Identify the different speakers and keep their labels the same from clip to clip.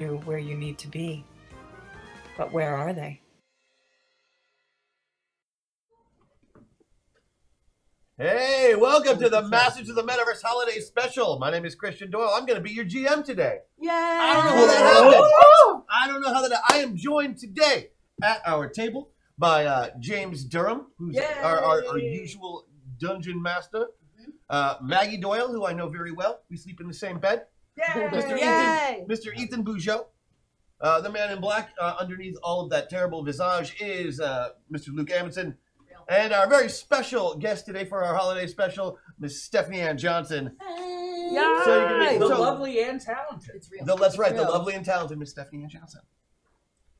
Speaker 1: you where you need to be. But where are they?
Speaker 2: Hey, welcome to the Masters of the Metaverse Holiday Special. My name is Christian Doyle. I'm going to be your GM today.
Speaker 3: Yay!
Speaker 2: I don't know how that happened. I don't know how that. I am joined today at our table by uh, James Durham, who's
Speaker 3: Yay.
Speaker 2: our, our, our usual dungeon master. Uh, Maggie Doyle, who I know very well. We sleep in the same bed. Mr.
Speaker 3: Yay!
Speaker 2: Mr. Ethan Bougeot. Uh, the man in black uh, underneath all of that terrible visage is uh, Mr. Luke Amundsen. And our very special guest today for our holiday special, Miss Stephanie Ann Johnson.
Speaker 3: Yay!
Speaker 2: So you can make-
Speaker 4: The
Speaker 2: so-
Speaker 4: lovely and talented.
Speaker 5: It's real.
Speaker 2: The, that's right, the
Speaker 3: Yeah.
Speaker 2: lovely and talented Miss Stephanie Ann Johnson.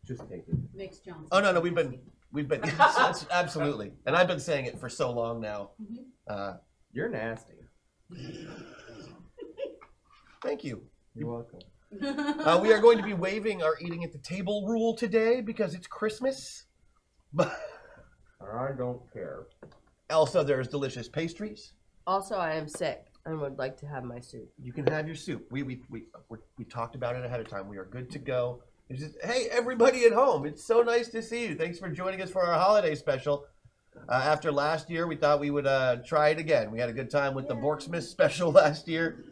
Speaker 2: Just take it.
Speaker 5: Mix Johnson.
Speaker 2: Oh, no, no, we've been, we've been, yes, absolutely. And I've been saying it for so long now.
Speaker 4: Mm-hmm.
Speaker 5: Mhm.
Speaker 2: Uh,
Speaker 4: You're nasty.
Speaker 2: thank you.
Speaker 4: You're welcome.
Speaker 2: Uh, we are going to be waiving our eating at the table rule today because it's Christmas. But
Speaker 4: I don't care.
Speaker 2: also, there's delicious pastries.
Speaker 3: Also, I am sick and would like to have my soup.
Speaker 2: You can have your soup. We we we we we talked about it ahead of time. We are good to go. It's just, hey, everybody at home, it's so nice to see you. Thanks for joining us for our holiday special. Uh, after last year, we thought we would uh, try it again. We had a good time with the Borksmith special last year.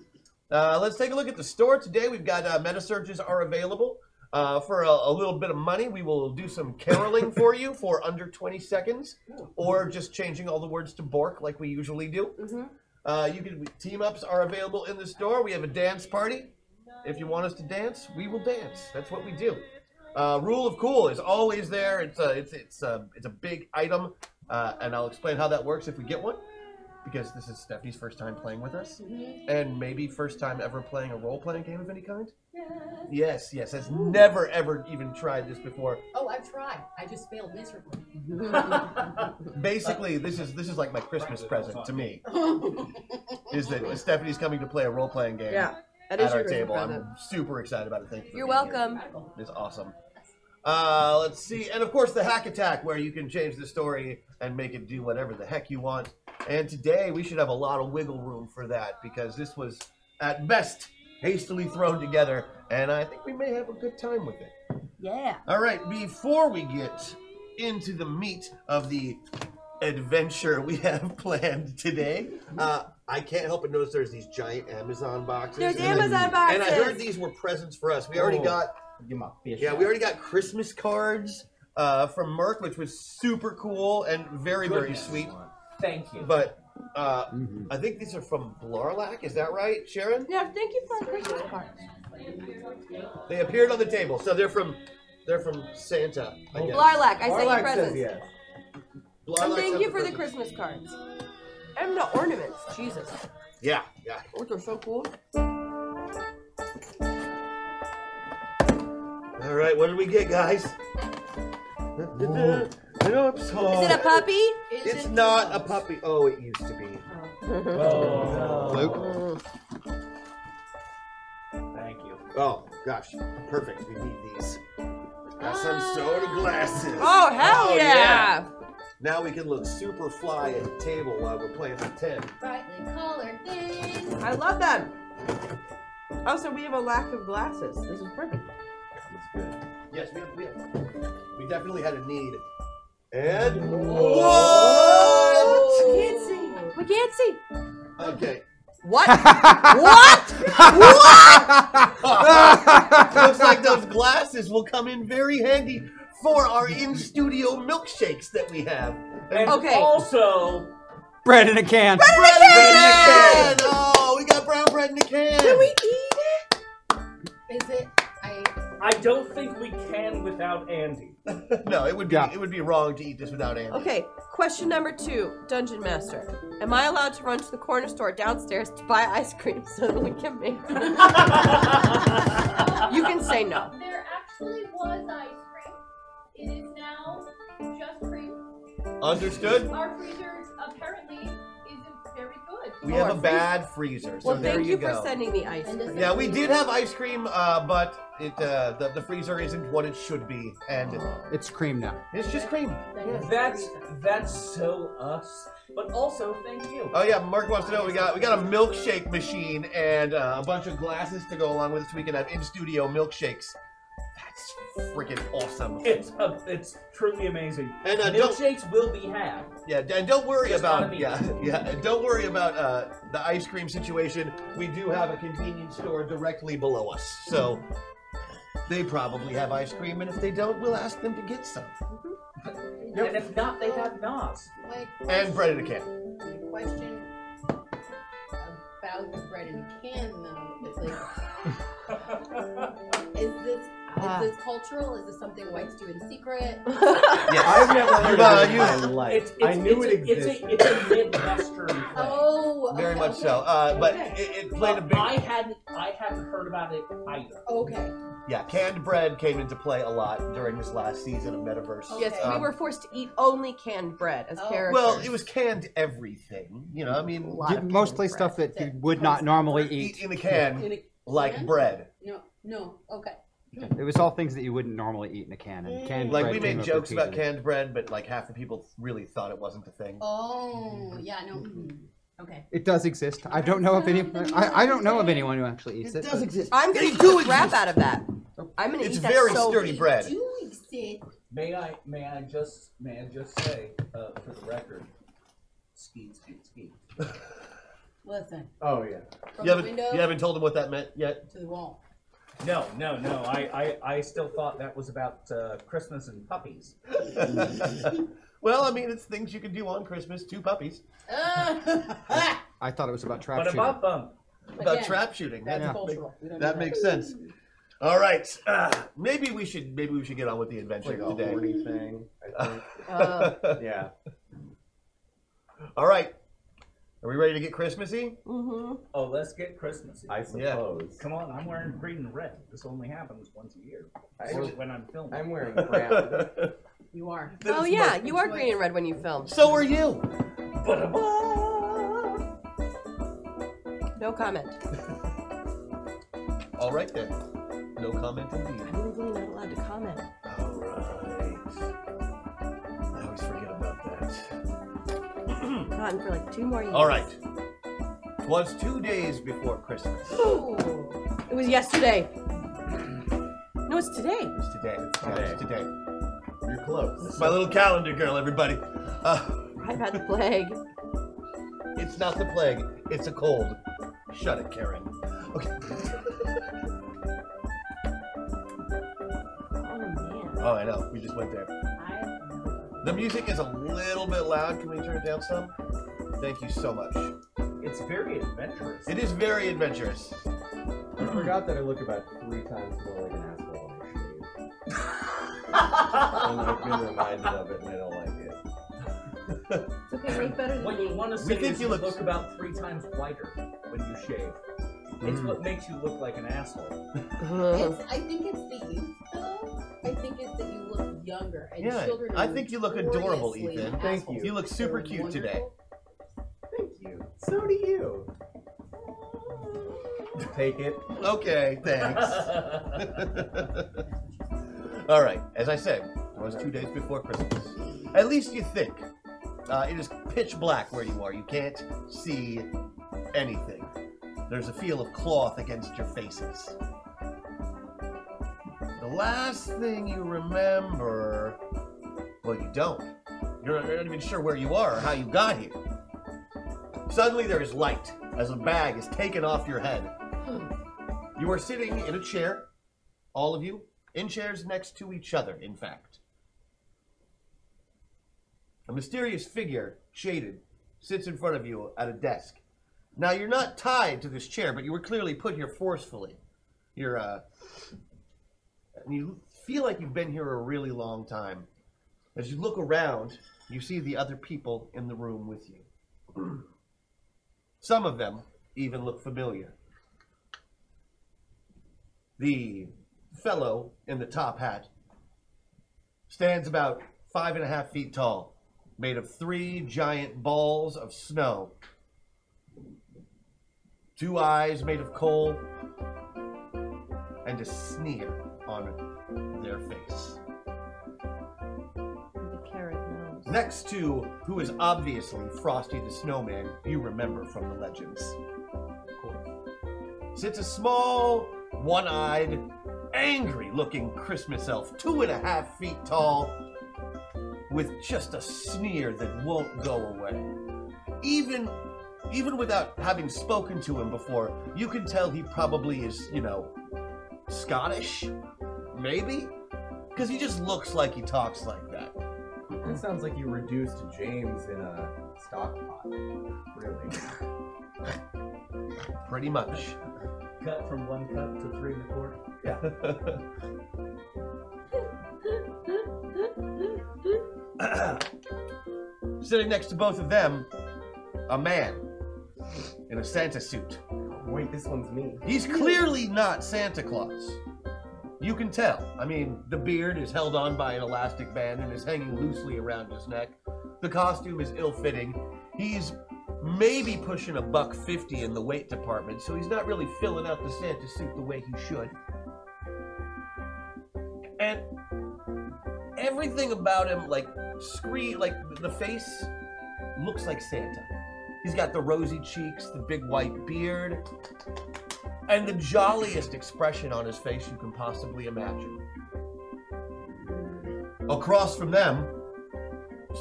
Speaker 2: Uh, let's take a look at the store today. We've got uh, Metasearches are available uh, for a, a little bit of money. We will do some caroling for you for under 20 seconds, or just changing all the words to Bork like we usually do.
Speaker 3: Mm-hmm.
Speaker 2: Uh, you can team ups are available in the store. We have a dance party. If you want us to dance, we will dance. That's what we do. Uh, Rule of cool is always there. It's a it's it's a it's a big item, uh, and I'll explain how that works if we get one, because this is Stephanie's first time playing with us,
Speaker 6: Mm-hmm.
Speaker 2: and maybe first time ever playing a role playing game of any kind. Yes, yes, has never ever even tried this before.
Speaker 5: Oh, I've tried. I just failed miserably.
Speaker 2: Basically, this is this is like my Christmas present to me.
Speaker 6: Um,
Speaker 2: Is that Stephanie's coming to play a role playing game?
Speaker 3: Yeah,
Speaker 2: at
Speaker 3: that is your
Speaker 2: our
Speaker 3: Christmas
Speaker 2: table.
Speaker 3: present.
Speaker 2: I'm super excited about it. Thank you. for
Speaker 3: You're
Speaker 2: being here.
Speaker 3: welcome.
Speaker 5: Radical.
Speaker 2: It's awesome. Uh, let's see, and of course the hack attack, where you can change the story and make it do whatever the heck you want. And today we should have a lot of wiggle room for that because this was at best hastily thrown together, and I think we may have a good time with it.
Speaker 3: Yeah.
Speaker 2: All right, before we get into the meat of the adventure we have planned today, uh, I can't help but notice there's these giant Amazon boxes.
Speaker 3: There's
Speaker 2: And
Speaker 3: Amazon
Speaker 2: and I heard
Speaker 3: boxes.
Speaker 2: these were presents for us. We already
Speaker 4: Oh.
Speaker 2: got
Speaker 4: Give my fish.
Speaker 2: yeah, we already got Christmas cards uh, from Merck, which was super cool and very very sweet.
Speaker 4: Thank you.
Speaker 2: But uh,
Speaker 3: Mm-hmm.
Speaker 2: I think these are from Blarlac. Is that right, Sharon?
Speaker 3: Yeah, thank you for the Christmas cards.
Speaker 2: They appeared on the table, so they're from they're from Santa. I guess.
Speaker 3: Blarlac, I sent you presents.
Speaker 2: Blarlac
Speaker 3: And thank
Speaker 2: sent
Speaker 3: you for the
Speaker 2: presents.
Speaker 3: Christmas cards. And the ornaments. Jesus.
Speaker 2: Yeah, yeah.
Speaker 3: Those are so cool.
Speaker 2: All right, what did we get, guys? I know I'm sorry.
Speaker 3: Is it a puppy?
Speaker 2: It's not a puppy. Oh, it used to be.
Speaker 4: Oh,
Speaker 2: Luke?
Speaker 4: Thank you.
Speaker 2: Oh gosh, perfect. We need these. Got some
Speaker 3: Ah.
Speaker 2: soda glasses.
Speaker 3: Oh, hell
Speaker 2: Oh,
Speaker 3: yeah.
Speaker 2: Now we can look super fly at the table while we're playing pretend.
Speaker 5: Brightly colored things.
Speaker 3: I love them. Also, we have a lack of glasses. This is perfect.
Speaker 2: Yes, we, we, we definitely had a need. And
Speaker 3: We
Speaker 2: what?
Speaker 3: can't see. We can't see.
Speaker 2: Okay.
Speaker 3: What? what? What?
Speaker 2: Looks like those glasses will come in very handy for our in-studio milkshakes that we have.
Speaker 4: And
Speaker 3: Okay.
Speaker 4: also,
Speaker 7: Bread in a can.
Speaker 2: Bread in a can! Oh, we got brown bread in a can.
Speaker 3: Can we eat it?
Speaker 5: Is it? I.
Speaker 4: I don't think we can without Andy.
Speaker 2: No, it would be
Speaker 7: Yeah.
Speaker 2: it would be wrong to eat this without Andy.
Speaker 3: Okay, question number two, Dungeon Master. Am I allowed to run to the corner store downstairs to buy ice cream so that we can make You can say no.
Speaker 6: There actually was ice cream. It is now just cream.
Speaker 2: Understood.
Speaker 6: Our freezer apparently isn't very good.
Speaker 2: We
Speaker 3: Oh,
Speaker 2: have
Speaker 3: our
Speaker 2: a bad freezer, so
Speaker 3: Well,
Speaker 2: there
Speaker 3: thank
Speaker 2: you
Speaker 3: you
Speaker 2: go.
Speaker 3: for sending the ice
Speaker 5: And this
Speaker 3: cream.
Speaker 2: Yeah, we did have ice cream, uh, but it uh, the, the freezer isn't what it should be, and
Speaker 7: It's cream now.
Speaker 6: Oh,
Speaker 2: it's just cream.
Speaker 5: That is
Speaker 4: That's
Speaker 5: the reason.
Speaker 4: that's so us.
Speaker 8: But also, thank you.
Speaker 2: Oh yeah, Mark wants to know we got we got a milkshake machine and uh, a bunch of glasses to go along with it, so we can have in studio milkshakes. That's freaking awesome.
Speaker 8: It's uh, it's truly amazing.
Speaker 2: And uh, don't
Speaker 8: Milkshakes will be had.
Speaker 2: yeah, and don't worry
Speaker 8: Just gotta
Speaker 2: about
Speaker 8: be-
Speaker 2: yeah yeah and don't worry about uh, the ice cream situation. We do have a convenience store directly below us, so they probably have ice cream, and if they don't, we'll ask them to get some
Speaker 8: And if not, they have not.
Speaker 9: My
Speaker 2: and
Speaker 9: question-
Speaker 2: bread in a can.
Speaker 9: My question about the bread in a can, though, is like, is this
Speaker 3: Ah.
Speaker 9: is this cultural? Is this something whites do in secret?
Speaker 7: I've never heard
Speaker 2: No,
Speaker 7: of it in
Speaker 2: you-
Speaker 7: my life.
Speaker 8: It's, it's,
Speaker 7: I knew
Speaker 8: it's
Speaker 7: it
Speaker 8: a,
Speaker 7: existed.
Speaker 8: It's a, it's a Midwestern thing.
Speaker 9: Oh,
Speaker 2: Very
Speaker 9: okay,
Speaker 2: much
Speaker 9: okay.
Speaker 2: so, uh, but
Speaker 9: Okay.
Speaker 2: it, it played a
Speaker 8: But
Speaker 2: big
Speaker 8: I hadn't I hadn't heard about it either.
Speaker 9: Okay.
Speaker 2: yeah. Canned bread came into play a lot during this last season of Metaverse.
Speaker 9: Okay.
Speaker 3: Yes, we
Speaker 2: Um,
Speaker 3: were forced to eat only canned bread as
Speaker 9: Oh.
Speaker 3: characters.
Speaker 2: Well, it was canned everything. You know, I mean,
Speaker 3: A lot of canned
Speaker 7: Mostly
Speaker 3: bread.
Speaker 7: stuff that you would not normally
Speaker 2: eat
Speaker 7: eat.
Speaker 2: in a can
Speaker 9: In a,
Speaker 2: like
Speaker 9: can?
Speaker 2: bread.
Speaker 9: no, no. Okay.
Speaker 7: It was all things that you wouldn't normally eat in a can. And canned
Speaker 2: Like
Speaker 7: bread
Speaker 2: we
Speaker 7: came
Speaker 2: made
Speaker 7: up
Speaker 2: jokes about
Speaker 7: repeatedly.
Speaker 2: canned bread, but like half the people really thought it wasn't a thing.
Speaker 9: Oh, yeah. No. mm, Okay.
Speaker 7: It does exist. I don't know if any. I, I don't know of anyone who actually eats it. but-
Speaker 2: exist.
Speaker 3: I'm gonna
Speaker 2: They
Speaker 3: eat
Speaker 2: do
Speaker 3: the crap
Speaker 2: exist.
Speaker 3: out of that. I'm gonna
Speaker 2: It's
Speaker 3: eat that
Speaker 2: very
Speaker 3: so
Speaker 2: sturdy
Speaker 3: weak.
Speaker 2: bread.
Speaker 9: Do exist.
Speaker 8: May I may I just may I just say uh, for the record, ski ski ski.
Speaker 9: Listen.
Speaker 8: Oh yeah.
Speaker 9: From
Speaker 2: You
Speaker 9: the
Speaker 2: haven't,
Speaker 9: window
Speaker 2: you haven't told them what that meant yet.
Speaker 9: to the wall.
Speaker 8: No no no. I I, I still thought that was about uh, Christmas and puppies.
Speaker 2: well, I mean, it's things you can do on Christmas. Two puppies.
Speaker 9: Ah,
Speaker 7: I thought it was about trap
Speaker 8: But a
Speaker 7: shooting.
Speaker 8: bump bump.
Speaker 2: About
Speaker 9: Again,
Speaker 2: trap shooting.
Speaker 9: That's
Speaker 7: Yeah.
Speaker 9: cultural. We don't
Speaker 2: That
Speaker 9: do
Speaker 2: makes sense. All right. Uh, maybe we should maybe we should get on with the adventure
Speaker 7: Like
Speaker 2: of the day.
Speaker 7: horny thing.
Speaker 3: Uh,
Speaker 7: Yeah.
Speaker 2: All right. Are we ready to get Christmassy?
Speaker 3: mhm.
Speaker 8: Oh, let's get Christmas.
Speaker 10: I suppose.
Speaker 8: Come on, I'm wearing green and red. This only happens once a year.
Speaker 10: I-
Speaker 8: Or when I'm filming.
Speaker 10: I'm wearing brown.
Speaker 9: You are.
Speaker 3: Oh yeah, you are green and red when you filmed.
Speaker 2: So are you.
Speaker 3: No comment.
Speaker 2: All right then. No comment
Speaker 3: I'm
Speaker 2: indeed.
Speaker 3: legally not allowed to comment.
Speaker 2: All right. I always forget about that.
Speaker 3: Not for like two more years.
Speaker 2: All right. Twas two days before Christmas. It
Speaker 3: It was yesterday. No, it's today.
Speaker 2: was today. Yeah, it was today.
Speaker 10: You're close.
Speaker 2: It's my little calendar girl, everybody. Uh,
Speaker 3: I've had the plague.
Speaker 2: it's not the plague. It's a cold. Shut it, Karen. Okay.
Speaker 3: Oh man.
Speaker 2: Oh, I know. We just went there. The music is a little bit loud. Can we turn it down some? Thank you so much.
Speaker 8: It's very adventurous.
Speaker 2: It is very adventurous.
Speaker 10: I forgot that I look about three times more like an asshole when I shave. and
Speaker 2: Oh,
Speaker 10: I've been reminded of it and I don't like it.
Speaker 3: It's okay, make better
Speaker 8: What you
Speaker 3: than me.
Speaker 8: want to
Speaker 2: We
Speaker 8: say
Speaker 2: think
Speaker 8: is
Speaker 2: you
Speaker 8: you
Speaker 2: look-
Speaker 8: look... about three times whiter when you shave. It's
Speaker 2: Mm.
Speaker 8: what makes you look like an asshole.
Speaker 2: Oh.
Speaker 9: It's, I think it's the youth, though. I think it's that you look younger. And
Speaker 2: Yeah,
Speaker 9: children
Speaker 2: I
Speaker 9: are
Speaker 2: think you look adorable,
Speaker 9: notoriously
Speaker 2: Ethan.
Speaker 10: Thank
Speaker 9: assholes.
Speaker 2: You look super
Speaker 9: They're
Speaker 2: cute today.
Speaker 9: wonderful.
Speaker 10: Thank you. So do you. Take it.
Speaker 2: Okay, thanks. All right, as I said, it was two days before Christmas. At least you think. Uh, it is pitch black where you are. You can't see anything. There's a feel of cloth against your faces. The last thing you remember, well, you don't. You're you're not even sure where you are or how you got here. Suddenly there is light as a bag is taken off your head. You are sitting in a chair, all of you, in chairs next to each other, in fact. A mysterious figure, shaded, sits in front of you at a desk. Now, you're not tied to this chair, but you were clearly put here forcefully. You're, uh, and you feel like you've been here a really long time. As you look around, you see the other people in the room with you. Some of them even look familiar the fellow in the top hat stands about five and a half feet tall, made of three giant balls of snow, two eyes made of coal, and a sneer on their face.
Speaker 3: The carrot nose.
Speaker 2: next to who is obviously Frosty the Snowman, you remember from the legends. Sits a small, one eyed, angry looking Christmas elf, two and a half feet tall, with just a sneer that won't go away. Even even without having spoken to him before, you can tell he probably is, you know, Scottish, maybe, because he just looks like he talks like that.
Speaker 10: It sounds like you reduced James in a stock pot. Really?
Speaker 2: Pretty much.
Speaker 4: Cut from one cup to three and a quarter.
Speaker 2: Sitting next to both of them, a man in a Santa suit.
Speaker 10: Wait, this one's me.
Speaker 2: He's clearly not Santa Claus. You can tell. I mean, the beard is held on by an elastic band and is hanging loosely around his neck. The costume is ill fitting. He's maybe pushing a buck 50 in the weight department, so he's not really filling out the Santa suit the way he should. And everything about him, like, scree like the face looks like Santa. He's got the rosy cheeks, the big white beard, and the jolliest expression on his face you can possibly imagine. Across from them,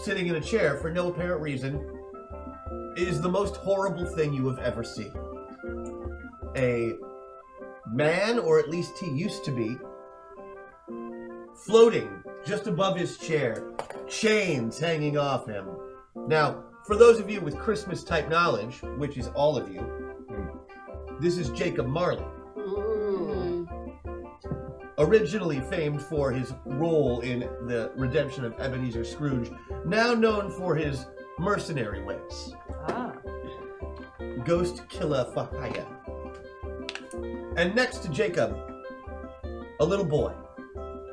Speaker 2: sitting in a chair for no apparent reason, is the most horrible thing you have ever seen. A man, or at least he used to be, floating just above his chair, chains hanging off him. Now, for those of you with Christmas type knowledge, which is all of you, this is Jacob Marley,
Speaker 9: Mm.
Speaker 2: originally famed for his role in the redemption of Ebenezer Scrooge, now known for his mercenary ways.
Speaker 3: Ah.
Speaker 2: Ghost Killer Fahaya. And next to Jacob, a little boy.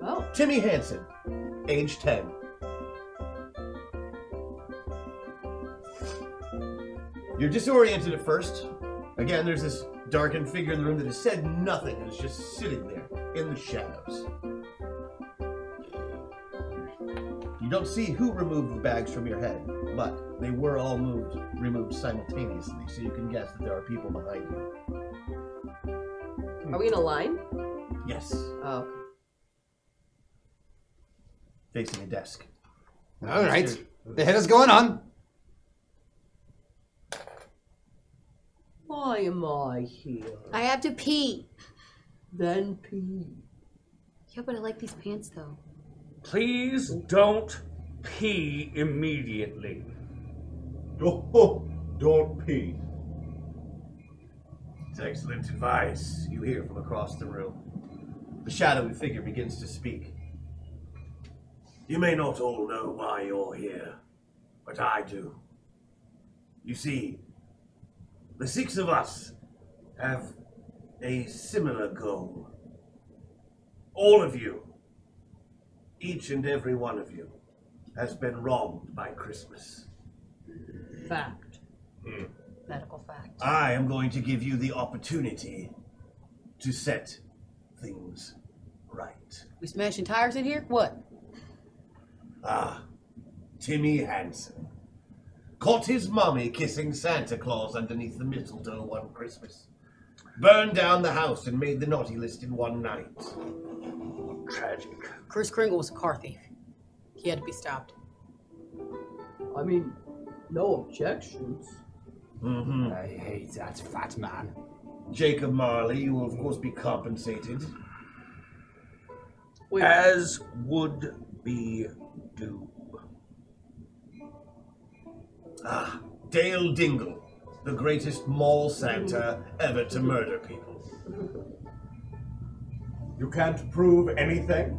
Speaker 5: Oh.
Speaker 2: Timmy Hansen, age 10. You're disoriented at first. Again, there's this darkened figure in the room that has said nothing and is just sitting there in the shadows. You don't see who removed the bags from your head, but they were all moved, removed simultaneously, so you can guess that there are people behind you.
Speaker 3: Are we in a line?
Speaker 2: Yes,
Speaker 3: Oh.
Speaker 2: facing a desk.
Speaker 7: All right. The head is going on.
Speaker 3: Why am I here?
Speaker 9: I have to pee.
Speaker 3: Then pee.
Speaker 9: Yeah, but I like these pants though.
Speaker 8: Please don't pee immediately.
Speaker 10: Oh, don't pee.
Speaker 2: It's excellent advice you hear from across the room. The shadowy figure begins to speak. You may not all know why you're here, but I do. You see, the six of us have a similar goal. All of you, each and every one of you, has been wronged by Christmas.
Speaker 5: Fact.
Speaker 3: Hmm.
Speaker 5: Medical fact.
Speaker 2: I am going to give you the opportunity to set things right.
Speaker 5: We smashing tires in here? What?
Speaker 2: Ah, Timmy Hansen. Caught his mummy kissing Santa Claus underneath the mistletoe one Christmas. Burned down the house and made the naughty list in one night.
Speaker 8: Tragic.
Speaker 5: Chris Kringle was a car thief. He had to be stopped.
Speaker 4: I mean, no objections.
Speaker 2: Mm-hmm.
Speaker 7: I hate that fat man.
Speaker 2: Jacob Marley, you will of course be compensated.
Speaker 4: Wait,
Speaker 8: As would be due.
Speaker 2: Ah, Dale Dingle, the greatest mall Santa ever to murder people.
Speaker 10: You can't prove anything?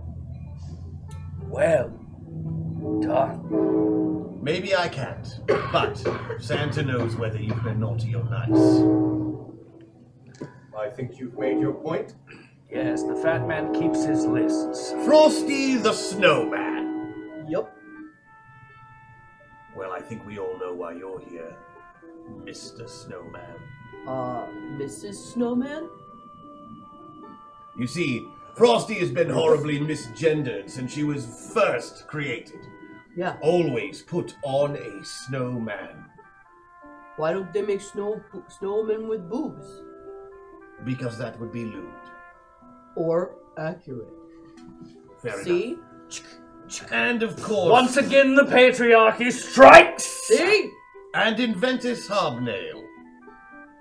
Speaker 8: Well done.
Speaker 2: Maybe I can't, but Santa knows whether you've been naughty or nice.
Speaker 10: I think you've made your point.
Speaker 8: Yes, the fat man keeps his lists.
Speaker 2: Frosty the Snowman!
Speaker 4: yep.
Speaker 2: Well, I think we all know why you're here, Mr. Snowman.
Speaker 4: Uh, Mrs. Snowman?
Speaker 2: You see, Frosty has been horribly misgendered since she was first created.
Speaker 3: Yeah.
Speaker 2: Always put on a snowman
Speaker 3: Why don't they make snow snowmen with boobs?
Speaker 2: because that would be lewd.
Speaker 3: Or accurate.
Speaker 2: Fair enough.
Speaker 3: See?
Speaker 2: And of course,
Speaker 8: Once again, the patriarchy strikes!
Speaker 3: See?
Speaker 2: and Inventus Hobnail,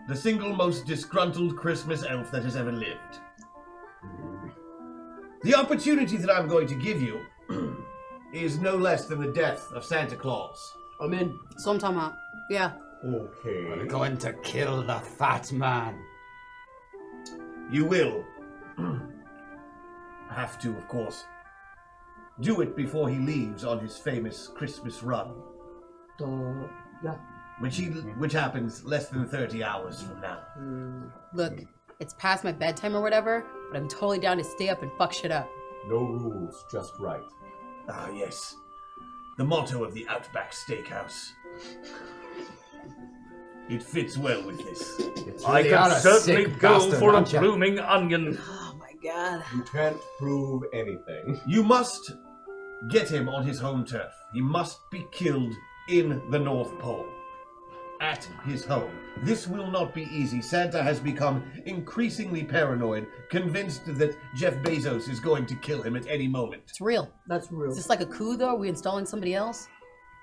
Speaker 2: the single most disgruntled Christmas elf that has ever lived. The opportunity that I'm going to give you is no less than the death of Santa Claus.
Speaker 3: I'm in.
Speaker 9: So I'm talking about. Yeah.
Speaker 7: We're
Speaker 10: Okay.
Speaker 7: going to kill the fat man.
Speaker 2: You will have to, of course, do it before he leaves on his famous Christmas run,
Speaker 3: Duh. Yeah.
Speaker 2: which he which happens less than 30 hours from now.
Speaker 9: Look, it's past my bedtime or whatever, but I'm totally down to stay up and fuck shit up.
Speaker 10: No rules, just right.
Speaker 2: Ah, yes. The motto of the Outback Steakhouse. It fits well with this.
Speaker 8: I
Speaker 7: They are
Speaker 8: can
Speaker 7: a
Speaker 8: certainly
Speaker 7: sick
Speaker 8: go
Speaker 7: bastard,
Speaker 8: for a
Speaker 7: aren't ya?
Speaker 8: blooming onion.
Speaker 9: Oh my god.
Speaker 10: You can't prove anything.
Speaker 2: You must get him on his home turf. He must be killed in the North Pole. At his home. This will not be easy. Santa has become increasingly paranoid, convinced that Jeff Bezos is going to kill him at any moment.
Speaker 9: It's real.
Speaker 3: That's real.
Speaker 9: Is this like a coup though? Are we installing somebody else?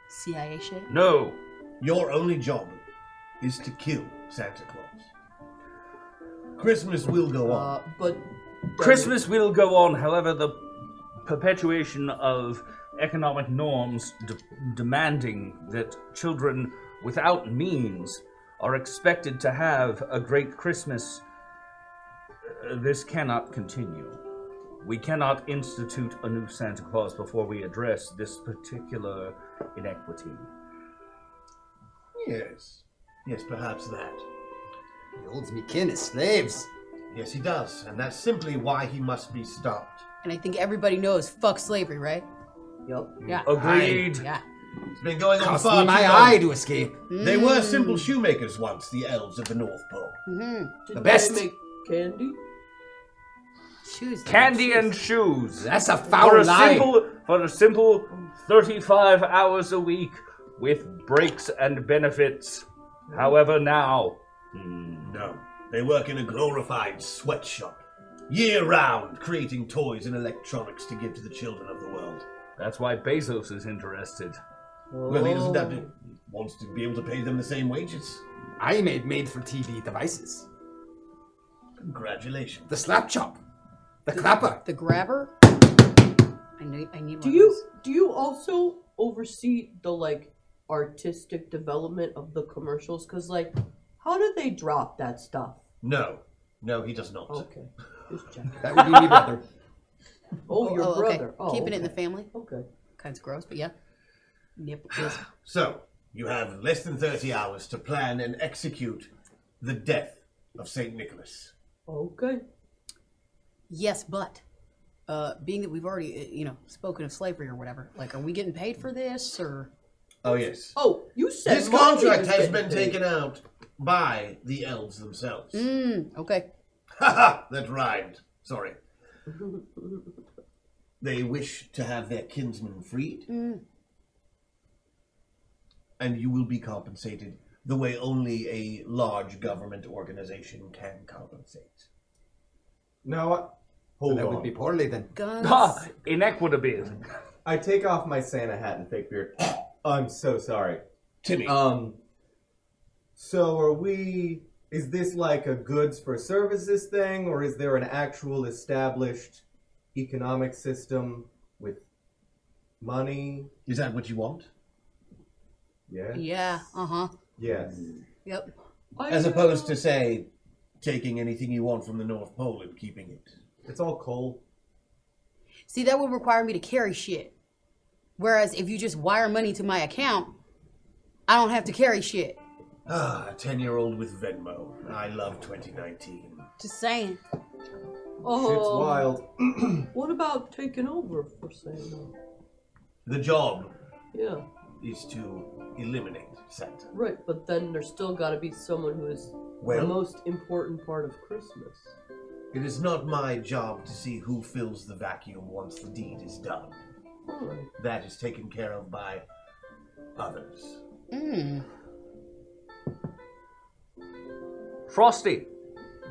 Speaker 9: CIA shit?
Speaker 8: No.
Speaker 2: Your only job is to kill Santa Claus. Christmas will go on.
Speaker 3: Uh, but
Speaker 8: Christmas will go on, however, the perpetuation of economic norms de- demanding that children without means are expected to have a great Christmas. uh, This cannot continue. We cannot institute a new Santa Claus before we address this particular inequity.
Speaker 2: Yes. Yes, perhaps that.
Speaker 7: He holds me kin as slaves.
Speaker 2: Yes, he does, and that's simply why he must be stopped.
Speaker 9: And I think everybody knows fuck slavery, right?
Speaker 3: Yep.
Speaker 9: Yeah.
Speaker 8: Agreed.
Speaker 9: Yeah.
Speaker 2: It's been going on
Speaker 7: Cost
Speaker 2: far
Speaker 7: me
Speaker 2: too
Speaker 7: my
Speaker 2: long.
Speaker 7: eye Hmm. to escape.
Speaker 2: They were simple shoemakers once, the elves of the North Pole.
Speaker 9: Mm-hmm.
Speaker 3: did
Speaker 7: The best.
Speaker 3: They make candy?
Speaker 9: Shoes. dude,
Speaker 8: Candy
Speaker 9: shoes.
Speaker 8: and shoes.
Speaker 7: That's a
Speaker 8: for
Speaker 7: foul
Speaker 8: a
Speaker 7: lie.
Speaker 8: simple for a simple 35 hours a week with breaks and benefits however now
Speaker 2: No, they work in a glorified sweatshop, year round, creating toys and electronics to give to the children of the world.
Speaker 8: that's why bezos is interested
Speaker 2: Well, he doesn't
Speaker 3: Oh.
Speaker 2: have to. He wants to be able to pay them the same wages.
Speaker 7: I made made-for-TV devices.
Speaker 2: Congratulations.
Speaker 7: The slap chop. The clapper.
Speaker 9: The grabber. I need. I need.
Speaker 3: Do
Speaker 9: one
Speaker 3: you do you also oversee the like artistic development of the commercials? Cause like, how do they drop that stuff?
Speaker 2: No, no, he does not.
Speaker 3: Okay. Just checking.
Speaker 7: That would be me, brother.
Speaker 3: Oh,
Speaker 9: Oh,
Speaker 3: your
Speaker 9: oh, okay.
Speaker 3: brother. Oh,
Speaker 9: Keeping
Speaker 3: okay.
Speaker 9: it in the family.
Speaker 3: Okay.
Speaker 9: Kind of gross, but yeah. Nip. yes.
Speaker 2: So, you have less than 30 hours to plan and execute the death of St. Nicholas.
Speaker 3: Okay.
Speaker 9: Yes, but uh, being that we've already, uh, you know, spoken of slavery or whatever, like, are we getting paid for this or?
Speaker 2: Oh, yes.
Speaker 3: Oh, you said
Speaker 2: This
Speaker 3: Molly
Speaker 2: contract
Speaker 3: was
Speaker 2: has
Speaker 3: getting
Speaker 2: been
Speaker 3: paid.
Speaker 2: taken out by the elves themselves.
Speaker 9: Mm, okay.
Speaker 2: Haha, that rhymed. Sorry. they wish to have their kinsmen freed,
Speaker 3: Mm.
Speaker 2: and you will be compensated the way only a large government organization can compensate.
Speaker 10: Now what? Hold
Speaker 7: That
Speaker 10: on.
Speaker 7: would be poorly then.
Speaker 9: Guns.
Speaker 8: ah, inequitable
Speaker 10: I take off my Santa hat and fake beard. I'm so sorry.
Speaker 2: Timmy,
Speaker 10: Um. So are we? Is this like a goods for services thing, or is there an actual established economic system with money?
Speaker 2: is that what you want?
Speaker 10: Yeah.
Speaker 9: Yeah. Uh huh.
Speaker 10: Yes.
Speaker 9: Yep.
Speaker 2: As opposed to, say, taking anything you want from the North Pole and keeping it.
Speaker 10: It's all coal.
Speaker 9: See, that would require me to carry shit. Whereas if you just wire money to my account, I don't have to carry shit.
Speaker 2: Ah, a 10 year old with Venmo. I love 2019.
Speaker 9: Just saying.
Speaker 10: Shit's
Speaker 3: Oh,
Speaker 10: wild.
Speaker 3: what about taking over for saying
Speaker 2: The job
Speaker 3: Yeah,
Speaker 2: is to eliminate Santa.
Speaker 3: right. But then there's still got to be someone who is the
Speaker 2: Well-
Speaker 3: most important part of Christmas.
Speaker 2: It is not my job to see who fills the vacuum once the deed is done. That is taken care of by others.
Speaker 9: Mm.
Speaker 8: Frosty,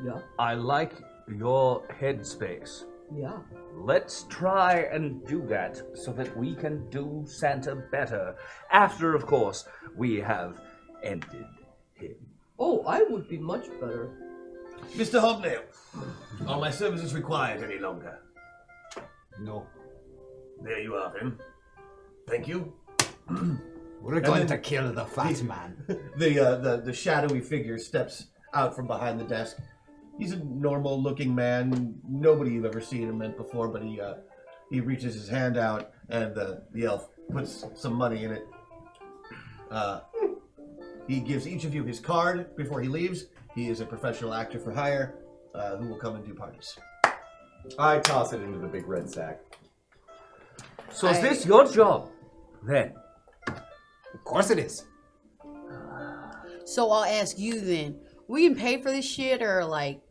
Speaker 3: Yeah.
Speaker 8: I like your headspace.
Speaker 3: Yeah.
Speaker 8: Let's try and do that so that we can do Santa better. After, of course, we have ended him.
Speaker 3: Oh, I would be much better.
Speaker 2: Mr. Hobnail, are my services required any longer?
Speaker 7: No.
Speaker 2: There you are, then. Thank you.
Speaker 7: We're
Speaker 2: And
Speaker 7: going to
Speaker 2: then-
Speaker 7: kill the fat man.
Speaker 2: The, uh, the the shadowy figure steps out from behind the desk. He's a normal-looking man. Nobody you've ever seen him in before, but he uh, he reaches his hand out, and the the elf puts some money in it. Uh, he gives each of you his card before he leaves. He is a professional actor for hire uh, who will come and do parties.
Speaker 10: I toss it into the big red sack.
Speaker 8: So, is
Speaker 9: I-
Speaker 8: this your job then?
Speaker 7: Of course it is.
Speaker 9: So I'll ask you then. We can pay for this shit or like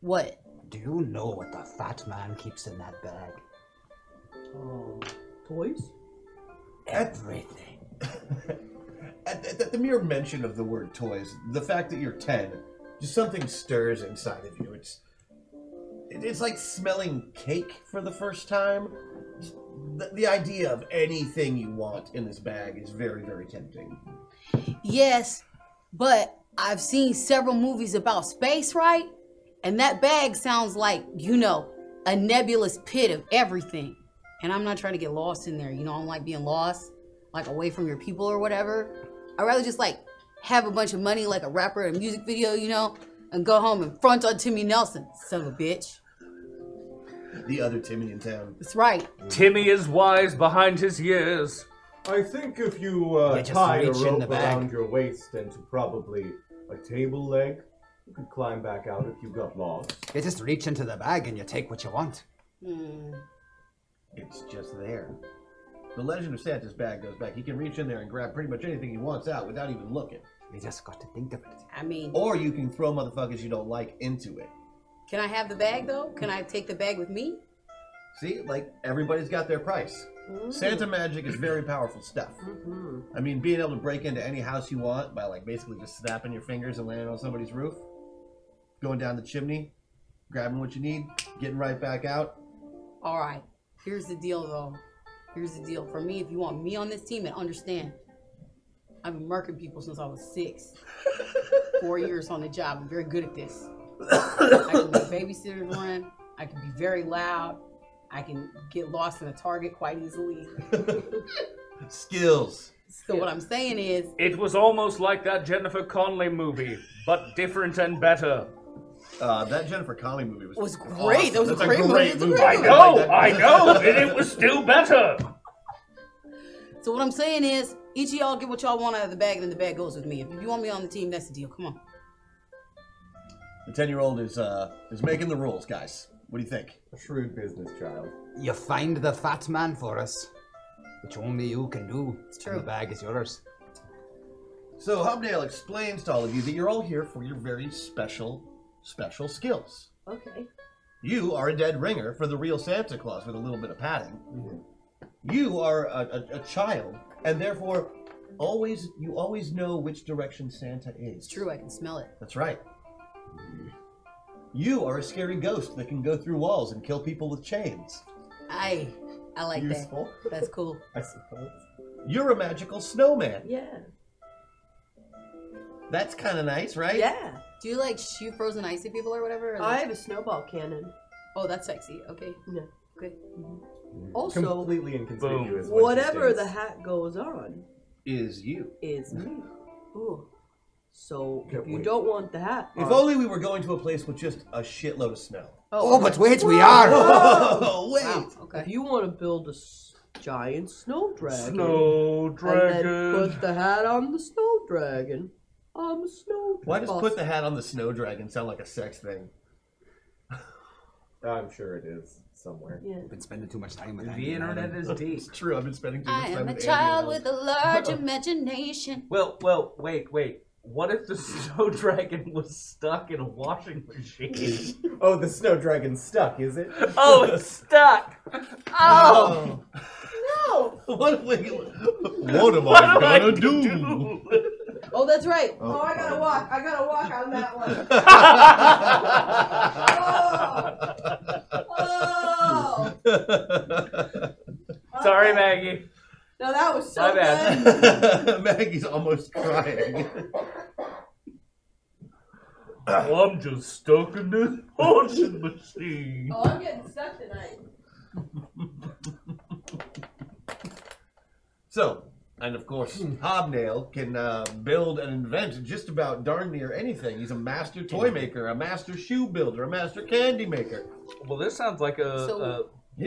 Speaker 9: what?
Speaker 7: Do you know what the fat man keeps in that bag?
Speaker 3: Um, toys?
Speaker 7: Everything.
Speaker 2: At, at, at the mere mention of the word toys, the fact that you're 10, just something stirs inside of you. It's it- it's like smelling cake for the first time. The, the idea of anything you want in this bag is very, very tempting.
Speaker 9: Yes, but I've seen several movies about space, right? And that bag sounds like, you know, a nebulous pit of everything. And I'm not trying to get lost in there. You know, I don't like being lost, like away from your people or whatever. I'd rather just like have a bunch of money like a rapper in a music video, you know, and go home and front on Timmy Nelson, son of a bitch.
Speaker 2: The other Timmy in town.
Speaker 9: That's right.
Speaker 8: Timmy is wise behind his years.
Speaker 10: I think if you uh,
Speaker 7: Yeah, just
Speaker 10: tie a
Speaker 7: reach in
Speaker 10: rope
Speaker 7: the bag.
Speaker 10: around your waist and to probably a table leg, you could climb back out if you got lost.
Speaker 7: You just reach into the bag and you take what you want.
Speaker 9: Hmm.
Speaker 2: It's just there. The legend of Santa's bag goes back. He can reach in there and grab pretty much anything he wants out without even looking.
Speaker 7: You just got to think of it.
Speaker 9: I mean,
Speaker 2: Or you can throw motherfuckers you don't like into it.
Speaker 9: can I have the bag though? Can I take the bag with me?
Speaker 2: See, like everybody's got their price.
Speaker 3: Mm,
Speaker 2: Santa magic is very powerful stuff.
Speaker 3: Mm-hmm.
Speaker 2: I mean, being able to break into any house you want by like basically just snapping your fingers and landing on somebody's roof, going down the chimney, grabbing what you need, getting right back out.
Speaker 9: All right. Here's the deal, though. Here's the deal. For me, if you want me on this team, and understand, I've been murking people since I was six. Four years on the job. I'm very good at this. I can make babysitters run. I can be very loud. I can get lost in a target quite easily.
Speaker 2: Skills.
Speaker 9: So what I'm saying is,
Speaker 8: It was almost like that Jennifer Connelly movie, but different and better.
Speaker 2: Uh, that Jennifer Connelly movie was
Speaker 9: It was great. That was a
Speaker 2: That's
Speaker 9: great movie. It's a great
Speaker 8: I
Speaker 9: movie.
Speaker 8: know,
Speaker 2: like that.
Speaker 8: Oh, I know, and it was still better.
Speaker 9: so what I'm saying is, each of y'all get what y'all want out of the bag, and then the bag goes with me. If you want me on the team, that's the deal. Come on.
Speaker 2: The ten-year-old is uh, is making the rules, guys. What do you think?
Speaker 10: A shrewd business child.
Speaker 7: You find the fat man for us, which only you can do. It's
Speaker 9: true.
Speaker 7: The bag is yours.
Speaker 2: So Hobnail explains to all of you that you're all here for your very special, special skills.
Speaker 3: Okay.
Speaker 2: You are a dead ringer for the real Santa Claus with a little bit of padding.
Speaker 9: Mm-hmm.
Speaker 2: You are a, a, a child, and therefore, always you always know which direction Santa is.
Speaker 9: It's true. I can smell it.
Speaker 2: That's right. You are a scary ghost that can go through walls and kill people with chains.
Speaker 9: I, I like that.
Speaker 2: Useful,
Speaker 9: That's cool.
Speaker 2: I suppose. You're a magical snowman.
Speaker 3: Yeah.
Speaker 2: That's kind of nice, right?
Speaker 3: Yeah.
Speaker 9: Do you like shoot frozen ice at people or whatever? or,
Speaker 3: I
Speaker 9: like-
Speaker 3: have a snowball cannon.
Speaker 9: oh, that's sexy. Okay.
Speaker 3: No.
Speaker 9: Good.
Speaker 3: Also,
Speaker 10: Completely inconspicuous. when she
Speaker 3: whatever
Speaker 10: sings.
Speaker 3: the hat goes on
Speaker 2: Is you.
Speaker 3: is me.
Speaker 9: Ooh.
Speaker 3: So
Speaker 10: Can't
Speaker 3: if you
Speaker 10: wait.
Speaker 3: don't want the hat,
Speaker 2: If
Speaker 3: on-
Speaker 2: only we were going to a place with just a shitload of snow.
Speaker 7: Oh, but wait, we are.
Speaker 2: Oh, wait.
Speaker 9: Wow.
Speaker 3: if
Speaker 9: Okay.
Speaker 3: you want to build a s- giant snow dragon,
Speaker 8: Snow
Speaker 3: and then
Speaker 8: dragon.
Speaker 3: put the hat on the snow dragon, I'm a snow.
Speaker 2: Why does
Speaker 3: boss.
Speaker 2: put the hat on the snow dragon sound like a sex thing?
Speaker 10: I'm sure it is somewhere.
Speaker 3: Yeah.
Speaker 7: I've been spending too much time with Andy
Speaker 8: The
Speaker 7: and
Speaker 8: internet
Speaker 7: Adam.
Speaker 8: is deep.
Speaker 2: It's true. I've been spending too much
Speaker 9: I
Speaker 2: time
Speaker 9: am a
Speaker 2: with
Speaker 9: child
Speaker 2: Andy and
Speaker 9: with a large imagination.
Speaker 8: Well, well, wait, wait. What if the snow dragon was stuck in a washing machine?
Speaker 10: Oh, the snow dragon's stuck, is it?
Speaker 8: oh, it's stuck.
Speaker 2: Adam.
Speaker 9: No.
Speaker 2: what am I, what am I gonna do?
Speaker 3: Oh, that's right.
Speaker 2: Oh,
Speaker 3: Oh, I gotta walk. I gotta walk on that one. oh. Oh.
Speaker 8: Sorry, Maggie.
Speaker 3: No, that was so
Speaker 8: My bad.
Speaker 3: good.
Speaker 2: Maggie's almost crying.
Speaker 8: Well, I'm just stuck in this washing machine.
Speaker 6: Oh, I'm getting stuck tonight.
Speaker 2: So, and of course, Hobnail can uh, build and invent just about darn near anything. He's a master toy maker, a master shoe builder, a master candy maker.
Speaker 8: Well, this sounds like a,
Speaker 9: So-
Speaker 8: a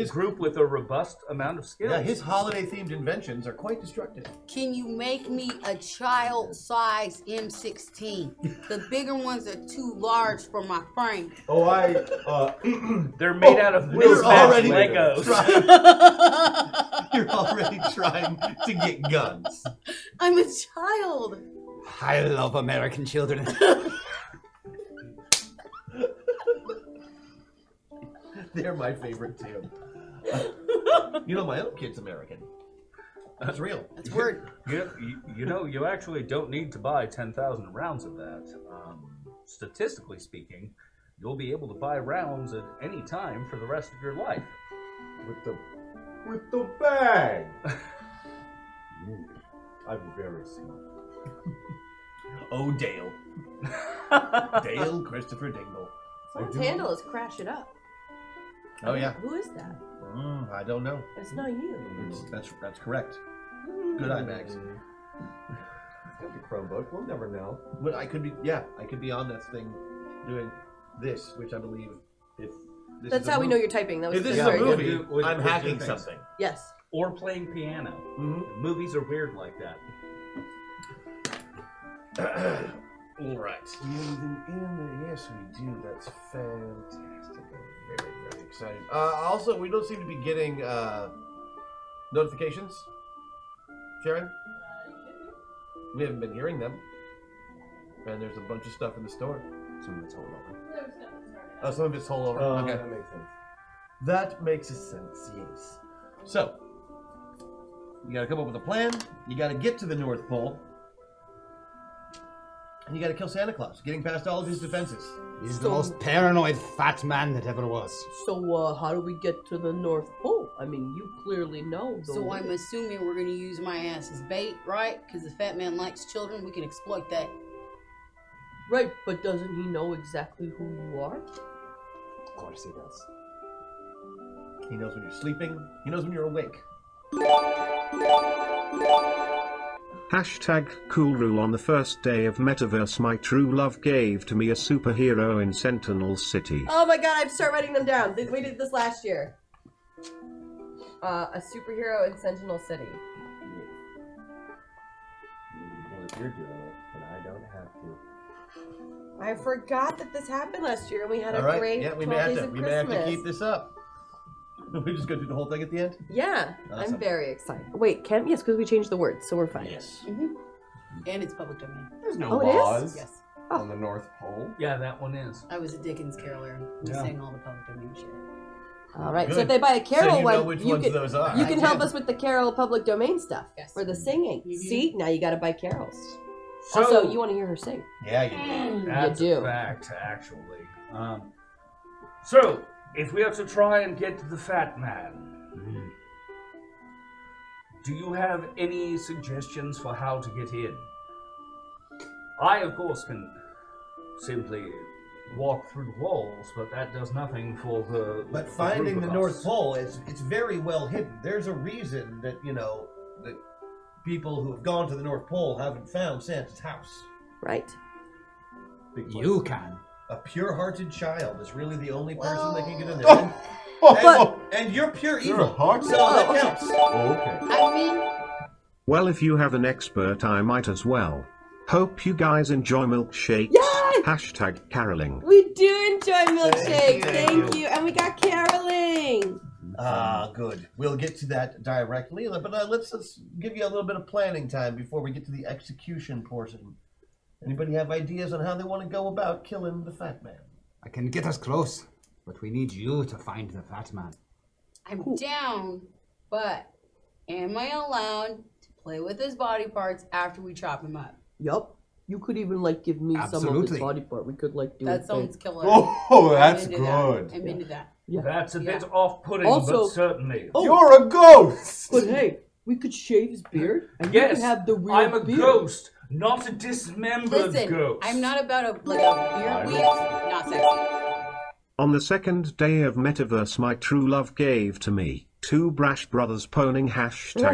Speaker 8: group with a robust amount of skill.
Speaker 2: Yeah, his holiday themed inventions are quite destructive.
Speaker 9: Can you make me a child size M16? The bigger ones are too large for my frame.
Speaker 10: Oh, I. Uh,
Speaker 8: They're made out
Speaker 10: Oh,
Speaker 8: of
Speaker 2: You're
Speaker 8: mismatched
Speaker 2: already
Speaker 8: Legos.
Speaker 2: Trying, you're already trying to get guns.
Speaker 9: I'm a child.
Speaker 7: I love American children.
Speaker 2: They're my favorite too. you know, my own kid's American. That's real.
Speaker 9: That's weird.
Speaker 8: You, you, you know, you actually don't need to buy 10,000 rounds of that. Um, statistically speaking, you'll be able to buy rounds at any time for the rest of your life.
Speaker 10: with the with the bag. Mm, I'm very smart.
Speaker 2: Oh, Dale. Dale Christopher Dingle.
Speaker 10: I
Speaker 5: Someone's
Speaker 10: do-
Speaker 5: handle is crash it up.
Speaker 2: Oh, yeah.
Speaker 5: Who is that?
Speaker 2: Mm, I don't know.
Speaker 5: It's not you.
Speaker 2: It's- that's that's correct. Good eye, Max.
Speaker 10: Could be Chromebook. We'll never know.
Speaker 2: But I could be, yeah, I could be on this thing doing this, which I believe if this
Speaker 5: That's
Speaker 2: is a
Speaker 5: how we
Speaker 2: mov-
Speaker 5: know you're typing. That was
Speaker 2: If this
Speaker 5: that's
Speaker 2: is a
Speaker 5: very good.
Speaker 2: movie,
Speaker 8: Would you- would-
Speaker 2: I'm
Speaker 8: would you
Speaker 2: hacking
Speaker 8: think?
Speaker 2: something.
Speaker 5: Yes.
Speaker 8: Or playing piano.
Speaker 2: Mm-hmm.
Speaker 8: Movies are weird like that.
Speaker 2: All right. Yes, we do. That's fantastic. I'm very, very excited. Uh, also, we don't seem to be getting uh, notifications. Sharon, we haven't been hearing them. And there's a bunch of stuff in the store.
Speaker 7: Someone that's holding on.
Speaker 6: There was nothing started.
Speaker 2: Oh, some of it's whole over.
Speaker 10: Uh,
Speaker 2: okay.
Speaker 10: That makes sense.
Speaker 2: That makes sense, yes. So, you gotta come up with a plan, you gotta get to the North Pole, and you gotta kill Santa Claus, getting past all of his defenses.
Speaker 7: He's the most paranoid fat man that ever was.
Speaker 3: So, uh, how do we get to the North Pole? I mean, you clearly know. The
Speaker 9: So
Speaker 3: way.
Speaker 9: I'm assuming we're gonna use my ass as bait, right? Because the fat man likes children. We can exploit that.
Speaker 3: right, but doesn't he know exactly who you are?
Speaker 7: Of course he does.
Speaker 2: He knows when you're sleeping, he knows when you're awake.
Speaker 11: Hashtag cool rule on the first day of Metaverse my true love gave to me a superhero in Sentinel City.
Speaker 5: Oh my god, I have to start writing them down. Th- We did this last year. Uh, a superhero in Sentinel City.
Speaker 10: Well, if you're doing it, then I don't have to.
Speaker 5: I forgot that this happened last year and we had a
Speaker 2: all right?
Speaker 5: great
Speaker 2: yeah, we
Speaker 5: 12
Speaker 2: may have
Speaker 5: days
Speaker 2: to.
Speaker 5: of
Speaker 2: We may
Speaker 5: Christmas.
Speaker 2: have to keep this up. we just go through the whole thing at the end? Oh,
Speaker 5: Yeah,
Speaker 2: Awesome.
Speaker 5: I'm very excited. Wait, Kemp? Yes, because we changed the words, so we're fine.
Speaker 2: Yes.
Speaker 9: And it's public domain.
Speaker 10: There's no
Speaker 5: Oh, it is?
Speaker 10: laws
Speaker 9: Yes,
Speaker 10: on the North Pole.
Speaker 8: Yeah, that one is.
Speaker 9: I was a Dickens caroler. I
Speaker 10: Yeah.
Speaker 9: sang all the public domain shit.
Speaker 5: All right. So
Speaker 2: Good.
Speaker 5: if they buy a
Speaker 2: so
Speaker 5: Carol
Speaker 2: you
Speaker 5: one,
Speaker 2: know which
Speaker 5: you
Speaker 2: ones
Speaker 5: can,
Speaker 2: those are.
Speaker 5: you
Speaker 9: I
Speaker 5: can help
Speaker 9: did.
Speaker 5: us with the Carol public domain stuff
Speaker 9: Yes.
Speaker 5: for the singing.
Speaker 2: Mm-hmm.
Speaker 9: Mhm.
Speaker 5: See, now you got to buy Carol's.
Speaker 8: So,
Speaker 5: also, you want to hear her sing.
Speaker 2: Yeah, you
Speaker 8: That's
Speaker 5: You
Speaker 8: a
Speaker 5: do.
Speaker 8: fact, actually. Um, so, if we have to try and get to the fat man, do you have any suggestions for how to get in? I, of course, can simply walk through the walls, but that does nothing for the.
Speaker 2: But
Speaker 8: the
Speaker 2: finding
Speaker 8: group
Speaker 2: the
Speaker 8: of
Speaker 2: North
Speaker 8: us.
Speaker 2: Pole is it's very well hidden. There's a reason that, you know, that people who have gone to the North Pole haven't found Santa's house.
Speaker 5: Right.
Speaker 10: Big place.
Speaker 7: You can.
Speaker 2: A pure-hearted child is really the only person that can get in there.
Speaker 9: Well-
Speaker 2: And,
Speaker 5: But-
Speaker 2: and- and you're pure
Speaker 10: You're
Speaker 2: evil.
Speaker 10: a hard-
Speaker 2: so that counts.
Speaker 10: Okay.
Speaker 9: I mean,
Speaker 11: Well, if you have an expert, I might as well. Hope you guys enjoy milkshakes.
Speaker 5: Yes!
Speaker 11: Hashtag caroling.
Speaker 5: We do enjoy milkshakes.
Speaker 2: you,
Speaker 5: Thank,
Speaker 2: thank you.
Speaker 5: you. And we got caroling.
Speaker 10: Um,
Speaker 7: Uh,
Speaker 2: Ah, good. We'll get to that directly, but uh, let's let's give you a little bit of planning time before we get to the execution portion. Anybody have ideas on how they want to go about killing the fat man?
Speaker 7: I can get us close, but we need you to find the fat man.
Speaker 9: I'm down, but Am I allowed to play with his body parts after we chop him up?
Speaker 3: Yup. You could even like give me some of his
Speaker 8: Absolutely.
Speaker 3: body part. We could like do a
Speaker 9: That
Speaker 3: thing.
Speaker 9: sounds killer.
Speaker 8: Oh, that's
Speaker 9: I'm into that.
Speaker 8: good.
Speaker 9: I'm into that.
Speaker 8: That's a bit off-putting,
Speaker 3: Also-
Speaker 8: but certainly.
Speaker 10: You're a ghost.
Speaker 3: But hey, we could shave his beard. And you
Speaker 8: yes,
Speaker 3: could have the real
Speaker 8: I'm a
Speaker 3: beard.
Speaker 8: ghost, not a dismembered
Speaker 9: Listen,
Speaker 8: ghost.
Speaker 9: I'm not about a like a beard weave. Not sexy.
Speaker 11: On the second day of Metaverse, my true love gave to me two brash brothers poning hashtag.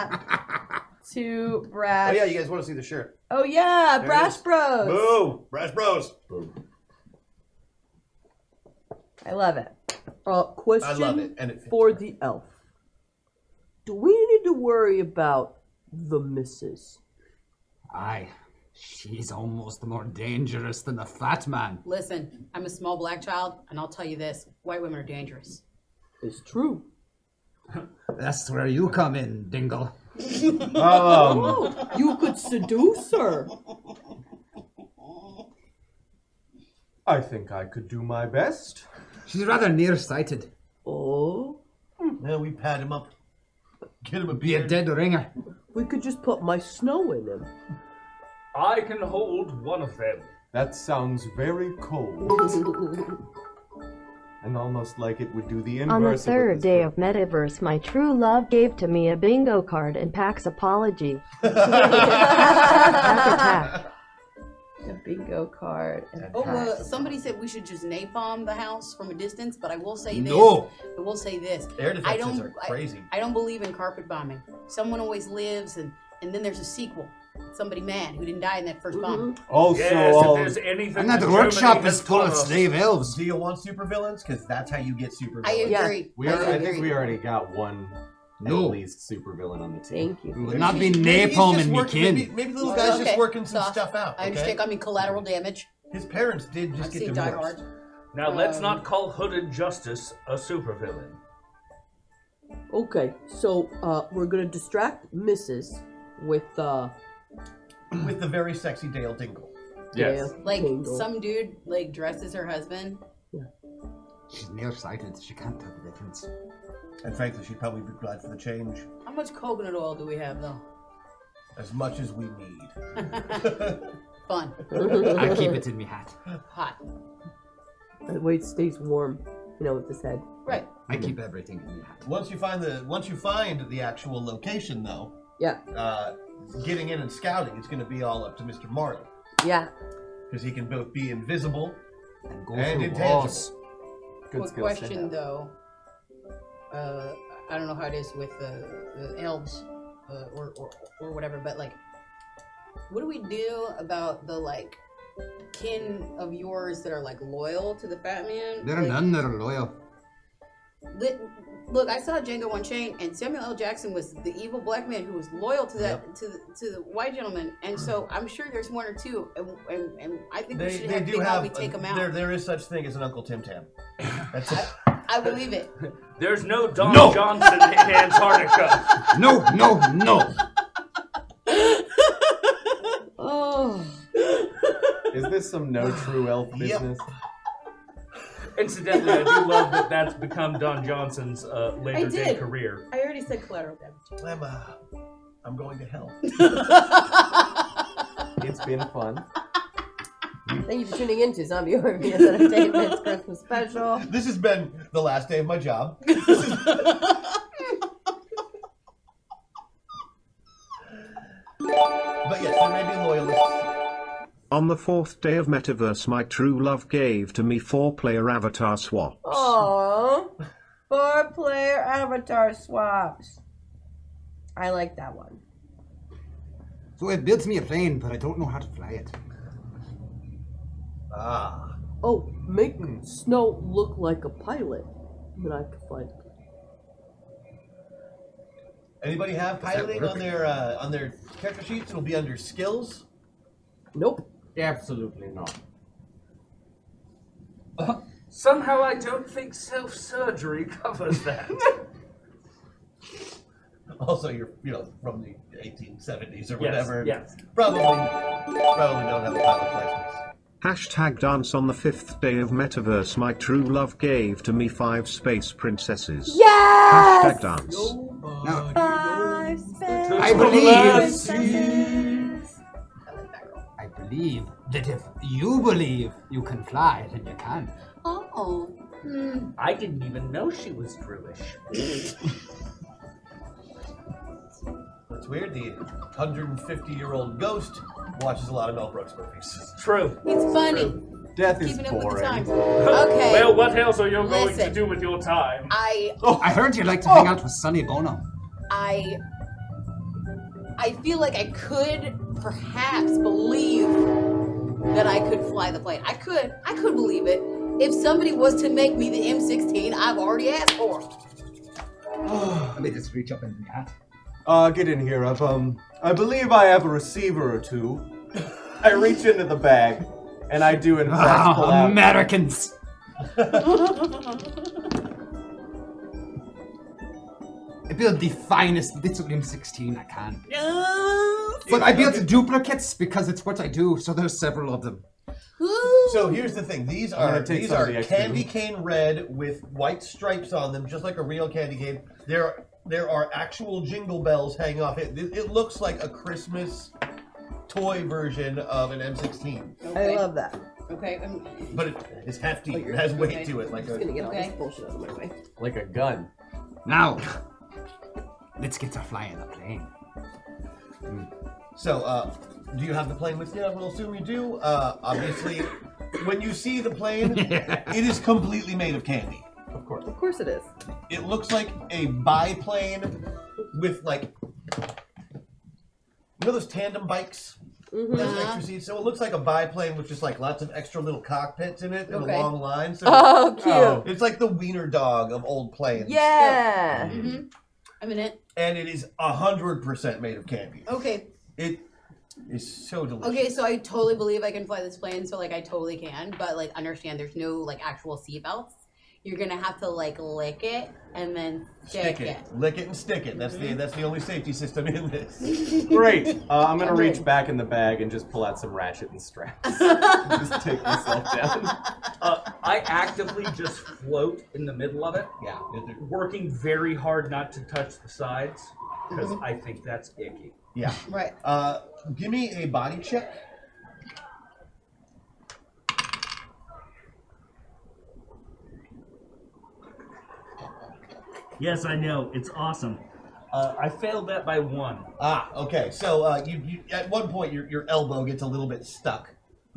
Speaker 11: Caroline.
Speaker 5: Two brash.
Speaker 2: Oh yeah, you guys want to see the shirt?
Speaker 5: Oh yeah,
Speaker 2: There it
Speaker 5: Brash
Speaker 2: is.
Speaker 5: Bros.
Speaker 2: Boo! Brash Bros.
Speaker 5: I love it.
Speaker 3: Uh, question
Speaker 2: it, and it fits
Speaker 3: for the elf. Do we need to worry about the missus?
Speaker 7: Aye, she's almost more dangerous than the fat man.
Speaker 9: Listen, I'm a small black child, and I'll tell you this: white women are dangerous.
Speaker 3: It's true.
Speaker 7: That's where you come in, Dingle.
Speaker 10: Um,
Speaker 3: Oh, you could seduce her.
Speaker 10: I think I could do my best.
Speaker 7: She's rather nearsighted.
Speaker 3: Oh.
Speaker 2: Yeah, we pat him up. Get him a
Speaker 7: Be a
Speaker 2: beard.
Speaker 7: dead ringer.
Speaker 3: We could just put my snow in him.
Speaker 8: I can hold one of them.
Speaker 10: That sounds very cold. and almost like it would do the inverse.
Speaker 12: On the
Speaker 10: of what
Speaker 12: third
Speaker 10: this
Speaker 12: day of Metaverse, my true love gave to me a bingo card and Pax apology.
Speaker 5: A bingo card. And
Speaker 9: Oh, uh, somebody said we should just napalm the house from a distance, but I will say this.
Speaker 2: No.
Speaker 9: I will say this.
Speaker 2: Air
Speaker 9: I
Speaker 2: defenses
Speaker 9: don't,
Speaker 2: are
Speaker 9: I-
Speaker 2: crazy.
Speaker 9: I, don't believe in carpet bombing. Someone always lives, and and then there's a sequel. Somebody mad who didn't die in that 1st bomb.
Speaker 7: Mm-hmm. Oh,
Speaker 10: Also,
Speaker 8: yes,
Speaker 7: um,
Speaker 10: all-
Speaker 8: if there's anything
Speaker 7: And that
Speaker 8: Germany
Speaker 7: workshop
Speaker 8: has
Speaker 7: is full of
Speaker 8: taught us-
Speaker 7: slave elves.
Speaker 2: Do you want supervillains? Because that's how you get supervillains.
Speaker 9: I agree.
Speaker 10: We are,
Speaker 9: I
Speaker 10: I
Speaker 9: agree.
Speaker 10: think we already got one
Speaker 7: No.
Speaker 10: at least supervillain on the team.
Speaker 5: Thank you.
Speaker 7: It would not be
Speaker 2: Maybe he's
Speaker 7: napalm
Speaker 2: just
Speaker 7: and me
Speaker 2: working-
Speaker 7: kin.
Speaker 2: Maybe, maybe little
Speaker 9: Well,
Speaker 2: guy's
Speaker 9: okay.
Speaker 2: just working some
Speaker 9: So,
Speaker 2: stuff out.
Speaker 9: I understand.
Speaker 2: okay?
Speaker 9: I mean, collateral damage.
Speaker 2: His parents did just
Speaker 9: I've
Speaker 2: get
Speaker 9: seen Die
Speaker 2: divorced.
Speaker 8: Now let's
Speaker 9: Um,
Speaker 8: not call Hooded Justice a supervillain.
Speaker 3: Okay, so uh, we're gonna distract Mrs. with uh,
Speaker 2: With the very sexy Dale Dingle.
Speaker 8: Yes.
Speaker 3: Dale
Speaker 9: Like
Speaker 3: Dingle.
Speaker 9: some dude like dresses her husband.
Speaker 7: She's nearsighted. She can't tell the difference.
Speaker 2: And frankly, she'd probably be glad for the change
Speaker 9: How much coconut oil do we have though?
Speaker 2: as much as we need.
Speaker 9: Fun,
Speaker 7: I keep it in my hat.
Speaker 9: hot,
Speaker 3: That way it stays warm, you know, with his head.
Speaker 9: right?
Speaker 7: I keep everything in my hat.
Speaker 2: Once you find the once you find the actual location, though,
Speaker 3: Yeah,
Speaker 2: uh, getting in and scouting, it's going to be all up to Mr. Marley
Speaker 5: Yeah.
Speaker 2: because he can both be invisible
Speaker 7: And go
Speaker 2: and
Speaker 7: through
Speaker 2: intangible.
Speaker 7: walls.
Speaker 10: Good
Speaker 9: Quick
Speaker 10: skill set.
Speaker 9: question though. Uh, I don't know how it is with the, the elves uh, or, or or whatever, but like, what do we do about the like kin of yours that are like loyal to the fat man?
Speaker 7: There are
Speaker 9: Like,
Speaker 7: none that are loyal.
Speaker 9: Li- look, I saw Django Unchained, and Samuel L. Jackson was the evil black man who was loyal to that to the, to the white gentleman, and so I'm sure there's one or two, and, and, and I think we
Speaker 2: They,
Speaker 9: should
Speaker 2: they
Speaker 9: have
Speaker 2: do
Speaker 9: big
Speaker 2: have
Speaker 9: how we take them out.
Speaker 2: There, there is such thing as an Uncle Tim Tam. That's it.
Speaker 9: I believe it.
Speaker 8: There's no Don
Speaker 7: No.
Speaker 8: Johnson in Antarctica.
Speaker 7: No, no, no.
Speaker 5: Oh.
Speaker 10: Is this some no true elf business?
Speaker 8: Incidentally, I do love that that's become Don Johnson's uh, later day
Speaker 5: did.
Speaker 8: career.
Speaker 5: I already said collateral damage.
Speaker 2: I'm, uh, I'm going to hell.
Speaker 10: It's been fun.
Speaker 5: Thank you for tuning in to Zombie Overview Entertainment's Christmas special.
Speaker 2: This has been the last day of my job. but yes, there may be loyalists.
Speaker 11: On the fourth day of Metaverse, my true love gave to me four player avatar swap.
Speaker 5: Oh, four player avatar swaps. I like that one.
Speaker 7: So it builds me a plane, but I don't know how to fly it.
Speaker 2: Ah,
Speaker 3: Oh, make Snow look like a pilot. Then I could fly.
Speaker 2: anybody have
Speaker 7: that
Speaker 2: piloting
Speaker 7: work?
Speaker 2: on their uh, on their character sheets? It'll be under skills.
Speaker 3: Nope.
Speaker 4: Absolutely not.
Speaker 8: Somehow, I don't think self-surgery covers that.
Speaker 2: Also, you're you know from the 1870s or
Speaker 8: Yes,
Speaker 2: whatever.
Speaker 8: yes.
Speaker 2: Probably probably don't have a pilot's license.
Speaker 11: Hashtag dance on the fifth day of metaverse. My true love gave to me five space princesses.
Speaker 5: Yes!
Speaker 11: Hashtag dance.
Speaker 9: Oh,
Speaker 5: Five spells.
Speaker 7: I believe.
Speaker 5: Princesses.
Speaker 7: I believe that if you believe you can fly, then you can.
Speaker 9: Oh. Hmm.
Speaker 8: I didn't even know she was Druish.
Speaker 2: That's weird. The 150 year old ghost watches a lot of Mel Brooks movies.
Speaker 8: True.
Speaker 9: It's funny.
Speaker 10: Death
Speaker 9: Keeping up with the times. Okay.
Speaker 8: well, what else are you going to
Speaker 9: Listen.
Speaker 8: do with your time?
Speaker 9: I
Speaker 7: Oh, I heard you like to hang out with Sonny Bono.
Speaker 9: I I feel like I could perhaps believe that I could fly the plane. I could. I could believe it. If somebody was to make me the M16, I've already asked for. it.
Speaker 7: Let me just reach up in the hat.
Speaker 10: Uh, get in here. I've, um, I believe I have a receiver or two. I reach into the bag, and I do in
Speaker 7: Ah,
Speaker 10: fact pull out.
Speaker 7: Americans! I build the finest little M16 I can. But I built duplicates because it's what I do, so there's several of them.
Speaker 2: So here's the thing: these
Speaker 10: I'm gonna
Speaker 2: are
Speaker 10: take
Speaker 2: these
Speaker 10: some of
Speaker 2: are
Speaker 10: the extra
Speaker 2: candy
Speaker 10: meat.
Speaker 2: cane red with white stripes on them, just like a real candy cane. There there are actual jingle bells hanging off it. It, it looks like a Christmas toy version of an M16,
Speaker 5: I love that.
Speaker 9: Okay. I'm
Speaker 2: but it, it's hefty. It has weight to it, like
Speaker 5: just gonna
Speaker 2: a
Speaker 5: get all
Speaker 9: Okay.
Speaker 5: this bullshit out of my way.
Speaker 10: Like a gun.
Speaker 7: Now, let's get to flying the plane.
Speaker 2: So, uh, do you have the plane with you? I will assume you do. Uh, obviously, when you see the plane, it is completely made of candy. Of course.
Speaker 5: Of course it is.
Speaker 2: It looks like a biplane with like, you know those tandem bikes?
Speaker 5: Mhm.
Speaker 2: Those extra seats. So it looks like a biplane with just like lots of extra little cockpits in it and
Speaker 5: Okay.
Speaker 2: a long line. So
Speaker 5: Oh, cute.
Speaker 2: It's like the wiener dog of old planes.
Speaker 5: Yeah.
Speaker 9: Mm-hmm. I'm in it.
Speaker 2: And it is hundred percent made of candy.
Speaker 5: Oh.
Speaker 9: Okay.
Speaker 2: It is so delicious.
Speaker 9: Okay, so I totally believe I can fly this plane, so like I totally can, but like understand there's no like actual seatbelts. You're gonna have to like lick it and then stick,
Speaker 2: Stick it. lick it, and stick it. That's
Speaker 5: Mm-hmm.
Speaker 2: the that's the only safety system in this.
Speaker 10: Great. Uh, I'm gonna
Speaker 9: Okay.
Speaker 10: reach back in the bag and just pull out some ratchet and straps. just take myself down.
Speaker 8: Uh, I actively just float in the middle of it,
Speaker 10: Yeah.
Speaker 8: working very hard not to touch the sides because I think that's icky.
Speaker 2: Yeah.
Speaker 9: Right.
Speaker 2: Uh, give me a body check.
Speaker 13: Yes, I know. It's awesome.
Speaker 8: Uh, I failed that by one.
Speaker 2: Ah, okay. So uh, you, you at one point your your elbow gets a little bit stuck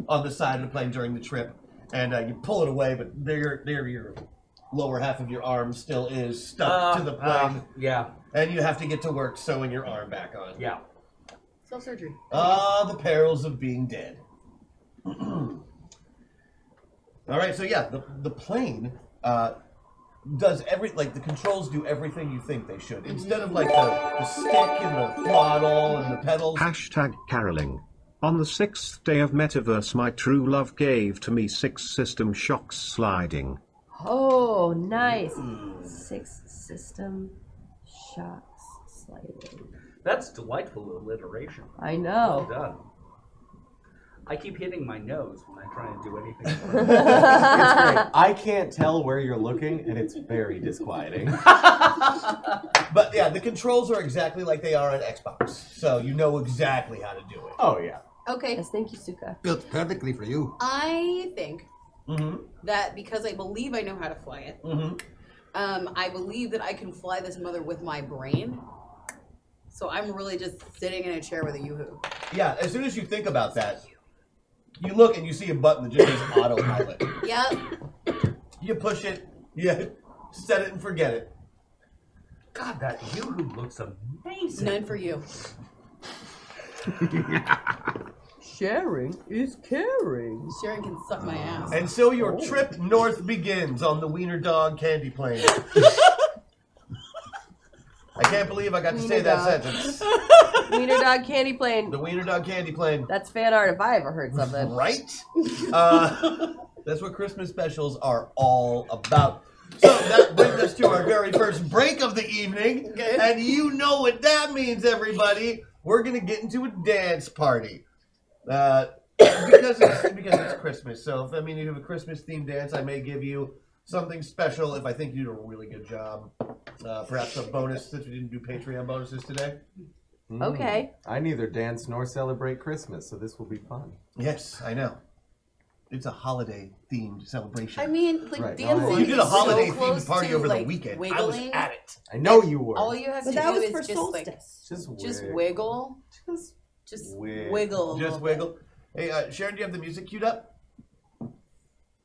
Speaker 2: on the side of the plane during the trip, and uh, you pull it away, but there there your lower half of your arm still is stuck
Speaker 8: Uh,
Speaker 2: to the plane.
Speaker 8: uh, yeah.
Speaker 2: And you have to get to work sewing your arm back on.
Speaker 8: Yeah.
Speaker 9: Self surgery.
Speaker 2: Ah, the perils of being dead. All right, so yeah, the, the plane uh, does every like the controls do everything you think they should instead of like the, the stick and the throttle and the pedals.
Speaker 11: Hashtag caroling. On the sixth day of metaverse, my true love gave to me six system shocks sliding.
Speaker 5: Oh, nice. Six system shocks sliding.
Speaker 8: That's delightful alliteration.
Speaker 5: I know.
Speaker 8: Well done. I keep hitting my nose when I try and do
Speaker 10: It's
Speaker 8: anything.
Speaker 10: great. I can't tell where you're looking, and it's very disquieting.
Speaker 2: But yeah, the controls are exactly like they are on Xbox, so you know exactly how to do it.
Speaker 10: Oh yeah.
Speaker 9: Okay.
Speaker 5: Yes, thank you, Suka.
Speaker 7: Built perfectly for you.
Speaker 9: I think
Speaker 2: Mm-hmm.
Speaker 9: that because I believe I know how to fly it,
Speaker 2: Mm-hmm.
Speaker 9: um, I believe that I can fly this mother with my brain. So I'm really just sitting in a chair with a yoo-hoo.
Speaker 2: Yeah, as soon as you think about that, you look and you see a button that just says autopilot.
Speaker 9: Yep.
Speaker 2: You push it, you set it and forget it.
Speaker 8: God, that yoo-hoo looks amazing.
Speaker 9: None for you.
Speaker 3: Sharing is caring.
Speaker 9: Sharon can suck my ass.
Speaker 2: Uh, And so your trip north begins on the Wiener Dog candy plane. I can't believe I got to say
Speaker 5: Wiener
Speaker 2: that
Speaker 5: dog.
Speaker 2: sentence.
Speaker 5: Wiener dog candy plane.
Speaker 2: The Wiener Dog candy plane.
Speaker 5: That's fan art if I ever heard something.
Speaker 2: Right? Uh, that's what Christmas specials are all about. So that brings us to our very first break of the evening.
Speaker 9: Okay.
Speaker 2: And you know what that means, everybody. We're going to get into a dance party. Uh, because it's because it's Christmas. So if I mean you have a Christmas themed dance, I may give you something special if I think you did a really good job. Uh, perhaps a bonus since we didn't do Patreon bonuses today.
Speaker 10: Mm.
Speaker 3: Okay.
Speaker 10: I neither dance nor celebrate Christmas, so this will be fun.
Speaker 2: Yes, I know. It's a holiday themed celebration.
Speaker 14: I mean, like
Speaker 10: Right,
Speaker 14: dancing.
Speaker 10: alright.
Speaker 2: You did a
Speaker 14: is so
Speaker 2: holiday
Speaker 14: close
Speaker 2: themed party
Speaker 14: to,
Speaker 2: over
Speaker 14: like,
Speaker 2: the weekend. I was
Speaker 14: Wiggling.
Speaker 2: at it.
Speaker 10: I know you were.
Speaker 9: Oh,
Speaker 14: All you have
Speaker 3: But
Speaker 14: to
Speaker 3: that
Speaker 14: do
Speaker 3: was
Speaker 14: is
Speaker 3: for
Speaker 14: just like
Speaker 10: Just
Speaker 14: just
Speaker 10: wig.
Speaker 14: wiggle, just just wiggle. a
Speaker 2: Just
Speaker 14: little
Speaker 2: wiggle. Hey, uh, Sharon, do you have the music queued up?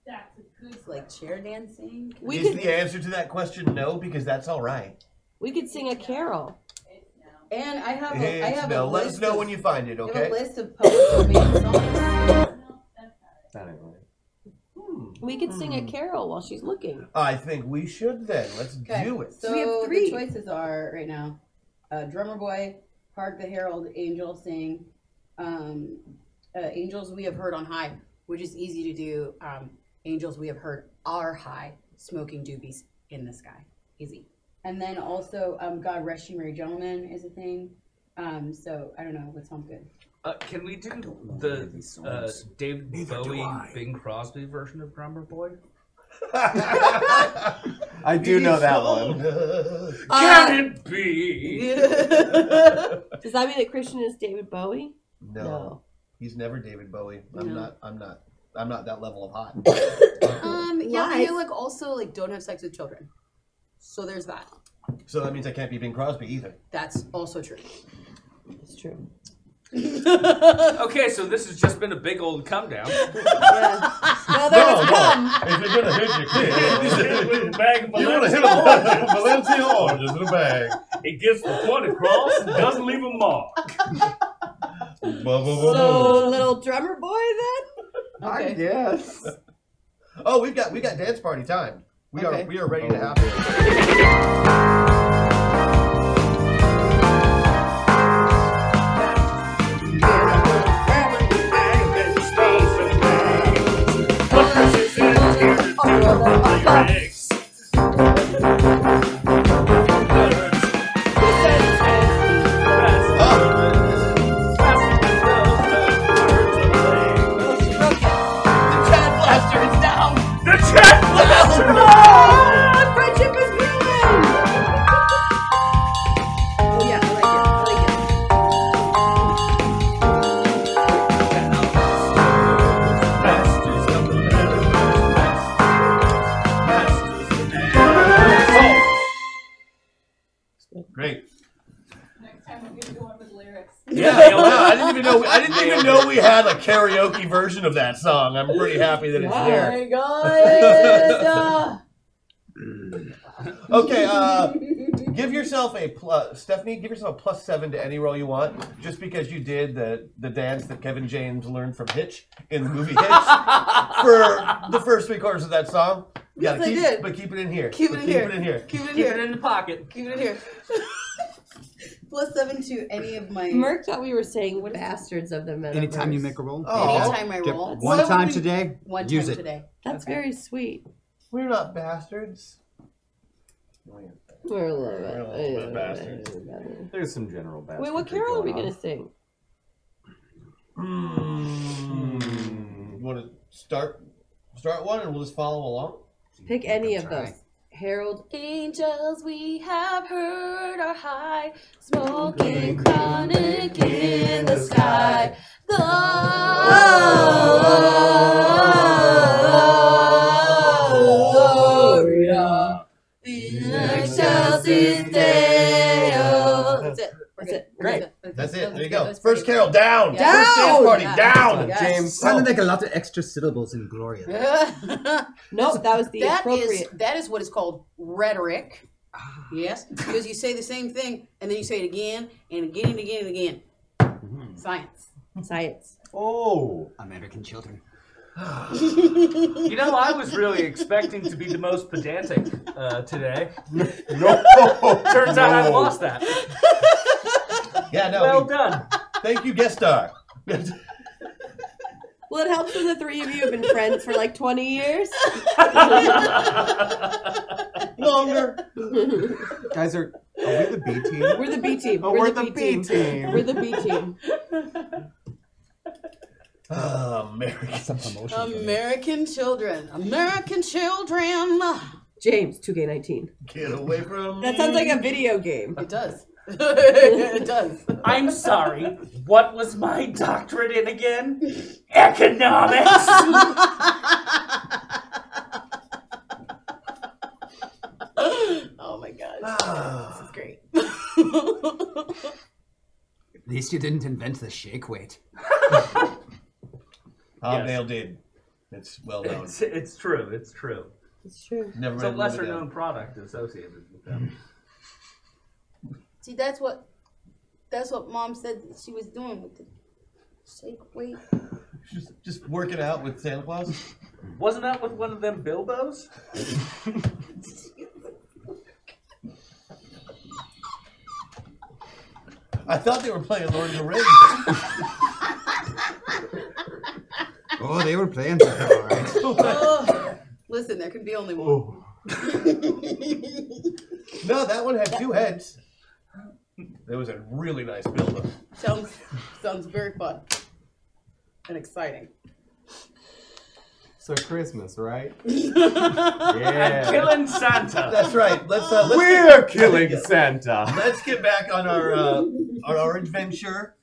Speaker 15: That's a good
Speaker 14: bit. like chair dancing.
Speaker 3: We
Speaker 2: Is
Speaker 3: could-
Speaker 2: the answer to that question no? Because that's all right.
Speaker 3: We could sing a carol.
Speaker 14: And I have a, I
Speaker 2: It's
Speaker 14: have
Speaker 2: no.
Speaker 14: a
Speaker 2: Let
Speaker 14: list
Speaker 2: us know
Speaker 14: of,
Speaker 2: when you find it,
Speaker 14: I have a
Speaker 2: okay?
Speaker 14: list of poets.
Speaker 10: That ain't right.
Speaker 3: We could sing a carol while she's looking.
Speaker 2: I think we should then. Let's
Speaker 9: Okay,
Speaker 2: do it.
Speaker 9: So the choices are right now: uh, drummer boy, hark the herald angels sing, um, uh, angels we have heard on high, which is easy to do. Um, angels we have heard are high, smoking doobies in the sky, easy. And then also, um, God rest you, merry gentlemen, is a thing. Um, so I don't know what sounds good.
Speaker 8: Uh, can we do the uh, David Bowie Bing Crosby version of Drummer Boy?
Speaker 10: I do know that one.
Speaker 3: Uh,
Speaker 8: Can it be?
Speaker 3: Does that mean that Christian is David Bowie?
Speaker 2: No. He's never David Bowie. I'm
Speaker 9: No.
Speaker 2: not I'm not I'm not that level of hot.
Speaker 9: Um, yeah, but
Speaker 14: Lies.
Speaker 9: you like also like don't have sex with children. So there's that.
Speaker 2: so that means I can't be Bing Crosby either.
Speaker 9: That's also true.
Speaker 3: It's true.
Speaker 8: okay, so this has just been a big old come down.
Speaker 3: No,
Speaker 2: there was come. If you're gonna hit your kid,
Speaker 16: with a bag of
Speaker 2: you wanna
Speaker 16: Balenciaga.
Speaker 2: hit him hard, hit him Valencia oranges in a bag.
Speaker 16: It gets the point across and doesn't leave a mark.
Speaker 2: Blah, blah, blah, blah.
Speaker 9: So little drummer boy then?
Speaker 2: Oh. I guess. Oh, we've got we got dance party time. We
Speaker 9: Okay.
Speaker 2: are we are ready to have it.
Speaker 16: The chat
Speaker 9: Friendship is Oh yeah, I like it. I like it.
Speaker 2: Great.
Speaker 15: Next time we're gonna go on with lyrics.
Speaker 2: Yeah, yeah, wow. I didn't even know. I didn't even know we had a karaoke version of that song. I'm pretty happy that it's there.
Speaker 3: God.
Speaker 2: Okay, uh, give yourself a plus, Stephanie. Give yourself a plus seven to any roll you want, just because you did the the dance that Kevin James learned from Hitch in the movie Hitch for the first three quarters of that song. You
Speaker 14: Yes,
Speaker 2: gotta
Speaker 14: I
Speaker 2: keep,
Speaker 14: did.
Speaker 2: But keep it in here.
Speaker 14: Keep it
Speaker 2: But
Speaker 14: in
Speaker 2: keep
Speaker 14: here.
Speaker 2: It in here.
Speaker 14: Keep it in here.
Speaker 8: in the pocket.
Speaker 14: Keep it in here.
Speaker 9: Plus seven to any of my
Speaker 3: Merc thought we were saying bastards of the metaverse.
Speaker 7: Anytime you make a roll.
Speaker 2: Oh.
Speaker 9: Anytime I
Speaker 7: Get
Speaker 9: roll.
Speaker 7: One
Speaker 9: Why
Speaker 7: time
Speaker 9: would we-
Speaker 7: today.
Speaker 9: One
Speaker 7: use
Speaker 9: time
Speaker 7: it.
Speaker 9: today.
Speaker 3: That's very sweet.
Speaker 2: We're not bastards.
Speaker 3: We're a little bit.
Speaker 10: We're a little bit bastards. There's some general bastards.
Speaker 3: Wait, what carol are we gonna sing?
Speaker 2: You want to Hmm. start start one, and we'll just follow along.
Speaker 3: Pick any of those. Harold
Speaker 15: Angels we have heard are high, smoking chronic in the sky.
Speaker 3: Gloria in
Speaker 15: excelsis Deo.
Speaker 3: That's it. That's it.
Speaker 2: Great. That's it. There you go. First Carol down.
Speaker 3: Yeah.
Speaker 2: First dance
Speaker 3: Down!
Speaker 2: party
Speaker 3: Yeah.
Speaker 2: down.
Speaker 3: Yes.
Speaker 7: James. Sounded like a lot of extra syllables in Gloria.
Speaker 3: nope, that was the
Speaker 9: That is-
Speaker 3: appropriate.
Speaker 9: that is what is called rhetoric. Yes, because you say the same thing and then you say it again and again and again and again. Science.
Speaker 3: Science.
Speaker 10: Oh,
Speaker 7: American children.
Speaker 8: You know, I was really expecting to be the most pedantic uh, today.
Speaker 10: No.
Speaker 2: Oh.
Speaker 8: Turns out I
Speaker 2: No.
Speaker 8: lost that.
Speaker 2: Yeah, no.
Speaker 8: Well
Speaker 2: we-
Speaker 8: done.
Speaker 2: Thank you, guest star.
Speaker 3: Well, it helps when the three of you have been friends for like 20 years.
Speaker 2: Longer.
Speaker 10: Guys, are, are we the B team?
Speaker 3: We're the B team.
Speaker 10: Oh, we're the B team.
Speaker 3: We're the B team.
Speaker 2: Oh, American.
Speaker 17: American children. American children.
Speaker 18: James, 2K19.
Speaker 2: Get away from
Speaker 3: That sounds like a video game.
Speaker 17: It does. it does.
Speaker 19: I'm sorry. What was my doctorate in again? Economics.
Speaker 17: oh my gosh. this is great.
Speaker 7: At least you didn't invent the shake weight.
Speaker 2: Hobnail did. It's well known.
Speaker 8: It's, it's true. It's true.
Speaker 18: It's true.
Speaker 2: Never
Speaker 8: it's a
Speaker 2: made it live
Speaker 8: lesser known product associated with them.
Speaker 9: See, that's what that's what mom said that she was doing with the shake weight.
Speaker 2: Just, just working out with Santa Claus.
Speaker 8: Wasn't that with one of them Bilbos?
Speaker 2: I thought they were playing Lord of the Rings.
Speaker 7: Oh, they were playing something, all right.
Speaker 9: Oh, listen, there can be only one.
Speaker 2: no, that one had two heads. There was a really nice build-up.
Speaker 9: Sounds sounds very fun and exciting.
Speaker 10: So Christmas, right?
Speaker 19: I'm killing Santa.
Speaker 2: That's right. Let's. Uh, let's
Speaker 10: We're killing Santa.
Speaker 2: Let's get back on our uh, on our adventure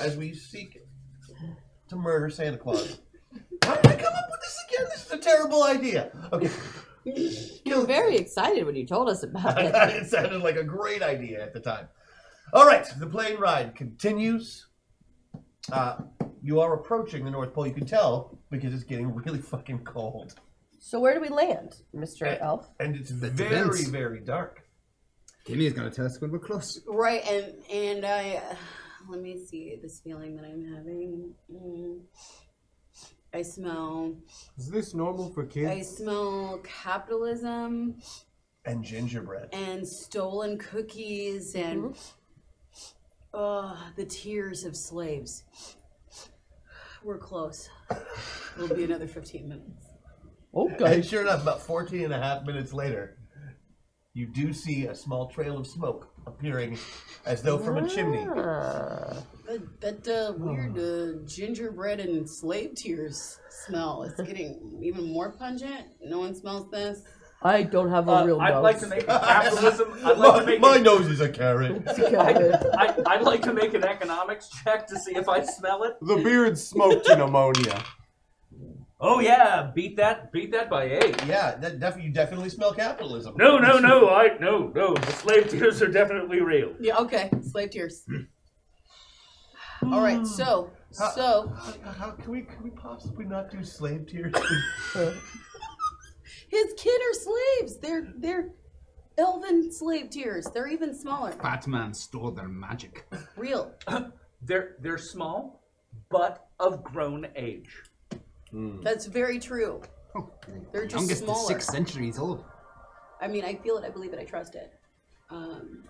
Speaker 2: as we seek to murder Santa Claus. How did I come up with this again? This is a terrible idea. Okay.
Speaker 3: You were very excited when you told us about it.
Speaker 2: it sounded like a great idea at the time. All right, the plane ride continues. Uh, you are approaching the North Pole. You can tell because it's getting really fucking cold.
Speaker 3: So where do we land, Mr. Elf?
Speaker 2: And it's very,
Speaker 7: dense.
Speaker 2: very dark.
Speaker 7: Kimmy's gonna tell us when we're close.
Speaker 9: Right, and and I uh, let me see this feeling that I'm having. Mm. I smell.
Speaker 10: Is this normal for
Speaker 9: I
Speaker 10: kids?
Speaker 9: smell capitalism
Speaker 2: And gingerbread.
Speaker 9: and stolen cookies and Mm-hmm. Ugh, the tears of slaves. We're close. It'll be another 15 minutes.
Speaker 2: And sure enough, about 14 and a half minutes later, you do see a small trail of smoke appearing as though from a chimney.
Speaker 9: That, that uh, weird uh, gingerbread and slave tears smell is getting even more pungent. No one smells this.
Speaker 18: I don't have a
Speaker 8: Uh,
Speaker 18: real
Speaker 8: I'd
Speaker 18: nose.
Speaker 8: like to make a capitalism. I'd like
Speaker 2: my,
Speaker 8: to make
Speaker 2: my
Speaker 8: a-
Speaker 2: nose is a carrot.
Speaker 8: I, I, I'd like to make an economics check to see if I smell it.
Speaker 10: The beard smoked in ammonia.
Speaker 8: Oh yeah, beat that, beat that by eight.
Speaker 2: Yeah, that def- you definitely smell capitalism.
Speaker 19: No, no, no. I no, no. The slave tears are definitely real.
Speaker 9: Yeah, okay. Slave tears. All right, so,
Speaker 2: How-
Speaker 9: so
Speaker 2: How, how- can we can we possibly not do slave tears?
Speaker 9: his kin are slaves. They're, they're elven slave tears. They're even smaller.
Speaker 7: Batman stole their magic.
Speaker 9: Real.
Speaker 8: They're they're small, but of grown age.
Speaker 9: That's very true. They're just
Speaker 7: Youngest
Speaker 9: smaller.
Speaker 7: is six centuries old.
Speaker 9: I mean, I feel it, I believe it, I trust it. Um,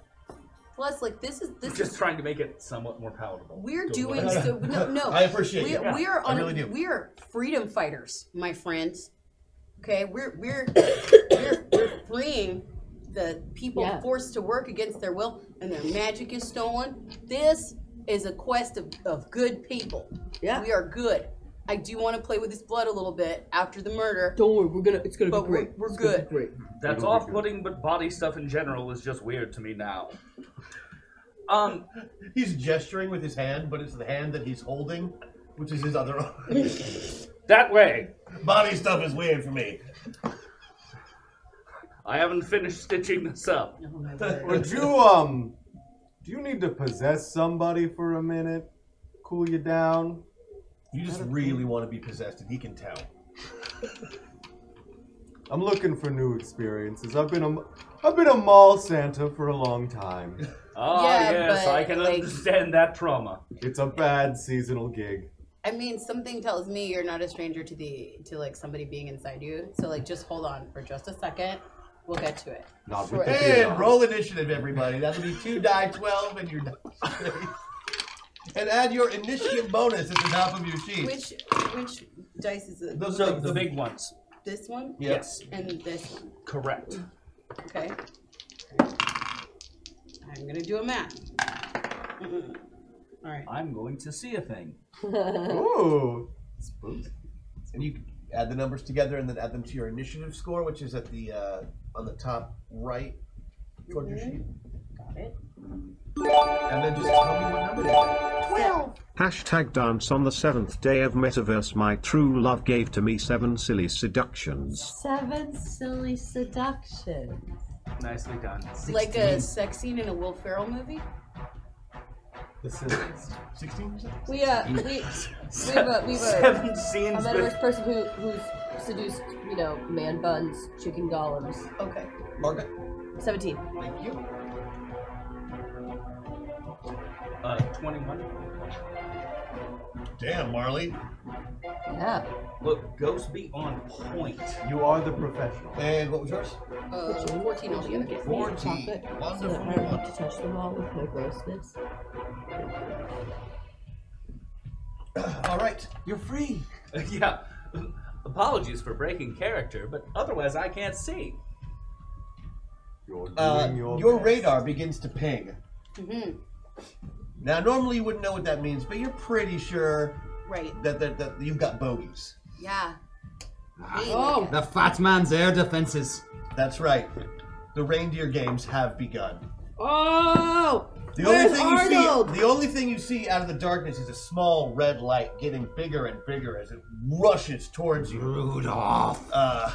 Speaker 9: plus, like this is this
Speaker 8: Just
Speaker 9: is
Speaker 8: trying to make it somewhat more palatable.
Speaker 9: we're
Speaker 8: Don't
Speaker 9: doing
Speaker 8: worry.
Speaker 9: so no no.
Speaker 2: I appreciate
Speaker 9: we,
Speaker 2: it. Yeah,
Speaker 9: We are
Speaker 2: I
Speaker 9: on
Speaker 2: really do.
Speaker 9: we are freedom fighters, my friends. Okay, we're we're we're, we're freeing the people
Speaker 3: Yeah.
Speaker 9: forced to work against their will, and their magic is stolen. This is a quest of, of good people.
Speaker 18: Yeah.
Speaker 9: we are good. I do want to play with his blood a little bit after the murder.
Speaker 18: Don't worry, we're gonna. It's gonna
Speaker 9: But
Speaker 18: be
Speaker 9: we're-
Speaker 18: great.
Speaker 9: we're
Speaker 18: It's gonna be
Speaker 9: good.
Speaker 18: Great.
Speaker 8: That's off-putting, but body stuff in general is just weird to me now. Um,
Speaker 2: he's gesturing with his hand, but it's the hand that he's holding, which is his other arm.
Speaker 19: That way.
Speaker 2: Body stuff is weird for me.
Speaker 19: I haven't finished stitching this up.
Speaker 10: Would you um do you need to possess somebody for a minute? Cool you down?
Speaker 2: You just really want to be possessed, and he can tell.
Speaker 10: I'm looking for new experiences. I've been a I've been a mall Santa for a long time.
Speaker 8: Ah,
Speaker 9: Yeah,
Speaker 8: yes,
Speaker 9: but,
Speaker 8: I can
Speaker 9: like-
Speaker 8: understand that trauma.
Speaker 10: It's a bad seasonal gig.
Speaker 9: I mean, something tells me you're not a stranger to the to like somebody being inside you. So like, just hold on for just a second. We'll get to it.
Speaker 10: Not with the beard
Speaker 2: And
Speaker 10: on.
Speaker 2: roll initiative, everybody. That'll be two die twelve, and you're and add your initiative bonus at the top of your sheet.
Speaker 9: Which which dice is it?
Speaker 2: Those
Speaker 8: So the big ones.
Speaker 9: This one
Speaker 2: Yes.
Speaker 9: and this one.
Speaker 8: Correct.
Speaker 9: Okay. I'm gonna do a math. Mhm. All right.
Speaker 8: I'm going to see a thing.
Speaker 2: Ooh. And you can add the numbers together and then add them to your initiative score, which is at the uh, on the top right toward your sheet.
Speaker 20: Got it.
Speaker 2: And then just tell me what number they are.
Speaker 20: Twelve.
Speaker 11: Hashtag dance on the seventh day of metaverse. My true love gave to me seven silly seductions.
Speaker 6: Seven silly seduction.
Speaker 8: Nicely done.
Speaker 9: Like a sex scene in a Will Ferrell movie?
Speaker 10: This
Speaker 2: is 16
Speaker 5: We uh we we have a we have a,
Speaker 21: Seven scenes
Speaker 5: a metaverse
Speaker 21: with-
Speaker 5: person who who's seduced you know man buns chicken golems.
Speaker 2: Okay. Margaret.
Speaker 5: Seventeen.
Speaker 2: Thank you.
Speaker 8: Uh, 21.
Speaker 2: Damn, Marley.
Speaker 5: Yeah.
Speaker 8: Look, ghost be on point.
Speaker 10: You are the professional.
Speaker 2: And what was yours?
Speaker 20: Uh, 14 altogether.
Speaker 5: Chocolate, so that I don't have to touch them all with my grossness.
Speaker 2: All right, you're free.
Speaker 8: yeah. Apologies for breaking character, but otherwise I can't see.
Speaker 2: Uh,
Speaker 8: doing your
Speaker 2: your
Speaker 8: best.
Speaker 2: radar begins to ping.
Speaker 20: Mm-hmm.
Speaker 2: Now, normally you wouldn't know what that means, but you're pretty sure
Speaker 20: Right.
Speaker 2: that, that, that you've got bogeys.
Speaker 20: Yeah.
Speaker 9: Oh.
Speaker 7: The fat man's air defenses.
Speaker 2: That's right. The reindeer games have begun.
Speaker 9: Oh!
Speaker 2: The
Speaker 9: Where's
Speaker 2: only thing
Speaker 9: Arnold?
Speaker 2: you see, the only thing you see out of the darkness is a small red light getting bigger and bigger as it rushes towards you.
Speaker 7: Rudolph.
Speaker 2: Uh,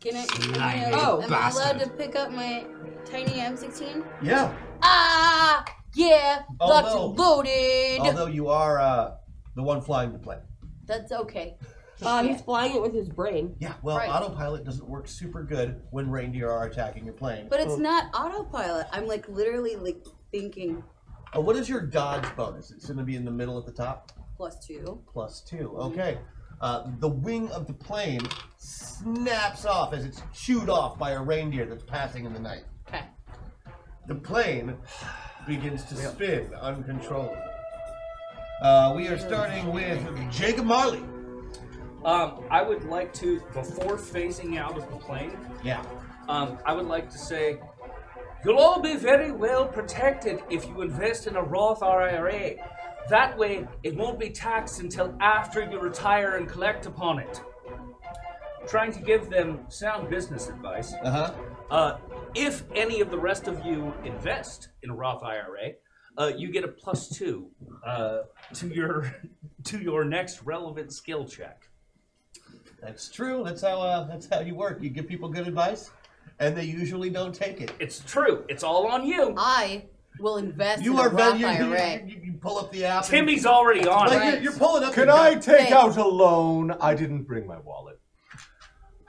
Speaker 9: Can I?
Speaker 2: Slimy
Speaker 9: Am I, oh, am I allowed
Speaker 2: bastard.
Speaker 9: to pick up my tiny M16?
Speaker 2: yeah.
Speaker 9: Ah, yeah, locked and
Speaker 2: Although-
Speaker 9: loaded.
Speaker 2: Although you are uh, the one flying the plane.
Speaker 9: That's okay.
Speaker 5: Uh,
Speaker 9: Um,
Speaker 5: he's flying it with his brain.
Speaker 2: Yeah. Well,
Speaker 9: Right.
Speaker 2: autopilot doesn't work super good when reindeer are attacking your plane.
Speaker 9: But it's not autopilot. I'm like literally like thinking
Speaker 2: Uh, what is your dodge bonus? It's going to be in the middle at the top.
Speaker 9: plus two.
Speaker 2: plus two. Okay. Uh, the wing of the plane snaps off as it's chewed off by a reindeer that's passing in the night.
Speaker 9: Okay.
Speaker 2: The plane begins to spin uncontrollably. Uh, we are starting with Jacob Marley.
Speaker 8: Um, I would like to, before phasing out of the plane,
Speaker 2: Yeah.
Speaker 8: um, I would like to say, you'll all be very well protected if you invest in a Roth IRA. That way, it won't be taxed until after you retire and collect upon it. Trying to give them sound business advice.
Speaker 2: Uh-huh.
Speaker 8: Uh, if any of the rest of you invest in a Roth IRA, uh, you get a plus two uh, to your to your next relevant skill check.
Speaker 2: That's true. That's how uh, that's how you work. You give people good advice, and they usually don't take it.
Speaker 8: It's true. It's all on you.
Speaker 9: I will invest
Speaker 2: You
Speaker 9: in
Speaker 2: are
Speaker 9: a Roth
Speaker 2: valued-
Speaker 9: IRA.
Speaker 2: You, pull up the app.
Speaker 8: Timmy's already on
Speaker 2: Like,
Speaker 8: it.
Speaker 2: you're, you're pulling up.
Speaker 10: Can
Speaker 2: the-
Speaker 10: I take
Speaker 9: Hey.
Speaker 10: out a loan? I didn't bring my wallet.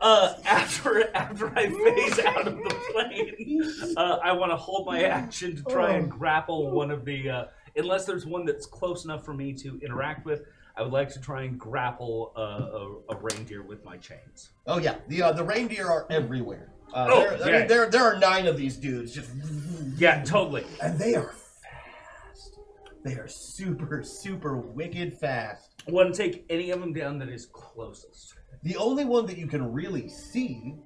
Speaker 8: Uh, after after I phase out of the plane, uh, I want to hold my action to try and grapple one of the. Uh, unless there's one that's close enough for me to interact with, I would like to try and grapple uh, a, a reindeer with my chains.
Speaker 2: Oh yeah, the uh, the reindeer are everywhere. Uh,
Speaker 8: Oh,
Speaker 2: there, I
Speaker 8: yeah.
Speaker 2: mean, there there are nine of these dudes just.
Speaker 8: Yeah, totally.
Speaker 2: And they are fast. They are super super wicked fast.
Speaker 8: I want to take any of them down that is closest.
Speaker 2: The only one that you can really see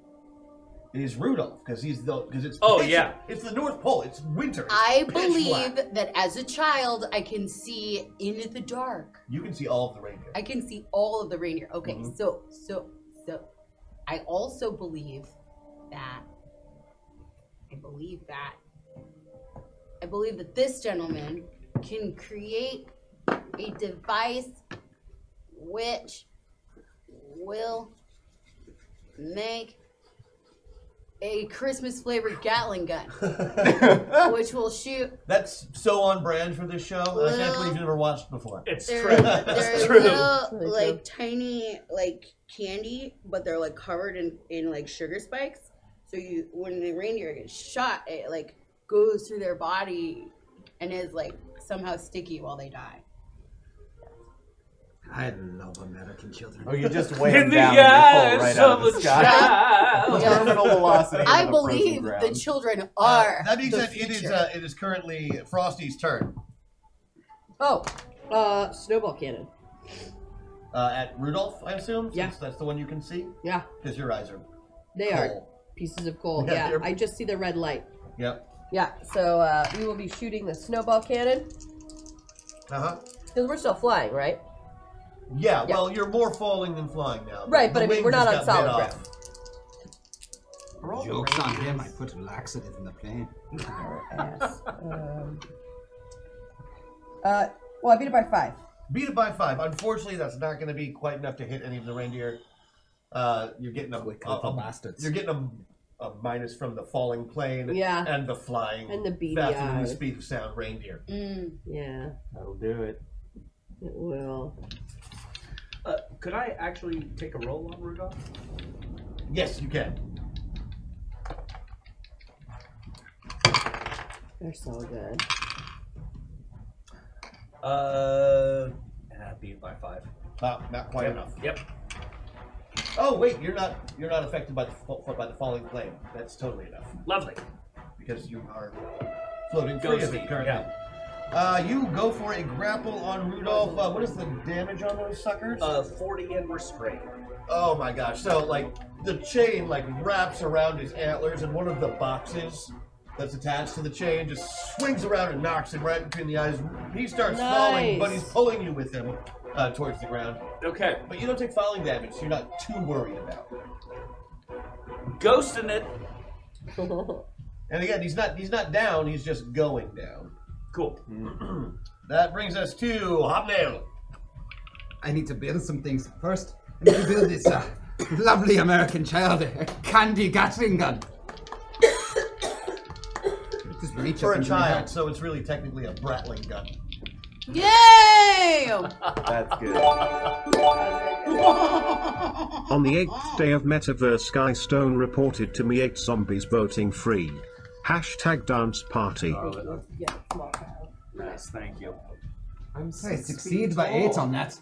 Speaker 2: is Rudolph because he's the because it's
Speaker 8: Oh,
Speaker 2: pitch-
Speaker 8: yeah.
Speaker 2: it's the North Pole. It's winter. It's
Speaker 9: I
Speaker 2: pitch
Speaker 9: believe
Speaker 2: black.
Speaker 9: that as a child, I can see in the dark.
Speaker 2: you can see all of the reindeer.
Speaker 9: I can see all of the reindeer. Okay,
Speaker 2: Mhm.
Speaker 9: so so so, I also believe that. I believe that. I believe that this gentleman can create a device which will make a Christmas flavored Gatling gun, which will shoot
Speaker 2: That's so on brand for this show. and I can't believe you've never watched before.
Speaker 8: It's
Speaker 9: they're,
Speaker 2: true.
Speaker 9: they're
Speaker 2: It's true.
Speaker 9: little
Speaker 2: Really
Speaker 9: like tiny like candy, but they're like covered in in like sugar spikes. So you when the reindeer gets shot, it like goes through their body and is like somehow sticky while they die.
Speaker 7: I love American children.
Speaker 10: Oh, you just weigh 'em In the down and they fall eyes right out of of the a sky.
Speaker 5: Oh,
Speaker 10: child. Terminal velocity
Speaker 9: I
Speaker 10: over the frozen
Speaker 9: believe the
Speaker 10: ground.
Speaker 9: children
Speaker 2: Uh,
Speaker 9: are.
Speaker 2: that means
Speaker 9: the
Speaker 2: that it is
Speaker 9: future.
Speaker 2: uh, it is currently Frosty's turn
Speaker 3: Oh, uh, snowball cannon.
Speaker 2: uh, at Rudolph. I assume.
Speaker 3: Yeah.
Speaker 2: since that's the one you can see
Speaker 3: Yeah,
Speaker 2: because your eyes are
Speaker 3: they
Speaker 2: coal.
Speaker 3: are.
Speaker 5: pieces of gold.
Speaker 3: Yeah,
Speaker 5: Yeah,
Speaker 3: they're-
Speaker 5: I just see the red light.
Speaker 2: Yep.
Speaker 5: Yeah, so uh, we will be shooting the snowball cannon
Speaker 2: Uh huh.
Speaker 5: because we're still flying, right?
Speaker 2: Yeah,
Speaker 5: Yeah.
Speaker 2: well, you're more falling than flying now.
Speaker 5: Right, but
Speaker 2: The
Speaker 5: I mean,
Speaker 2: wing
Speaker 5: we're not
Speaker 2: just
Speaker 5: on
Speaker 2: got bit
Speaker 5: solid
Speaker 2: off.
Speaker 5: ground.
Speaker 7: Joke's on him. I put a laxative in the plane.
Speaker 5: Uh, well, I beat it by five.
Speaker 2: Beat it by five. Unfortunately, that's not going to be quite enough to hit any of the reindeer. Uh, you're getting a, a,
Speaker 7: little
Speaker 2: a-
Speaker 7: bastards.
Speaker 2: You're getting a, a minus from the falling plane.
Speaker 5: Yeah.
Speaker 2: And the flying.
Speaker 5: And the beady
Speaker 2: faster than
Speaker 5: eyes.
Speaker 2: the speed of sound reindeer.
Speaker 5: Mm. Yeah,
Speaker 4: That'll do it.
Speaker 5: it will.
Speaker 4: Uh, could I actually take a roll on Rudolph?
Speaker 2: Yes, you can.
Speaker 5: They're so good.
Speaker 4: Uh, and I beat it by five.
Speaker 2: Not, not quite
Speaker 4: Yep.
Speaker 2: enough.
Speaker 4: Yep.
Speaker 2: Oh wait, you're not you're not affected by the fa- fa- by the falling plane. That's totally enough.
Speaker 8: Lovely.
Speaker 2: Because you are floating free
Speaker 8: Ghostly,
Speaker 2: of it currently. Uh, you go for a grapple on Rudolph. Uh, what is the damage on those suckers?
Speaker 4: Uh, forty and restraint.
Speaker 2: Oh my gosh! So like the chain like wraps around his antlers, and one of the boxes that's attached to the chain just swings around and knocks him right between the eyes. He starts falling, but
Speaker 8: Nice.
Speaker 2: he's pulling you with him uh, towards the ground.
Speaker 8: Okay.
Speaker 2: But you don't take falling damage, so you're not too worried about.
Speaker 8: Ghosting it.
Speaker 2: and again, he's not he's not down. He's just going down.
Speaker 8: Cool.
Speaker 2: that brings us to Hobnail.
Speaker 7: I need to build some things first. I need to build this uh, lovely American child a candy Gatling gun. Just reach
Speaker 2: for
Speaker 7: up
Speaker 2: a
Speaker 7: into my
Speaker 2: child,
Speaker 7: hat.
Speaker 2: so it's really technically a Bratling gun.
Speaker 9: Yay!
Speaker 10: That's good.
Speaker 11: On the eighth day of Metaverse Guy Stone reported to me eight zombies boating free. Hashtag dance party.
Speaker 5: Yeah, small child.
Speaker 8: Nice, thank you.
Speaker 7: I'm I succeed by eight on that.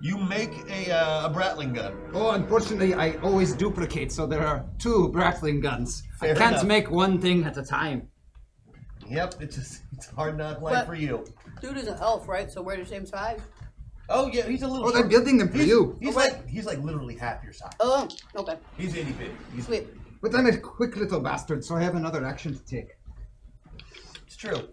Speaker 2: You make a, uh, a Bratling gun.
Speaker 7: Oh, unfortunately, I always duplicate, so there are two Bratling guns.
Speaker 2: Fair
Speaker 7: I can't
Speaker 2: enough.
Speaker 7: make one thing at a time.
Speaker 2: Yep, it's a, it's a hard knock
Speaker 9: But-
Speaker 2: life for you.
Speaker 9: Dude is an elf, right? So we're the same size.
Speaker 2: Oh yeah, he's a little.
Speaker 7: Oh, they're
Speaker 2: short.
Speaker 7: building them for
Speaker 2: he's,
Speaker 7: you.
Speaker 2: He's like he's like literally half your size.
Speaker 9: Oh, okay.
Speaker 2: He's itty bitty. He's
Speaker 9: Sweet.
Speaker 7: But I'm a quick little bastard, so I have another action to take.
Speaker 2: It's true.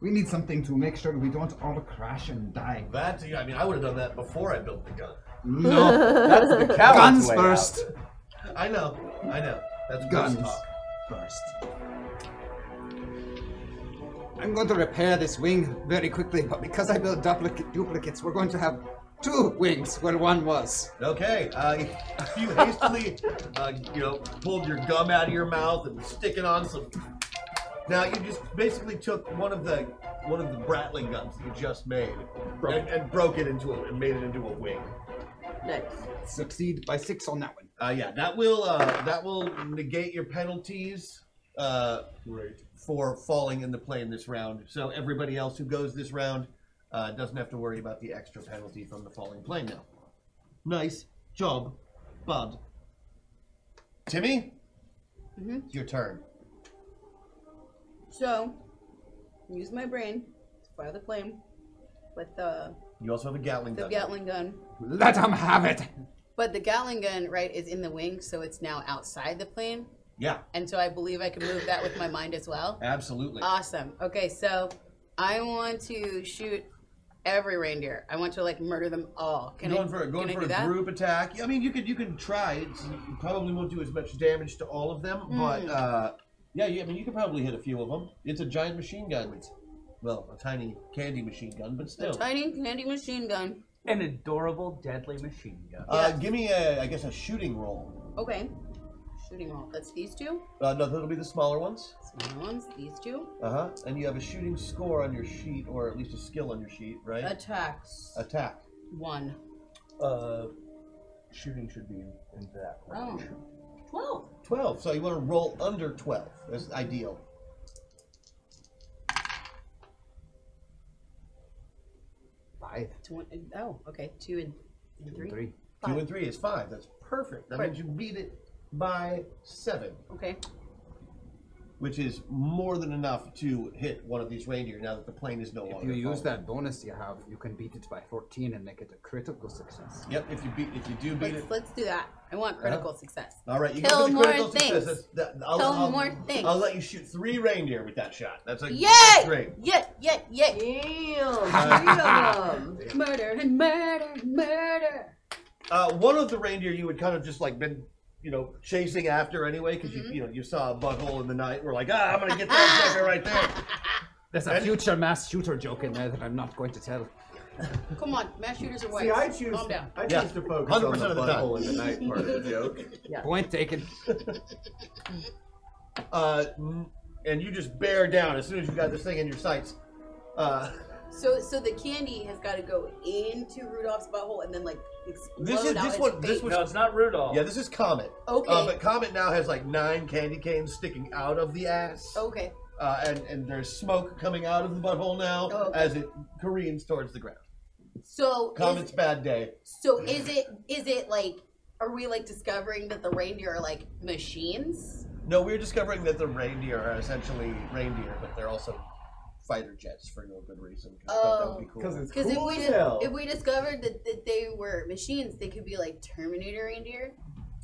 Speaker 7: We need something to make sure we don't all crash and die.
Speaker 2: That I mean, I would have done that before I built the gun.
Speaker 7: No, that's the coward's Guns way out. first.
Speaker 2: I know, I know. That's
Speaker 7: Guns
Speaker 2: gross talk.
Speaker 7: first. I'm going to repair this wing very quickly, but because I built duplicate duplicates, we're going to have two wings where one was.
Speaker 2: Okay, uh, if you hastily, uh, you know, pulled your gum out of your mouth and sticking on some. Now you just basically took one of the one of the Bratling guns that you just made and, and broke it into a, and made it into a wing.
Speaker 5: Nice.
Speaker 7: Succeed by six on that one.
Speaker 2: Uh, yeah, that will uh, that will negate your penalties uh, for falling in the plane this round. So everybody else who goes this round uh, doesn't have to worry about the extra penalty from the falling plane now. Nice job, Bud. Timmy,
Speaker 20: Mhm.
Speaker 2: it's your turn.
Speaker 20: So, use my brain to fire the flame with the,
Speaker 2: You also have a Gatling
Speaker 20: the
Speaker 2: gun.
Speaker 20: Gatling gun.
Speaker 7: Let him have it.
Speaker 9: But the Gatling gun, right, is in the wing, so it's now outside the plane.
Speaker 2: Yeah,
Speaker 9: And so I believe I can move that with my mind as well. Uh,
Speaker 2: absolutely.
Speaker 9: Awesome. Okay, so I want to shoot every reindeer. I want to like murder them all. Can
Speaker 2: going
Speaker 9: I,
Speaker 2: for a, going
Speaker 9: can
Speaker 2: for
Speaker 9: I do
Speaker 2: a
Speaker 9: that?
Speaker 2: group attack. Yeah, I mean, you could you can try. It's, you probably won't do as much damage to all of them, but
Speaker 9: Hmm.
Speaker 2: uh, yeah, you, I mean, you could probably hit a few of them. It's a giant machine gun. well, a tiny candy machine gun, but
Speaker 9: A
Speaker 2: still.
Speaker 9: tiny candy machine gun.
Speaker 8: An adorable, deadly machine gun.
Speaker 2: Uh, give me a, I guess, a shooting roll.
Speaker 9: Okay. Shooting roll. That's these two.
Speaker 2: Uh, no, that'll be the smaller ones.
Speaker 9: Smaller ones. These two.
Speaker 2: Uh huh. And you have a shooting score on your sheet, or at least a skill on your sheet, right?
Speaker 9: Attacks.
Speaker 2: Attack.
Speaker 9: One.
Speaker 4: Uh, shooting should be in, in that range.
Speaker 9: Oh. Twelve.
Speaker 2: Twelve. So you want to roll under twelve. That's ideal.
Speaker 7: Five.
Speaker 9: Twenty. Oh, okay. Two and, and three.
Speaker 7: Three.
Speaker 2: Two and three is five. That's perfect. That
Speaker 9: Right.
Speaker 2: means you beat it by seven.
Speaker 9: Okay.
Speaker 2: which is more than enough to hit one of these reindeer now that the plane is no
Speaker 7: If
Speaker 2: longer.
Speaker 7: you use
Speaker 2: falling.
Speaker 7: that bonus you have, you can beat it by 14 and make it a critical success.
Speaker 2: Yep, if you beat, if you do beat it.
Speaker 9: Let's do that. I want critical success.
Speaker 2: All right, you
Speaker 9: Kill
Speaker 2: go for the
Speaker 9: more
Speaker 2: critical success.
Speaker 9: things.
Speaker 2: That's, that, I'll,
Speaker 9: Kill
Speaker 2: I'll-
Speaker 9: more things.
Speaker 2: I'll let you shoot three reindeer with that shot. That's like
Speaker 22: Yay!
Speaker 2: that's great.
Speaker 22: Yeah, yeah, yeah.
Speaker 2: Damn, three of 'em.
Speaker 22: murder and murder and murder.
Speaker 2: Uh, one of the reindeer you had kind of just like been, you know, chasing after anyway because
Speaker 9: Mm-hmm.
Speaker 2: you, you know, you saw a butthole in the night. We're like, ah, I'm gonna get that sucker right there.
Speaker 7: There's a future mass shooter joke in there that I'm not going to tell.
Speaker 9: Come on, mass shooters are white.
Speaker 10: See, I choose.
Speaker 9: Calm down.
Speaker 10: I choose
Speaker 7: Yeah.
Speaker 10: to focus on
Speaker 7: 100%
Speaker 10: the
Speaker 7: of the
Speaker 10: butthole
Speaker 7: time.
Speaker 10: in the night part of the joke.
Speaker 9: Yeah.
Speaker 7: Point taken.
Speaker 2: Uh, n- and you just bear down as soon as you got this thing in your sights. Uh,
Speaker 9: So, so the candy has got to go into Rudolph's butthole and then like explode
Speaker 2: this is
Speaker 9: out
Speaker 2: this
Speaker 9: its
Speaker 2: one. This
Speaker 9: face.
Speaker 2: was
Speaker 8: it's not Rudolph.
Speaker 2: Yeah, this is Comet.
Speaker 9: Okay.
Speaker 2: Uh, but Comet now has like nine candy canes sticking out of the ass.
Speaker 9: Okay.
Speaker 2: Uh, and, and there's smoke coming out of the butthole now
Speaker 9: Oh, okay.
Speaker 2: as it careens towards the ground.
Speaker 9: So, is,
Speaker 2: Comet's bad day.
Speaker 9: so is it is it like are we like discovering that the reindeer are like machines?
Speaker 2: No, we are discovering that the reindeer are essentially reindeer, but they're also fighter jets for no good reason. 'cause I thought that would be cool.
Speaker 9: Because if we dis- if we discovered that, that they were machines, they could be like Terminator reindeer.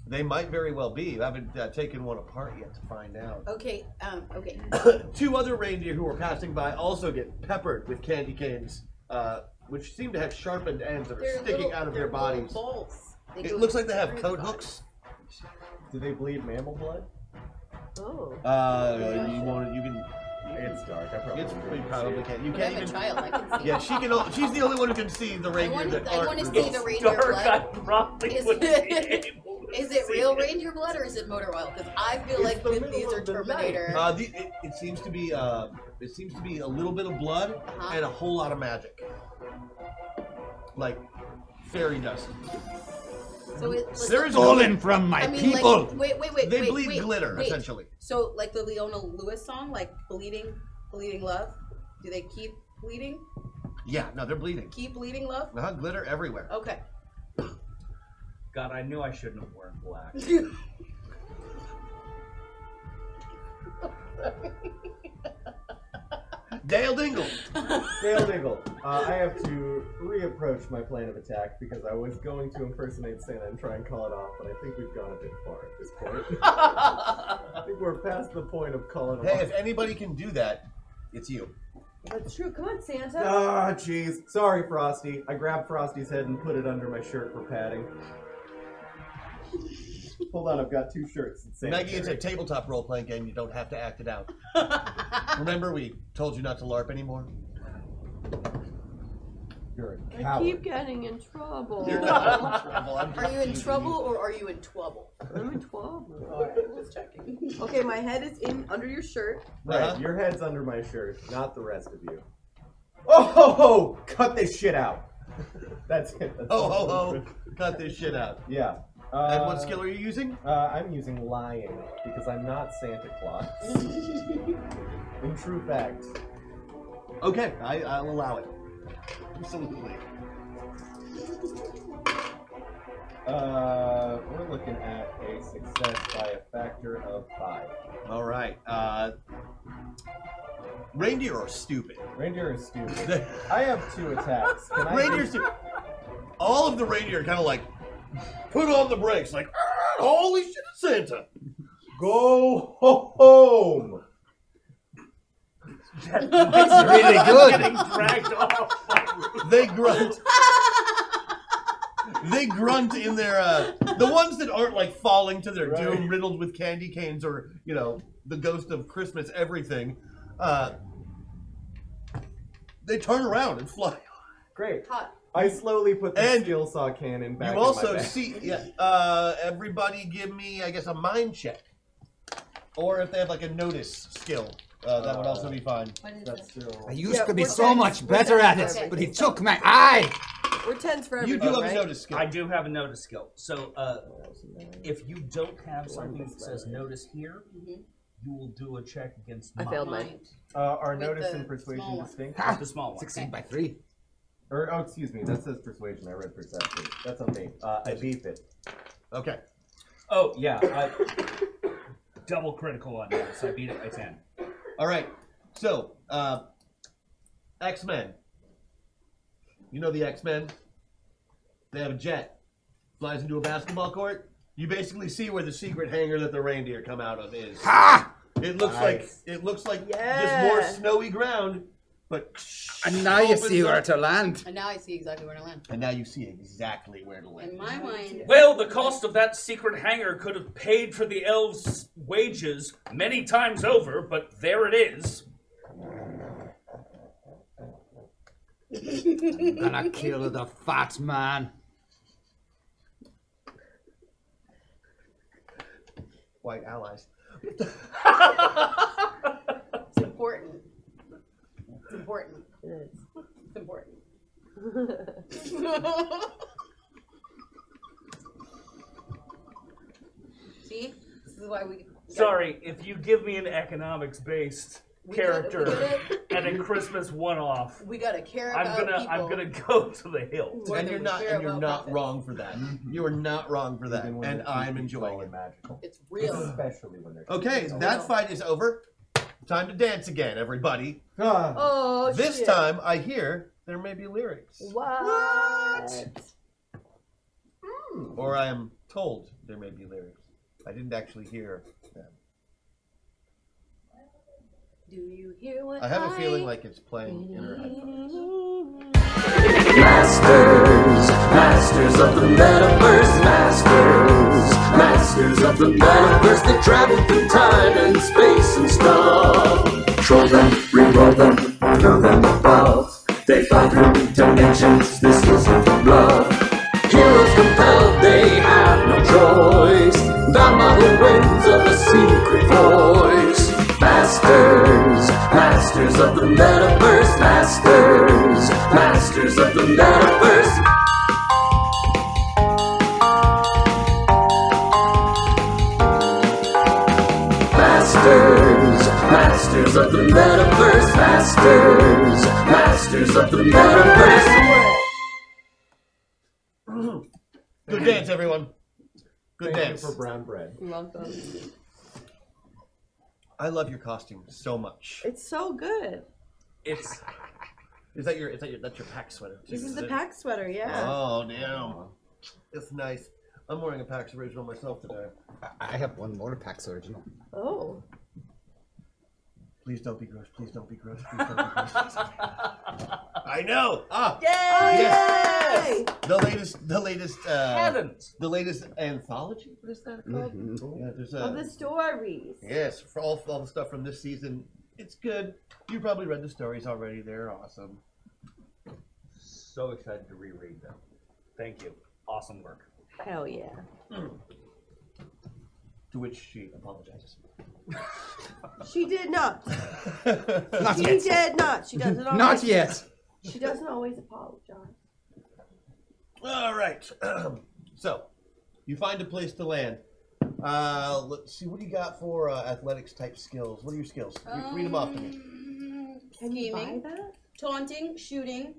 Speaker 2: They might very well be. I haven't uh, taken one apart yet to find out.
Speaker 9: Okay, um, okay.
Speaker 2: Two other reindeer who were passing by also get peppered with candy canes, uh, which seem to have sharpened ends that are
Speaker 9: They're
Speaker 2: sticking
Speaker 9: little-
Speaker 2: out of
Speaker 9: they're
Speaker 2: their
Speaker 9: little
Speaker 2: bodies.
Speaker 9: Bolts. They
Speaker 2: It
Speaker 9: go
Speaker 2: looks like they have
Speaker 9: through
Speaker 2: coat
Speaker 9: the
Speaker 2: hooks.
Speaker 10: Do they bleed mammal blood?
Speaker 9: Oh.
Speaker 2: Uh, you want You can.
Speaker 10: It's dark. I probably
Speaker 2: It's,
Speaker 10: wouldn't
Speaker 2: you
Speaker 10: see
Speaker 2: probably
Speaker 10: it.
Speaker 2: can't. You
Speaker 10: But
Speaker 2: can't
Speaker 10: I'm a
Speaker 2: even.
Speaker 9: child, I can see.
Speaker 2: yeah, she can. o- She's the only one who can see the reindeer
Speaker 9: wanna-
Speaker 2: that
Speaker 9: I
Speaker 2: aren't.
Speaker 9: wanna see
Speaker 2: Rudolph.
Speaker 9: the reindeer Dark, blood.
Speaker 23: Probably
Speaker 9: Is
Speaker 23: would
Speaker 9: it, is it real reindeer blood or is it motor oil? Because I feel like that these are Terminator.
Speaker 2: Uh, the, it, it seems to be uh, it seems to be a little bit of blood
Speaker 9: Uh-huh.
Speaker 2: and a whole lot of magic, like fairy dust.
Speaker 9: So it, let's-
Speaker 2: There is
Speaker 7: Stolen from my
Speaker 9: I mean, like-
Speaker 7: people.
Speaker 9: wait, wait, wait.
Speaker 2: They
Speaker 9: wait,
Speaker 2: bleed
Speaker 9: wait,
Speaker 2: glitter,
Speaker 9: wait.
Speaker 2: essentially.
Speaker 9: So, like the Leona Lewis song, like bleeding, bleeding love. Do they keep bleeding?
Speaker 2: Yeah, no, they're bleeding.
Speaker 9: Keep bleeding love.
Speaker 2: Uh-huh, glitter everywhere.
Speaker 9: Okay.
Speaker 8: God, I knew I shouldn't have worn black.
Speaker 2: Dale Dingle.
Speaker 10: Dale Dingle. Uh, I have to reapproach my plan of attack because I was going to impersonate Santa and try and call it off, but I think we've gone a bit far at this point. I think we're past the point of calling it
Speaker 2: Hey,
Speaker 10: off.
Speaker 2: if anybody can do that, it's you.
Speaker 24: That's true. Come on, Santa.
Speaker 10: Ah, jeez. Sorry, Frosty. I grabbed Frosty's head and put it under my shirt for padding. Hold on, I've got two shirts. And Santa
Speaker 2: Maggie, it's a tabletop role playing game. You don't have to act it out. Remember, we told you not to LARP anymore.
Speaker 10: You're
Speaker 2: a
Speaker 3: I keep getting in trouble.
Speaker 2: You're not in trouble. I'm
Speaker 9: Are you in
Speaker 2: just-
Speaker 9: trouble or are you in trouble?
Speaker 3: I'm in trouble.
Speaker 9: Just checking.
Speaker 24: Okay, my head is in under your shirt.
Speaker 10: Right,
Speaker 2: Uh-huh.
Speaker 10: your head's under my shirt, not the rest of you. Oh ho ho! Cut this shit out. That's it. That's
Speaker 2: Oh, ho, ho. Cut this shit out.
Speaker 10: Yeah.
Speaker 2: And what skill are you using?
Speaker 10: Uh, I'm using lying because I'm not Santa Claus. In true fact.
Speaker 2: Okay, I, I'll allow it. Absolutely.
Speaker 10: Uh, we're looking at a success by a factor of five.
Speaker 2: All right. Uh, reindeer are stupid.
Speaker 10: Reindeer is stupid. I have two attacks. Can I
Speaker 2: Reindeer stu- All of the reindeer kind of like put on the brakes, like "Ah, holy shit, it's Santa.
Speaker 10: Go ho- home.
Speaker 23: That's
Speaker 2: really good.
Speaker 23: Getting dragged off.
Speaker 2: They grunt. they grunt in their uh, the ones that aren't like falling to their doom, riddled with candy canes or you know the ghost of Christmas everything. Uh, they turn around and fly.
Speaker 10: Great.
Speaker 9: Hot.
Speaker 10: I slowly put the steel saw cannon back.
Speaker 2: You
Speaker 10: in my
Speaker 2: also
Speaker 10: bag.
Speaker 2: see, yeah, uh, everybody give me, I guess, a mind check. Or if they have like a notice skill, uh, that would also be fine.
Speaker 10: That's
Speaker 7: I used to be so much better at it, but he took my eye.
Speaker 24: We're tens for
Speaker 8: You
Speaker 24: everyone.
Speaker 8: do have
Speaker 24: right?
Speaker 8: a notice skill. I do have a notice skill. So uh, if you don't have something that says notice here,
Speaker 9: Mm-hmm.
Speaker 8: you will do a check against.
Speaker 24: I failed mine.
Speaker 10: Uh, our
Speaker 8: With
Speaker 10: notice
Speaker 8: the
Speaker 10: and
Speaker 8: small
Speaker 10: persuasion
Speaker 8: one.
Speaker 10: distinct.
Speaker 8: Ha! The small one. Succeed
Speaker 7: by three.
Speaker 10: Or oh, excuse me, that says persuasion. I read perception. That's on me. Uh, I beef it.
Speaker 2: Okay.
Speaker 25: Oh yeah. I,
Speaker 26: double critical on that, so I beat it by ten.
Speaker 2: All right. So, uh, X Men. You know the X Men. They have a jet, flies into a basketball court. You basically see where the secret hangar that the reindeer come out of is. Ha! It looks like it looks like just more
Speaker 9: Yeah.
Speaker 2: snowy ground, but
Speaker 7: And now you
Speaker 2: opens
Speaker 7: see where
Speaker 2: up.
Speaker 7: to land.
Speaker 9: And now I see exactly where to land.
Speaker 2: And now you see exactly where to land.
Speaker 9: In my mind,
Speaker 8: Well, the cost of that secret hangar could have paid for the elves' wages many times over, but there it is.
Speaker 7: I'm gonna kill the fat man.
Speaker 2: White allies.
Speaker 9: it's important. It's important. It's important. see, this is why we.
Speaker 8: Sorry, if you give me an economics based
Speaker 9: We got it, we
Speaker 8: character
Speaker 9: did
Speaker 8: and a Christmas one off,
Speaker 9: We gotta care
Speaker 8: I'm
Speaker 9: about
Speaker 8: gonna
Speaker 9: people.
Speaker 8: I'm gonna go to the hill.
Speaker 9: More
Speaker 2: and
Speaker 9: than
Speaker 2: you're
Speaker 9: we
Speaker 2: not
Speaker 9: care
Speaker 2: and you're
Speaker 9: about
Speaker 2: not wrong for that. You are not wrong for that. And I'm enjoying it.
Speaker 27: Magical.
Speaker 9: It's real.
Speaker 27: Especially when they're
Speaker 2: Okay,
Speaker 3: Oh,
Speaker 2: that fight is over. Time to dance again, everybody.
Speaker 3: Oh,
Speaker 2: this
Speaker 3: shit.
Speaker 2: time I hear there may be lyrics,
Speaker 3: What?
Speaker 2: or I am told there may be lyrics. I didn't actually hear them.
Speaker 9: Do you hear what
Speaker 2: I have a feeling like it's playing in her head.
Speaker 10: Masters, masters of the metaverse, masters, masters of the metaverse that travel through time and space and stuff. Troll them, re-roll them, throw them above. They fly through dimensions, this isn't love. Heroes compelled, they have no choice. Dharma who wins of a secret voice. Masters, masters of the metaverse, masters, masters of the metaverse. Masters, masters of the metaverse, masters, masters of the metaverse.
Speaker 2: Good dance, everyone. Good
Speaker 27: Thank you
Speaker 2: dance
Speaker 27: for brown bread.
Speaker 3: You're welcome.
Speaker 2: I love your costume so much.
Speaker 3: It's so good.
Speaker 8: It's
Speaker 2: is that your is that your that's your pack sweater? too,
Speaker 3: This is the
Speaker 2: it?
Speaker 3: pack sweater, yeah.
Speaker 2: Oh damn, it's nice. I'm wearing a Pax original myself today.
Speaker 7: I have one more PAX original.
Speaker 3: Oh.
Speaker 2: Please don't be gross. Please don't be gross. Please don't be gross. I know. Ah.
Speaker 3: Yes.
Speaker 2: The latest. The latest. Uh,
Speaker 8: Heavens.
Speaker 2: The latest anthology. What is that called? Yeah, there's a.
Speaker 9: Oh,
Speaker 3: Of the stories.
Speaker 2: Yes, for all, all the stuff from this season. It's good. You probably read the stories already. They're awesome.
Speaker 26: So excited to reread them.
Speaker 8: Thank you. Awesome work.
Speaker 3: Hell yeah.
Speaker 2: To which she apologizes.
Speaker 3: She did not.
Speaker 2: Not
Speaker 3: she
Speaker 2: yet.
Speaker 3: did not. She doesn't always.
Speaker 7: Not yet.
Speaker 3: She doesn't always apologize.
Speaker 2: All right. so, you find a place to land. Uh, let's see. What do you got for uh, athletics type skills? What are your skills? Re- read them off to me.
Speaker 9: scheming, taunting, shooting,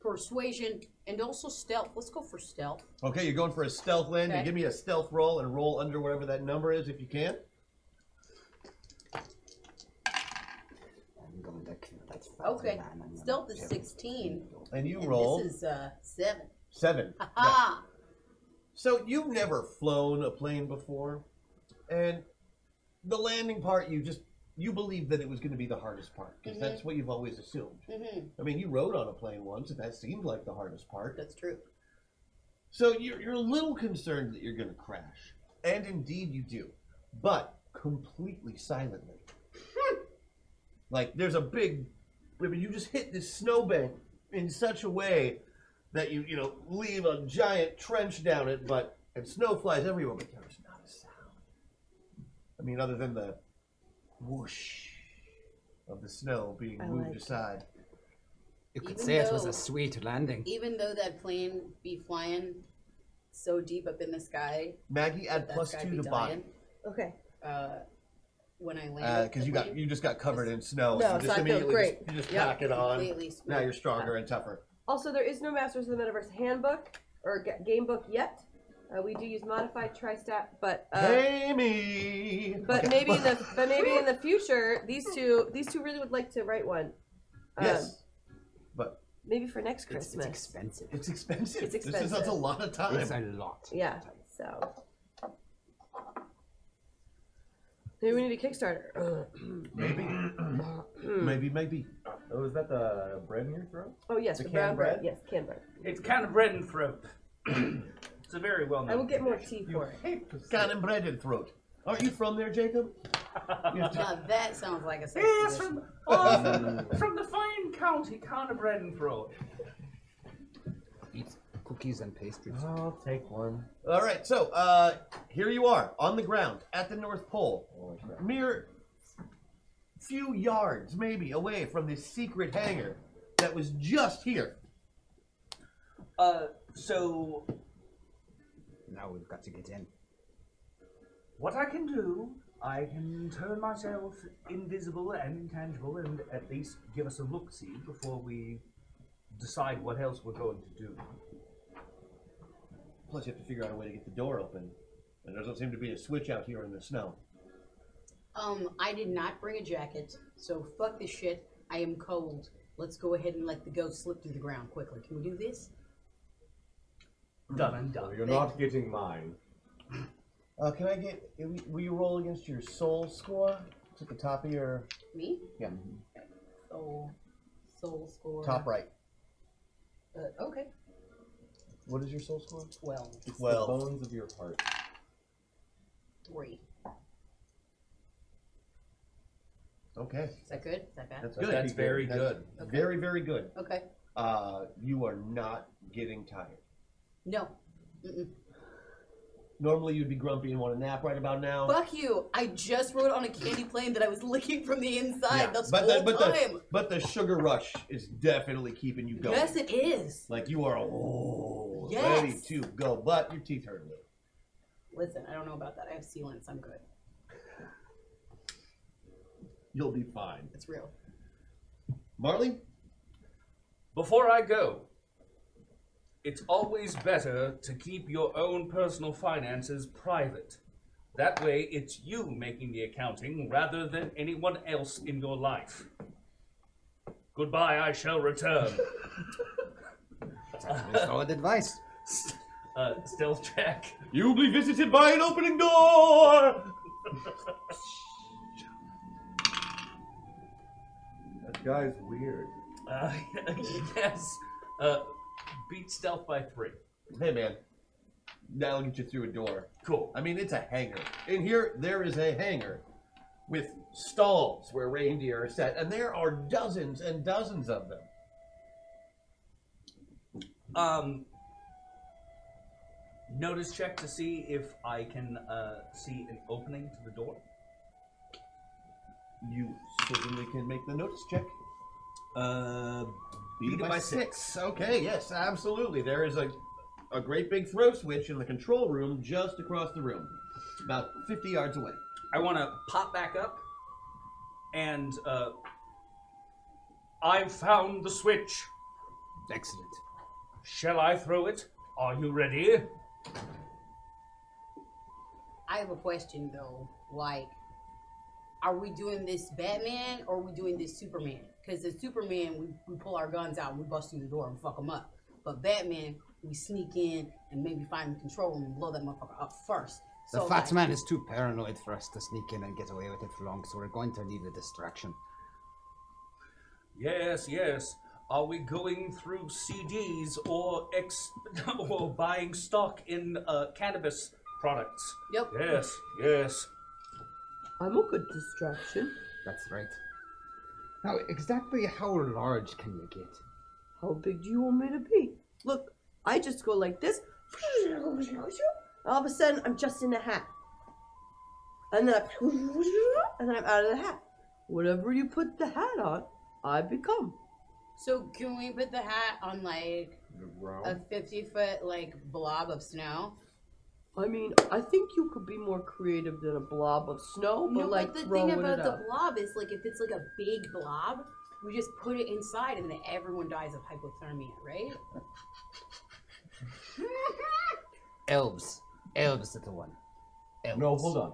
Speaker 9: persuasion, and also stealth. Let's go for stealth.
Speaker 2: Okay, you're going for a stealth land. You
Speaker 9: Okay.
Speaker 2: give me a stealth roll and roll under whatever that number is if you can.
Speaker 9: Okay, stealth is sixteen.
Speaker 2: And you
Speaker 9: and
Speaker 2: roll
Speaker 9: This is uh, seven. Ah,
Speaker 2: seven.
Speaker 9: Ha ha!
Speaker 2: So you've never flown a plane before, and the landing part you just you believed that it was going to be the hardest part because
Speaker 9: Mhm.
Speaker 2: that's what you've always assumed.
Speaker 9: hmm
Speaker 2: I mean, you rode on a plane once, and that seemed like the hardest part.
Speaker 9: That's true.
Speaker 2: So you're, you're a little concerned that you're going to crash, and indeed you do, but completely silently. Hmm. like there's a big, I mean, you just hit this snowbank in such a way that you you know leave a giant trench down it, but and snow flies everywhere, but there's not a sound. I mean, other than the whoosh of the snow being
Speaker 9: I
Speaker 2: moved
Speaker 9: like it.
Speaker 2: aside.
Speaker 7: You could
Speaker 9: Even
Speaker 7: say it was
Speaker 9: though-
Speaker 7: a sweet landing.
Speaker 9: Even though that plane be flying so deep up in the sky,
Speaker 2: Maggie, add
Speaker 9: that
Speaker 2: plus
Speaker 9: sky
Speaker 2: two
Speaker 9: be
Speaker 2: to body.
Speaker 9: dying,
Speaker 3: Okay.
Speaker 9: Uh, when I land,
Speaker 2: because Uh, you got you just got covered in snow.
Speaker 3: No,
Speaker 2: so
Speaker 3: so
Speaker 2: you just
Speaker 3: I feel
Speaker 2: immediately
Speaker 3: great.
Speaker 2: Just, you just
Speaker 3: Yeah,
Speaker 2: pack it on.
Speaker 9: completely smooth.
Speaker 2: Now you're stronger and tougher.
Speaker 3: Also, there is no Masters of the Metaverse handbook or ga- game book yet. Uh, we do use modified tri-stat, but uh,
Speaker 2: Pay me.
Speaker 3: But
Speaker 2: Okay.
Speaker 3: maybe in the but maybe in the future, these two these two really would like to write one. Um,
Speaker 2: Yes. But
Speaker 3: Maybe for next
Speaker 2: It's- it's
Speaker 3: Christmas.
Speaker 7: expensive.
Speaker 2: It's expensive.
Speaker 3: It's
Speaker 2: This is-
Speaker 3: expensive.
Speaker 2: that's a lot of time.
Speaker 7: It's a lot.
Speaker 3: Yeah. So maybe we need a Kickstarter. Uh,
Speaker 2: Maybe.
Speaker 3: Hmm.
Speaker 2: maybe, maybe.
Speaker 10: Oh, is that the bread in your throat?
Speaker 3: oh yes,
Speaker 10: The
Speaker 3: the brown
Speaker 10: canned
Speaker 3: bread.
Speaker 10: bread?
Speaker 3: Yes, canned bread.
Speaker 8: It's kind of bread and throat. it's a very well known.
Speaker 3: I will get more tea for it.
Speaker 2: Got him bread and throat. Aren't you from there, Jacob?
Speaker 9: Now Uh, that sounds like a sex
Speaker 8: Yes,
Speaker 9: position.
Speaker 8: from, oh, from, from the fine county, kind of bread and throat.
Speaker 7: Eat cookies and pastries.
Speaker 28: Uh-huh.
Speaker 2: I'll take one. All right, so uh, here you are on the ground at the North Pole, mere few yards maybe away from this secret hangar that was just here.
Speaker 8: Uh, so
Speaker 7: Now we've got to get in.
Speaker 8: What I can do, I can turn myself invisible and intangible and at least give us a look see before we decide what else we're going to do.
Speaker 2: Plus, you have to figure out a way to get the door open, and there doesn't seem to be a switch out here in the snow.
Speaker 9: Um, I did not bring a jacket, so fuck this shit. I am cold. Let's go ahead and let the ghost slip through the ground quickly. Can we do this?
Speaker 8: Done and done.
Speaker 10: You're not getting mine.
Speaker 2: Uh, can I get? Will you roll against your soul score? It's at the top of your
Speaker 9: Me?
Speaker 2: yeah
Speaker 9: Soul, soul score.
Speaker 2: top right.
Speaker 9: Uh, okay.
Speaker 2: What is your soul score?
Speaker 9: Twelve.
Speaker 10: It's
Speaker 2: Well-
Speaker 10: the bones of your heart.
Speaker 9: Three.
Speaker 2: Okay,
Speaker 9: Is that good? Is that bad?
Speaker 2: that's good.
Speaker 8: That's very
Speaker 2: That's
Speaker 8: good.
Speaker 9: Okay.
Speaker 2: Very very good.
Speaker 9: Okay.
Speaker 2: Uh, you are not getting tired.
Speaker 9: No. Mm-mm.
Speaker 2: Normally you'd be grumpy and want a nap right about now.
Speaker 9: Fuck you! I just wrote on a candy plane that I was licking from the inside
Speaker 2: Yeah,
Speaker 9: the
Speaker 2: but
Speaker 9: whole
Speaker 2: the, but
Speaker 9: time.
Speaker 2: the but the sugar rush is definitely keeping you going.
Speaker 9: yes, it is.
Speaker 2: Like you are oh,
Speaker 9: Yes.
Speaker 2: ready to go, but your teeth hurt a little.
Speaker 9: Listen, I don't know about that. I have sealants. I'm good.
Speaker 2: You'll be fine.
Speaker 9: It's real.
Speaker 2: Marley,
Speaker 8: Before I go, it's always better to keep your own personal finances private. That way, it's you making the accounting rather than anyone else in your life. Goodbye, I shall return.
Speaker 7: Solid advice.
Speaker 8: Uh, stealth check.
Speaker 2: You'll be visited by an opening door.
Speaker 10: That guy's weird.
Speaker 8: Uh, yes. Uh, beat stealth by three.
Speaker 2: hey man, that'll get you through a door.
Speaker 8: Cool.
Speaker 2: I mean, it's a hangar. In here, there is a hangar with stalls where reindeer are set, and there are dozens and dozens of them.
Speaker 8: Um, notice check to see if I can uh, see an opening to the door.
Speaker 2: You certainly can make the notice check.
Speaker 8: Uh,
Speaker 2: beat, it by, six. Okay, yes, absolutely. There is a, a great big throw switch in the control room just across the room, about 50 yards away.
Speaker 8: I want to pop back up, and uh, I've found the switch.
Speaker 7: Excellent.
Speaker 8: Shall I throw it? Are you ready?
Speaker 9: I have a question though. Like, are we doing this Batman or are we doing this Superman? Because the Superman, we, we pull our guns out and we bust through the door and fuck them up. But Batman, we sneak in and maybe find the control room and blow that motherfucker up first.
Speaker 7: The
Speaker 9: So,
Speaker 7: fat
Speaker 9: like,
Speaker 7: man is too paranoid for us to sneak in and get away with it for long, so we're going to need a distraction.
Speaker 8: Yes, yes. Are we going through CDs or ex or buying stock in uh, cannabis products?
Speaker 9: Yep.
Speaker 8: Yes, yes.
Speaker 29: I'm a good distraction.
Speaker 7: That's right. Now, exactly how large can you get?
Speaker 29: How big do you want me to be?
Speaker 3: Look, I just go like this. All of a sudden, I'm just in the hat, and then I, and then I'm out of the hat.
Speaker 29: Whatever you put the hat on, I become.
Speaker 9: so can we put the hat on like a 50 foot like blob of snow?
Speaker 29: I mean, I think you could be more creative than a blob of snow, but
Speaker 9: no,
Speaker 29: like
Speaker 9: but the
Speaker 29: throwing
Speaker 9: thing about
Speaker 29: it
Speaker 9: the
Speaker 29: up.
Speaker 9: blob is like if it's like a big blob, we just put it inside and then everyone dies of hypothermia, right?
Speaker 28: elves. Elves are the one. Elves. No, hold on.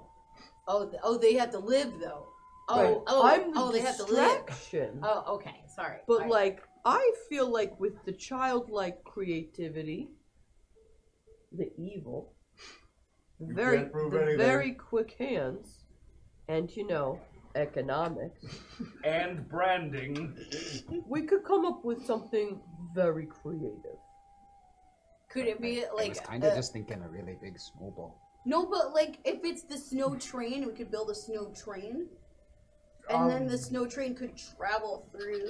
Speaker 20: Oh, th- oh, they have to live though. Oh,
Speaker 28: Right.
Speaker 20: oh,
Speaker 3: I'm the
Speaker 20: oh, they have to live.
Speaker 3: distraction.
Speaker 20: Oh, okay, sorry.
Speaker 3: But
Speaker 20: All right.
Speaker 3: like, I feel like with the childlike creativity, the evil, the
Speaker 5: You
Speaker 3: very,
Speaker 5: can't prove
Speaker 3: the
Speaker 5: anything.
Speaker 3: very quick hands, and you know, economics
Speaker 8: and branding,
Speaker 3: we could come up with something very creative.
Speaker 9: Could it be
Speaker 28: I
Speaker 9: like
Speaker 28: was kind of
Speaker 9: uh,
Speaker 28: just thinking a really big snowball.
Speaker 9: no? But like, if it's the snow train, we could build a snow train, and then the
Speaker 28: Um.
Speaker 9: snow train could travel through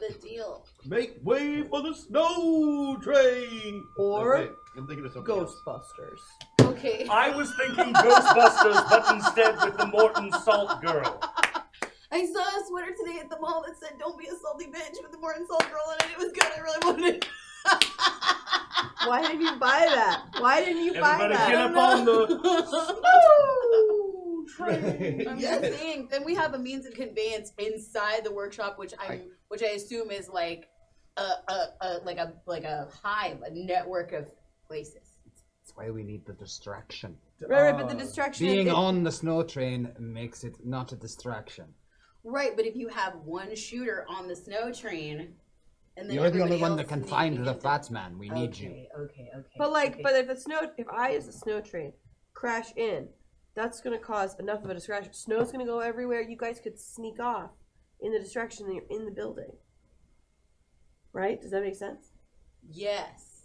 Speaker 9: the deal.
Speaker 2: Make way for the snow train.
Speaker 3: Or
Speaker 2: Wait, I'm thinking of something
Speaker 3: Ghostbusters.
Speaker 9: Okay.
Speaker 8: I was thinking Ghostbusters, but instead with the Morton Salt Girl.
Speaker 9: I saw a sweater today at the mall that said "Don't be a salty bitch" with the Morton Salt girl in it. It was good. I really wanted it.
Speaker 5: Why did you buy that? Why didn't you buy
Speaker 8: Everybody
Speaker 5: that?
Speaker 8: get up on the.
Speaker 9: I'm just saying. Then we have a means of conveyance inside the workshop, which I, which I assume is like a, a, a like a like a hive, a network of places.
Speaker 28: That's why we need the distraction.
Speaker 9: Right, right, but the distraction
Speaker 28: Being
Speaker 9: is-
Speaker 28: on the snow train makes it not a distraction.
Speaker 9: Right, but if you have one shooter on the snow train, and then
Speaker 28: You're the only
Speaker 9: everybody
Speaker 28: one that
Speaker 9: else
Speaker 28: can
Speaker 9: needs-
Speaker 28: find the fat man. We need you.
Speaker 9: Okay, okay.
Speaker 3: But like, but if the snow, if I as a snow train crash in, that's gonna cause enough of a distraction. Snow's gonna go everywhere. You guys could sneak off in the distraction that you're in the building. Right? Does that make sense?
Speaker 9: Yes.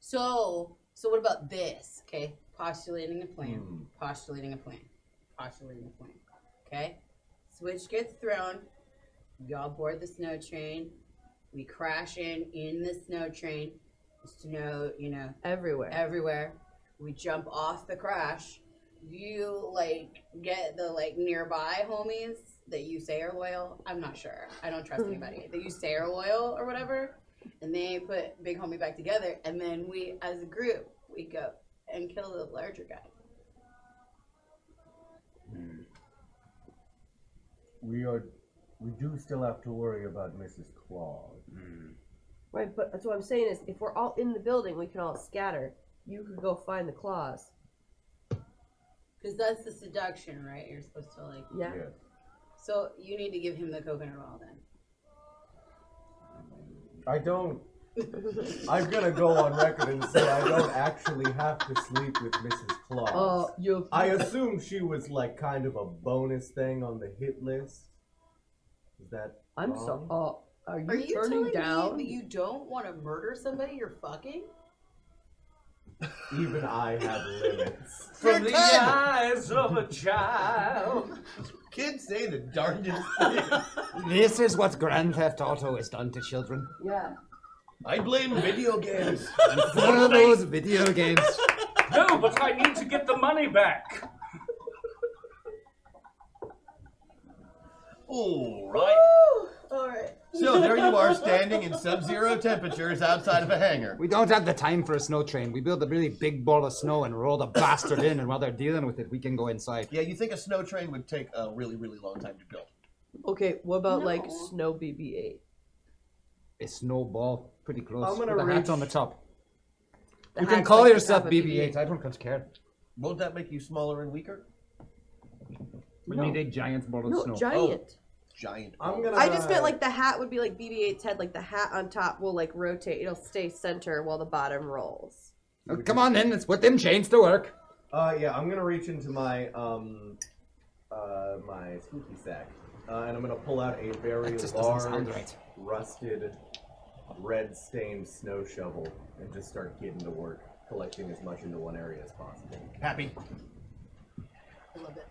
Speaker 9: So, so what about this? Okay, postulating a plan. Postulating a plan. Postulating a plan. Okay. Switch gets thrown. Y'all board the snow train. We crash in in the snow train. Snow, you know,
Speaker 3: everywhere.
Speaker 9: Everywhere. We jump off the crash. You like get the like nearby homies that you say are loyal. I'm not sure. I don't
Speaker 3: Hmm.
Speaker 9: trust anybody that you say are loyal or whatever. And they put big homie back together, and then we, as a group, we go and kill the larger guy.
Speaker 10: We are. We do still have to worry about Mrs. Claus.
Speaker 3: Right. But that's what I'm saying is, if we're all in the building, we can all scatter. You could go find the claws.
Speaker 20: Because that's the seduction, right? You're supposed to like.
Speaker 3: Yeah.
Speaker 10: Yeah.
Speaker 20: So you need to give him the coconut oil then.
Speaker 10: I don't. I'm gonna go on record and say I don't actually have to sleep with Mrs. Claus.
Speaker 3: Uh, you-
Speaker 10: I assume she was like kind of a bonus thing on the hit list. Is that?
Speaker 3: I'm
Speaker 10: wrong?
Speaker 3: so. Uh, are you,
Speaker 20: Are you
Speaker 3: turning
Speaker 20: telling
Speaker 3: down?
Speaker 20: me that you don't want to murder somebody you're fucking?
Speaker 10: Even I have limits.
Speaker 8: From the eyes of a child.
Speaker 2: Kids say the darndest thing.
Speaker 28: This is what Grand Theft Auto has done to children.
Speaker 20: Yeah.
Speaker 2: I blame video games.
Speaker 28: And for those video games.
Speaker 8: No, but I need to get the money back.
Speaker 2: All right.
Speaker 5: All right.
Speaker 2: So there you are, standing in sub-zero temperatures outside of a hangar.
Speaker 28: We don't have the time for a snow train. We build a really big ball of snow and roll the bastard in, and while they're dealing with it, we can go inside.
Speaker 2: Yeah, you think a snow train would take a really, really long time to build?
Speaker 3: Okay. What about like
Speaker 2: No.
Speaker 3: snow BB-8?
Speaker 28: A snowball, pretty close.
Speaker 3: I'm gonna
Speaker 28: with a
Speaker 3: reach-
Speaker 28: hat on the top.
Speaker 3: The
Speaker 28: you can
Speaker 3: hat's
Speaker 28: call
Speaker 3: like the
Speaker 28: yourself
Speaker 3: top of BB-8.
Speaker 28: BB-8. I don't care.
Speaker 2: Won't that make you smaller and weaker?
Speaker 28: We
Speaker 2: No.
Speaker 28: need a giant ball of
Speaker 2: No,
Speaker 28: snow. Oh.
Speaker 3: giant.
Speaker 2: Giant.
Speaker 10: I'm
Speaker 2: ball.
Speaker 3: I
Speaker 10: Uh.
Speaker 3: just meant like the hat would be like BB-8's head, like the hat on top will like rotate. It'll stay center while the bottom rolls.
Speaker 28: Oh, come on then, let's put them chains to work.
Speaker 10: Uh, yeah, I'm gonna reach into my um, uh, my spooky sack, uh, and I'm gonna pull out a very
Speaker 28: That just doesn't
Speaker 10: large,
Speaker 28: sound right.
Speaker 10: rusted, red-stained snow shovel, and just start getting to work, collecting as much into one area as possible.
Speaker 2: Happy.
Speaker 20: I love it.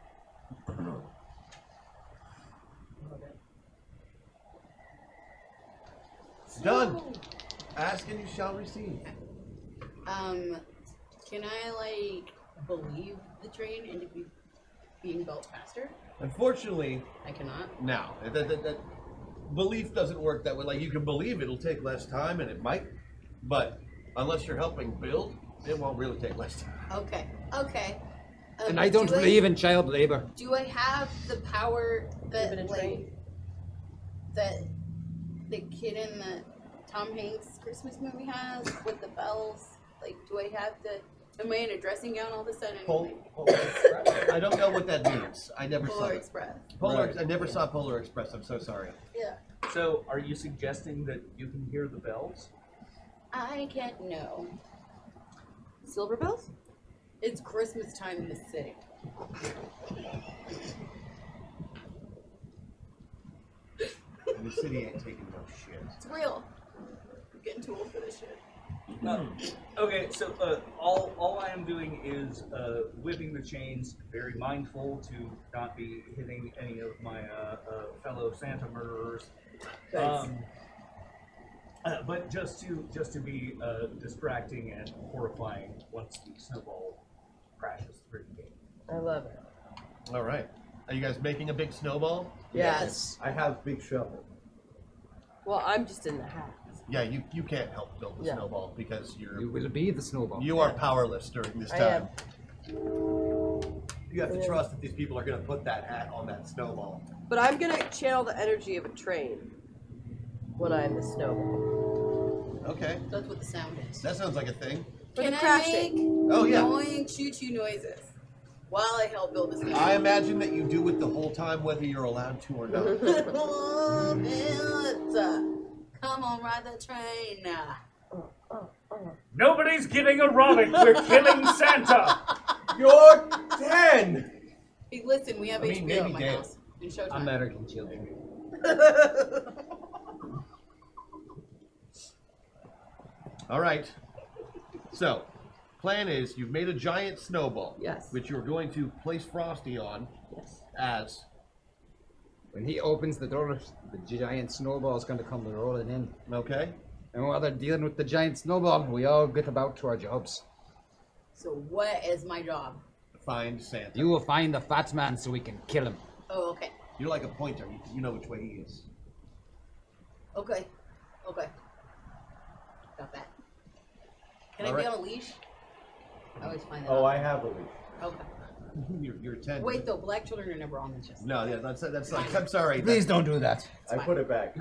Speaker 2: It's done. Ask and you shall receive.
Speaker 20: Um, can I like believe the train into be- being built faster?
Speaker 2: Unfortunately,
Speaker 20: I cannot.
Speaker 2: now that, that, that belief doesn't work that way. Like you can believe it'll take less time, and it might, but unless you're helping build, it won't really take less time.
Speaker 20: Okay. Okay. Um,
Speaker 28: And I don't
Speaker 20: do
Speaker 28: believe in child labor.
Speaker 20: Do I have the power that
Speaker 3: Even a
Speaker 20: like that the kid in the Tom Hanks Christmas movie has with the bells?
Speaker 9: Like, do I have the? Am I in a dressing gown all of a sudden?
Speaker 2: Pol- I don't know what that means. I never saw
Speaker 9: Polar
Speaker 2: it.
Speaker 9: Express.
Speaker 2: Polar.
Speaker 8: Right.
Speaker 2: I never saw Polar Express. I'm so sorry.
Speaker 9: Yeah.
Speaker 8: So, are you suggesting that you can hear the bells?
Speaker 9: I can't know. Silver bells? It's Christmas time in the city.
Speaker 2: And the city ain't taking no shit.
Speaker 9: It's real. I'm getting too old for this shit.
Speaker 8: Uh, okay, so uh, all all I am doing is uh, whipping the chains, very mindful to not be hitting any of my uh, uh, fellow Santa murderers.
Speaker 30: Thanks.
Speaker 8: Um, uh, but just to just to be uh, distracting and horrifying once the snowball crashes through the gate.
Speaker 3: I love it.
Speaker 2: All right. Are you guys making a big snowball?
Speaker 3: Yes.
Speaker 10: I have big shovel.
Speaker 3: Well, I'm just in the hat.
Speaker 2: Yeah, you, you can't help build the
Speaker 3: Yeah.
Speaker 2: snowball because you're
Speaker 7: You will be the snowball.
Speaker 2: you are powerless during this
Speaker 3: I
Speaker 2: time.
Speaker 3: am.
Speaker 2: You have to trust that these people are going to put that hat on that snowball.
Speaker 3: But I'm gonna channel the energy of a train when I'm the snowball.
Speaker 2: Okay.
Speaker 9: That's what the sound is.
Speaker 2: That sounds like a thing.
Speaker 3: For
Speaker 9: Can
Speaker 3: the
Speaker 9: I make
Speaker 3: crashing.
Speaker 2: Oh, yeah.
Speaker 9: annoying choo-choo noises while I help build this? thing?
Speaker 2: I imagine that you do it the whole time, whether you're allowed to or not.
Speaker 3: Mm-hmm.
Speaker 9: Oh, Melissa, Come on, ride the train.
Speaker 8: Nobody's getting erotic. We're killing Santa.
Speaker 10: You're ten.
Speaker 9: Hey, listen, we have
Speaker 10: I mean,
Speaker 9: HBO at
Speaker 10: maybe
Speaker 9: my
Speaker 10: Dan.
Speaker 9: house. In Showtime.
Speaker 7: American children.
Speaker 2: All right. So, plan is you've made a giant snowball.
Speaker 3: Yes.
Speaker 2: Which you're going to place Frosty on.
Speaker 3: Yes.
Speaker 2: As
Speaker 7: When he opens the door, the giant snowball is going to come rolling in.
Speaker 2: Okay.
Speaker 7: And while they're dealing with the giant snowball, we all get about to our jobs.
Speaker 9: So what is my job?
Speaker 2: find Santa.
Speaker 7: You will find the fat man so we can kill him.
Speaker 9: Oh, okay.
Speaker 2: You're like a pointer. You, you know which way he is.
Speaker 9: Okay. Okay. Got that. Can I
Speaker 10: All
Speaker 9: be
Speaker 10: right.
Speaker 9: on a leash? I always find that
Speaker 10: Oh,
Speaker 9: out.
Speaker 10: I have a leash.
Speaker 9: Okay.
Speaker 3: Mm-hmm.
Speaker 2: you're, you're ten.
Speaker 9: Wait, though, black children are never on the leashes.
Speaker 2: No, yeah, that's that's like I'm sorry.
Speaker 7: Please don't do that.
Speaker 10: I put it back.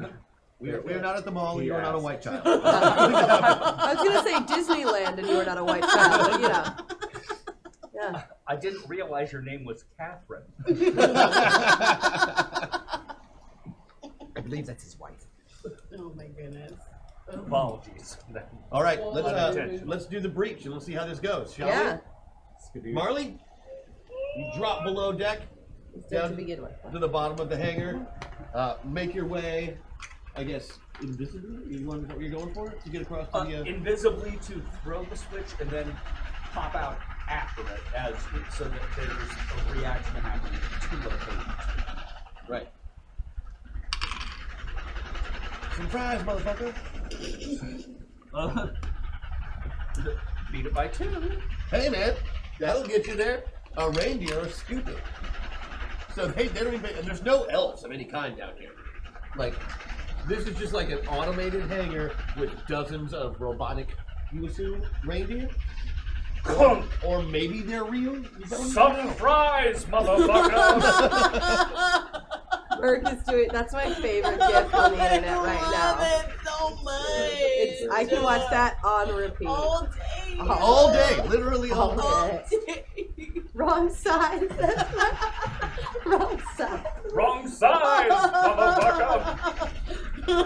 Speaker 2: We are, we are not at the mall. and
Speaker 10: He
Speaker 2: You are not a
Speaker 10: asked.
Speaker 2: white child.
Speaker 3: I was gonna say Disneyland, and you were not a white child. But, you know. Yeah.
Speaker 8: I didn't realize your name was Catherine.
Speaker 7: I believe that's his wife.
Speaker 9: Oh my goodness.
Speaker 8: Apologies.
Speaker 2: All right, let's uh, let's do the breach and we'll see how this goes, shall
Speaker 3: Yeah.
Speaker 2: we? Marley, you drop below deck,
Speaker 3: dead
Speaker 2: down
Speaker 3: to begin with.
Speaker 2: to the bottom of the hangar. Uh, make your way, I guess, invisibly. You want what you're going for to get across to
Speaker 8: Uh,
Speaker 2: the. Uh,
Speaker 8: invisibly to throw the switch and then pop out after it as so that there's a reaction happening to locate.
Speaker 2: Right. Surprise, motherfucker!
Speaker 8: Uh, beat it by two.
Speaker 2: Hey, man, that'll get you there. A reindeer are stupid, so they they don't even. And there's no elves of any kind down here. Like, this is just like an automated hangar with dozens of robotic, you assume, reindeer. Or, or maybe they're real. You don't know.
Speaker 8: Surprise, motherfucker!
Speaker 3: Merc is doing. That's my favorite gift on the internet right now.
Speaker 9: It so much.
Speaker 3: It's, I can watch that on repeat.
Speaker 9: All day.
Speaker 2: Ah, All day, literally all,
Speaker 3: All
Speaker 2: day.
Speaker 9: day.
Speaker 3: Wrong side. That's my- Wrong side.
Speaker 8: Wrong side, motherfucker!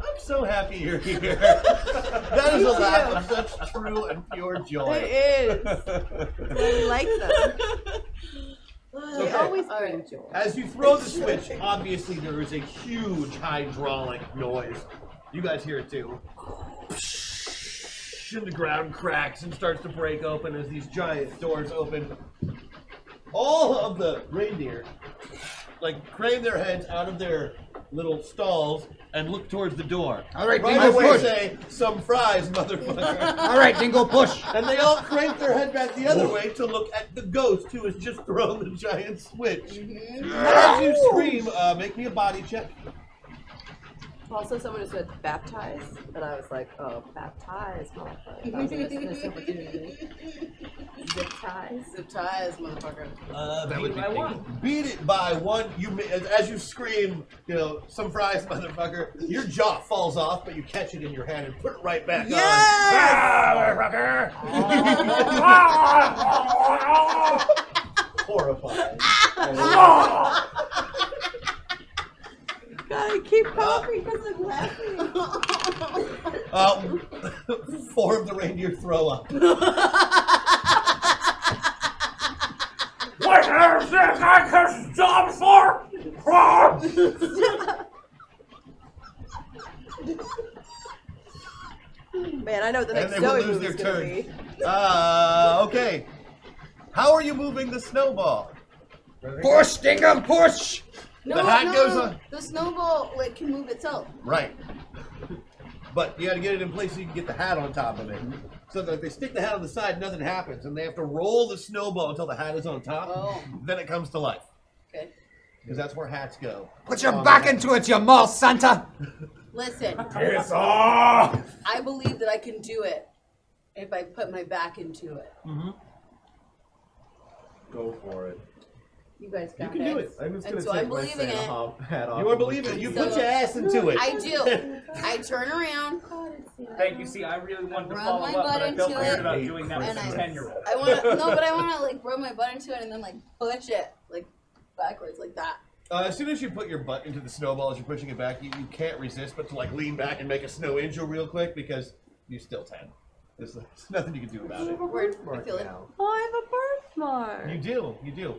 Speaker 2: I'm so happy you're here. that is a laugh of such true and pure joy.
Speaker 3: It is. We like them. They
Speaker 2: Okay.
Speaker 3: always bring joy.
Speaker 2: As you throw the switch, obviously there is a huge hydraulic noise. You guys hear it too. And the ground cracks and starts to break open as these giant doors open. All of the reindeer like crane their heads out of their little stalls and look towards the door.
Speaker 7: All right,
Speaker 2: right
Speaker 7: Dingo,
Speaker 2: away
Speaker 7: push.
Speaker 2: say some fries, motherfucker.
Speaker 7: All right, Dingo, push.
Speaker 2: And they all crank their head back the other way to look at the ghost who has just thrown the giant switch. As you scream, uh, make me a body check.
Speaker 3: Also, someone who said baptize, and I was like, oh, baptize, motherfucker. That was an innocent opportunity. Zip ties.
Speaker 9: Zip ties, motherfucker.
Speaker 2: Uh,
Speaker 9: That
Speaker 2: beat
Speaker 9: would
Speaker 2: it
Speaker 9: be
Speaker 2: by
Speaker 9: big.
Speaker 2: one. Beat it by one. You ma- as, as you scream, you know, some fries, motherfucker. Your jaw falls off, but you catch it in your hand and put it right back on. Ah, motherfucker! Horrified.
Speaker 3: God, I keep coughing because I'm laughing.
Speaker 2: Uh, four of the reindeer throw up.
Speaker 10: What is this I can stop for?
Speaker 3: Man, I know what the
Speaker 2: and they
Speaker 3: next
Speaker 2: will
Speaker 3: Zoe
Speaker 2: lose
Speaker 3: movie
Speaker 2: their
Speaker 3: is going to
Speaker 2: turn.
Speaker 3: be.
Speaker 2: Uh, okay. How are you moving the snowball?
Speaker 7: Push, Dingham, push!
Speaker 2: the hat goes on.
Speaker 9: The snowball like can move itself.
Speaker 2: Right. But you got to get it in place so you can get the hat on top of it. So that if they stick the hat on the side, nothing happens, and they have to roll the snowball until the hat is on top. Then it comes to life.
Speaker 9: Okay.
Speaker 2: Because that's where hats go.
Speaker 7: Put your back into it, you mall Santa!
Speaker 9: Listen.
Speaker 7: Piss off!
Speaker 9: I believe that I can do it if I put my back into it.
Speaker 31: Mm-hmm. Go for it.
Speaker 9: You guys got
Speaker 31: can do it. I'm just
Speaker 9: And
Speaker 31: gonna
Speaker 9: so
Speaker 31: take
Speaker 9: I'm
Speaker 31: my
Speaker 9: believing
Speaker 31: Santa
Speaker 9: it.
Speaker 31: hop hat off.
Speaker 2: You are believing it. You put
Speaker 9: So-
Speaker 2: your ass into it.
Speaker 9: I do. I turn around.
Speaker 8: Thank you. See, I really wanted to
Speaker 9: Rub
Speaker 8: follow
Speaker 9: my
Speaker 8: up, but I
Speaker 9: butt
Speaker 8: felt
Speaker 9: into
Speaker 8: weird
Speaker 9: it.
Speaker 8: about doing that with
Speaker 9: And
Speaker 8: a
Speaker 9: I-
Speaker 8: ten-year-old.
Speaker 9: I want to no, but I want to like rub my butt into it and then like push it like backwards like that.
Speaker 2: Uh, as soon as you put your butt into the snowball as you're pushing it back, you, you can't resist but to like lean back and make a snow angel real quick because you still ten. There's, there's nothing you can do about it.
Speaker 9: Weird. I feel it.
Speaker 3: Oh, I have a birthmark.
Speaker 2: You do, you do.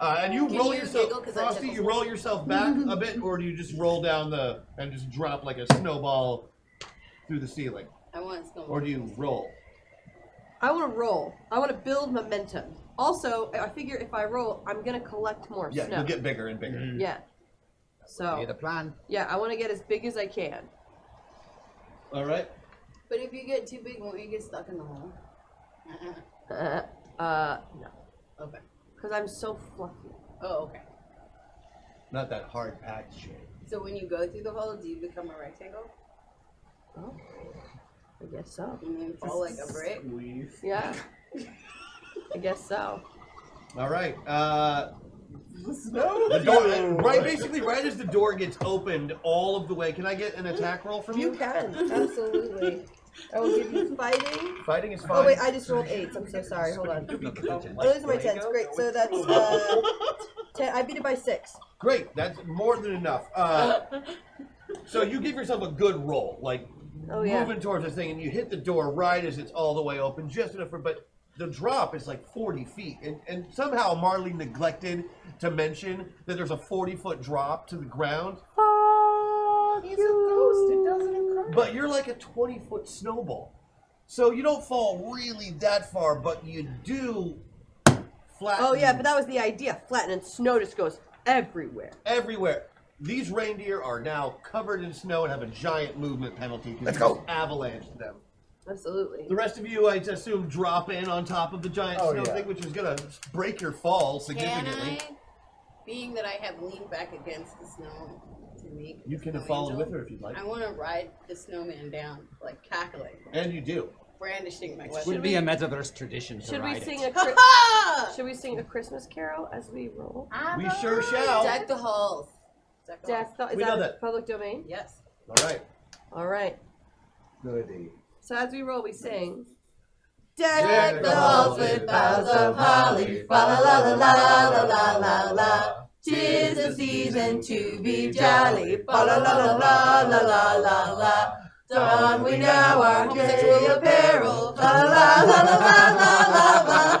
Speaker 2: Uh, and you
Speaker 9: Can
Speaker 2: roll
Speaker 9: you
Speaker 2: yourself,
Speaker 9: giggle 'cause I
Speaker 2: Frosty.
Speaker 9: tickled
Speaker 2: You
Speaker 9: me?
Speaker 2: roll yourself back a bit, or do you just roll down the and just drop like a snowball through the ceiling,
Speaker 9: I want to
Speaker 2: or do you roll?
Speaker 3: I want to roll. I want to build momentum. Also, I I figure if I roll, I'm going to collect more
Speaker 2: Yeah,
Speaker 3: snow.
Speaker 2: you'll get bigger and bigger.
Speaker 3: Yeah. So.
Speaker 2: the plan.
Speaker 3: Yeah, I want to get as big as I can.
Speaker 2: All right.
Speaker 9: But if you get too big, won't you get stuck in the hole? Uh-uh.
Speaker 3: Uh, uh no.
Speaker 9: Okay.
Speaker 3: Because I'm so fluffy.
Speaker 9: Oh, okay.
Speaker 2: Not that hard packed shit.
Speaker 9: So when you go through the hole, do you become a rectangle?
Speaker 3: Oh, I guess so.
Speaker 9: And then fall like a brick?
Speaker 3: Yeah. I guess so.
Speaker 2: All right. Uh,
Speaker 3: The snow?
Speaker 2: the door, right, basically, right as the door gets opened all of the way. Can I get an attack roll from you?
Speaker 3: You can, absolutely. I will give you fighting.
Speaker 2: Fighting is fine.
Speaker 3: Oh, wait, I just rolled eights. I'm so sorry. Hold on. Oh, those are my tens. Great. So that's uh, ten. I beat it by six.
Speaker 2: Great, that's more than enough. Uh, so you give yourself a good roll, like
Speaker 3: Oh, yeah.
Speaker 2: moving towards this thing, and you hit the door right as it's all the way open, just enough for. But the drop is like 40 feet, and, and somehow Marley neglected to mention that there's a 40 foot drop to the ground.
Speaker 10: He's a ghost. It doesn't occur.
Speaker 2: But you're like a 20 foot snowball, so you don't fall really that far, but you do flatten.
Speaker 3: Oh yeah, but that was the idea. Flatten and snow just goes everywhere.
Speaker 2: everywhere. These reindeer are now covered in snow and have a giant movement penalty because
Speaker 3: Let's
Speaker 2: you just avalanched them.
Speaker 3: Absolutely.
Speaker 2: The rest of you, I assume, drop in on top of the giant
Speaker 3: Oh,
Speaker 2: snow
Speaker 3: yeah.
Speaker 2: thing, which is gonna break your fall
Speaker 9: Can
Speaker 2: significantly.
Speaker 9: I, being that I have leaned back against the snow to make,
Speaker 2: You can
Speaker 9: snow
Speaker 2: follow
Speaker 9: angel,
Speaker 2: with her if you'd like,
Speaker 9: I want to ride the snowman down, like cackling,
Speaker 2: and you do.
Speaker 9: brandishing my
Speaker 32: It
Speaker 9: weapon.
Speaker 32: would be a metaverse tradition to
Speaker 3: Should we
Speaker 32: ride
Speaker 3: sing
Speaker 32: it.
Speaker 3: a Chri-
Speaker 9: Ah!
Speaker 3: Should we sing a Christmas carol as we roll?
Speaker 2: We sure shall.
Speaker 9: Deck the halls. Deck the halls.
Speaker 3: Death, is
Speaker 2: We
Speaker 3: that,
Speaker 2: know that.
Speaker 3: public domain?
Speaker 9: Yes.
Speaker 2: All right.
Speaker 3: All right.
Speaker 31: Goody.
Speaker 3: So as we roll, we sing.
Speaker 10: Deck the halls with boughs of holly, fa la la la la la la la la. Tis the season to be jolly, fa la la la la la la la la. Don we now our gay apparel, fa la la la la la la la la.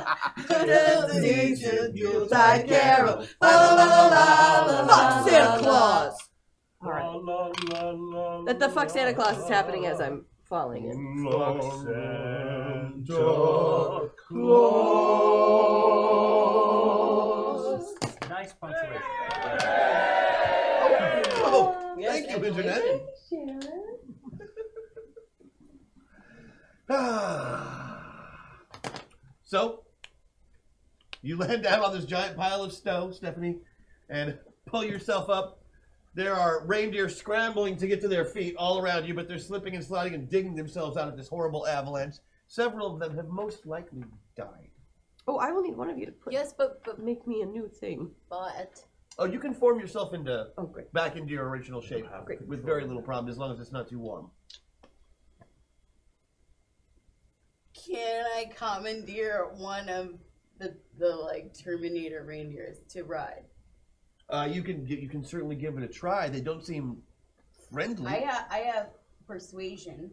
Speaker 10: Tis the season Yuletide carol, fa la la la la la la la.
Speaker 3: Fuck Santa Claus! All right. That the fuck Santa Claus is happening as I'm falling in.
Speaker 10: Santa Claus.
Speaker 8: Nice punctuation.
Speaker 2: Oh, thank you, internet. so, you land down on this giant pile of snow, Stephanie, and pull yourself up. There are reindeer scrambling to get to their feet all around you, but they're slipping and sliding and digging themselves out of this horrible avalanche. Several of them have most likely died.
Speaker 3: Oh, I will need one of you to put. Yes, but but make me a new thing.
Speaker 9: But
Speaker 2: Oh, you can form yourself into
Speaker 3: Oh,
Speaker 2: back into your original shape with very little problem, as long as it's not too warm.
Speaker 9: Can I commandeer one of the the like Terminator reindeers to ride?
Speaker 2: Uh, you can you can certainly give it a try. They don't seem friendly.
Speaker 10: Hmm?
Speaker 9: I have I have persuasion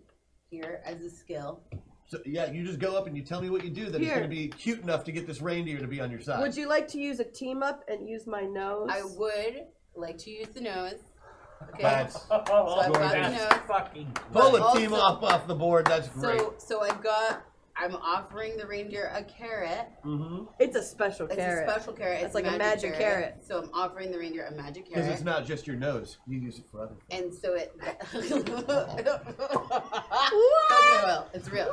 Speaker 9: here as a skill.
Speaker 2: So yeah, you just go up and you tell me what you do. That it's
Speaker 3: Here.
Speaker 2: going to be cute enough to get this reindeer to be on your side.
Speaker 3: Would you like to use a team up and use my nose?
Speaker 9: I would like to use the nose. Okay.
Speaker 2: That's
Speaker 9: so I've got the
Speaker 2: gorgeous.
Speaker 9: nose.
Speaker 6: Fucking
Speaker 2: Pull a
Speaker 9: But
Speaker 2: team
Speaker 9: also-
Speaker 2: up off the board. That's great.
Speaker 9: So so I've got I'm offering the reindeer a carrot.
Speaker 2: mm-hmm.
Speaker 3: It's a special
Speaker 9: It's
Speaker 3: carrot.
Speaker 9: a special carrot.
Speaker 3: It's like a magic carrot.
Speaker 9: So I'm offering the reindeer a magic
Speaker 2: Because
Speaker 9: carrot.
Speaker 2: it's not just your nose. You use it for other things.
Speaker 9: And so it. Coconut oil. It's real.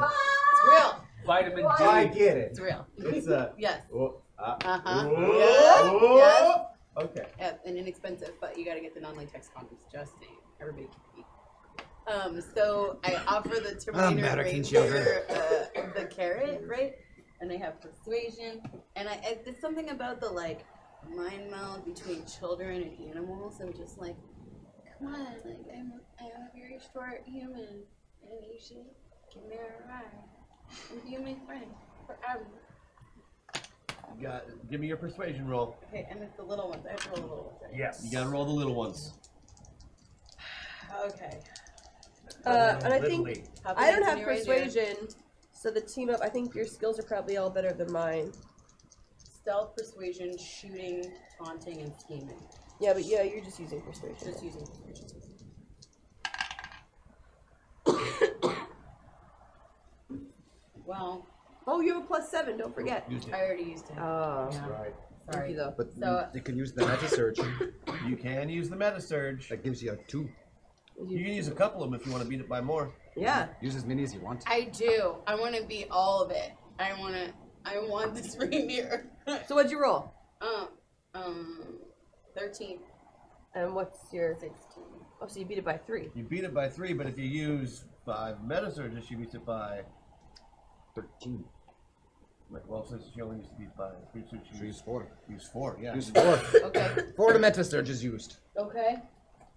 Speaker 9: It's real.
Speaker 6: Vitamin
Speaker 9: What?
Speaker 6: D.
Speaker 10: I get it.
Speaker 9: It's real.
Speaker 10: It's a.
Speaker 9: Yes.
Speaker 10: Oh, uh,
Speaker 9: Uh-huh.
Speaker 2: Oh.
Speaker 10: whoa,
Speaker 9: Yes,
Speaker 10: whoa.
Speaker 9: yes.
Speaker 10: Okay.
Speaker 9: Yep, and inexpensive, but you got to get the non-latex condoms. Just saying, everybody can eat. Um, so I offer the Terminator
Speaker 33: American
Speaker 9: Ranger
Speaker 33: children.
Speaker 9: uh, the carrot, right? And I have persuasion, and I, I there's something about the like mind meld between children and animals. I'm just like, come on, like I'm I'm a very short human, and you should give me a ride and be my friend forever.
Speaker 2: You got, give me your persuasion roll.
Speaker 9: Okay, and it's the little ones. I have to roll the little ones. right?
Speaker 2: Yes. You got to roll the little ones.
Speaker 9: Okay.
Speaker 3: Uh, and I think
Speaker 9: Hop
Speaker 3: I don't
Speaker 9: into
Speaker 3: have
Speaker 9: new reindeer.
Speaker 3: persuasion, so the team up. I think your skills are probably all better than mine.
Speaker 9: Stealth, persuasion, shooting, taunting, and scheming.
Speaker 3: Yeah, but yeah, you're just using persuasion.
Speaker 9: Just using persuasion. well.
Speaker 3: Oh, you have a plus seven. Don't forget.
Speaker 2: Used it.
Speaker 9: I already used it.
Speaker 3: Oh,
Speaker 9: Yeah.
Speaker 10: right.
Speaker 9: Sorry.
Speaker 7: But
Speaker 9: so
Speaker 7: you can use the meta surge.
Speaker 2: You can use the meta surge.
Speaker 7: That gives you a two.
Speaker 2: You can use a couple of them if you want to beat it by more.
Speaker 3: Yeah.
Speaker 7: Use as many as you want.
Speaker 9: I do. I want to be all of it. I want to. I want this reindeer.
Speaker 3: So what'd you roll?
Speaker 9: Um, um, thirteen.
Speaker 3: And what's your sixteen? Oh, so you beat it by three.
Speaker 2: You beat it by three, but if you use five meta surges, she beats it by
Speaker 7: thirteen.
Speaker 2: Like, well, since she only used to beat by three, so she,
Speaker 7: used four.
Speaker 2: Use four, yeah.
Speaker 7: Use four.
Speaker 9: okay.
Speaker 7: Four to meta surge is used.
Speaker 9: Okay.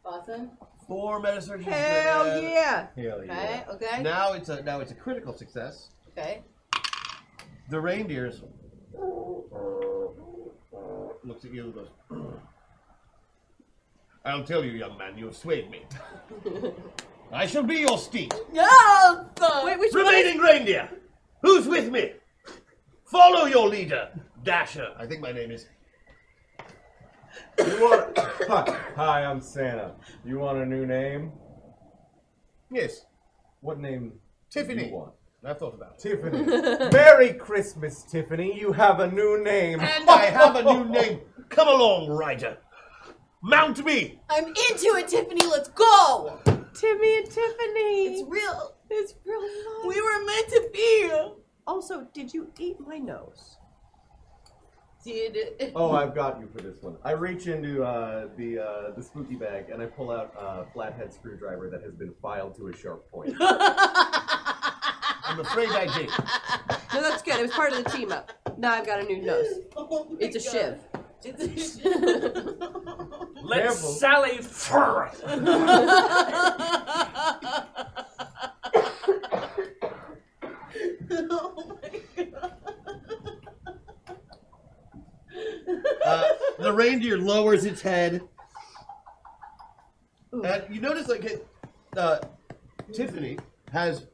Speaker 9: Awesome.
Speaker 2: Four meta surges.
Speaker 9: Hell
Speaker 2: uh,
Speaker 9: yeah.
Speaker 2: Hell
Speaker 9: Okay,
Speaker 2: yeah.
Speaker 9: okay.
Speaker 2: Now it's a now it's a critical success.
Speaker 9: Okay.
Speaker 2: The reindeers looks at you and goes, "I'll tell you, young man, you have swayed me. I shall be your steed.
Speaker 9: No. Wait,
Speaker 3: which
Speaker 2: Remaining reindeer, who's with me? Follow your leader, Dasher. I think my name is.
Speaker 10: You want? hi, hi, I'm Santa. You want a new name?
Speaker 2: Yes.
Speaker 10: What name?
Speaker 2: Tiffany.
Speaker 10: Do you want?
Speaker 2: I've thought about it.
Speaker 10: Tiffany. Merry Christmas, Tiffany. You have a new name.
Speaker 2: And I have a new name. Come along, rider. Mount me.
Speaker 9: I'm into it, Tiffany. Let's go.
Speaker 3: Timmy and Tiffany.
Speaker 9: It's real.
Speaker 3: It's real life.
Speaker 9: We were meant to be.
Speaker 3: Also, did you eat my nose?
Speaker 9: Did
Speaker 10: Oh, I've got you for this one. I reach into uh, the uh, the spooky bag and I pull out a flathead screwdriver that has been filed to a sharp point.
Speaker 2: I'm afraid I did.
Speaker 3: No, that's good. It was part of the team up. Now I've got a new nose. it's a shiv.
Speaker 9: It's a shiv.
Speaker 8: Let's
Speaker 6: Careful.
Speaker 8: sally forth.
Speaker 3: Oh
Speaker 2: Uh, the reindeer lowers its head. And you notice, like, it- uh, Tiffany has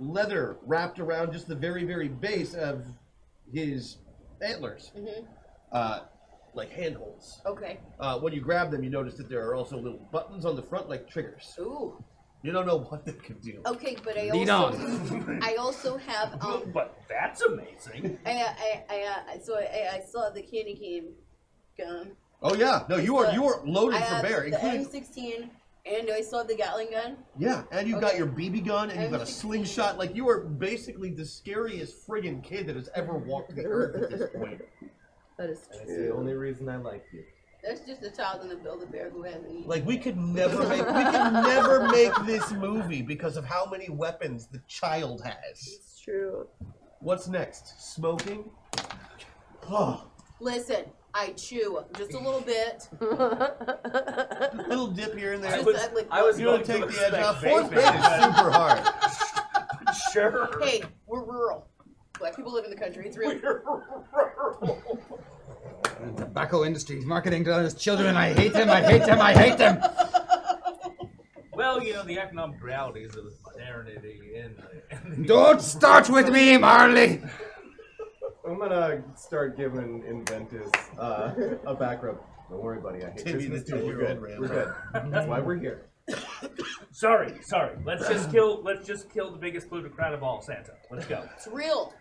Speaker 2: leather wrapped around just the very, very base of his antlers,
Speaker 9: Mhm.
Speaker 2: uh, like handholds.
Speaker 9: Okay.
Speaker 2: Uh, when you grab them, you notice that there are also little buttons on the front, like triggers.
Speaker 9: Ooh.
Speaker 2: You don't know what they can do.
Speaker 9: Okay, but I
Speaker 2: Lead
Speaker 9: also
Speaker 2: on.
Speaker 9: I also have um
Speaker 8: but that's amazing.
Speaker 9: I I, I, uh so I, I still have the candy cane gun.
Speaker 2: Oh yeah, no, you are you are
Speaker 9: I
Speaker 2: loaded for
Speaker 9: have
Speaker 2: bear,
Speaker 9: the
Speaker 2: including
Speaker 9: M16, and do I still have the Gatling gun?
Speaker 2: yeah, and you've got
Speaker 9: Okay.
Speaker 2: your BB gun, and you've got a
Speaker 9: I'm-
Speaker 2: slingshot. Like you are basically the scariest friggin' kid that has ever walked the earth at this point.
Speaker 3: That is
Speaker 10: That's the only reason I like you.
Speaker 9: That's just a child in the Build-A-Bear who hasn't eaten.
Speaker 2: Like we could never make we could never make this movie because of how many weapons the child has. It's
Speaker 3: true.
Speaker 2: What's next? Smoking? Oh,
Speaker 9: Listen, I chew just a little bit.
Speaker 2: little dip here and there.
Speaker 9: I was- Just, uh, like, I was
Speaker 2: you don't
Speaker 9: going
Speaker 2: take
Speaker 9: to
Speaker 2: the edge
Speaker 9: expect
Speaker 2: off. Fourth
Speaker 9: vaping,
Speaker 2: grade is
Speaker 9: but-
Speaker 2: super hard.
Speaker 8: Sure.
Speaker 9: hey, we're rural. Black people live in the country. It's real.
Speaker 7: Tobacco Industries marketing to his children. I hate them. I hate them. I hate them.
Speaker 8: Well, you know the economic realities of modernity and.
Speaker 7: Don't start with me, Marley.
Speaker 10: I'm gonna start giving Inventus uh, a back rub. Don't worry, buddy. I hate
Speaker 2: Timmy,
Speaker 10: Christmas
Speaker 2: the
Speaker 10: too. We're good.
Speaker 2: ten-year-old
Speaker 10: We're good. That's why we're here.
Speaker 8: sorry, sorry. Let's just kill. Let's just kill the biggest plutocrat of all, Santa. Let's go.
Speaker 9: It's real.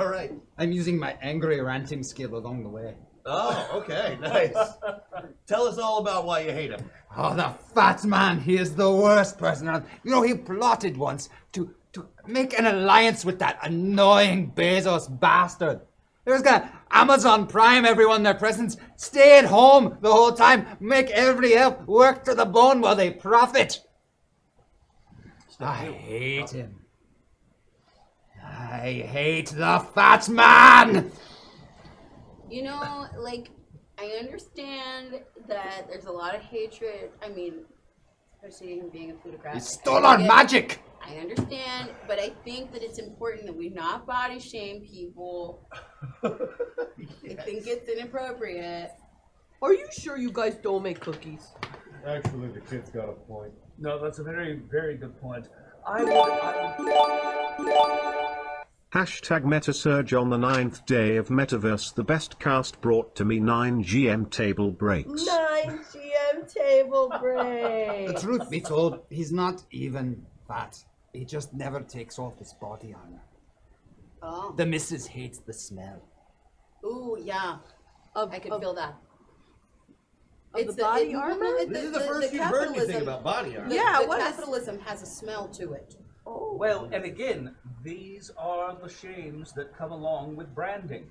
Speaker 2: All right.
Speaker 7: I'm using my angry ranting skill along the way.
Speaker 2: Oh, okay, nice. Tell us all about why you hate him.
Speaker 7: Oh, the fat man, he is the worst person. on- You know, he plotted once to, to make an alliance with that annoying Bezos bastard. He was gonna Amazon Prime everyone their presents, stay at home the whole time, make every elf work to the bone while they profit. I hate him. I hate the fat man!
Speaker 9: You know, like I understand that there's a lot of hatred. I mean, especially him being a plutocrat.
Speaker 7: He stole
Speaker 9: I
Speaker 7: our
Speaker 9: get-
Speaker 7: magic!
Speaker 9: I understand, but I think that it's important that we not body shame people. I think it's inappropriate.
Speaker 3: Are you sure you guys don't make cookies?
Speaker 10: Actually, the kid's got a point.
Speaker 8: No, that's a very, very good point. I would. I would...
Speaker 34: Hashtag MetaSurge on the ninth day of Metaverse, the best cast brought to me 9 GM table breaks.
Speaker 35: Nine GM table break.
Speaker 7: The truth be told, he's not even fat. He just never takes off his body armor.
Speaker 9: Oh.
Speaker 7: The missus hates the smell.
Speaker 9: Ooh, yeah. I could feel that.
Speaker 3: of the body
Speaker 9: well,
Speaker 3: armor?
Speaker 9: no, it-
Speaker 3: This is the first you've heard me think
Speaker 9: capitalism-
Speaker 2: about body armor.
Speaker 9: the-
Speaker 3: Yeah,
Speaker 9: the
Speaker 3: what is-
Speaker 9: capitalism has a smell to it.
Speaker 8: Well, and again, these are the shames that come along with branding.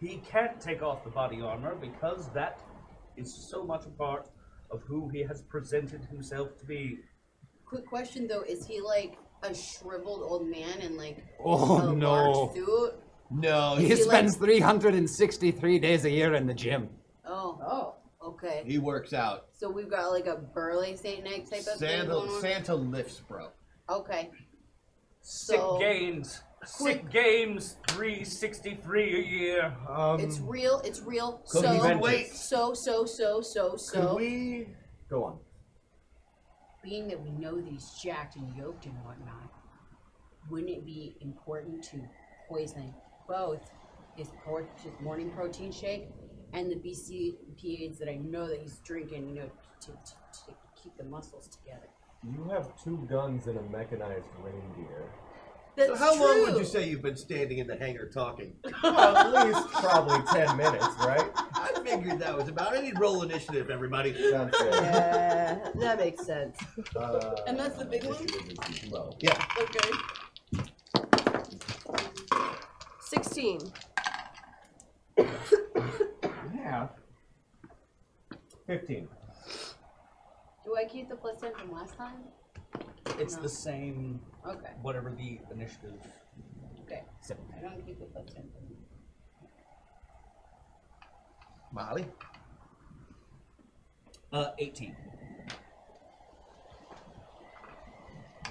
Speaker 8: He can't take off the body armor because that is so much a part of who he has presented himself to be.
Speaker 9: Quick question though: Is he like a shriveled old man in like
Speaker 7: Oh,
Speaker 9: a
Speaker 7: no.
Speaker 9: large suit?
Speaker 2: No,
Speaker 7: he
Speaker 9: Is he
Speaker 7: spends
Speaker 9: like-
Speaker 7: 363 days a year in the gym.
Speaker 9: Oh, oh, okay.
Speaker 2: He works out.
Speaker 9: So we've got like a burly Saint Nick type of thing
Speaker 2: Santa
Speaker 9: going on.
Speaker 2: Santa lifts, bro.
Speaker 9: Okay.
Speaker 8: Sick
Speaker 9: So-
Speaker 8: games. Sick games 363 a year. Um,
Speaker 9: It's real. It's real.
Speaker 8: Could we
Speaker 9: So,
Speaker 8: vent it?
Speaker 9: so, so, so, so, so.
Speaker 10: Could we go on?
Speaker 9: Being that we know that he's jacked and yoked and whatnot, wouldn't it be important to poison both his por- his morning protein shake and the BCPAs that I know that he's drinking, you know, to, to, to keep the muscles together?
Speaker 10: You have two guns and a mechanized reindeer.
Speaker 2: so how long would you say you've been standing in the hangar talking?
Speaker 10: Well, at least probably 10 minutes, right?
Speaker 2: I figured that was about. I need roll initiative, everybody. Sounds
Speaker 10: good.
Speaker 3: Yeah, that makes sense.
Speaker 9: and that's the big one.
Speaker 2: Uh, Yeah.
Speaker 9: Okay.
Speaker 3: Sixteen.
Speaker 10: Yeah. 15.
Speaker 9: Do I keep the plus ten from last time?
Speaker 8: It's
Speaker 9: No.
Speaker 8: the same,
Speaker 9: Okay.
Speaker 8: whatever the initiative.
Speaker 9: Okay.
Speaker 8: Seven.
Speaker 9: I don't keep the plus ten from.
Speaker 2: Molly?
Speaker 8: Uh, 18.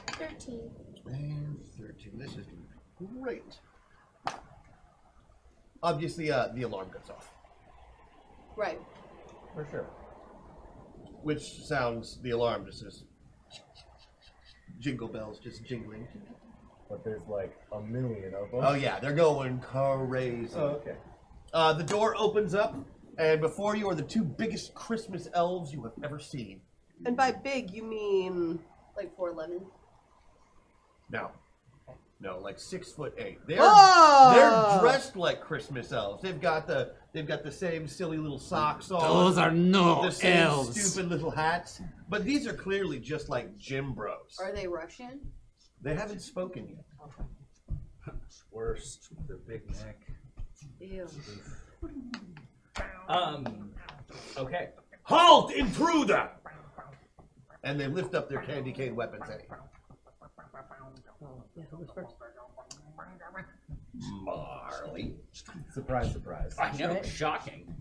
Speaker 6: 13.
Speaker 2: And 13. This is gonna be great. Obviously, uh, the alarm goes off,
Speaker 9: Right.
Speaker 10: For sure.
Speaker 2: which sounds the alarm just says jingle bells just jingling.
Speaker 10: But there's like a million of them.
Speaker 2: Oh yeah, they're going crazy.
Speaker 10: Oh, okay.
Speaker 2: Uh, the door opens up, and before you are the two biggest Christmas elves you have ever seen.
Speaker 3: And by big, you mean
Speaker 9: like four eleven.
Speaker 2: No. No, like six foot eight. They're
Speaker 3: Oh!
Speaker 7: Ah!
Speaker 2: they're dressed like Christmas elves. They've got the they've got the same silly little socks on.
Speaker 7: Those are no
Speaker 2: the same
Speaker 7: elves.
Speaker 2: Stupid little hats. But these are clearly just like gym bros.
Speaker 9: Are they Russian?
Speaker 2: They haven't spoken yet.
Speaker 8: Worst. The Big Mac.
Speaker 9: Ew.
Speaker 8: Um. Okay.
Speaker 2: Halt, intruder! And they lift up their candy cane weapons at you.
Speaker 3: Yeah, who was first?
Speaker 8: Marley.
Speaker 10: Surprise, surprise.
Speaker 8: I know, shocking.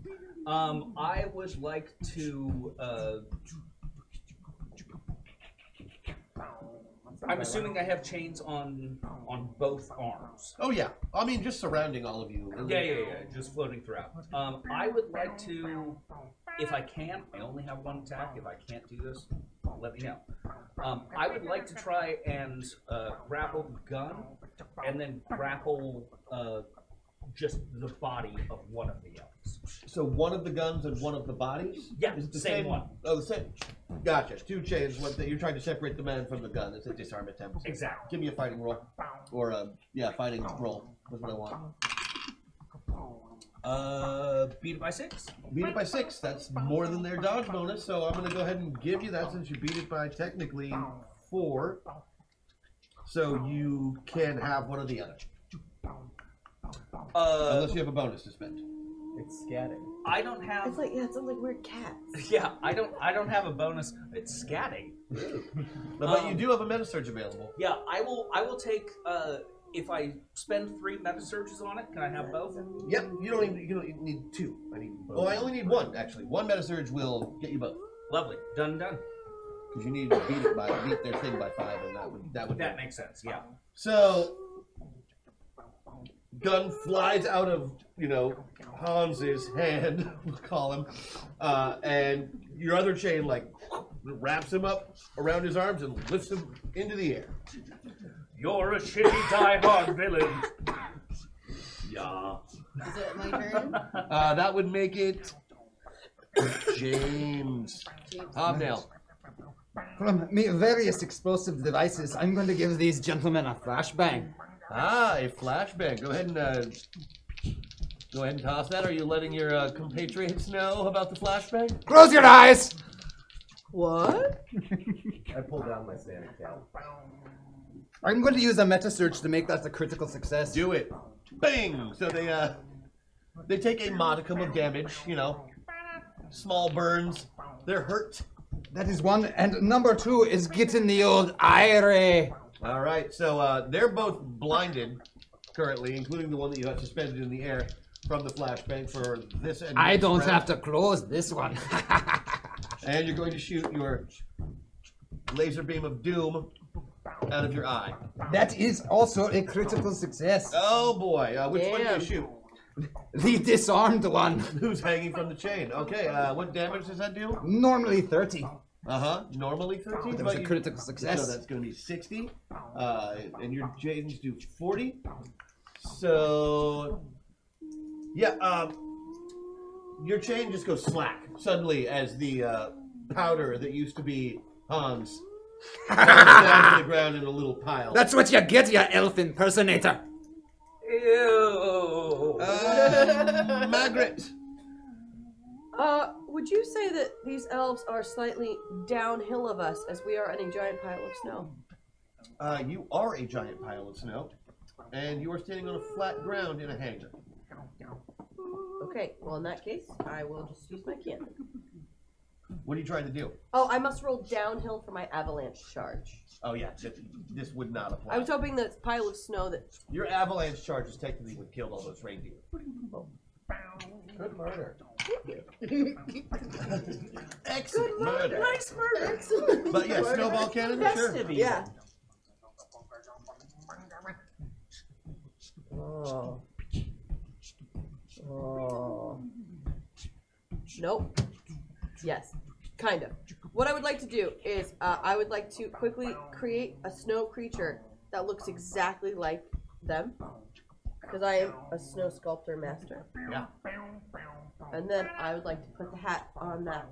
Speaker 8: Um, I would like to. Uh, I'm assuming I have chains on on both arms.
Speaker 2: Oh yeah, I mean just surrounding all of you.
Speaker 8: Yeah, yeah, yeah. Just floating throughout. Um, I would like to, if I can, I only have one attack. If I can't do this, let me know. Um, I would like to try and uh, grapple the gun, and then grapple uh, just the body of one of the elves.
Speaker 2: So one of the guns and one of the bodies.
Speaker 8: Yeah,
Speaker 2: Is it the
Speaker 8: same one.
Speaker 2: Oh, the same. Gotcha. Two chains. One thing. You're trying to separate the man from the gun. It's a disarm attempt.
Speaker 8: Exactly.
Speaker 2: Give me a fighting roll, or a yeah, fighting roll. That's what I want.
Speaker 8: Uh, beat it by six.
Speaker 2: Beat it by six. That's more than their dodge bonus. So I'm going to go ahead and give you that since you beat it by technically four. So you can have one or the other,
Speaker 8: Uh,
Speaker 2: unless you have a bonus to spend.
Speaker 10: It's scatting.
Speaker 8: I don't have.
Speaker 3: It's like yeah, it sounds like weird cats.
Speaker 8: yeah, I don't. I don't have a bonus. It's scatting.
Speaker 2: But
Speaker 8: Um,
Speaker 2: you do have a meta surge available.
Speaker 8: Yeah, I will. I will take. Uh, if I spend three meta surges on it, can I have both?
Speaker 2: Yep. You don't even you don't even need two. I need. Oh, I only need one actually. One meta surge will get you both.
Speaker 8: Lovely. Done. Done.
Speaker 2: Because you need to beat it by beat their thing by five, and that would that would
Speaker 8: That makes sense. Yeah.
Speaker 2: So, gun flies out of you know Hans's hand, we'll call him, uh, and your other chain like wraps him up around his arms and lifts him into the air.
Speaker 36: You're a shitty die-hard villain. Yeah.
Speaker 9: Is it my turn?
Speaker 2: Uh, that would make it James Hobnail.
Speaker 7: From me various explosive devices, I'm going to give these gentlemen a flashbang.
Speaker 2: Ah, a flashbang. Go ahead and uh, go ahead and toss that. Are you letting your uh, compatriots know about the flashbang?
Speaker 7: Close your eyes!
Speaker 3: What?
Speaker 10: I pulled down my sanity count.
Speaker 7: I'm going to use a meta search to make that a critical success.
Speaker 2: Do it. Bing! So they uh they take a modicum of damage, you know. Small burns. They're hurt.
Speaker 7: That is one, and number two is getting the old IRA.
Speaker 2: All right, so uh, they're both blinded currently, including the one that you have suspended in the air from the flashbang for this. And
Speaker 7: I
Speaker 2: next
Speaker 7: don't
Speaker 2: round.
Speaker 7: have to close this one.
Speaker 2: And you're going to shoot your laser beam of doom out of your eye.
Speaker 7: that is also a critical success.
Speaker 2: Oh boy, uh, which one
Speaker 7: Damn.
Speaker 2: do you shoot?
Speaker 7: The disarmed one.
Speaker 2: Who's hanging from the chain? Okay, uh, what damage does that do?
Speaker 7: Normally 30.
Speaker 2: Uh huh. Normally
Speaker 10: Oh,
Speaker 2: 13.
Speaker 7: That was
Speaker 2: but
Speaker 7: a
Speaker 2: you-
Speaker 7: critical success.
Speaker 2: So that's going to be 60. Uh, and your James do 40. So, yeah. Um, your chain just goes slack suddenly as the uh, powder that used to be Hans falls down to the ground in a little pile.
Speaker 7: That's what you get, you elf impersonator.
Speaker 36: Ew.
Speaker 2: Uh, Margaret.
Speaker 3: Uh, would you say that these elves are slightly downhill of us as we are in a giant pile of snow?
Speaker 2: Uh, you are a giant pile of snow, and you are standing on a flat ground in a hangar.
Speaker 3: Okay, well in that case, I will just use my cannon.
Speaker 2: What are you trying to do?
Speaker 3: Oh, I must roll downhill for my avalanche charge.
Speaker 2: Oh, yeah, this, this would not apply.
Speaker 3: I was hoping that pile of snow that
Speaker 2: Your avalanche charges technically would have killed all those reindeer. Good murder. Excellent murder.
Speaker 3: Nice murder.
Speaker 2: But yeah, snowball cannon, sure.
Speaker 3: Festive Yeah.
Speaker 2: Oh.
Speaker 3: Oh. Nope. Yes, kind of. What I would like to do is uh, I would like to quickly create a snow creature that looks exactly like them, because I am a snow sculptor master.
Speaker 2: Yeah.
Speaker 3: And then I would like to put the hat on that,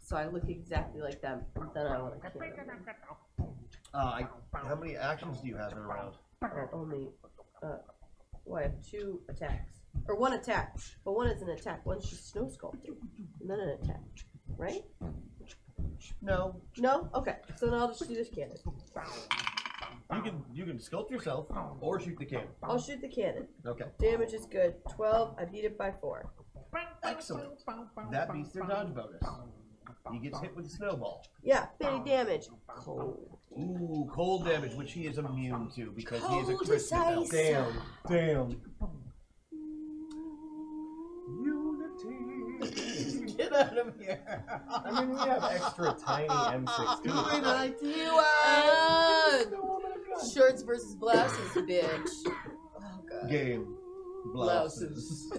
Speaker 3: so I look exactly like them. And then I want to kill them.
Speaker 2: Uh, I, how many actions do you have in a round?
Speaker 3: Or only, uh, well, I have two attacks or one attack, but one is an attack. One's just snow sculpting, and then an attack, right?
Speaker 2: No.
Speaker 3: No. Okay. So then I'll just do this cannon.
Speaker 2: You can you can sculpt yourself or shoot the cannon.
Speaker 3: I'll shoot the cannon.
Speaker 2: Okay.
Speaker 3: Damage is good. 12. I beat it by 4.
Speaker 2: I Excellent. That beats their dodge bonus. He gets hit with a snowball.
Speaker 3: Yeah, big damage.
Speaker 2: Cold. Ooh, cold damage, which he is immune to because he is a
Speaker 3: Cold as
Speaker 2: Christian. elf.
Speaker 3: ice. Damn,
Speaker 10: damn.
Speaker 2: Get out of here. I mean, we have
Speaker 10: extra tiny M6 too.
Speaker 9: You are shirts versus blouses, bitch.
Speaker 2: Game. Blouses.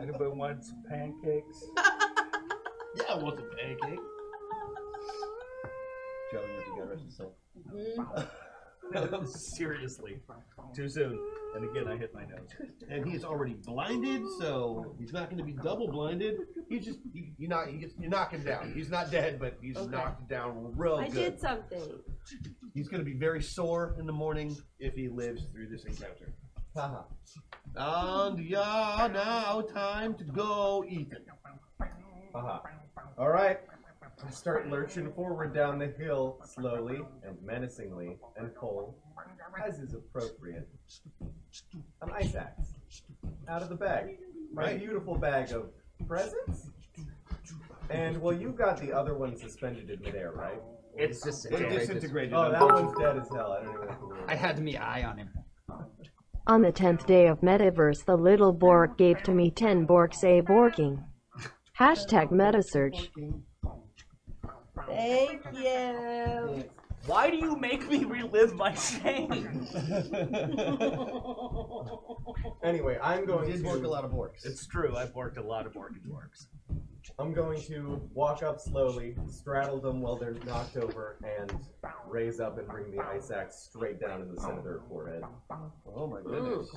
Speaker 13: Anybody want some pancakes?
Speaker 2: yeah, I want some pancakes. Joe, you got rest yourself.
Speaker 20: Mm-hmm.
Speaker 4: No, seriously. Too soon. And again, I hit my nose.
Speaker 2: And he is already blinded, so he's not going to be double blinded. He's just you, you knock you, just, you knock him down. He's not dead, but he's
Speaker 3: Okay.
Speaker 2: knocked down real
Speaker 3: I
Speaker 2: good.
Speaker 3: did something.
Speaker 2: He's going to be very sore in the morning if he lives through this encounter. And yeah, now time to go, Ethan.
Speaker 10: Uh-huh. All right. I start lurching forward down the hill slowly and menacingly, and Cole, as is appropriate, an ice axe out of the bag. My
Speaker 2: Right.
Speaker 10: beautiful bag of presents. And well, you got the other one suspended in midair, right?
Speaker 28: It's disintegrated.
Speaker 10: It disintegrated. Oh, that one's dead as hell. I don't even. Have to worry.
Speaker 28: I had me eye on him.
Speaker 12: On the tenth day of Metaverse, the little Borg gave to me ten Borg say Borking. Hashtag MetaSearch.
Speaker 3: Thank you.
Speaker 13: Why do you make me relive my shame?
Speaker 10: Anyway, I'm going
Speaker 2: Did
Speaker 10: to
Speaker 2: work a lot of orcs.
Speaker 4: It's true. I've worked a lot of orchid orcs.
Speaker 10: I'm going to walk up slowly, straddle them while they're knocked over, and raise up and bring the ice axe straight down in the center of their forehead.
Speaker 2: Oh my goodness.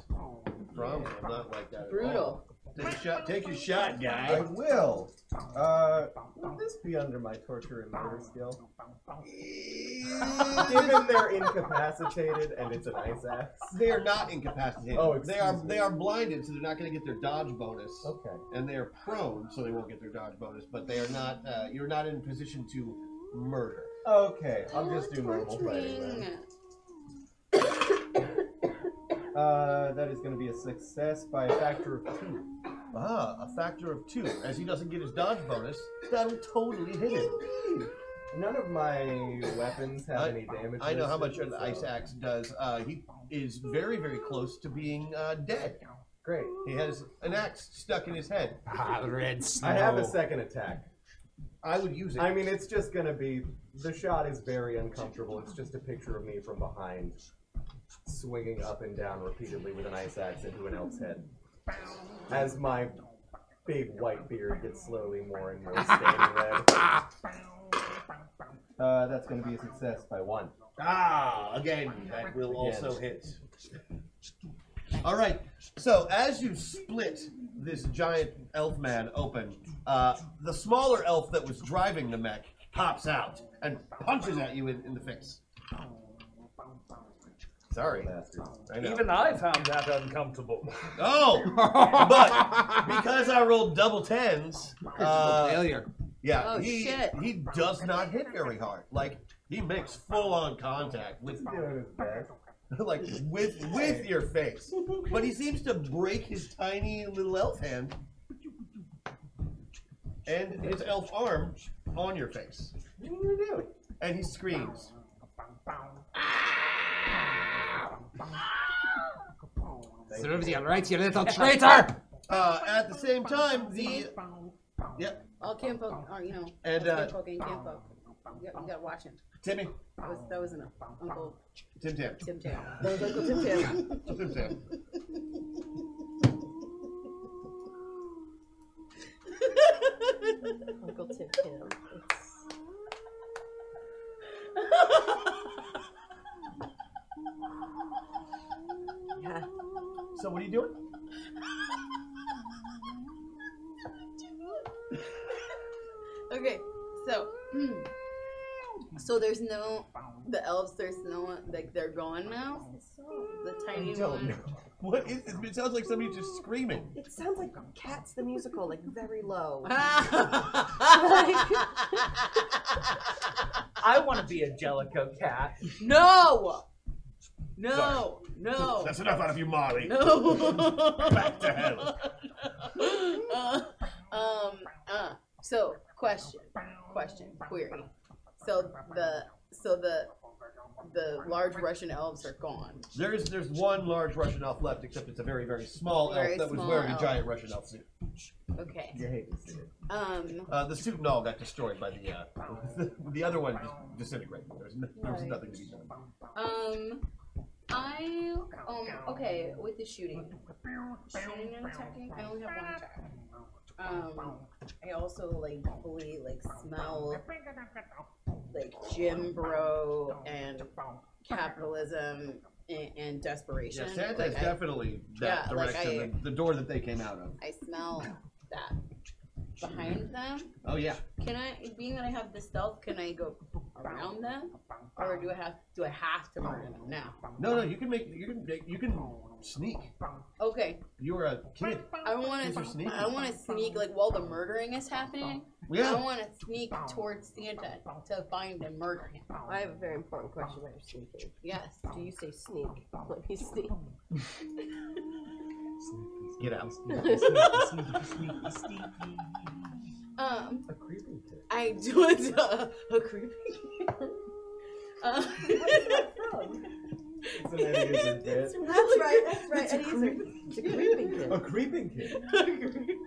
Speaker 2: Promise, I'm not like that. at
Speaker 10: Brutal.
Speaker 2: all. Take a shot. Take your shot, guy.
Speaker 10: I will. Uh, will this be under my torture and murder skill? Given they're incapacitated and it's an ice axe.
Speaker 2: They are not incapacitated.
Speaker 10: Oh,
Speaker 2: they are
Speaker 10: excuse me.
Speaker 2: they are blinded, so they're not going to get their dodge bonus.
Speaker 10: Okay.
Speaker 2: And they are prone, so they won't get their dodge bonus. But they are not. Uh, you're not in position to murder.
Speaker 10: Okay, I'll just do normal fighting then. Uh, that is going to be a success by a factor of two.
Speaker 2: Ah, a factor of two. As he doesn't get his dodge bonus, that'll totally hit him.
Speaker 10: None of my weapons have
Speaker 2: I-
Speaker 10: any damage.
Speaker 2: I know how much
Speaker 10: resistance,
Speaker 2: an ice
Speaker 10: so-
Speaker 2: axe does. Uh, he is very, very close to being uh, dead.
Speaker 10: Great.
Speaker 2: He has an axe stuck in his head.
Speaker 10: Ah, red I have a snow. second attack.
Speaker 2: I would use it.
Speaker 10: I mean, it's just gonna be. The shot is very uncomfortable. It's just a picture of me from behind, swinging up and down repeatedly with an ice axe into an elf's head, as my big white beard gets slowly more and more staying red. Uh, that's gonna be a success by one.
Speaker 2: Ah, again, that will
Speaker 10: Again.
Speaker 2: also hit. All right. So as you split this giant elf man open, uh, the smaller elf that was driving the mech pops out and punches at you in, in the face. Sorry. I know.
Speaker 4: Even I found that uncomfortable.
Speaker 2: Oh, but because I rolled double tens, uh,
Speaker 4: failure.
Speaker 2: Yeah,
Speaker 4: Oh,
Speaker 2: he
Speaker 4: shit.
Speaker 2: he does not hit very hard. Like he makes full on contact with like with with your face, but he seems to break his tiny little elf hand and his elf arm on your face. And he screams.
Speaker 28: Serves you right, you little traitor!
Speaker 2: Uh, at the same time, the yep,
Speaker 20: All kinfolk, or, you know,
Speaker 2: And,
Speaker 20: all
Speaker 2: uh,
Speaker 20: kinfolk ain't kinfolk. You got- you gotta watch him.
Speaker 2: Timmy,
Speaker 20: That was, that was enough. Uncle
Speaker 2: Tim Tam,
Speaker 20: Tim Tam. That was Uncle Tim Tam.
Speaker 2: Tim Tam.
Speaker 3: Uncle Tim Tam.
Speaker 2: Yeah. So what are you doing?
Speaker 20: Okay, so so there's no the elves. There's no one like they're gone now. The tiny
Speaker 2: I don't
Speaker 20: one.
Speaker 2: know. What is it? It sounds like somebody just screaming.
Speaker 3: It sounds like Cats the musical, like very low.
Speaker 13: I want to be a Jellicoe cat.
Speaker 9: No!
Speaker 37: No, no.
Speaker 2: That's enough out of you, Molly.
Speaker 9: No.
Speaker 2: Back to hell.
Speaker 9: uh, um, uh, so question, question, query. So the so the the large Russian elves are gone.
Speaker 2: There's there's one large Russian elf left, except it's a very very small
Speaker 9: Very
Speaker 2: elf that was
Speaker 9: small
Speaker 2: wearing
Speaker 9: elf.
Speaker 2: a giant Russian elf suit.
Speaker 9: Okay.
Speaker 2: You hate to see it.
Speaker 9: Um.
Speaker 2: Uh, the suit and all got destroyed by the uh, the, other one just disintegrated. There's no, there was
Speaker 9: Right.
Speaker 2: nothing to be done.
Speaker 9: Um. I um okay with the shooting. Shooting and attacking. I only have one attack. Um. I also like fully like smell like Jim Bro and capitalism and, and desperation.
Speaker 2: Yeah, Santa's
Speaker 9: Like, I-
Speaker 2: definitely that
Speaker 9: yeah, like,
Speaker 2: direction,
Speaker 9: I-
Speaker 2: the, the door that they came out of.
Speaker 9: I smell that behind them.
Speaker 2: Oh yeah.
Speaker 9: Can I, being that I have the stealth, can I go around them, or do I have do I have to murder them now?
Speaker 2: No, no, you can make you can make, you can sneak.
Speaker 9: Okay,
Speaker 2: You were a kid.
Speaker 9: I want
Speaker 2: These are
Speaker 9: to.
Speaker 2: sneaky.
Speaker 9: I want to sneak like while the murdering is happening.
Speaker 2: Yeah.
Speaker 9: I want to sneak towards Santa to find and murder him.
Speaker 3: I have a very important question about your sneaking.
Speaker 9: Yes.
Speaker 3: Do you say sneak? Let me sneak.
Speaker 2: Get out.
Speaker 9: Um,
Speaker 10: A creepy dick.
Speaker 9: I do it. Uh, a creepy. uh,
Speaker 10: It's an Eddie Izzard bit.
Speaker 3: That's right, that's right.
Speaker 9: It's
Speaker 3: Eddie Izzard. It's a creeping kid.
Speaker 10: A creeping kid.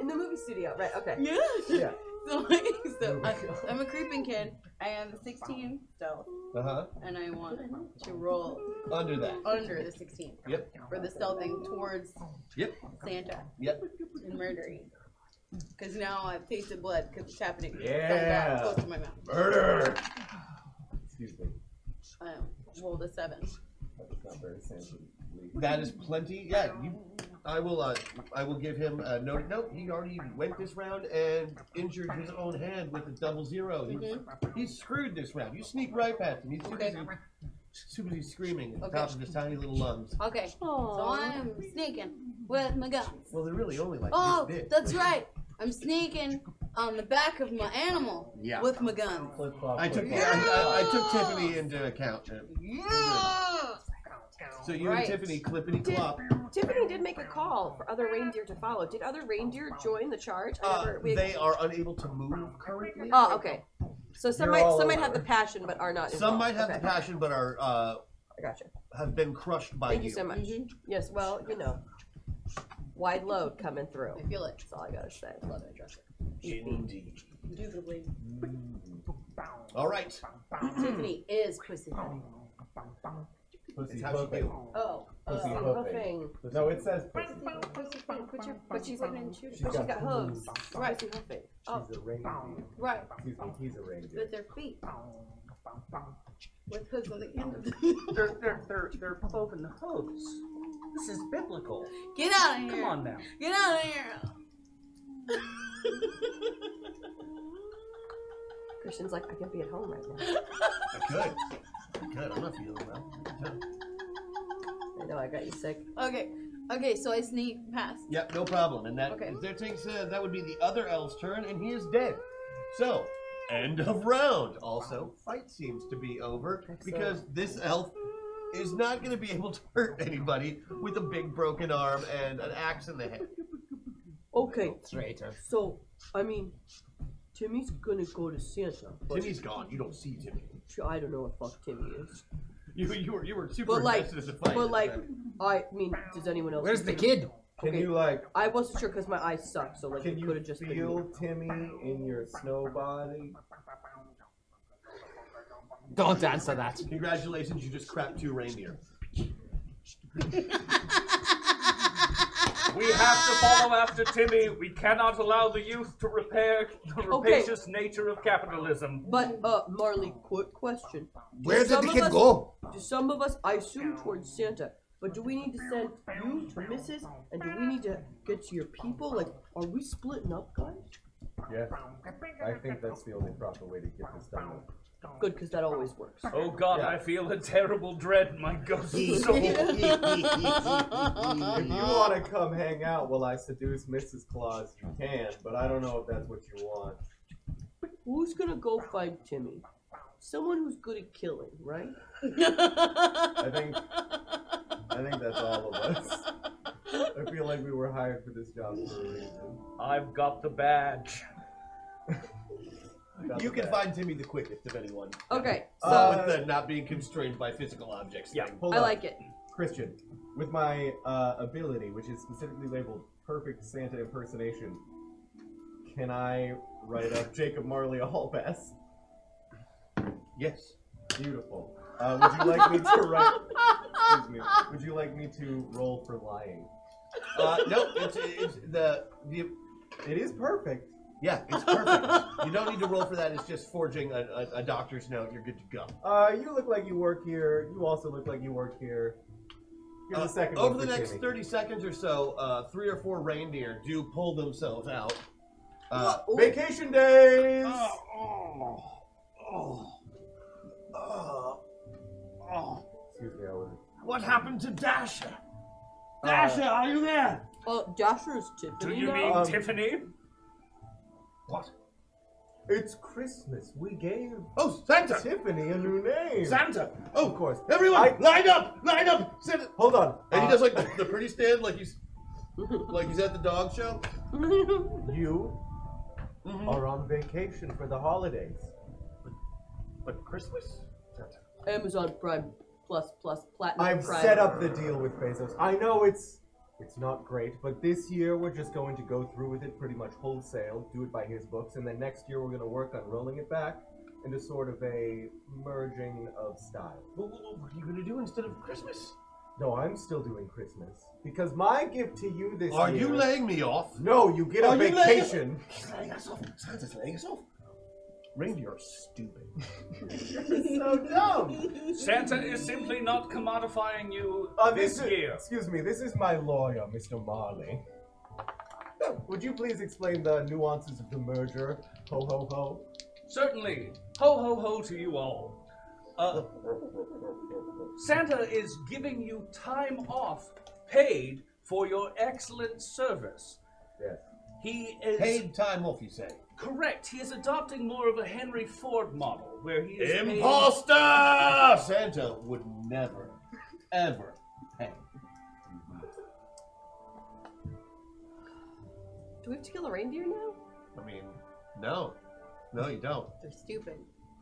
Speaker 3: In the movie studio, right, okay.
Speaker 9: Yeah.
Speaker 10: Yeah.
Speaker 9: So,
Speaker 2: Oh
Speaker 9: so I, I'm a creeping kid. I am 16 stealth,
Speaker 2: Uh
Speaker 10: Uh-huh.
Speaker 2: huh.
Speaker 9: and I want to roll
Speaker 2: Under that.
Speaker 9: under the 16
Speaker 2: Yep.
Speaker 9: for the stealthing towards
Speaker 2: Yep.
Speaker 9: Santa
Speaker 2: Yep.
Speaker 9: and murdering. Because now I've tasted blood because it's happening. It's coming
Speaker 10: Yeah.
Speaker 9: back Close to my mouth.
Speaker 10: Murder. Excuse me.
Speaker 9: I rolled a Um, seven.
Speaker 10: That was not very Santa.
Speaker 2: That is plenty. Yeah, you, I will. Uh, I will give him a note. Nope, he already went this round and injured his own hand with a double zero. He,
Speaker 9: Mm-hmm.
Speaker 2: He's screwed this round. You sneak right past him. He's too busy, too busy screaming at the
Speaker 9: Okay.
Speaker 2: top of his tiny little lungs.
Speaker 9: Okay.
Speaker 38: So I'm sneaking with my guns.
Speaker 2: Well, they're really only like
Speaker 38: Oh,
Speaker 2: this big.
Speaker 38: that's right. I'm sneaking on the back of my animal
Speaker 2: Yeah.
Speaker 38: with my guns.
Speaker 2: I took. I, I, I took Tiffany into account. So you
Speaker 3: Right.
Speaker 2: and Tiffany clippity clop.
Speaker 3: Tiffany did make a call for other reindeer to follow. Did other reindeer join the charge? I
Speaker 2: Uh,
Speaker 3: never- we-
Speaker 2: they are unable to move currently.
Speaker 3: Oh, okay. So some
Speaker 2: You're
Speaker 3: might
Speaker 2: all
Speaker 3: some might
Speaker 2: over.
Speaker 3: have the passion but are not.
Speaker 2: Some
Speaker 3: involved.
Speaker 2: might have
Speaker 3: Okay.
Speaker 2: the passion, but are. Uh,
Speaker 3: I gotcha.
Speaker 2: Have been crushed by
Speaker 3: Thank you so much.
Speaker 2: Mm-hmm.
Speaker 9: Mm-hmm.
Speaker 3: Yes, well, you know, wide load coming through. I
Speaker 9: feel it.
Speaker 3: That's all I gotta say.
Speaker 9: Love it, dress
Speaker 2: Indeed.
Speaker 9: Indubitably.
Speaker 2: All right.
Speaker 9: Tiffany is pussy.
Speaker 3: Oh,
Speaker 2: It's how you do.
Speaker 9: Oh.
Speaker 10: Pussy
Speaker 9: uh,
Speaker 10: hoofing.
Speaker 3: Oh,
Speaker 10: No, it says pussy.
Speaker 3: But she's like in shoes.
Speaker 10: She's
Speaker 3: But she's
Speaker 10: got
Speaker 3: got hooves. Right. She's Oh,
Speaker 10: She's a reindeer.
Speaker 9: right.
Speaker 10: Excuse me, he's a reindeer.
Speaker 9: With their feet. With hooves on the end of them.
Speaker 39: They're they're they're they're cloven hooves. This is biblical.
Speaker 38: Get out of here.
Speaker 39: Come on now.
Speaker 38: Get out of here.
Speaker 3: Christian's like, I can be at home right now.
Speaker 2: I could. I could. I'm not feeling well.
Speaker 3: I know I got you sick.
Speaker 38: Okay. Okay, so I sneak past.
Speaker 2: Yep, no problem. And that
Speaker 38: Okay.
Speaker 2: that takes uh, that would be the other elf's turn, and he is dead. So end of round. Also, fight seems to be over because this elf is not going to be able to hurt anybody with a big broken arm and an axe in the head.
Speaker 7: Okay.
Speaker 2: Traitor.
Speaker 7: So, I mean, Timmy's gonna go to Santa. But
Speaker 2: Timmy's gone. You don't see Timmy.
Speaker 7: I don't know what fuck Timmy is.
Speaker 2: You you were you were super
Speaker 7: But like,
Speaker 2: invested as a fight.
Speaker 7: but like, I mean, does anyone else?
Speaker 10: Where's the kid? Can
Speaker 7: Okay.
Speaker 10: you like?
Speaker 7: I wasn't sure because my eyes suck, so like
Speaker 10: Can
Speaker 7: it
Speaker 10: you
Speaker 7: could have just been.
Speaker 10: feel
Speaker 7: me.
Speaker 10: Timmy in your snow body?
Speaker 2: Don't answer that. Congratulations, you just crapped two reindeer.
Speaker 8: We have to follow after Timmy. We cannot allow the youth to repair the
Speaker 7: Okay.
Speaker 8: rapacious nature of capitalism.
Speaker 7: But uh, Marley, quick question. Do
Speaker 8: Where did
Speaker 7: some
Speaker 8: the
Speaker 7: of
Speaker 8: kid
Speaker 7: us-
Speaker 8: go?
Speaker 7: Do some of us, I assume, towards Santa? But do we need to send you to Mrs. and do we need to get to your people? Like, are we splitting up, guys?
Speaker 10: Yes. I think that's the only proper way to get this done.
Speaker 7: Good, because that always works.
Speaker 8: Oh God, I feel a terrible dread in my ghostly soul.
Speaker 10: if you want to come hang out while I seduce Mrs. Claus, you can, but I don't know if that's what you want.
Speaker 7: Who's gonna go find Timmy?
Speaker 3: Someone who's good at killing, right?
Speaker 10: I think I think that's all of us. I feel like we were hired for this job for a reason.
Speaker 8: I've got the badge.
Speaker 2: You can find Timmy the quickest of anyone.
Speaker 3: Okay,
Speaker 2: uh,
Speaker 10: so-
Speaker 2: with the not being constrained by physical objects. Yeah,
Speaker 10: Hold
Speaker 3: I
Speaker 10: on.
Speaker 3: like it.
Speaker 10: Christian, with my uh, ability, which is specifically labeled perfect Santa impersonation, can I write up Jacob Marley a hall pass?
Speaker 2: Yes.
Speaker 10: Beautiful. Uh, would you like me to write? Excuse me. Would you like me to roll for lying?
Speaker 2: Uh, no, it's, it's the the.
Speaker 10: It is perfect.
Speaker 2: Yeah, it's perfect. you don't need to roll for that. It's just forging a, a, a doctor's note. You're good to go.
Speaker 10: Uh, you look like you work here. You also look like you work here. Here's
Speaker 2: Uh,
Speaker 10: a second
Speaker 2: over
Speaker 10: one
Speaker 2: the
Speaker 10: for
Speaker 2: next
Speaker 10: Jimmy.
Speaker 2: 30 seconds or so, uh, three or four reindeer do pull themselves out. Uh,
Speaker 10: Whoa, ooh. Vacation days!
Speaker 13: Oh,
Speaker 2: Oh.
Speaker 10: Excuse me, I was.
Speaker 13: What happened to Dasher? Dasher,
Speaker 10: Uh,
Speaker 13: are you there?
Speaker 7: Oh,
Speaker 3: Well, Dasher's
Speaker 13: Do
Speaker 3: Tiffany.
Speaker 13: you mean
Speaker 10: Um,
Speaker 13: Tiffany?
Speaker 2: What?
Speaker 10: It's Christmas. We gave
Speaker 2: oh Santa
Speaker 10: Tiffany a new name.
Speaker 13: Santa.
Speaker 2: Oh,
Speaker 10: of course.
Speaker 2: Everyone,
Speaker 10: I-
Speaker 2: line up, line up. Santa.
Speaker 10: Hold on.
Speaker 2: And he
Speaker 10: Uh,
Speaker 2: does like the, the pretty stand, like he's like he's at the dog show.
Speaker 10: You
Speaker 2: Mm-hmm.
Speaker 10: are on vacation for the holidays.
Speaker 2: But Christmas? Santa.
Speaker 3: Amazon Prime Plus Plus Platinum.
Speaker 10: I've
Speaker 3: Prime.
Speaker 10: set up the deal with Bezos. I know it's it's not great, but this year we're just going to go through with it pretty much wholesale, do it by his books, and then next year we're going to work on rolling it back into sort of a merging of styles.
Speaker 2: Well, well, what are you going to do instead of Christmas?
Speaker 10: No, I'm still doing Christmas because my gift to you this
Speaker 2: Are
Speaker 10: year.
Speaker 2: you laying me off?
Speaker 10: No, you get a
Speaker 2: Are you laying-
Speaker 10: vacation.
Speaker 2: He's laying us off. Santa's laying us off. Reindeer are stupid.
Speaker 10: so dumb.
Speaker 8: Santa is simply not commodifying you
Speaker 10: Uh,
Speaker 8: this,
Speaker 10: this, is,
Speaker 8: year.
Speaker 10: Excuse me, this is my lawyer, Mr. Marley. Would you please explain the nuances of the merger? Ho ho ho.
Speaker 8: Certainly. Ho ho ho to you all. Uh, Santa is giving you time off paid for your excellent service.
Speaker 10: Yes.
Speaker 8: He is
Speaker 2: Paid time off, you say?
Speaker 8: correct. He is adopting more of a Henry Ford model where he is paid-
Speaker 2: Imposter! Santa would never, ever pay.
Speaker 3: Do we have to kill a reindeer now?
Speaker 2: I mean, no, no, you don't.
Speaker 20: They're stupid.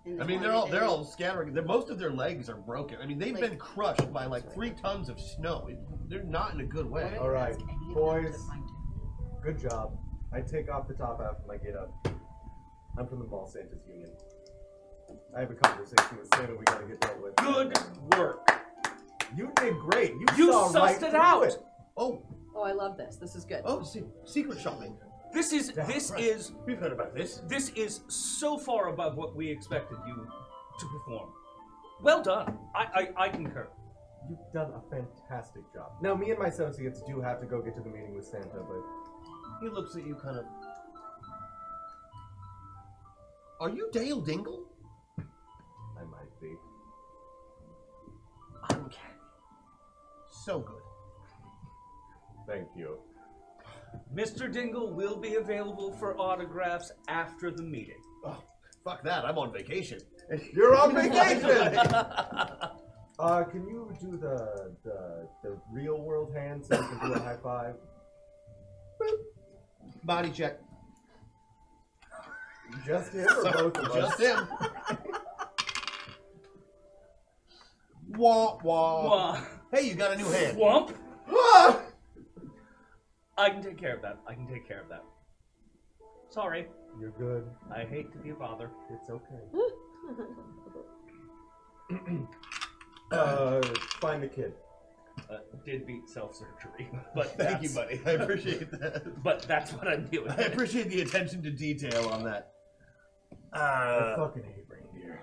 Speaker 2: I mean, they're all they're all scattering. They're, most of their legs are broken. I mean, they've
Speaker 20: Like-
Speaker 2: been crushed by like three tons of snow. It, they're not in a good way.
Speaker 10: All right, boys. Good job. I take off the top half of my get up. I'm from the Mall Santas Union. I have a conversation with Santa we gotta get dealt with.
Speaker 8: Good work.
Speaker 10: You did great. You,
Speaker 8: You
Speaker 10: saw
Speaker 8: sussed
Speaker 10: right
Speaker 8: it
Speaker 10: through
Speaker 8: out.
Speaker 10: It.
Speaker 2: Oh,
Speaker 3: Oh, I love this. This is good.
Speaker 2: oh, se- secret shopping.
Speaker 8: This is this
Speaker 2: right.
Speaker 8: is
Speaker 2: We've heard about this.
Speaker 8: this is so far above what we expected you to perform. Well done. I I, I concur.
Speaker 10: You've done a fantastic job. Now, me and my associates do have to go get to the meeting with Santa, but
Speaker 2: He looks at you kind of. Are you Dale Dingle?
Speaker 10: I might be.
Speaker 2: Uncanny. So good.
Speaker 10: Thank you.
Speaker 8: Mr. Dingle will be available for autographs after the meeting.
Speaker 2: Oh, fuck that. I'm on vacation.
Speaker 10: You're on vacation. uh, can you do the the, the real world hand so we can do a high five?
Speaker 2: Body check.
Speaker 10: Just him or both of us?
Speaker 2: Just him. Wah, wah.
Speaker 8: Wah.
Speaker 2: Hey, you got a new hand.
Speaker 8: Wump.
Speaker 2: Ah!
Speaker 8: I can take care of that. I can take care of that. Sorry.
Speaker 10: You're good.
Speaker 8: I hate to be a bother.
Speaker 10: It's okay. uh, find the kid.
Speaker 8: Uh, did beat self surgery, but
Speaker 2: Thank you,
Speaker 8: that's-
Speaker 2: buddy. I appreciate that.
Speaker 8: But that's what I'm doing.
Speaker 2: I appreciate the attention to detail on that.
Speaker 10: I
Speaker 2: Uh,
Speaker 10: fucking hate reindeer.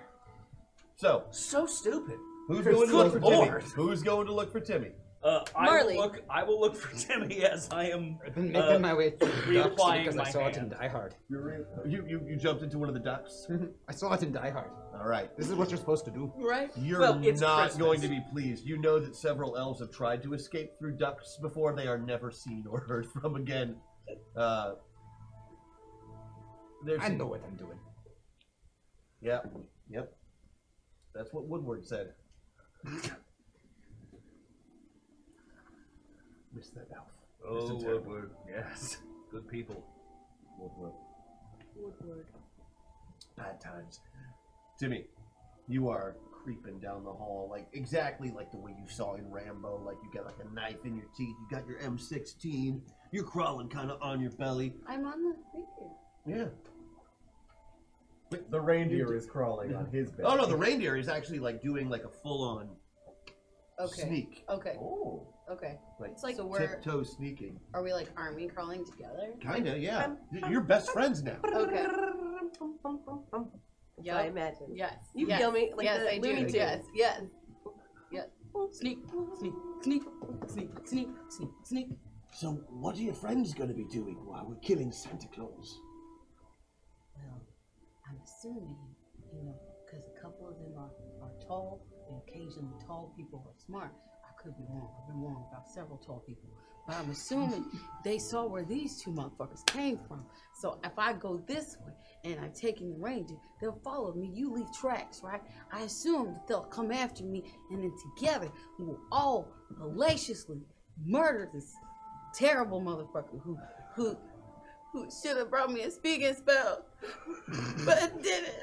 Speaker 2: so,
Speaker 8: So stupid.
Speaker 2: who's going to look for
Speaker 8: Good lord.
Speaker 2: Timmy? Who's going to look for Timmy?
Speaker 8: Uh, I
Speaker 3: Marley.
Speaker 8: will look. I will look for Timmy as I am.
Speaker 28: I've been
Speaker 8: uh,
Speaker 28: making my way through the ducks
Speaker 8: reapplying
Speaker 28: because
Speaker 8: my
Speaker 28: I saw it in
Speaker 8: hand.
Speaker 28: Die Hard.
Speaker 2: You, you, you jumped into one of the ducks?
Speaker 28: I saw it in Die Hard.
Speaker 2: All right.
Speaker 28: This is what you're supposed to do.
Speaker 3: Right?
Speaker 2: You're
Speaker 8: Well, it's
Speaker 2: not
Speaker 8: Christmas.
Speaker 2: going to be pleased. You know that several elves have tried to escape through ducks before. They are never seen or heard from again. Uh, there's
Speaker 28: I know what I'm doing.
Speaker 2: Yeah. Yep. That's what Woodward said. Miss that elf. Miss
Speaker 4: Oh,
Speaker 2: him terribly.
Speaker 4: Woodward. Yes. Good people.
Speaker 2: Woodward.
Speaker 3: Woodward.
Speaker 2: Bad times. Timmy, you are creeping down the hall like exactly like the way you saw in Rambo. Like you got like a knife in your teeth. You got your M16. You're crawling kind of on your belly.
Speaker 6: I'm on the. Thank you.
Speaker 2: Yeah.
Speaker 10: The reindeer is crawling on his belly.
Speaker 2: Oh no, the reindeer is actually like doing like a full-on
Speaker 20: Okay.
Speaker 2: sneak.
Speaker 20: Okay.
Speaker 2: Oh.
Speaker 20: Okay.
Speaker 2: Like,
Speaker 20: it's like so we're
Speaker 2: tiptoe sneaking.
Speaker 20: are we like army crawling together?
Speaker 2: Kinda, yeah. You're best friends now.
Speaker 20: Okay.
Speaker 3: Yeah, I imagine.
Speaker 20: Yes.
Speaker 3: You
Speaker 20: yes.
Speaker 3: feel me? Like
Speaker 20: yes,
Speaker 3: the
Speaker 20: I do.
Speaker 3: Looney Tunes.
Speaker 20: Yes. Yes. Yes. Sneak, sneak, sneak, sneak, sneak, sneak, sneak.
Speaker 40: So, what are your friends going to be doing while we're killing Santa Claus?
Speaker 41: Well, I'm assuming, you know, because a couple of them are, are tall, and occasionally tall people are smart. I could be wrong. I've been wrong about several tall people.
Speaker 9: But I'm assuming they saw where these two motherfuckers came from. So if I go this way and I'm taking the reindeer, they'll follow me. You leave tracks, right? I assume that they'll come after me, and then together we will all hellaciously murder this terrible motherfucker who, who, who should have brought me a speaking spell, but it didn't.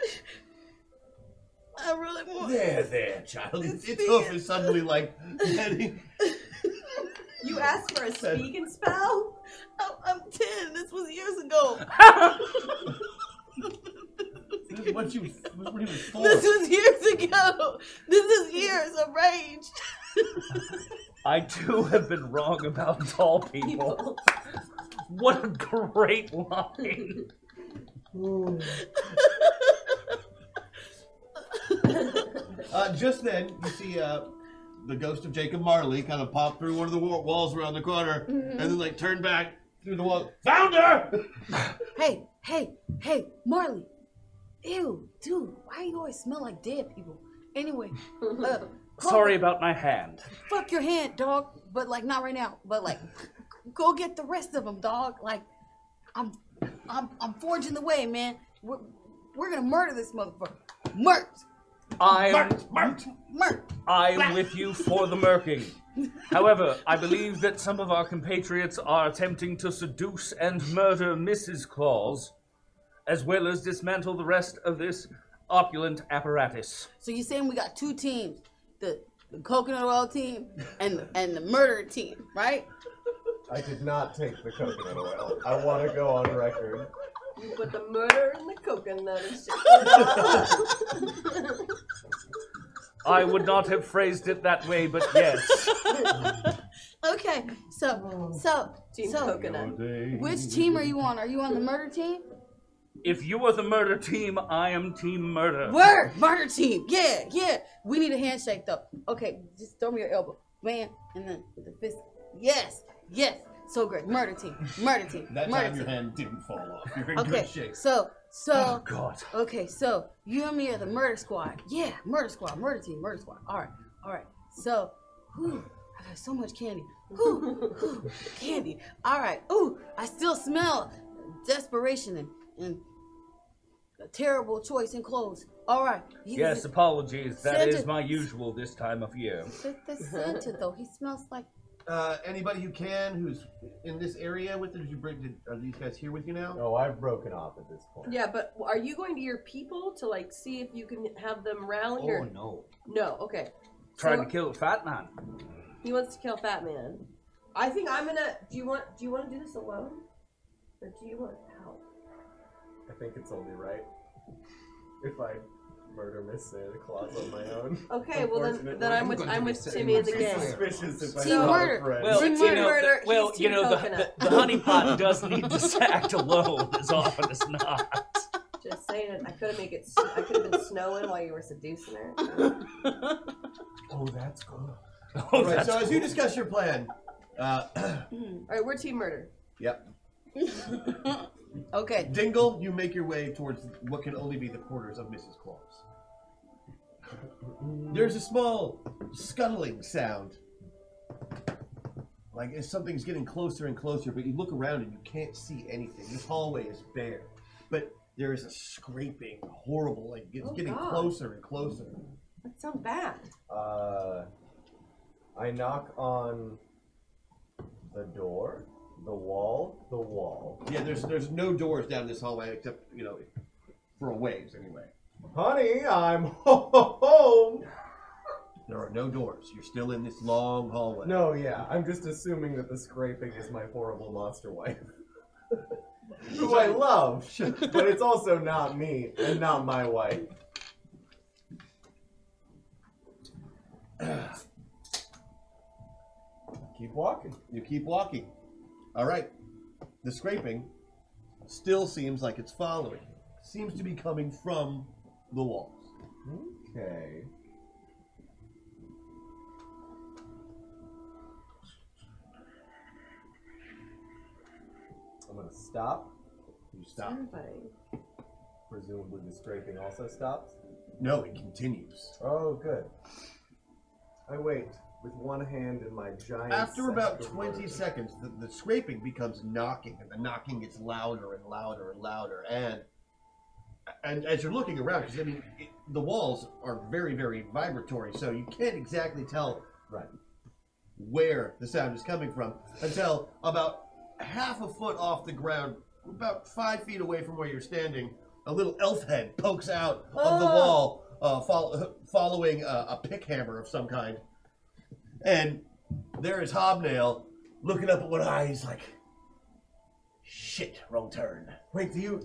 Speaker 9: I really want.
Speaker 2: There, there, child. It's, it's Hoof is suddenly like getting
Speaker 3: You asked for a speak and spell?
Speaker 9: I'm, Oh, I'm 10. This was years ago.
Speaker 2: This is what you this is what he was for.
Speaker 9: This was years ago. This is years of rage.
Speaker 8: I too have been wrong about tall people. what a great line.
Speaker 2: Uh, just then, you see uh, the ghost of Jacob Marley kind of pop through one of the wa- walls around the corner,
Speaker 9: Mhm.
Speaker 2: and then like turn back through the wall. Found her.
Speaker 9: Hey, hey, hey, Marley. Ew, dude, why you always smell like dead people? Anyway, uh,
Speaker 8: Sorry about my hand.
Speaker 9: fuck your hand, dog. But like, not right now. But like, go get the rest of them, dog. Like, I'm, I'm, I'm forging the way, man. We're, we're gonna murder this motherfucker. Murk,
Speaker 8: I am
Speaker 9: murk.
Speaker 8: I am with you for the murking. However, I believe that some of our compatriots are attempting to seduce and murder Mrs. Claus, as well as dismantle the rest of this opulent apparatus.
Speaker 9: So you saying we got two teams, the, the coconut oil team and and the murder team, right?
Speaker 10: I did not take the coconut oil. I want to go on record.
Speaker 3: You put the murder in the coconut and shit.
Speaker 8: I would not have phrased it that way, but yes.
Speaker 9: Okay, so so so Which team are you on? Are you on the murder team?
Speaker 8: If you are the murder team, I am team murder.
Speaker 9: Word, murder team. Yeah, yeah. We need a handshake though. Okay, just throw me your elbow, man, and then with the fist. Yes, yes. So great, murder team, murder team,
Speaker 2: That
Speaker 9: murder
Speaker 2: time
Speaker 9: team.
Speaker 2: your hand didn't fall off. You're in
Speaker 9: Okay,
Speaker 2: good shape.
Speaker 9: so so.
Speaker 2: Oh, God.
Speaker 9: Okay, so you and me are the murder squad. Yeah, murder squad, murder team, murder squad. All right, all right. So, whew, I got so much candy. Whew, whew, candy. All right. Ooh, I still smell desperation and, and a terrible choice in clothes. All right. you-
Speaker 8: Yes, apologies. That
Speaker 9: Send
Speaker 8: is
Speaker 9: it-
Speaker 8: my usual this time of year.
Speaker 9: But the Santa though, he smells like
Speaker 2: Uh, anybody who can, who's in this area with them, did you bring? Did, are these guys here with you now?
Speaker 10: No, I've broken off at this point.
Speaker 3: yeah, but are you going to your people to like see if you can have them round
Speaker 8: Oh
Speaker 3: here?
Speaker 8: no.
Speaker 3: No, okay.
Speaker 8: Trying to kill Fat Man.
Speaker 3: He wants to kill Fat Man. I think I'm gonna. Do you want? Do you want to do this alone, or do you want help?
Speaker 10: I think it's only right if I murder Miss Santa Claus on my own.
Speaker 3: Okay, well then, then I'm with I'm with Timmy and
Speaker 10: and
Speaker 3: the gang.
Speaker 10: Suspicious if I
Speaker 3: Team
Speaker 10: call a
Speaker 3: murder.
Speaker 10: friend.
Speaker 8: Well,
Speaker 3: Team
Speaker 8: you know,
Speaker 3: murder,
Speaker 8: the, well,
Speaker 3: he's
Speaker 8: you
Speaker 3: team
Speaker 8: know, the,
Speaker 3: coconut.
Speaker 8: the, the honeypot does need to act alone as often as not.
Speaker 3: Just saying, it. I could have make it. s- I could have been snowing while you were seducing her.
Speaker 2: Oh, that's cool.
Speaker 8: Oh,
Speaker 2: All right.
Speaker 3: that's
Speaker 2: So as you
Speaker 3: cool.
Speaker 2: discuss your plan, uh,
Speaker 3: All right, we're team murder.
Speaker 2: yep.
Speaker 9: Okay.
Speaker 2: Dingle, you make your way towards what can only be the quarters of Mrs. Claus. There's a small scuttling sound. Like if something's getting closer and closer, but you look around and you can't see anything. This hallway is bare. But there is a scraping, horrible, like it's
Speaker 3: Oh,
Speaker 2: getting
Speaker 3: God.
Speaker 2: closer and closer.
Speaker 3: Sound bad.
Speaker 10: Uh, I knock on the door, the wall, the wall.
Speaker 2: Yeah, there's there's no doors down this hallway except you know for a ways anyway.
Speaker 10: Honey, I'm home.
Speaker 2: There are no doors. You're still in this long hallway.
Speaker 10: No, yeah, I'm just assuming that the scraping is my horrible monster wife. Who I love, but it's also not me and not my wife. Keep walking.
Speaker 2: You keep walking. All right. The scraping still seems like it's following. you. Seems to be coming from the walls.
Speaker 10: Okay. I'm gonna stop.
Speaker 2: You stop.
Speaker 3: Terrifying.
Speaker 10: Presumably the scraping also stops.
Speaker 2: No, it continues.
Speaker 10: Oh, good. I wait with one hand in my giant.
Speaker 2: After about
Speaker 10: sack of
Speaker 2: 20
Speaker 10: words.
Speaker 2: seconds, the, the scraping becomes knocking, and the knocking gets louder and louder and louder. And and as you're looking around, because I mean, it, the walls are very, very vibratory, so you can't exactly tell
Speaker 10: right
Speaker 2: where the sound is coming from until about half a foot off the ground, about five feet away from where you're standing, a little elf head pokes out of the
Speaker 42: Ah.
Speaker 2: wall, uh, fol- following a, a pick hammer of some kind. And there is Hobnail looking up at one eye. He's like, shit, wrong turn.
Speaker 10: Wait, do you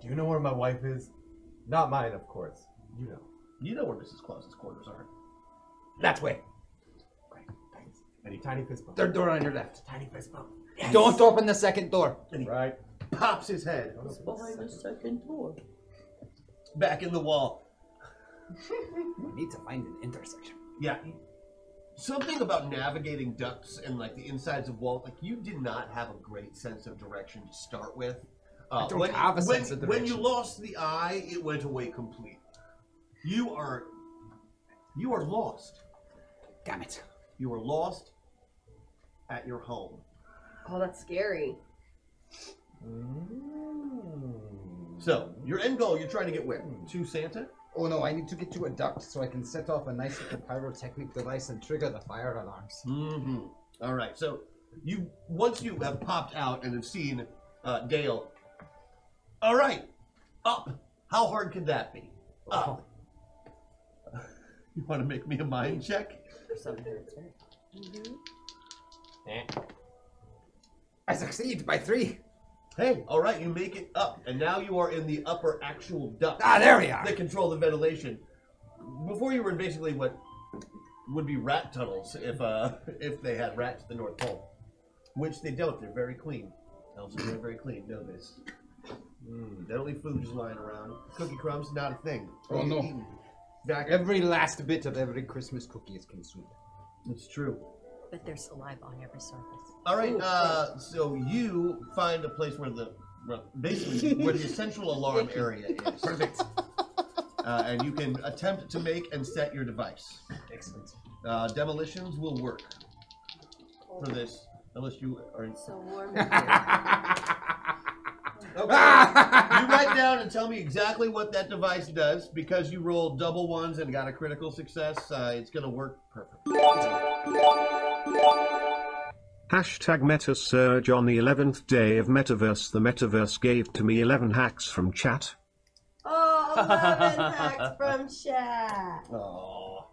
Speaker 10: do you know where my wife is? Not mine, of course. You know.
Speaker 2: You know where Mrs. Claus's quarters are.
Speaker 7: That way.
Speaker 2: And
Speaker 10: he tiny fist bump.
Speaker 7: Third door on your left.
Speaker 10: Tiny fist bump.
Speaker 7: Don't open the second door.
Speaker 10: Right.
Speaker 2: Pops his head.
Speaker 3: Behind the second door.
Speaker 2: Back in the wall.
Speaker 7: We need to find an intersection.
Speaker 2: Yeah. Something about navigating ducts and like the insides of walls, like you did not have a great sense of direction to start with. Uh,
Speaker 7: I don't have a
Speaker 2: when,
Speaker 7: sense of
Speaker 2: When you
Speaker 7: direction.
Speaker 2: lost the eye, it went away completely. You are, you are lost.
Speaker 7: Damn it!
Speaker 2: You are lost at your home.
Speaker 3: Oh, that's scary.
Speaker 2: So your end goal, you're trying to get where? To Santa?
Speaker 7: Oh no, I need to get to a duct so I can set off a nice little pyrotechnic device and trigger the fire alarms.
Speaker 2: Mm-hmm. All right. So you once you have popped out and have seen uh, Dale. All right, up. How hard could that be? Up. Oh. You want to make me a mind check?
Speaker 7: I succeed by three.
Speaker 2: Hey, all right, you make it up, and now you are in the upper actual duct.
Speaker 7: Ah, there we are.
Speaker 2: That control the ventilation. Before you were in basically what would be rat tunnels if uh if they had rats at the North Pole, which they don't. They're very clean. Elves are very, very clean. Know this.
Speaker 10: Hmm.
Speaker 2: Mm, they don't leave food just lying around. Cookie crumbs, not a thing.
Speaker 7: Oh no!
Speaker 2: Eaten. Back-
Speaker 7: Every last bit of every Christmas cookie is consumed.
Speaker 2: It's true.
Speaker 43: But there's saliva on every surface.
Speaker 2: All right. Uh, so you find a place where the well, basically where the central alarm area is. Perfect. Uh, and you can attempt to make and set your device.
Speaker 7: Excellent.
Speaker 2: Uh, demolitions will work for this, unless you are.
Speaker 3: So warm.
Speaker 2: Okay. you write down and tell me exactly what that device does because you rolled double ones and got a critical success. Uh, it's going to work perfectly.
Speaker 44: Hashtag Meta Surge on the 11th day of Metaverse. The Metaverse gave to me 11 hacks from chat.
Speaker 9: Oh, eleven hacks from chat.
Speaker 2: Oh,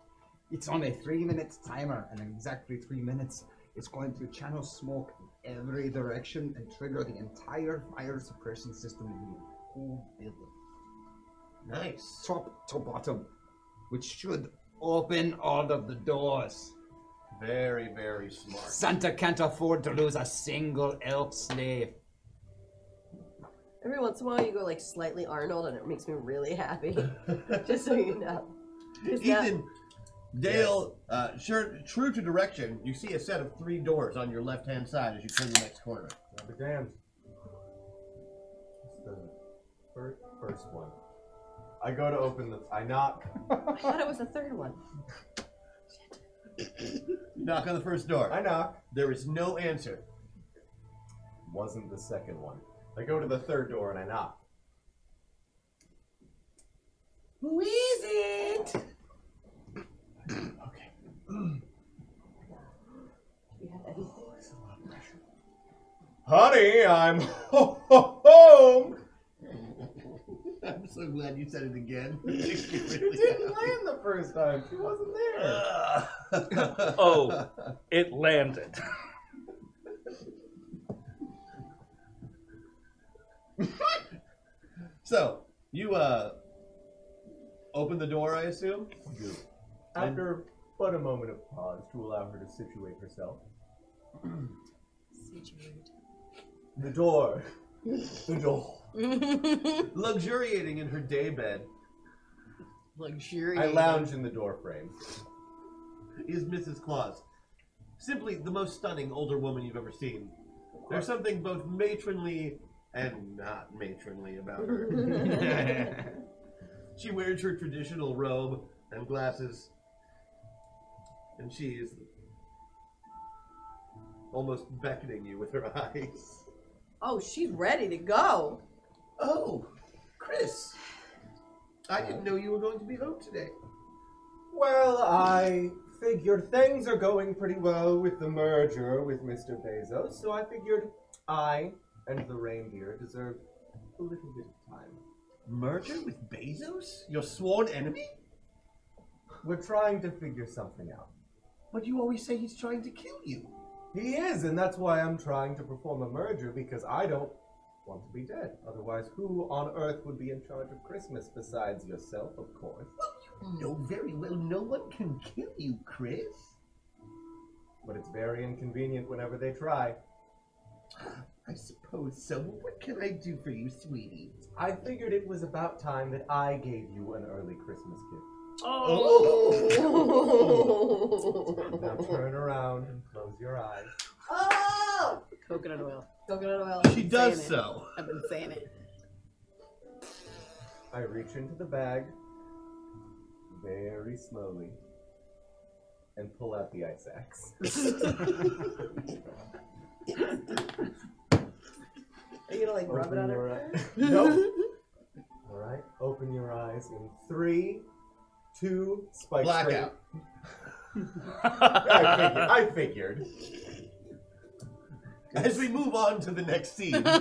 Speaker 7: it's on a three-minute timer, and in exactly three minutes, it's going to channel smoke in every direction and trigger the entire fire suppression system in the whole building.
Speaker 2: Nice.
Speaker 7: Top to bottom, which should open all of the doors.
Speaker 2: Very, very smart.
Speaker 7: Santa can't afford to lose a single elf slave.
Speaker 3: Every once in a while, you go like slightly Arnold, and it makes me really happy. Just so you know. 'Cause that-
Speaker 2: Ethan, Dale, uh, sure, true to direction, you see a set of three doors on your left hand side as you turn the next corner.
Speaker 10: I'll be damned. It's the first, first one. I go to open the. I knock.
Speaker 3: I thought it was the third one.
Speaker 2: You knock on the first door. I
Speaker 10: knock.
Speaker 2: There is no answer.
Speaker 10: Wasn't the second one. I go to the third door and I knock.
Speaker 9: Who is it?
Speaker 10: Honey, I'm ho ho home.
Speaker 2: I'm so glad you said it again.
Speaker 10: You didn't land the first time. She wasn't there.
Speaker 8: oh, it landed.
Speaker 2: So you uh, open the door, I assume.
Speaker 10: After but a moment of pause to allow her to situate herself, the door, the door.
Speaker 2: Luxuriating in her day bed.
Speaker 20: Luxury.
Speaker 10: I lounge in the doorframe.
Speaker 2: Is Mrs. Claus simply the most stunning older woman you've ever seen? There's something both matronly and not matronly about her. she wears her traditional robe and glasses, and she is almost beckoning you with her eyes.
Speaker 5: Oh, she's ready to go.
Speaker 2: Oh, Chris. I didn't know you were going to be home today.
Speaker 10: Well, I figured things are going pretty well with the merger with Mr. Bezos, so I figured I and the reindeer deserve a little bit of time.
Speaker 2: Merger with Bezos? Your sworn enemy?
Speaker 10: We're trying to figure something out.
Speaker 2: But you always say he's trying to kill you.
Speaker 10: He is, and that's why I'm trying to perform a merger because I don't want to be dead. Otherwise, who on earth would be in charge of Christmas besides yourself, of course?
Speaker 2: No, very well. No one can kill you, Chris.
Speaker 10: But it's very inconvenient whenever they try.
Speaker 2: I suppose so. What can I do for you, sweetie?
Speaker 10: I figured it was about time that I gave you an early Christmas gift.
Speaker 2: Oh,
Speaker 10: Now turn around and close your eyes.
Speaker 20: Oh! Coconut oil. Coconut oil.
Speaker 2: She
Speaker 10: does so.
Speaker 20: I've been saying it.
Speaker 10: I reach into the bag very slowly and pull out the ice axe.
Speaker 5: Are you gonna like rub it on her?
Speaker 10: nope. All right, open your eyes in three, two, spike
Speaker 2: Blackout.
Speaker 10: I figured. I figured.
Speaker 2: As we move on to the next scene.
Speaker 20: Okay,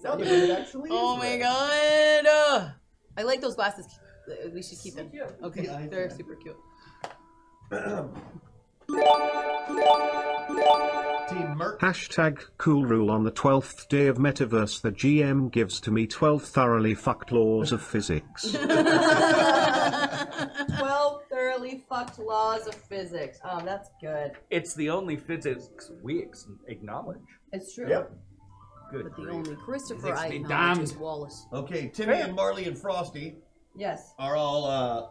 Speaker 10: so- but it actually is
Speaker 20: oh my
Speaker 10: red.
Speaker 20: god! Ugh. I like those glasses. We should keep them. Okay, they're super cute.
Speaker 2: Team Merc.
Speaker 11: Hashtag cool rule on the 12th day of metaverse. The GM gives to me 12 thoroughly fucked laws of physics.
Speaker 5: 12 thoroughly fucked laws of physics. Oh, that's good.
Speaker 8: It's the only physics we ex- acknowledge.
Speaker 5: It's true.
Speaker 8: Good.
Speaker 9: But
Speaker 8: grief.
Speaker 9: the only Christopher
Speaker 8: Physics
Speaker 9: I
Speaker 8: be
Speaker 9: acknowledge is
Speaker 8: damned.
Speaker 9: Wallace.
Speaker 2: Okay, Timmy and Marley and Frosty
Speaker 5: Yes.
Speaker 2: are all uh,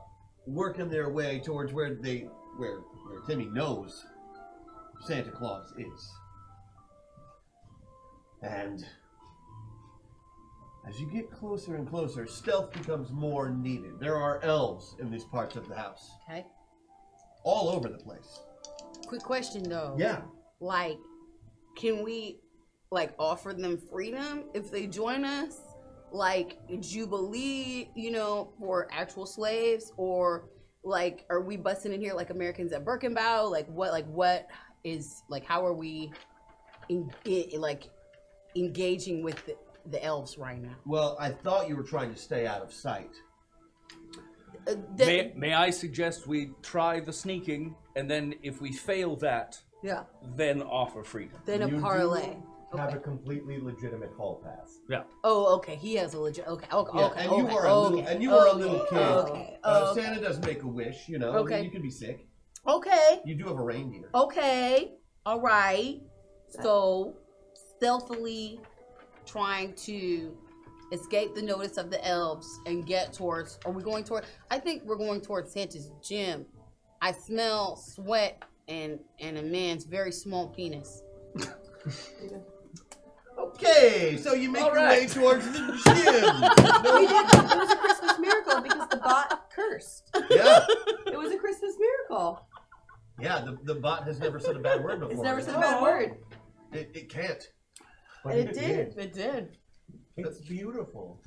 Speaker 2: working their way towards where they where where Timmy knows Santa Claus is. And as you get closer and closer, stealth becomes more needed. There are elves in these parts of the house,
Speaker 9: Okay.
Speaker 2: all over the place.
Speaker 9: Quick question though.
Speaker 2: Yeah.
Speaker 9: Like, can we like offer them freedom if they join us? Like Jubilee, you know, for actual slaves, or like are we busting in here like Americans at Birkenbau? Like what like what is like how are we in, i like engaging with the, the elves right now?
Speaker 2: Well, I thought you were trying to stay out of sight.
Speaker 9: Uh, the-
Speaker 8: May, may I suggest we try the sneaking, and then if we fail that,
Speaker 9: yeah.
Speaker 8: then offer freedom.
Speaker 9: Then a
Speaker 10: You do
Speaker 9: parlay.
Speaker 10: Have a completely legitimate hall pass.
Speaker 8: Yeah.
Speaker 9: Oh, okay. He has a legit. Okay. Okay.
Speaker 2: Yeah,
Speaker 9: okay.
Speaker 2: and you
Speaker 9: okay,
Speaker 2: were a little,
Speaker 9: okay,
Speaker 2: and you were a
Speaker 9: okay,
Speaker 2: little kid.
Speaker 9: Okay.
Speaker 2: Uh,
Speaker 9: okay.
Speaker 2: Santa does make a wish, you know.
Speaker 9: Okay.
Speaker 2: You could be sick.
Speaker 9: Okay.
Speaker 2: You do have a reindeer.
Speaker 9: Okay. All right. So stealthily trying to escape the notice of the elves and get towards are we going toward I think we're going towards Santa's gym. I smell sweat and and a man's very small penis.
Speaker 2: Okay, so you make
Speaker 9: All
Speaker 2: your
Speaker 9: right.
Speaker 2: way towards the gym.
Speaker 3: We did. It was a Christmas miracle because the bot cursed.
Speaker 2: Yeah.
Speaker 3: It was a Christmas miracle.
Speaker 2: yeah, the, the bot has never said a bad word before.
Speaker 3: It's never said a
Speaker 2: Oh.
Speaker 3: bad word.
Speaker 2: It, it can't.
Speaker 10: But
Speaker 3: And it did. It did.
Speaker 10: It's beautiful.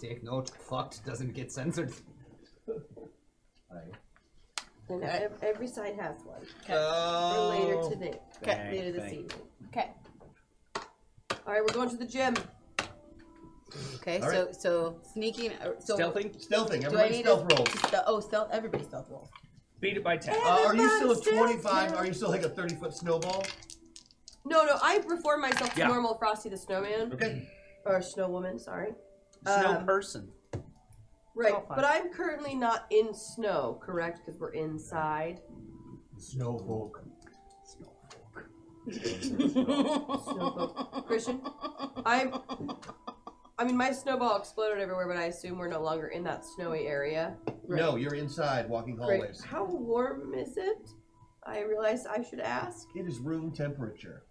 Speaker 7: Take note, fucked doesn't get censored.
Speaker 10: I
Speaker 3: I know, ev- every side has one.
Speaker 2: Oh.
Speaker 3: For later today.
Speaker 2: Thank-
Speaker 3: Later this
Speaker 2: thank-
Speaker 3: evening. Okay. All right, we're going to the gym.
Speaker 9: Okay,
Speaker 3: All
Speaker 9: so
Speaker 3: right.
Speaker 9: so sneaking, uh, so
Speaker 2: Stealthing? Stealthing.
Speaker 9: Do I
Speaker 2: Everybody
Speaker 9: need
Speaker 2: stealth
Speaker 9: to-
Speaker 2: rolls.
Speaker 9: ste- oh, stealth. Everybody stealth rolls.
Speaker 4: Beat it by ten.
Speaker 2: Uh, are you still a
Speaker 3: Everybody
Speaker 2: 25?
Speaker 3: stealth.
Speaker 2: Are you still like a 30 foot snowball?
Speaker 3: No, no, I reform myself to
Speaker 2: Yeah.
Speaker 3: normal Frosty the Snowman.
Speaker 2: Okay.
Speaker 3: Or Snowwoman, sorry.
Speaker 4: Snow
Speaker 3: Um,
Speaker 4: person.
Speaker 3: Right,
Speaker 4: Oh, fine.
Speaker 3: but I'm currently not in snow, correct? Because we're inside.
Speaker 2: Snowfolk.
Speaker 3: Snowfolk. Christian, I'm. I mean, my snowball exploded everywhere, but I assume we're no longer in that snowy area.
Speaker 2: No, you're inside walking
Speaker 3: Great.
Speaker 2: hallways.
Speaker 3: How warm is it? I realized I should ask.
Speaker 2: It is room temperature.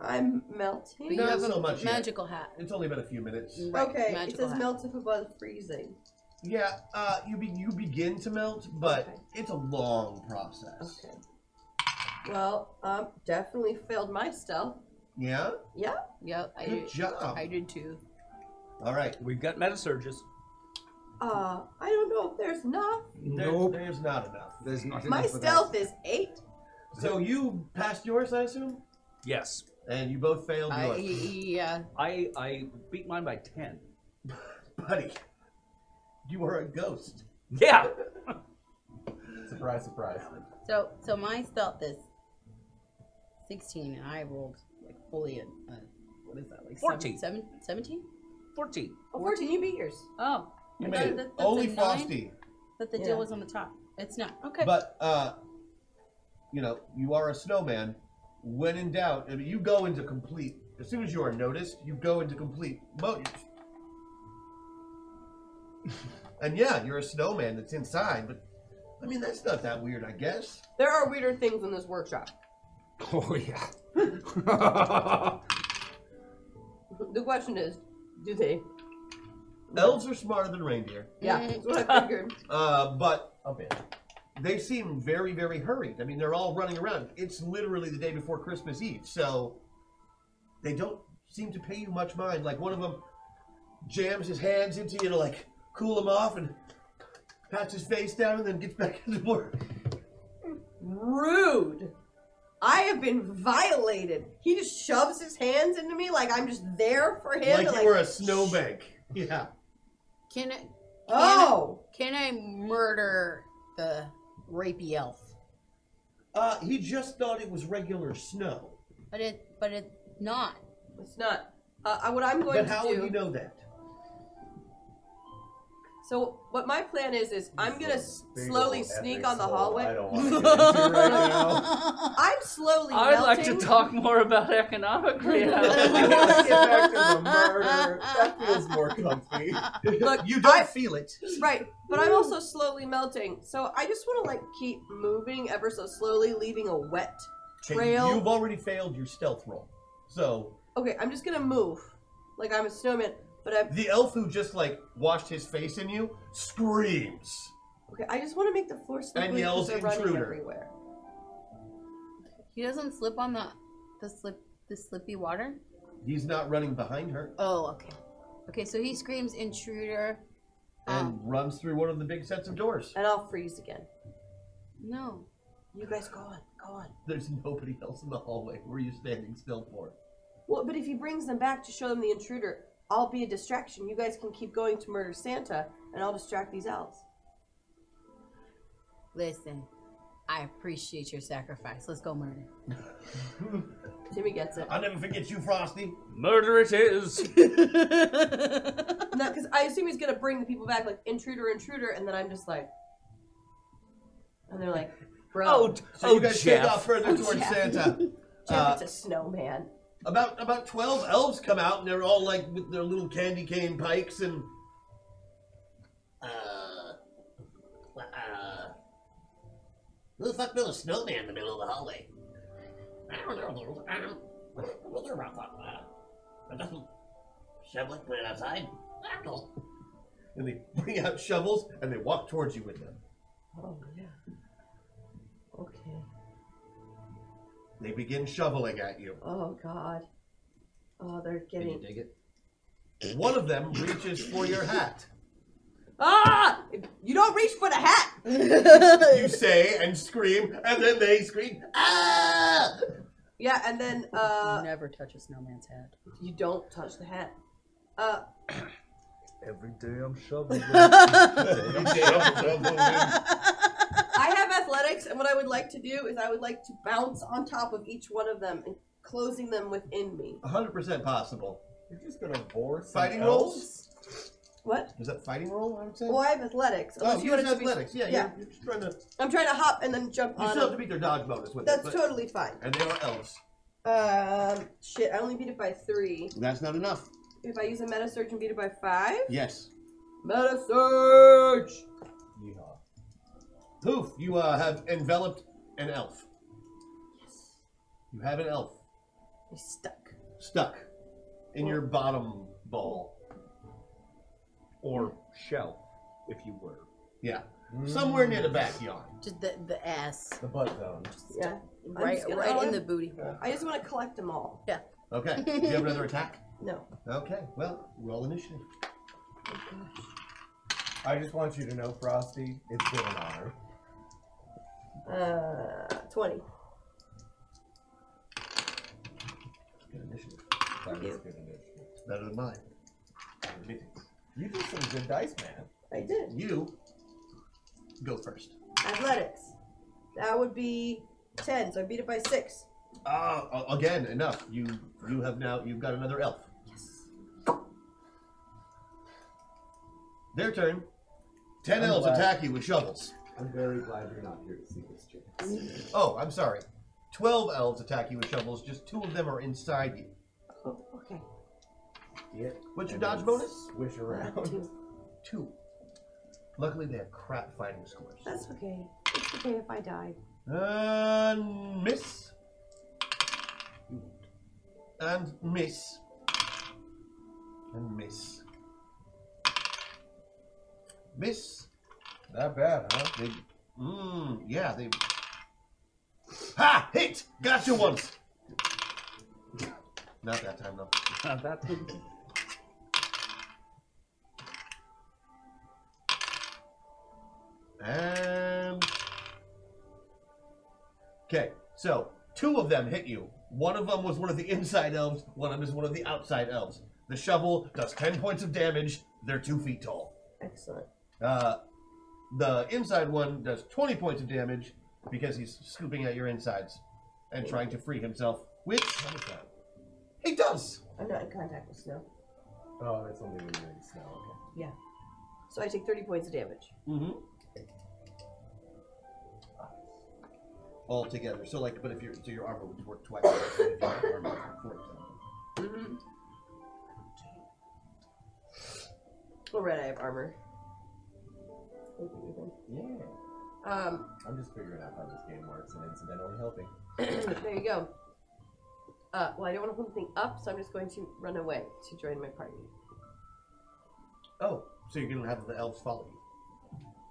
Speaker 3: I'm melting.
Speaker 2: Not so much yet.
Speaker 9: hat.
Speaker 2: It's only been a few minutes.
Speaker 3: okay, it says
Speaker 2: hat.
Speaker 3: melt if above freezing.
Speaker 2: Yeah, uh, you be, you begin to melt, but it's a long process.
Speaker 3: Okay. Well, um, definitely failed my stealth.
Speaker 2: Yeah.
Speaker 3: Yeah.
Speaker 9: Yep.
Speaker 2: I Good did- job. I
Speaker 9: did too.
Speaker 2: All right.
Speaker 4: We've got meta surges.
Speaker 3: Uh, I don't know if there's enough.
Speaker 2: Nope. there's not enough. There's not
Speaker 3: My stealth is eight.
Speaker 2: So you passed yours, I assume.
Speaker 4: Yes.
Speaker 2: And you both failed
Speaker 20: I,
Speaker 2: yours.
Speaker 20: yeah.
Speaker 4: I I beat mine by ten.
Speaker 2: Buddy, you are a ghost.
Speaker 4: Yeah.
Speaker 10: surprise, surprise.
Speaker 20: So so mine stealth is sixteen, and I rolled like fully at uh, what is that like
Speaker 4: 14.
Speaker 20: Seven, seven, 17?
Speaker 4: 14.
Speaker 20: Oh,
Speaker 3: 14, you beat yours.
Speaker 20: Oh,
Speaker 2: You
Speaker 20: I
Speaker 2: made
Speaker 20: thought
Speaker 2: it.
Speaker 20: that- that's
Speaker 2: Only
Speaker 20: a nine,
Speaker 2: Frosty.
Speaker 20: That the
Speaker 3: Yeah.
Speaker 20: deal was on the top. It's not okay.
Speaker 2: But uh, you know, you are a snowman. When in doubt, I mean, you go into complete. As soon as you are noticed, you go into complete mode. and yeah, you're a snowman that's inside, but I mean that's not that weird, I guess.
Speaker 3: There are weirder things in this workshop.
Speaker 2: Oh yeah.
Speaker 3: The question is, do they?
Speaker 2: Elves are smarter than reindeer.
Speaker 3: Yeah,
Speaker 9: Mm.
Speaker 3: that's what I figured.
Speaker 2: Uh, but they seem very, very hurried. I mean, they're all running around. It's literally the day before Christmas Eve, so they don't seem to pay you much mind. Like one of them jams his hands into you to like cool him off and pats his face down, and then gets back into work.
Speaker 3: Rude. I have been violated. He just shoves his hands into me like I'm just there for him.
Speaker 2: Like
Speaker 3: and,
Speaker 2: you were a snowbank. Yeah.
Speaker 9: Can I? Can
Speaker 3: Oh!
Speaker 9: I, can I murder the rapey elf?
Speaker 2: Uh, he just thought it was regular snow.
Speaker 9: But it, but it not.
Speaker 3: It's not. Uh, I- what I'm going
Speaker 2: but
Speaker 3: to
Speaker 2: how
Speaker 3: do.
Speaker 2: would you know that?
Speaker 3: So what my plan is is I'm gonna s-
Speaker 2: big
Speaker 3: slowly
Speaker 2: old
Speaker 3: sneak
Speaker 2: epic
Speaker 3: on the
Speaker 2: soul
Speaker 3: hallway.
Speaker 2: I don't
Speaker 4: wanna get into right now.
Speaker 3: I'm slowly.
Speaker 13: I'd like to
Speaker 3: melting.
Speaker 13: talk more about economic
Speaker 3: Let's get back
Speaker 13: reality.
Speaker 3: to the murder.
Speaker 2: That feels more comfy.
Speaker 3: Look,
Speaker 2: you don't feel it.
Speaker 3: Right, but I'm also slowly melting, so I just want to like keep moving ever so slowly, leaving a wet
Speaker 2: Okay,
Speaker 3: trail.
Speaker 2: You've already failed your stealth roll. So
Speaker 3: Okay, I'm just gonna move, like I'm a snowman. But I
Speaker 2: the elf who just like washed his face in you screams.
Speaker 3: okay, I just want to make the floor slippery
Speaker 2: And yells,
Speaker 3: 'cause they're running
Speaker 2: "Intruder."
Speaker 3: everywhere.
Speaker 9: He doesn't slip on the, the slip, the slippy water.
Speaker 2: He's not running behind her
Speaker 9: Oh, okay. Okay, so he screams intruder. Um, Ah.
Speaker 2: and runs through one of the big sets of doors.
Speaker 3: And I'll freeze again.
Speaker 9: No.
Speaker 3: You guys go on, go on.
Speaker 2: There's nobody else in the hallway. Where are you standing still for?
Speaker 3: Well, but if he brings them back to show them the intruder, I'll be a distraction. You guys can keep going to murder Santa, and I'll distract these elves.
Speaker 9: Listen, I appreciate your sacrifice. Let's go murder.
Speaker 3: Timmy gets it.
Speaker 2: I'll never forget you, Frosty.
Speaker 8: Murder it is.
Speaker 3: No, because I assume he's gonna bring the people back, like intruder, intruder, and then I'm just like, and they're like, bro.
Speaker 2: Oh, so
Speaker 3: oh,
Speaker 2: you guys stand
Speaker 3: Jeff.
Speaker 2: off further
Speaker 3: Oh,
Speaker 2: towards
Speaker 3: Jeff.
Speaker 2: Santa.
Speaker 3: Jeff,
Speaker 2: Uh,
Speaker 3: it's a snowman.
Speaker 2: About about twelve elves come out and they're all like with their little candy cane pikes and. Uh, uh, who the fuck built a snowman in the middle of the hallway? I don't know. I don't. What about that? Uh, doesn't shovel put it outside? I don't know. And they bring out shovels and they walk towards you with them.
Speaker 3: Oh yeah. Okay.
Speaker 2: They begin shoveling at you.
Speaker 3: Oh god. Oh, they're getting.
Speaker 2: One of them reaches for your hat.
Speaker 3: Ah! You don't reach for the hat.
Speaker 2: you say and scream, and then they scream.
Speaker 3: Ah! Yeah, and then uh,
Speaker 45: never touch a snowman's head.
Speaker 3: You don't touch the hat. Uh,
Speaker 8: Every day I'm shoveling.
Speaker 3: I have athletics, and what I would like to do is I would like to bounce on top of each one of them and closing them within me.
Speaker 2: 100% possible. You're just gonna bore fighting
Speaker 3: someone
Speaker 2: rolls.
Speaker 3: What?
Speaker 2: Is that fighting roll? I'm saying.
Speaker 3: Well, I have athletics.
Speaker 2: Oh,
Speaker 3: unless
Speaker 2: you
Speaker 3: want it
Speaker 2: have
Speaker 3: to be-
Speaker 2: athletics. Yeah, yeah. You're, you're just trying to.
Speaker 3: I'm trying to hop and then jump
Speaker 2: You
Speaker 3: on.
Speaker 2: still have
Speaker 3: them.
Speaker 2: to beat their dodge bonus with it.
Speaker 3: That's
Speaker 2: but-
Speaker 3: totally fine.
Speaker 2: And they are elves.
Speaker 3: Um, shit, I only beat it by three.
Speaker 2: That's not enough.
Speaker 3: If I use a meta surge and beat it by five,
Speaker 2: Yes.
Speaker 3: meta surge.
Speaker 2: Yeehaw. Poof! You uh, have enveloped an elf. You have an elf
Speaker 3: He's stuck.
Speaker 2: stuck in your bottom ball or shell, if you were. Yeah. Somewhere near the backyard.
Speaker 9: Just the, the ass.
Speaker 2: The butt zone.
Speaker 3: Yeah. I'm
Speaker 9: Right,
Speaker 3: just gonna-
Speaker 9: right
Speaker 3: I
Speaker 9: in
Speaker 3: wanna-
Speaker 9: the booty hole.
Speaker 3: I just want to collect them all.
Speaker 9: Yeah.
Speaker 2: Okay. Do you have another attack?
Speaker 3: No.
Speaker 2: Okay. Well, roll initiative.
Speaker 10: I just want you to know, Frosty, it's been an honor.
Speaker 3: Uh, twenty.
Speaker 2: Good initiative.
Speaker 10: That
Speaker 3: you.
Speaker 10: is good initiative.
Speaker 2: Better than mine.
Speaker 10: You did some good dice, man.
Speaker 3: I did.
Speaker 2: You go first.
Speaker 3: Athletics. That would be ten. So I beat it by six.
Speaker 2: Ah, a- again, enough. You you have now you've got another elf. Yes. Their turn. 10
Speaker 10: I'm
Speaker 2: elves
Speaker 10: glad-
Speaker 2: attack you with shovels.
Speaker 10: I'm very glad you're not here to see this, chance.
Speaker 2: Oh, I'm sorry. Twelve elves attack you with shovels. Just two of them are inside you.
Speaker 3: Okay.
Speaker 10: Yeah.
Speaker 2: What's your
Speaker 10: And then
Speaker 2: dodge bonus?
Speaker 10: Swish around.
Speaker 2: Two. Luckily, they have crap fighting scores.
Speaker 3: That's okay. It's okay if I die.
Speaker 2: And miss. And miss. And miss. Miss.
Speaker 10: Not bad, huh?
Speaker 2: They, mm, yeah, they. Ha! Hit! Got you once! Not that time, though.
Speaker 8: Not that time.
Speaker 2: And. Okay, so two of them hit you. One of them was one of the inside elves, one of them is one of the outside elves. The shovel does 10 points of damage. They're two feet tall.
Speaker 3: Excellent.
Speaker 2: Uh, the inside one does 20 points of damage because he's scooping at your insides and trying to free himself, which he does.
Speaker 3: I'm not in contact with snow.
Speaker 10: Oh, that's only when you're in snow. Okay.
Speaker 3: Yeah. So I take 30 points of damage.
Speaker 2: Mm-hmm. All together. So, like, but if your so your armor would work twice. if you had armor before, so.
Speaker 3: Mm-hmm. Well, red, I have armor. Maybe even.
Speaker 10: Yeah.
Speaker 3: Um,
Speaker 10: I'm just figuring out how this game works and incidentally helping.
Speaker 3: there you go. Uh, well, I don't want to hold anything up, so I'm just going to run away to join my party.
Speaker 2: Oh, so you're gonna have the elves follow you.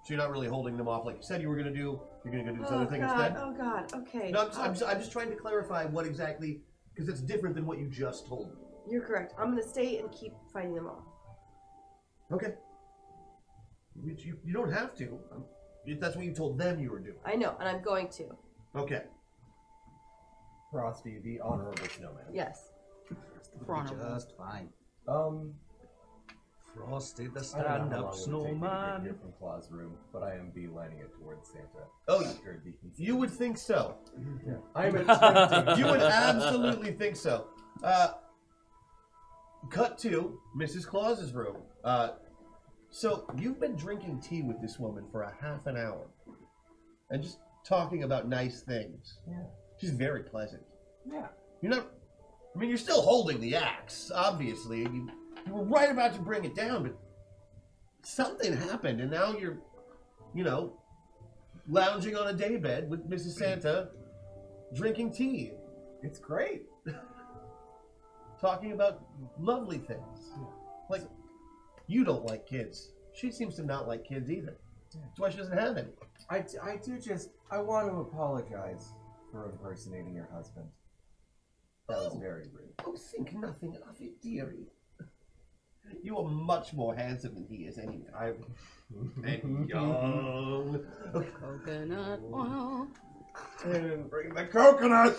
Speaker 2: So you're not really holding them off like you said you were gonna do. You're gonna go do this
Speaker 3: Oh
Speaker 2: other thing
Speaker 3: god,
Speaker 2: instead.
Speaker 3: oh god, okay.
Speaker 2: No, I'm just, I'm, just, I'm just trying to clarify what exactly, because it's different than what you just told me.
Speaker 3: You're correct. I'm gonna stay and keep fighting them all.
Speaker 2: Okay. You, you, you don't have to. Um, if that's what you told them you were doing.
Speaker 3: I know, and I'm going to.
Speaker 2: Okay.
Speaker 10: Frosty, the honorable snowman.
Speaker 3: Yes.
Speaker 8: Just fine.
Speaker 10: Um,
Speaker 8: Frosty the
Speaker 10: I don't know how long it would
Speaker 8: stand-up
Speaker 10: take me to get
Speaker 8: snowman.
Speaker 10: here from Claw's room, but I am beelining it towards Santa.
Speaker 2: Oh,
Speaker 10: after Deacon's.
Speaker 2: You would think so.
Speaker 10: Yeah. I'm expecting.
Speaker 2: you would absolutely think so. Uh, cut to Mrs. Claus's room. Uh, so you've been drinking tea with this woman for a half an hour, and just talking about nice things.
Speaker 10: Yeah.
Speaker 2: She's very pleasant.
Speaker 10: Yeah.
Speaker 2: You're not. I mean, you're still holding the axe, obviously. You, you were right about to bring it down, but something happened, and now you're, you know, lounging on a daybed with Mrs. Santa, drinking tea.
Speaker 10: It's great.
Speaker 2: Talking about lovely things. Like, you don't like kids. She seems to not like kids either. That's why she doesn't have any.
Speaker 10: I, I do just. I want to apologize for impersonating your husband. That was very rude.
Speaker 2: Oh, think nothing of it, dearie. You are much more handsome than he is, anyway. I, and young.
Speaker 20: Coconut oil.
Speaker 2: And bring the coconut.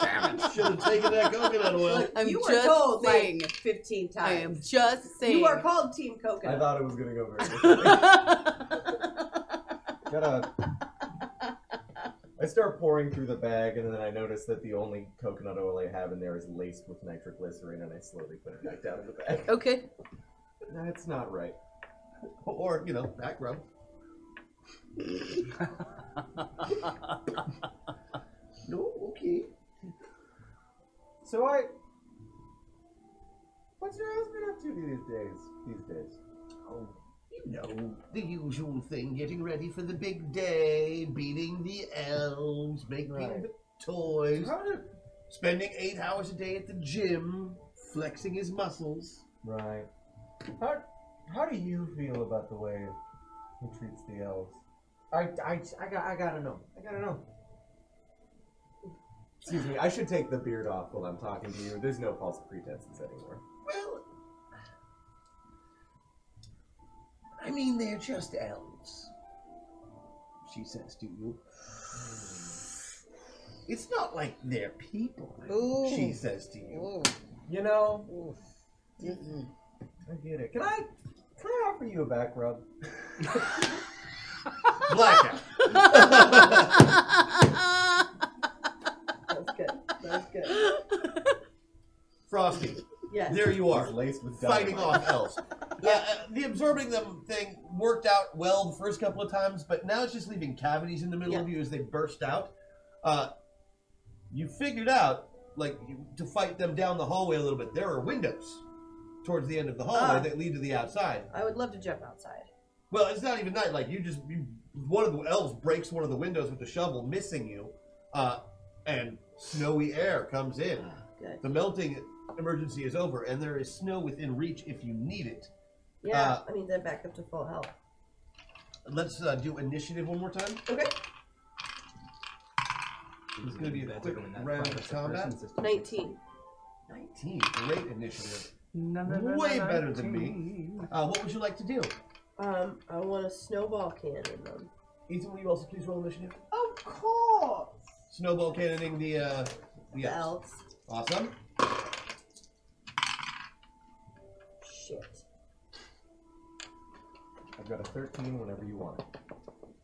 Speaker 2: Damn it! Should have taken that coconut oil.
Speaker 9: I'm
Speaker 3: you
Speaker 9: just
Speaker 3: were told
Speaker 9: saying.
Speaker 3: like 15 times.
Speaker 9: I am just saying.
Speaker 3: You are called Team
Speaker 10: I
Speaker 3: Coconut.
Speaker 10: thought it was gonna go very differently. Gotta. I start pouring through the bag, and then I notice that the only coconut oil I have in there is laced with nitroglycerin, and I slowly put it back down in the bag.
Speaker 9: Okay.
Speaker 10: That's not right.
Speaker 2: Or you know, back rub.
Speaker 40: No, okay.
Speaker 10: So I. What's your husband up to these days? These days.
Speaker 40: Oh,
Speaker 2: you know, the usual thing, getting ready for the big day, beating the elves, making
Speaker 40: Right.
Speaker 2: the toys, spending eight hours a day at the gym, flexing his muscles.
Speaker 10: Right. How, how do you feel about the way he treats the elves? I, I, I, got, I gotta know. I gotta know. Excuse me, I should take the beard off while I'm talking to you. There's no false pretenses anymore.
Speaker 40: I mean, they're just elves. She says to you.
Speaker 2: It's not like they're people,
Speaker 40: Ooh.
Speaker 2: she says to you.
Speaker 10: You know, I get it. Can I, can I offer you a back rub?
Speaker 2: Blackout.
Speaker 3: That's good. That's good.
Speaker 2: Frosty.
Speaker 3: Yes.
Speaker 2: There you are,
Speaker 10: It's laced with
Speaker 2: fighting
Speaker 10: dynamite.
Speaker 2: off elves. Yeah, uh, the absorbing them thing worked out well the first couple of times, but now it's just leaving cavities in the middle of you as they burst out. Uh, you figured out, like, you, to fight them down the hallway a little bit, there are windows towards the end of the hallway
Speaker 3: Ah.
Speaker 2: that lead to the outside.
Speaker 3: I would love to jump outside.
Speaker 2: Well, it's not even night. Like you just you, one of the elves breaks one of the windows with a shovel, missing you, uh, and snowy air comes in.
Speaker 3: good.
Speaker 2: The melting emergency is over, and there is snow within reach if you need it.
Speaker 3: Yeah.
Speaker 2: Uh,
Speaker 3: I mean, then back up to full health.
Speaker 2: Let's uh, do initiative one more time.
Speaker 3: Okay.
Speaker 2: It's going to be a quick
Speaker 10: that
Speaker 2: round
Speaker 10: fight,
Speaker 2: of
Speaker 10: that's a person
Speaker 2: combat.
Speaker 10: system.
Speaker 3: 19.
Speaker 2: 19. Great initiative. Way better than me. Uh, what would you like to do?
Speaker 3: Um, I want a snowball cannon them.
Speaker 2: Ethan, will you also please roll initiative?
Speaker 3: Of course.
Speaker 2: Snowball cannoning the uh, the elves. Awesome.
Speaker 3: Shit.
Speaker 10: I've got a 13 whenever you want it.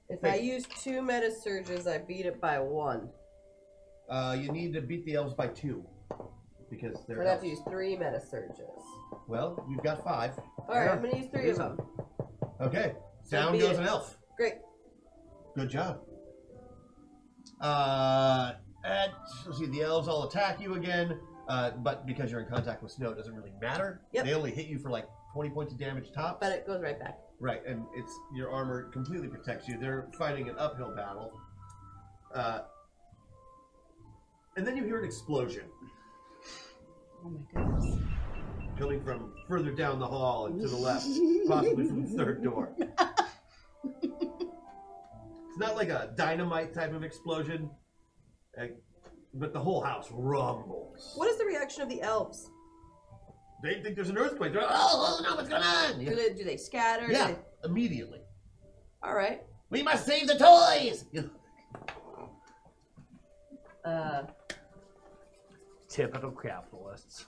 Speaker 3: If I use two meta surges, I beat it by one.
Speaker 2: Uh, you need to beat the elves by two because
Speaker 3: So
Speaker 2: they're.
Speaker 3: I'd have to
Speaker 2: elves.
Speaker 3: use three meta surges.
Speaker 2: Well, we've got five.
Speaker 3: All right, I'm gonna use three of them.
Speaker 2: Okay,
Speaker 3: So
Speaker 2: down
Speaker 3: beat
Speaker 2: goes
Speaker 3: it.
Speaker 2: an elf.
Speaker 3: Great.
Speaker 2: Good job. Uh, and let's see, the elves all attack you again, uh, but because you're in contact with snow, it doesn't really matter.
Speaker 3: Yep.
Speaker 2: They only hit you for like 20 points of damage top.
Speaker 3: But it goes right back.
Speaker 2: Right, and it's your armor completely protects you. They're fighting an uphill battle. Uh, and then you hear an explosion
Speaker 41: Oh my goodness.
Speaker 2: coming from further down the hall and to the left, possibly from the third door. It's not like a dynamite type of explosion, uh, but the whole house rumbles.
Speaker 3: What is the reaction of the elves?
Speaker 2: They think there's an earthquake. They're like, oh, oh no, what's going on?
Speaker 3: Do they do they scatter? Do
Speaker 2: Yeah,
Speaker 3: they-
Speaker 2: immediately.
Speaker 3: All right.
Speaker 2: We must save the toys!
Speaker 3: Uh,
Speaker 8: Typical capitalists.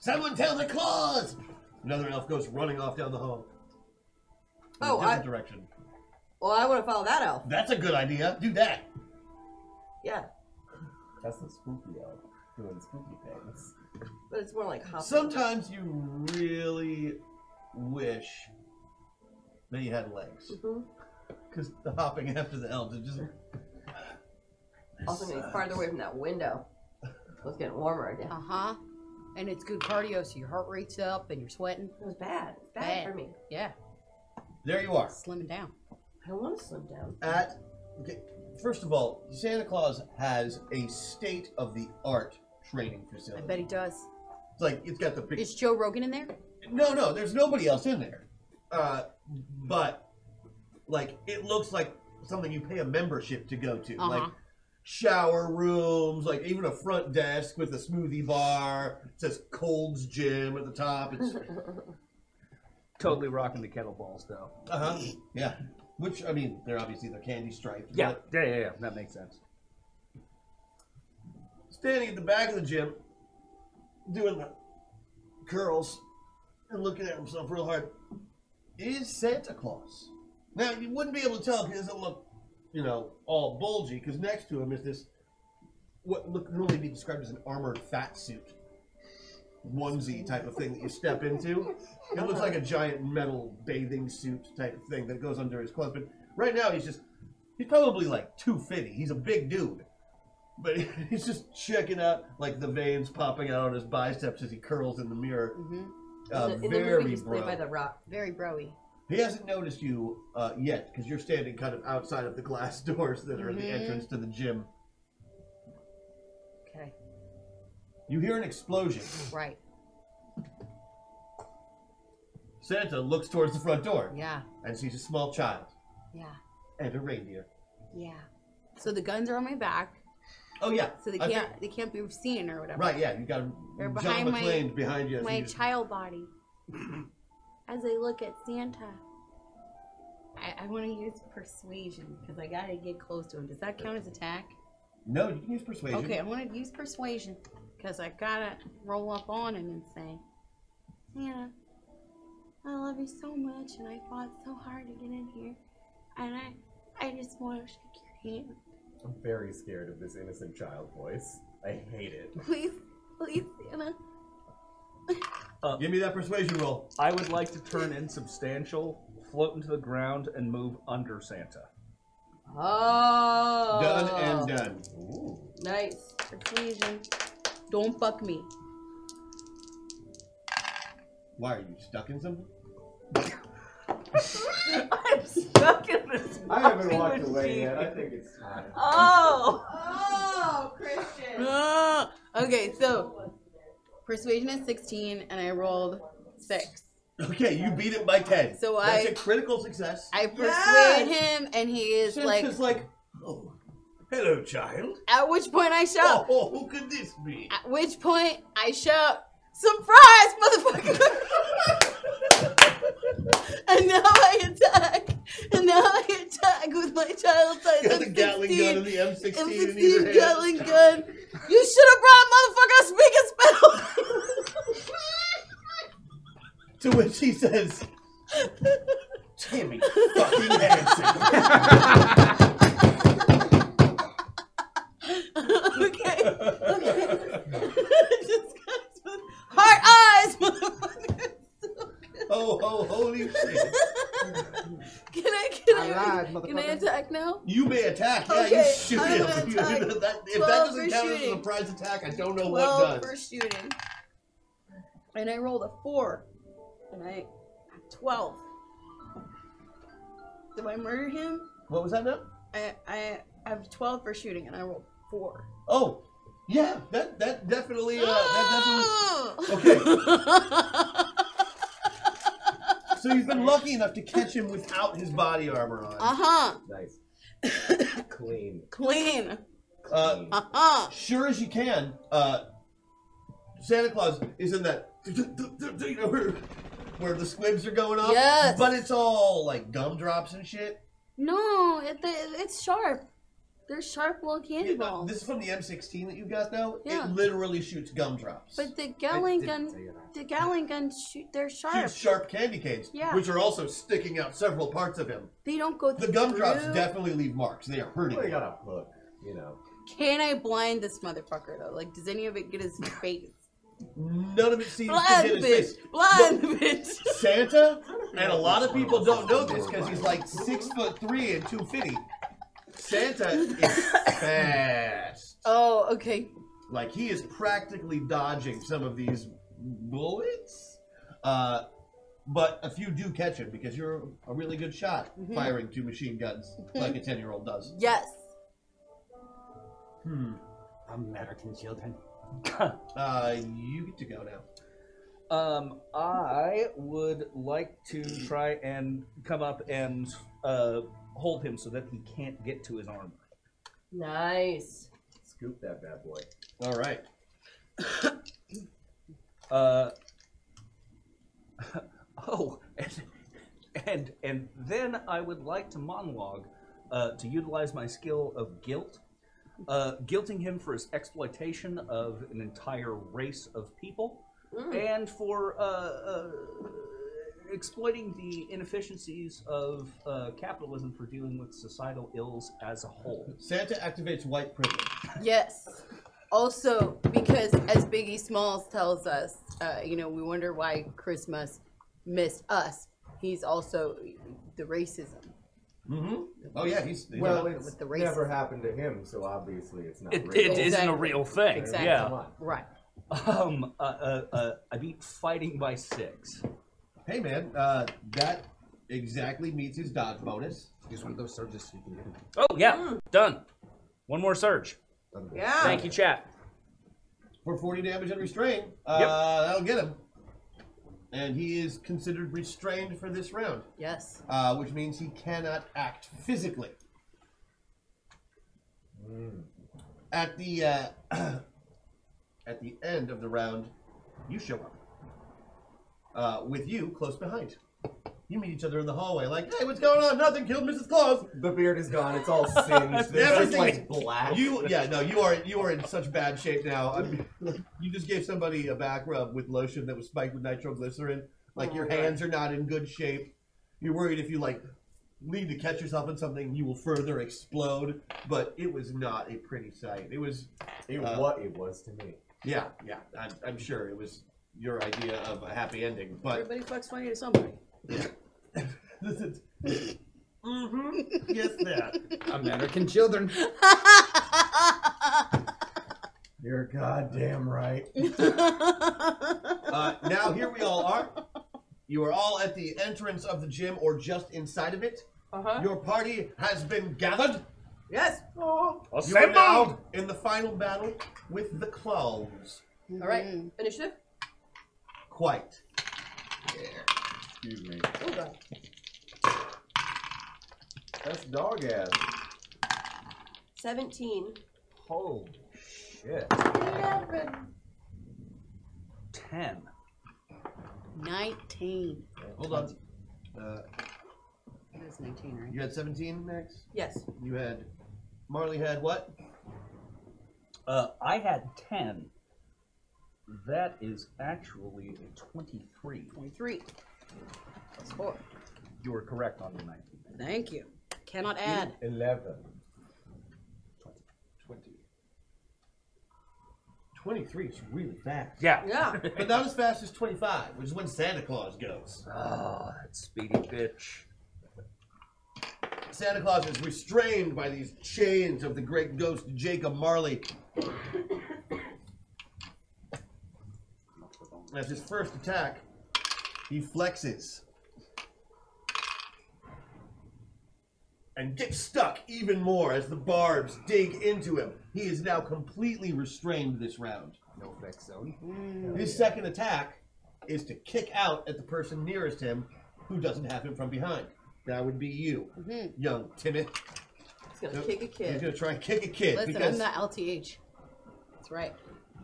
Speaker 2: Someone tell the claws! Another elf goes running off down the hall. In
Speaker 3: Oh,
Speaker 2: a different
Speaker 3: I-
Speaker 2: direction.
Speaker 3: well, I want to follow that elf.
Speaker 2: That's a good idea. Do that.
Speaker 3: Yeah,
Speaker 10: That's the spooky elf doing spooky things.
Speaker 3: but it's more like hopping.
Speaker 2: Sometimes you really wish that you had legs.
Speaker 3: Mhm.
Speaker 2: Because the hopping after the elves is just.
Speaker 3: Also, getting
Speaker 2: sucks.
Speaker 3: farther away from that window. So it's getting warmer again.
Speaker 9: Uh huh. And it's good cardio, so your heart rate's up and you're sweating.
Speaker 3: It was bad. It's bad, for me.
Speaker 9: Yeah,
Speaker 2: There you are.
Speaker 9: slimming down.
Speaker 3: I don't want to slim down.
Speaker 2: At. Okay, first of all, Santa Claus has a state of the art training
Speaker 9: I
Speaker 2: facility.
Speaker 9: bet he does.
Speaker 2: It's like, it's got the big.
Speaker 9: Is Joe Rogan in there?
Speaker 2: No, no, there's nobody else in there. Uh, but like it looks like something you pay a membership to go to.
Speaker 9: Uh-huh.
Speaker 2: Like shower rooms, like even a front desk with a smoothie bar. It says Cold's Gym at the top. It's
Speaker 4: Totally rocking the kettleballs, though.
Speaker 2: uh huh. Yeah. Which I mean, they're obviously they're candy striped.
Speaker 4: Yeah.
Speaker 2: but-
Speaker 4: yeah, yeah, yeah. That makes sense.
Speaker 2: standing at the back of the gym, doing the curls and looking at himself real hard, is Santa Claus. Now you wouldn't be able to tell if he doesn't look, you know, all bulgy, because next to him is this what look normally be described as an armored fat suit onesie type of thing that you step into. It looks like a giant metal bathing suit type of thing that goes under his clothes. But right now he's just he's probably like two fifty. He's a big dude. But he's just checking out like the veins popping out on his biceps as he curls in the mirror.
Speaker 3: Mm-hmm.
Speaker 2: Uh,
Speaker 20: in the, in the movie,
Speaker 2: very
Speaker 20: he's played
Speaker 2: bro.
Speaker 20: by The Rock. Very broy.
Speaker 2: He hasn't noticed you uh, yet because you're standing kind of outside of the glass doors that are the
Speaker 46: Mhm.
Speaker 2: entrance to the gym.
Speaker 46: Okay.
Speaker 2: You hear an explosion.
Speaker 46: Right.
Speaker 2: Santa looks towards the front door
Speaker 46: Yeah.
Speaker 2: and sees a small child
Speaker 46: Yeah.
Speaker 2: and a reindeer.
Speaker 46: Yeah.
Speaker 9: So the guns are on my back.
Speaker 2: Oh yeah.
Speaker 9: So they
Speaker 2: I
Speaker 9: can't they can't be seen or whatever.
Speaker 2: Right, yeah, you got
Speaker 9: They're
Speaker 2: John
Speaker 9: behind my-
Speaker 2: McClane behind you. as
Speaker 9: my
Speaker 2: you just-
Speaker 9: child body. As I look at Santa.
Speaker 46: I, I want to use persuasion because I gotta get close to him. Does that count as attack?
Speaker 2: no, you can use persuasion.
Speaker 46: Okay, I want to use persuasion because I gotta roll up on him and say,
Speaker 9: Santa, I love you so much, and I fought so hard to get in here, and I, I just want to shake your hand.
Speaker 10: I'm very scared of this innocent child voice. I hate it.
Speaker 9: Please, please, Santa.
Speaker 2: Give me that persuasion roll.
Speaker 4: I would like to turn insubstantial, float into the ground, and move under Santa.
Speaker 20: Oh.
Speaker 4: Done
Speaker 2: and done.
Speaker 20: Nice.
Speaker 9: Persuasion. Don't fuck me.
Speaker 2: Why are you stuck in something?
Speaker 13: I'm stuck in this.
Speaker 10: I haven't
Speaker 13: fucking
Speaker 10: walked away
Speaker 13: machine.
Speaker 10: yet. I think it's time.
Speaker 9: Oh.
Speaker 20: Oh, Christian.
Speaker 9: Ah, okay, so persuasion is 16, and I rolled six.
Speaker 2: Okay, you beat him by ten.
Speaker 9: So
Speaker 2: That's
Speaker 9: I-
Speaker 2: a critical success.
Speaker 9: I persuade him, and he is like,
Speaker 2: Santa's like, oh, hello, child.
Speaker 9: At which point I shout.
Speaker 2: Oh, who could this be?
Speaker 9: At which point I shout, "Surprise, motherfucker!" and now I attack. And now I attack with my child size
Speaker 2: Got the Gatling gun and the M16 in either hand.
Speaker 9: Gatling gun. You should have brought motherfucker a speaking spell.
Speaker 2: To which he says, Timmy fucking Hansen.
Speaker 9: okay. Just heart eyes, motherfucker.
Speaker 2: Oh, oh, holy shit.
Speaker 9: Can I? Can I?
Speaker 2: I lied,
Speaker 9: can I
Speaker 2: motherfucker.
Speaker 9: attack now?
Speaker 2: You may attack. Yeah,
Speaker 9: Okay,
Speaker 2: you shoot
Speaker 9: I'm
Speaker 2: him.
Speaker 9: gonna
Speaker 2: You-
Speaker 9: attack.
Speaker 2: that- if that
Speaker 9: 12
Speaker 2: doesn't
Speaker 9: for
Speaker 2: count as a
Speaker 9: shooting.
Speaker 2: surprise attack, I don't know
Speaker 9: Twelve
Speaker 2: what
Speaker 9: for
Speaker 2: does.
Speaker 9: shooting. And I rolled a four, and I twelve. Did I murder him?
Speaker 2: What was that now?
Speaker 9: I I I have twelve for shooting, and I rolled four.
Speaker 2: Oh, yeah, that that definitely uh,
Speaker 9: Ah!
Speaker 2: that definitely. Okay. so you've been lucky enough to catch him without his body armor on.
Speaker 9: Uh huh.
Speaker 2: Nice. Clean.
Speaker 9: Clean.
Speaker 2: Uh,
Speaker 9: Uh huh.
Speaker 2: sure as you can. Uh, Santa Claus is in that where the squibs are going off.
Speaker 9: Yes.
Speaker 2: But it's all like gumdrops and shit.
Speaker 9: No, it, it's sharp. They're sharp little candy balls.
Speaker 2: This is from the M16 that you got now.
Speaker 9: Yeah.
Speaker 2: It literally shoots gumdrops.
Speaker 9: But the Gatling
Speaker 2: did say
Speaker 9: gun, the Gatling gun, shoot, they're sharp.
Speaker 2: Shoots sharp candy canes,
Speaker 9: Yeah.
Speaker 2: which are also sticking out several parts of him.
Speaker 9: They don't go
Speaker 2: The
Speaker 9: through.
Speaker 2: gumdrops definitely leave marks. They are
Speaker 10: Oh
Speaker 2: hurting.
Speaker 9: Well,
Speaker 2: They
Speaker 9: you
Speaker 2: got a hook, you know.
Speaker 9: Can I blind this motherfucker though? Like, does any of it get his face?
Speaker 2: None of it seems
Speaker 9: Blind
Speaker 2: to hit
Speaker 9: bitch,
Speaker 2: his face.
Speaker 9: blind bitch.
Speaker 2: Santa, and a lot of people don't know this because he's like six foot three and two fifty. Santa is fast.
Speaker 9: Oh, okay.
Speaker 2: Like he is practically dodging some of these bullets. Uh, but a few do catch him because you're a really good shot
Speaker 9: Mhm.
Speaker 2: firing two machine guns like a ten year old does.
Speaker 9: Yes.
Speaker 2: Hmm.
Speaker 28: American children.
Speaker 2: Uh, you get to go now.
Speaker 4: Um, I would like to try and come up and uh, hold him so that he can't get to his armor.
Speaker 3: Nice.
Speaker 10: Scoop that bad boy.
Speaker 2: All right.
Speaker 8: Uh, oh, and, and and then I would like to monologue uh, to utilize my skill of guilt, uh, guilting him for his exploitation of an entire race of people,
Speaker 10: Mm.
Speaker 8: and for uh, uh, exploiting the inefficiencies of uh, capitalism for dealing with societal ills as a whole.
Speaker 2: Santa activates white privilege.
Speaker 47: Yes. Also, because as Biggie Smalls tells us, uh, you know, we wonder why Christmas missed us. He's also the racism.
Speaker 2: Mm-hmm. Oh yeah, he's, he's
Speaker 10: well.
Speaker 47: with
Speaker 10: It's
Speaker 47: the racism.
Speaker 10: never happened to him, so obviously it's not.
Speaker 8: It,
Speaker 10: real.
Speaker 8: it isn't a real thing.
Speaker 10: Exactly. Come
Speaker 8: Yeah.
Speaker 10: on.
Speaker 47: Right.
Speaker 8: Um, uh, uh, uh, I beat fighting by six.
Speaker 2: Hey man, uh, that exactly meets his dodge bonus.
Speaker 7: Use one of those surges so you can get him.
Speaker 8: Oh yeah, done. One more surge.
Speaker 2: Yeah.
Speaker 8: Thank you, chat.
Speaker 2: For 40 damage and restrain, uh, that'll get him. And he is considered restrained for this round,
Speaker 47: Yes.
Speaker 2: uh, which means he cannot act physically.
Speaker 47: Mm.
Speaker 2: At the uh, at the end of the round, you show up. Uh, with you close behind. You meet each other in the hallway, like, hey, what's going on? Nothing killed Mrs. Claus.
Speaker 10: The beard is gone. It's all singed. There's just
Speaker 2: Everything
Speaker 10: like black.
Speaker 2: You, yeah, no, you are you are in such bad shape now. I mean, you just gave somebody a back rub with lotion that was spiked with nitroglycerin. Like your hands are not in good shape. You're worried if you like lean to catch yourself in something, you will further explode. But it was not a pretty sight. It was.
Speaker 10: It
Speaker 2: uh,
Speaker 10: what it was to me.
Speaker 2: Yeah, yeah. I'm, I'm sure it was your idea of a happy ending, but
Speaker 48: Everybody fucks funny to somebody.
Speaker 2: this is. Mm-hmm. Yes, that.
Speaker 7: American children.
Speaker 10: You're goddamn right.
Speaker 2: Uh, now here we all are. You are all at the entrance of the gym or just inside of it.
Speaker 3: Uh-huh.
Speaker 2: Your party has been gathered.
Speaker 3: Yes. Oh.
Speaker 2: You are now in the final battle with the clowns.
Speaker 3: All right. Initiative.
Speaker 2: Quite. Excuse me.
Speaker 3: Oh god.
Speaker 10: That's dog ass.
Speaker 3: Seventeen.
Speaker 8: Holy shit. Ten.
Speaker 9: 19.
Speaker 2: Hold on. Uh,
Speaker 49: That's 19, right?
Speaker 2: you had 17, Max?
Speaker 3: Yes.
Speaker 2: You had. Marley had what?
Speaker 8: Uh, I had ten. That is actually a twenty-three.
Speaker 49: Twenty-three. Plus four.
Speaker 8: You were correct on the nineteen.
Speaker 49: Thank you.
Speaker 9: Cannot add.
Speaker 10: 11.
Speaker 2: 20. 23 is really fast.
Speaker 8: Yeah.
Speaker 3: Yeah.
Speaker 2: but not as fast as 25, which is when Santa Claus goes.
Speaker 8: Oh, that speedy bitch.
Speaker 2: Santa Claus is restrained by these chains of the great ghost Jacob Marley. As his first attack, he flexes and gets stuck even more as the barbs dig into him. He is now completely restrained this round.
Speaker 7: No flex zone.
Speaker 2: His second attack is to kick out at the person nearest him who doesn't have him from behind. That would be you, young Timmy.
Speaker 9: He's going
Speaker 2: Nope. He's gonna try and kick a kid
Speaker 9: Listen,
Speaker 2: because
Speaker 9: I'm not LTH. That's right.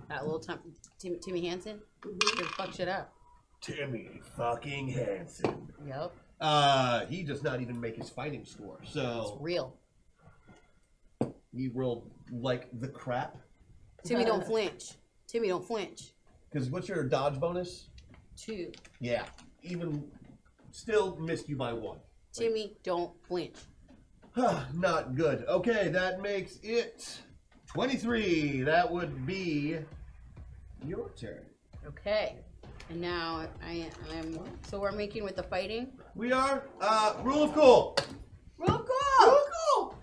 Speaker 9: That little Tim, Tim, Timmy Hansen.
Speaker 3: Mm-hmm.
Speaker 9: Gonna fuck shit up.
Speaker 2: Timmy fucking Hansen.
Speaker 9: Yep.
Speaker 2: Uh, he does not even make his fighting score,
Speaker 3: Oh.
Speaker 9: It's
Speaker 2: so
Speaker 9: real.
Speaker 2: he rolled like the crap.
Speaker 9: Timmy don't flinch. Timmy don't flinch.
Speaker 2: Because what's your dodge bonus?
Speaker 9: Two.
Speaker 2: Yeah, even still missed you by one.
Speaker 9: Timmy don't flinch.
Speaker 2: not good. Okay, that makes it twenty-three. That would be your turn.
Speaker 9: Okay. And now I I'm so we're making with the fighting.
Speaker 2: We are uh, rule of cool.
Speaker 9: Roll call. Roll call.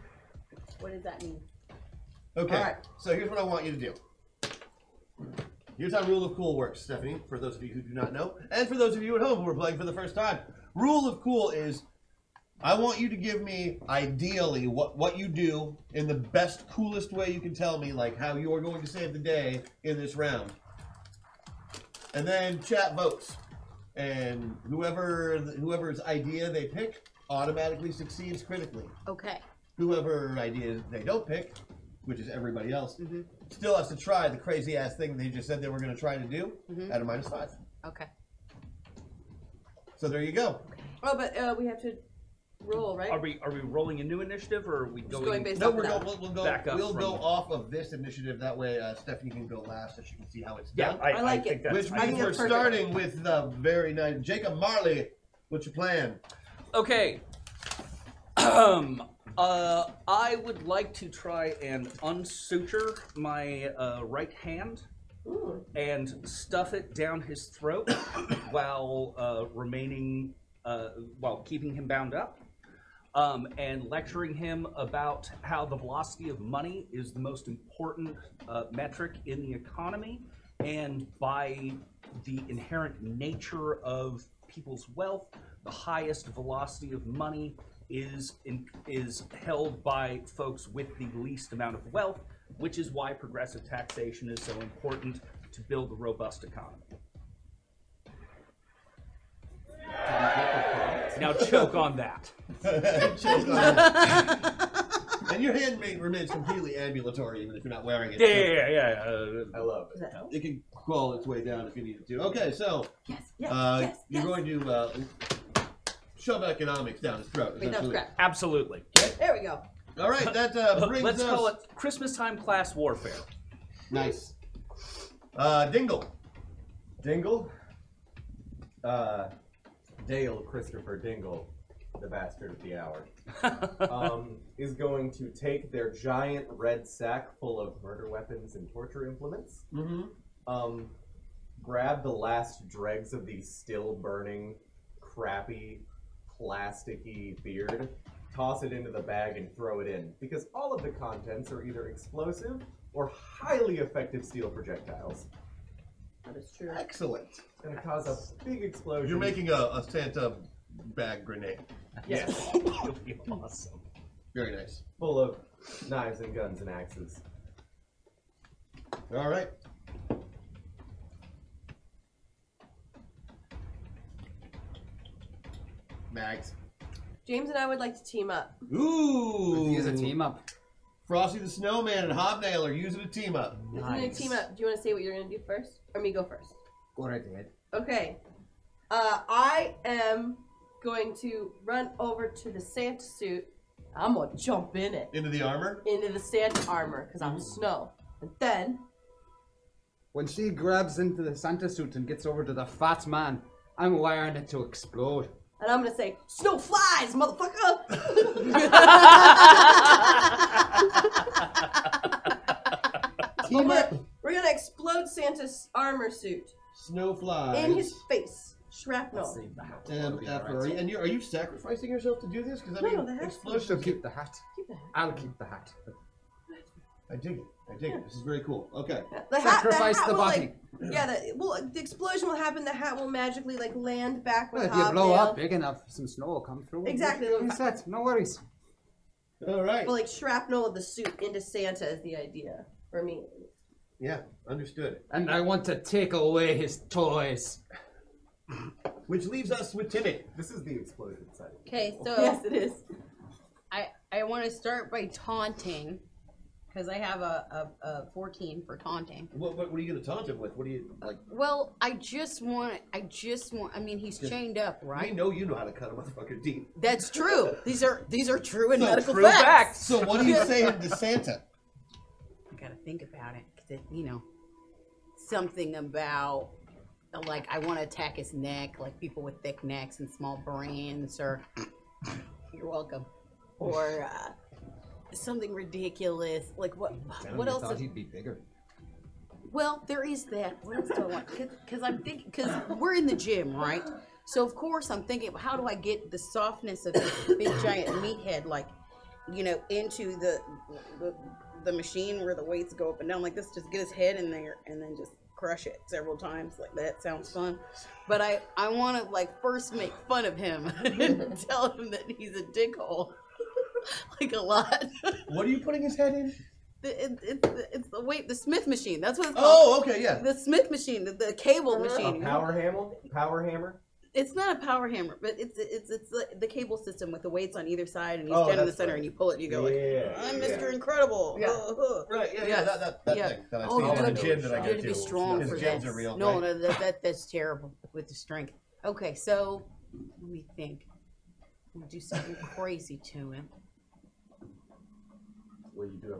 Speaker 9: What does that mean?
Speaker 2: Okay.
Speaker 9: All right.
Speaker 2: So here's what I want you to do. Here's how Rule of Cool works, Stephanie, for those of you who do not know, and for those of you at home who are playing for the first time. Rule of Cool is I want you to give me ideally what, what you do in the best, coolest way you can tell me, like how you are going to save the day in this round. And then chat votes. And whoever whoever's idea they pick automatically succeeds critically
Speaker 9: Okay.
Speaker 2: whoever ideas they don't pick which is everybody else,
Speaker 8: Mm-hmm.
Speaker 2: still has to try the crazy ass thing they just said they were going to try to do
Speaker 8: Mm-hmm.
Speaker 3: Mhm.
Speaker 2: at a minus five.
Speaker 9: Okay.
Speaker 2: So there you go.
Speaker 3: Oh, but uh, we have to roll, right?
Speaker 8: Are we are we rolling a new initiative or are we going?
Speaker 3: going based
Speaker 2: No,
Speaker 3: off
Speaker 2: we're
Speaker 3: of
Speaker 2: go,
Speaker 3: that.
Speaker 2: we'll, we'll go.
Speaker 8: Back up
Speaker 2: we'll
Speaker 8: from
Speaker 2: go
Speaker 8: that.
Speaker 2: off of this initiative. That way, uh, Stephanie can go last, so she can see how it's
Speaker 8: Yeah,
Speaker 2: done.
Speaker 8: I- I I like think it.
Speaker 2: Which
Speaker 8: that's- I think
Speaker 2: means we're
Speaker 8: that's perfect.
Speaker 2: starting with the very nice Jacob Marley. What's your plan?
Speaker 8: Okay. Um. Uh. I would like to try and unsuture my uh, right hand and stuff it down his throat while uh, remaining uh, while keeping him bound up. Um, and lecturing him about how the velocity of money is the most important uh, metric in the economy, and by the inherent nature of people's wealth, the highest velocity of money is in, is held by folks with the least amount of wealth, which is why progressive taxation is so important to build a robust economy. Now choke on that.
Speaker 2: Choke on that. and your hand may, remains completely ambulatory, even if you're not wearing it.
Speaker 8: Yeah, yeah, yeah, Uh,
Speaker 2: I love
Speaker 3: Does that help?
Speaker 2: it. It can crawl its way down if you need it to. Okay, so
Speaker 3: Yes,
Speaker 2: uh, you're going to uh, shove economics down his throat.
Speaker 3: Wait, that was
Speaker 2: essentially.
Speaker 3: crap.
Speaker 8: Absolutely.
Speaker 3: There we go.
Speaker 2: All right, that uh, brings
Speaker 8: Let's
Speaker 2: us.
Speaker 8: call it Christmas time class warfare.
Speaker 2: Nice. Uh, Dingle.
Speaker 10: Dingle? Uh, Dale Christopher Dingle, the bastard of the hour,
Speaker 8: Uh,
Speaker 10: um, is going to take their giant red sack full of murder weapons and torture implements,
Speaker 7: Mm-hmm.
Speaker 2: Mhm.
Speaker 10: um, grab the last dregs of the still burning, crappy, plasticky beard, toss it into the bag, and throw it in. Because all of the contents are either explosive or highly effective steel projectiles.
Speaker 3: That is true.
Speaker 2: Excellent.
Speaker 10: It's going to cause a big explosion.
Speaker 2: You're making a, a Santa bag grenade.
Speaker 10: Yes.
Speaker 8: awesome.
Speaker 2: Very nice.
Speaker 10: Full of knives and guns and axes.
Speaker 2: All right. Mags.
Speaker 3: James and I would like to team up.
Speaker 2: Ooh.
Speaker 7: Use a team
Speaker 2: up. Frosty the Snowman and Hobnail are using a team up.
Speaker 3: We're gonna team up. Do you want to say what you're gonna do first, or me go first?
Speaker 7: What I did.
Speaker 3: Okay. Uh, I am going to run over to the Santa suit. I'm gonna jump in it.
Speaker 2: Into the armor?
Speaker 3: Into the Santa armor, because
Speaker 7: Mm.
Speaker 3: I'm snow. And then
Speaker 7: When she grabs into the Santa suit and gets over to the fat man, I'm wiring it to explode.
Speaker 3: and I'm gonna say, Snow flies, motherfucker!
Speaker 2: Team up.
Speaker 3: We're gonna explode Santa's armor suit
Speaker 2: Snow flies.
Speaker 3: in his face. Shrapnel.
Speaker 2: MFR. And you are you sacrificing yourself to do this? Because I
Speaker 3: No,
Speaker 2: mean,
Speaker 3: no, the hat.
Speaker 2: explosions.
Speaker 7: So keep the hat. I'll keep the hat.
Speaker 2: I dig it. I dig it. This is very cool. Okay.
Speaker 3: The hat,
Speaker 7: Sacrifice
Speaker 3: the, hat
Speaker 7: the
Speaker 3: will,
Speaker 7: body.
Speaker 3: Like, yeah, the, well, the explosion will happen. The hat will magically like land back
Speaker 7: Well,
Speaker 3: with
Speaker 7: if you blow
Speaker 3: Hobnail.
Speaker 7: up big enough, some snow will come through.
Speaker 3: Exactly.
Speaker 7: You're set. No worries.
Speaker 2: All right.
Speaker 3: But like shrapnel of the suit into Santa is the idea for me.
Speaker 2: Yeah, understood.
Speaker 7: And I want to take away his toys.
Speaker 2: Which leaves us with Timmy.
Speaker 10: This is the explosion side.
Speaker 9: Okay, so
Speaker 3: Yes, it is.
Speaker 9: I I want to start by taunting because I have a, a, a 14 for taunting.
Speaker 2: What, what, what are you going to taunt him with? What do you like?
Speaker 9: Well, I just want I just want I mean he's
Speaker 2: Just-
Speaker 9: chained up,
Speaker 2: I
Speaker 9: right?
Speaker 2: know you know how to cut a motherfucker deep.
Speaker 9: That's true. These are these are true and
Speaker 2: So
Speaker 9: medical
Speaker 2: true
Speaker 9: facts.
Speaker 2: facts. So what are you saying to Santa?
Speaker 9: I gotta think about it 'cause it, you know, something about like I want to attack his neck, like people with thick necks and small brains, or you're welcome, or uh, something ridiculous. Like what? What else?
Speaker 7: thought
Speaker 9: is-
Speaker 7: he'd be bigger.
Speaker 9: well, there is that. What else do I want? Because I'm thinking, because we're in the gym, right? So of course I'm thinking, how do I get the softness of this big giant meathead, like, you know, into the, the the machine where the weights go up and down like this? Just get his head in there and then just crush it several times. Like that sounds fun. But I I want to like first make fun of him and tell him that he's a dickhole, like a lot.
Speaker 2: What are you putting his head in?
Speaker 9: The, it, it's the, it's the wait the Smith machine. That's what it's
Speaker 2: Oh,
Speaker 9: called.
Speaker 2: okay, yeah.
Speaker 9: Oh. The Smith machine, the, the cable machine.
Speaker 10: A power hammer? Power hammer?
Speaker 9: It's not a power hammer, but it's it's it's like the cable system with the weights on either side, and you
Speaker 2: Oh,
Speaker 9: stand in the
Speaker 2: that's
Speaker 9: center
Speaker 2: right.
Speaker 9: and you pull it. and You go
Speaker 2: Yeah,
Speaker 9: like, "I'm
Speaker 2: yeah.
Speaker 9: Mr. Incredible."
Speaker 2: Yeah.
Speaker 9: Uh, uh.
Speaker 2: Right? Yeah, yeah.
Speaker 9: Yes.
Speaker 2: That, that, that
Speaker 9: Yeah.
Speaker 2: thing that I
Speaker 9: Oh,
Speaker 2: see in the
Speaker 9: good.
Speaker 2: gym that I
Speaker 9: You
Speaker 2: go
Speaker 9: gotta
Speaker 2: to.
Speaker 9: be strong
Speaker 2: His
Speaker 9: for
Speaker 2: gyms
Speaker 9: that.
Speaker 2: are real.
Speaker 9: No,
Speaker 2: right?
Speaker 9: no, that, that that's terrible with the strength. Okay, so let me think. I'm gonna do something crazy to him.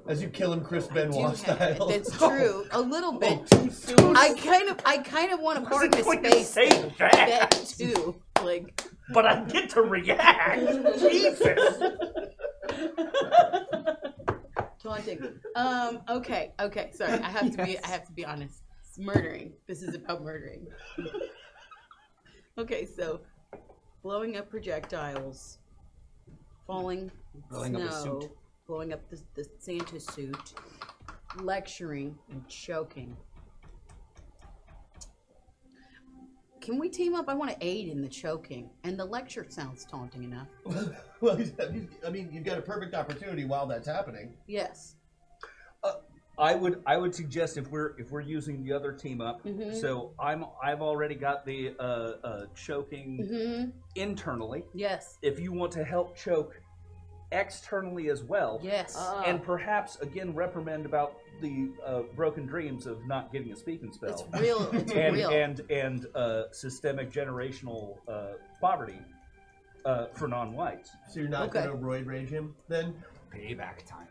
Speaker 2: As you kill him, Chris
Speaker 9: Do
Speaker 2: Benoit
Speaker 9: have-
Speaker 2: style. Oh,
Speaker 9: That's true. A little bit. I kind of, I kind of want to park this
Speaker 50: when you
Speaker 9: space.
Speaker 50: say that.
Speaker 9: that too, like.
Speaker 50: But I get to react. Jesus.
Speaker 9: Taunting. Um. Okay. Okay. Sorry. I have to be. I have to be honest. It's murdering. This is about murdering. okay. So, blowing up projectiles, falling
Speaker 7: Blowing
Speaker 9: snow,
Speaker 7: up his suit.
Speaker 9: blowing up the, the Santa suit, lecturing and choking. Can we team up? I want to aid in the choking, and the lecture sounds taunting enough.
Speaker 2: well, he's, I mean, you've got a perfect opportunity while that's happening.
Speaker 9: Yes.
Speaker 8: I would I would suggest if we're if we're using the other team up,
Speaker 7: Mm-hmm.
Speaker 9: Mhm.
Speaker 8: so I'm I've already got the uh, uh, choking
Speaker 9: Mhm.
Speaker 8: internally.
Speaker 9: Yes.
Speaker 8: If you want to help choke externally as well,
Speaker 9: Yes.
Speaker 3: Uh,
Speaker 9: Ah.
Speaker 8: and perhaps again reprimand about the uh, broken dreams of not getting a speaking spell.
Speaker 9: It's real- it's
Speaker 8: and,
Speaker 9: real.
Speaker 8: and and uh, systemic generational uh, poverty uh, for non-whites.
Speaker 2: So you're not
Speaker 9: Okay.
Speaker 2: going to roid rage him then?
Speaker 8: Payback time.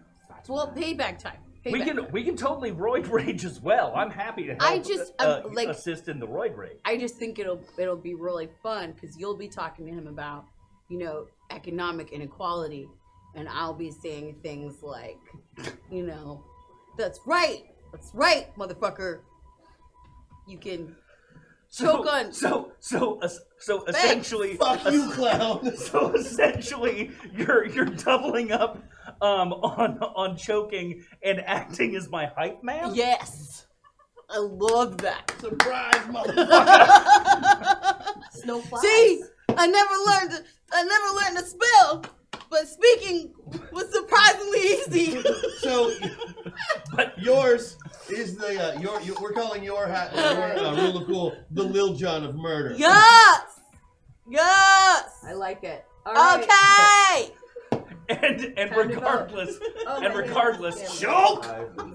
Speaker 9: Well, payback time.
Speaker 8: We
Speaker 9: Payback.
Speaker 8: can we can totally roid rage as well. I'm happy to help.
Speaker 9: I just,
Speaker 8: uh,
Speaker 9: um, like-
Speaker 8: assist in the roid rage.
Speaker 9: I just think it'll it'll be really fun because you'll be talking to him about you know economic inequality, and I'll be saying things like, you know, that's right, that's right, motherfucker. You can choke on.
Speaker 8: So so es- so
Speaker 9: Thanks.
Speaker 8: essentially,
Speaker 9: Fuck you,
Speaker 2: clown.
Speaker 8: So essentially, you're you're doubling up um, on on choking and acting as my hype man.
Speaker 9: Yes, I love that.
Speaker 2: Surprise,
Speaker 9: motherfucker! See, I never learned. I never learned a spell, but speaking was surprisingly easy.
Speaker 2: So, yours is the uh, your, your. We're calling your hat your uh, rule of cool the Lil John of murder.
Speaker 9: Yes! Yes!
Speaker 3: I like it.
Speaker 9: okay!
Speaker 8: And and regardless,
Speaker 3: Oh,
Speaker 8: and
Speaker 3: my
Speaker 8: regardless, choke.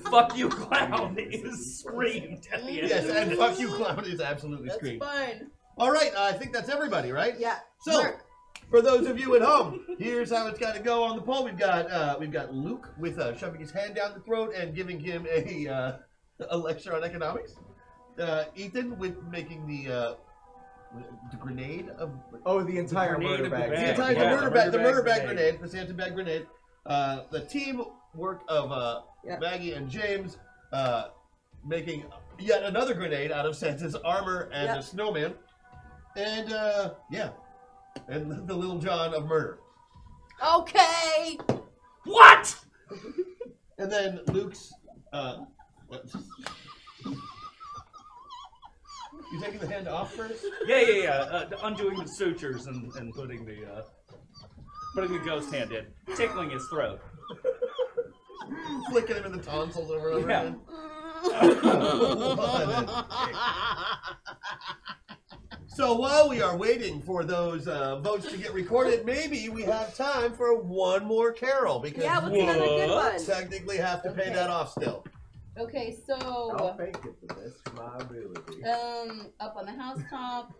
Speaker 8: Fuck you, clown is screamed at the end.
Speaker 2: Yes, and fuck you, clown is absolutely screamed.
Speaker 9: Fun.
Speaker 2: All right, I think that's everybody, right?
Speaker 9: Yeah.
Speaker 2: So, for those of you at home, here's how it's got to go on the poll. We've got uh, we've got Luke with uh, shoving his hand down the throat and giving him a uh, a lecture on economics. Uh, Ethan with making the uh, the grenade of
Speaker 10: Oh, the entire
Speaker 2: grenade
Speaker 10: murder
Speaker 2: of
Speaker 10: bag.
Speaker 2: The entire
Speaker 10: Yeah.
Speaker 2: murder bag, the murder bag
Speaker 10: grenade.
Speaker 2: grenade, the Santa bag grenade. Uh, the team work of uh, Maggie and James uh, making yet another grenade out of Santa's armor and
Speaker 10: Yep.
Speaker 2: the snowman, and uh, yeah, and the Little John of murder.
Speaker 9: Okay.
Speaker 8: What?
Speaker 2: And then Luke's. Uh, you taking the hand off first?
Speaker 8: Yeah, yeah, yeah. Uh, undoing the sutures and, and putting the uh, putting the ghost hand in, tickling his throat.
Speaker 2: Flicking him in the tonsils over and over
Speaker 8: Yeah.
Speaker 2: again. so while we are waiting for those uh, votes to get recorded, maybe we have time for one more carol because
Speaker 51: Yeah,
Speaker 2: we
Speaker 51: let's get another good one.
Speaker 2: technically have to pay that off still.
Speaker 51: Okay, so.
Speaker 2: it the best of my ability.
Speaker 51: Um, up on the housetop.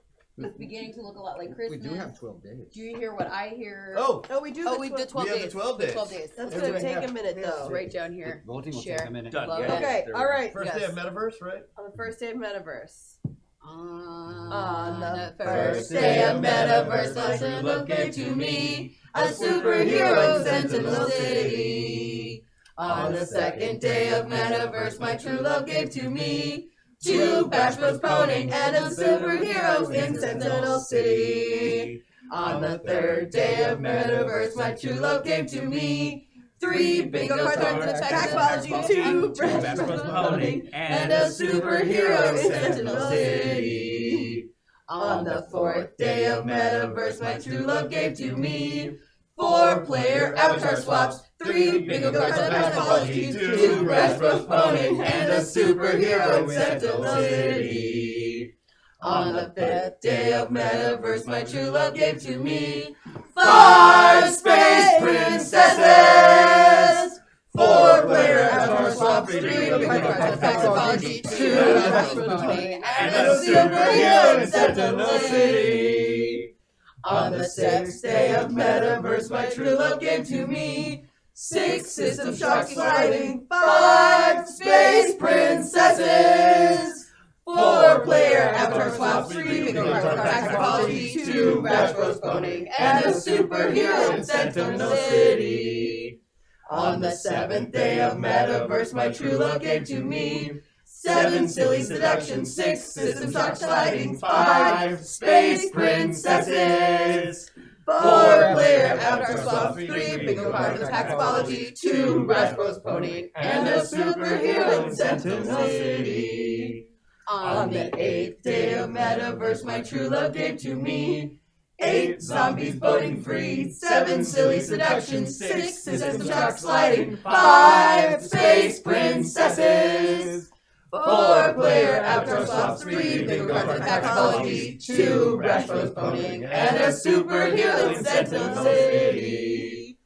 Speaker 51: It's beginning to look a lot like Christmas.
Speaker 7: twelve days.
Speaker 51: Do you hear what I hear?
Speaker 7: Oh.
Speaker 51: oh, we do.
Speaker 9: Oh, we did 12 days.
Speaker 51: The 12 days.
Speaker 9: That's
Speaker 51: Let's
Speaker 9: going to
Speaker 51: do it.
Speaker 9: take a minute, though.
Speaker 51: Right down here.
Speaker 7: Voting will
Speaker 51: Share.
Speaker 7: take a minute.
Speaker 51: Done. Love
Speaker 3: Yeah.
Speaker 51: it.
Speaker 3: Okay, all right.
Speaker 2: First day of Metaverse, right?
Speaker 3: On the first day of Metaverse.
Speaker 9: On
Speaker 3: the
Speaker 9: First day of Metaverse, let's look at you, me, a superhero sent to the city. On the second day of Metaverse, my true love gave to me two bash postponing and a superhero in Sentinel City. On the third day of Metaverse, my true love gave to me three bingo cards and a technology, two bash postponing and a superhero in Sentinel City. On the fourth day of Metaverse, my true love gave to me four player avatar swaps, three bingo cards and cosmology, two breast postponing, and a superhero in Sentinel City.
Speaker 3: On the fifth day of Metaverse, my true love gave to me
Speaker 52: Five
Speaker 3: space princesses. Four player Avatar Swap Stream, Toxicology 2, and a super hero in Sentinel City. On the sixth day of Metaverse, my true love gave to me Six system shocks sliding, five space princesses, four player avatar swap, three big toxicology, two bash bros boning, and a superhero in Sentinel City. On the seventh day of Metaverse, my true love gave to me seven silly seductions, six system shocks sliding, five space princesses. Four player Avatar Swap, three bingo cards, Taxology, two Brash Bros Pony, and a superhero in Sentinel City. On the eighth day of Metaverse, my true love gave to me eight zombies boating free, seven silly seductions, six system shock sliding, five space princesses. Four player Avatar Swap, three bingo cards, Taxology, two Brash Bros Pony, and a superhero in Sentinel City.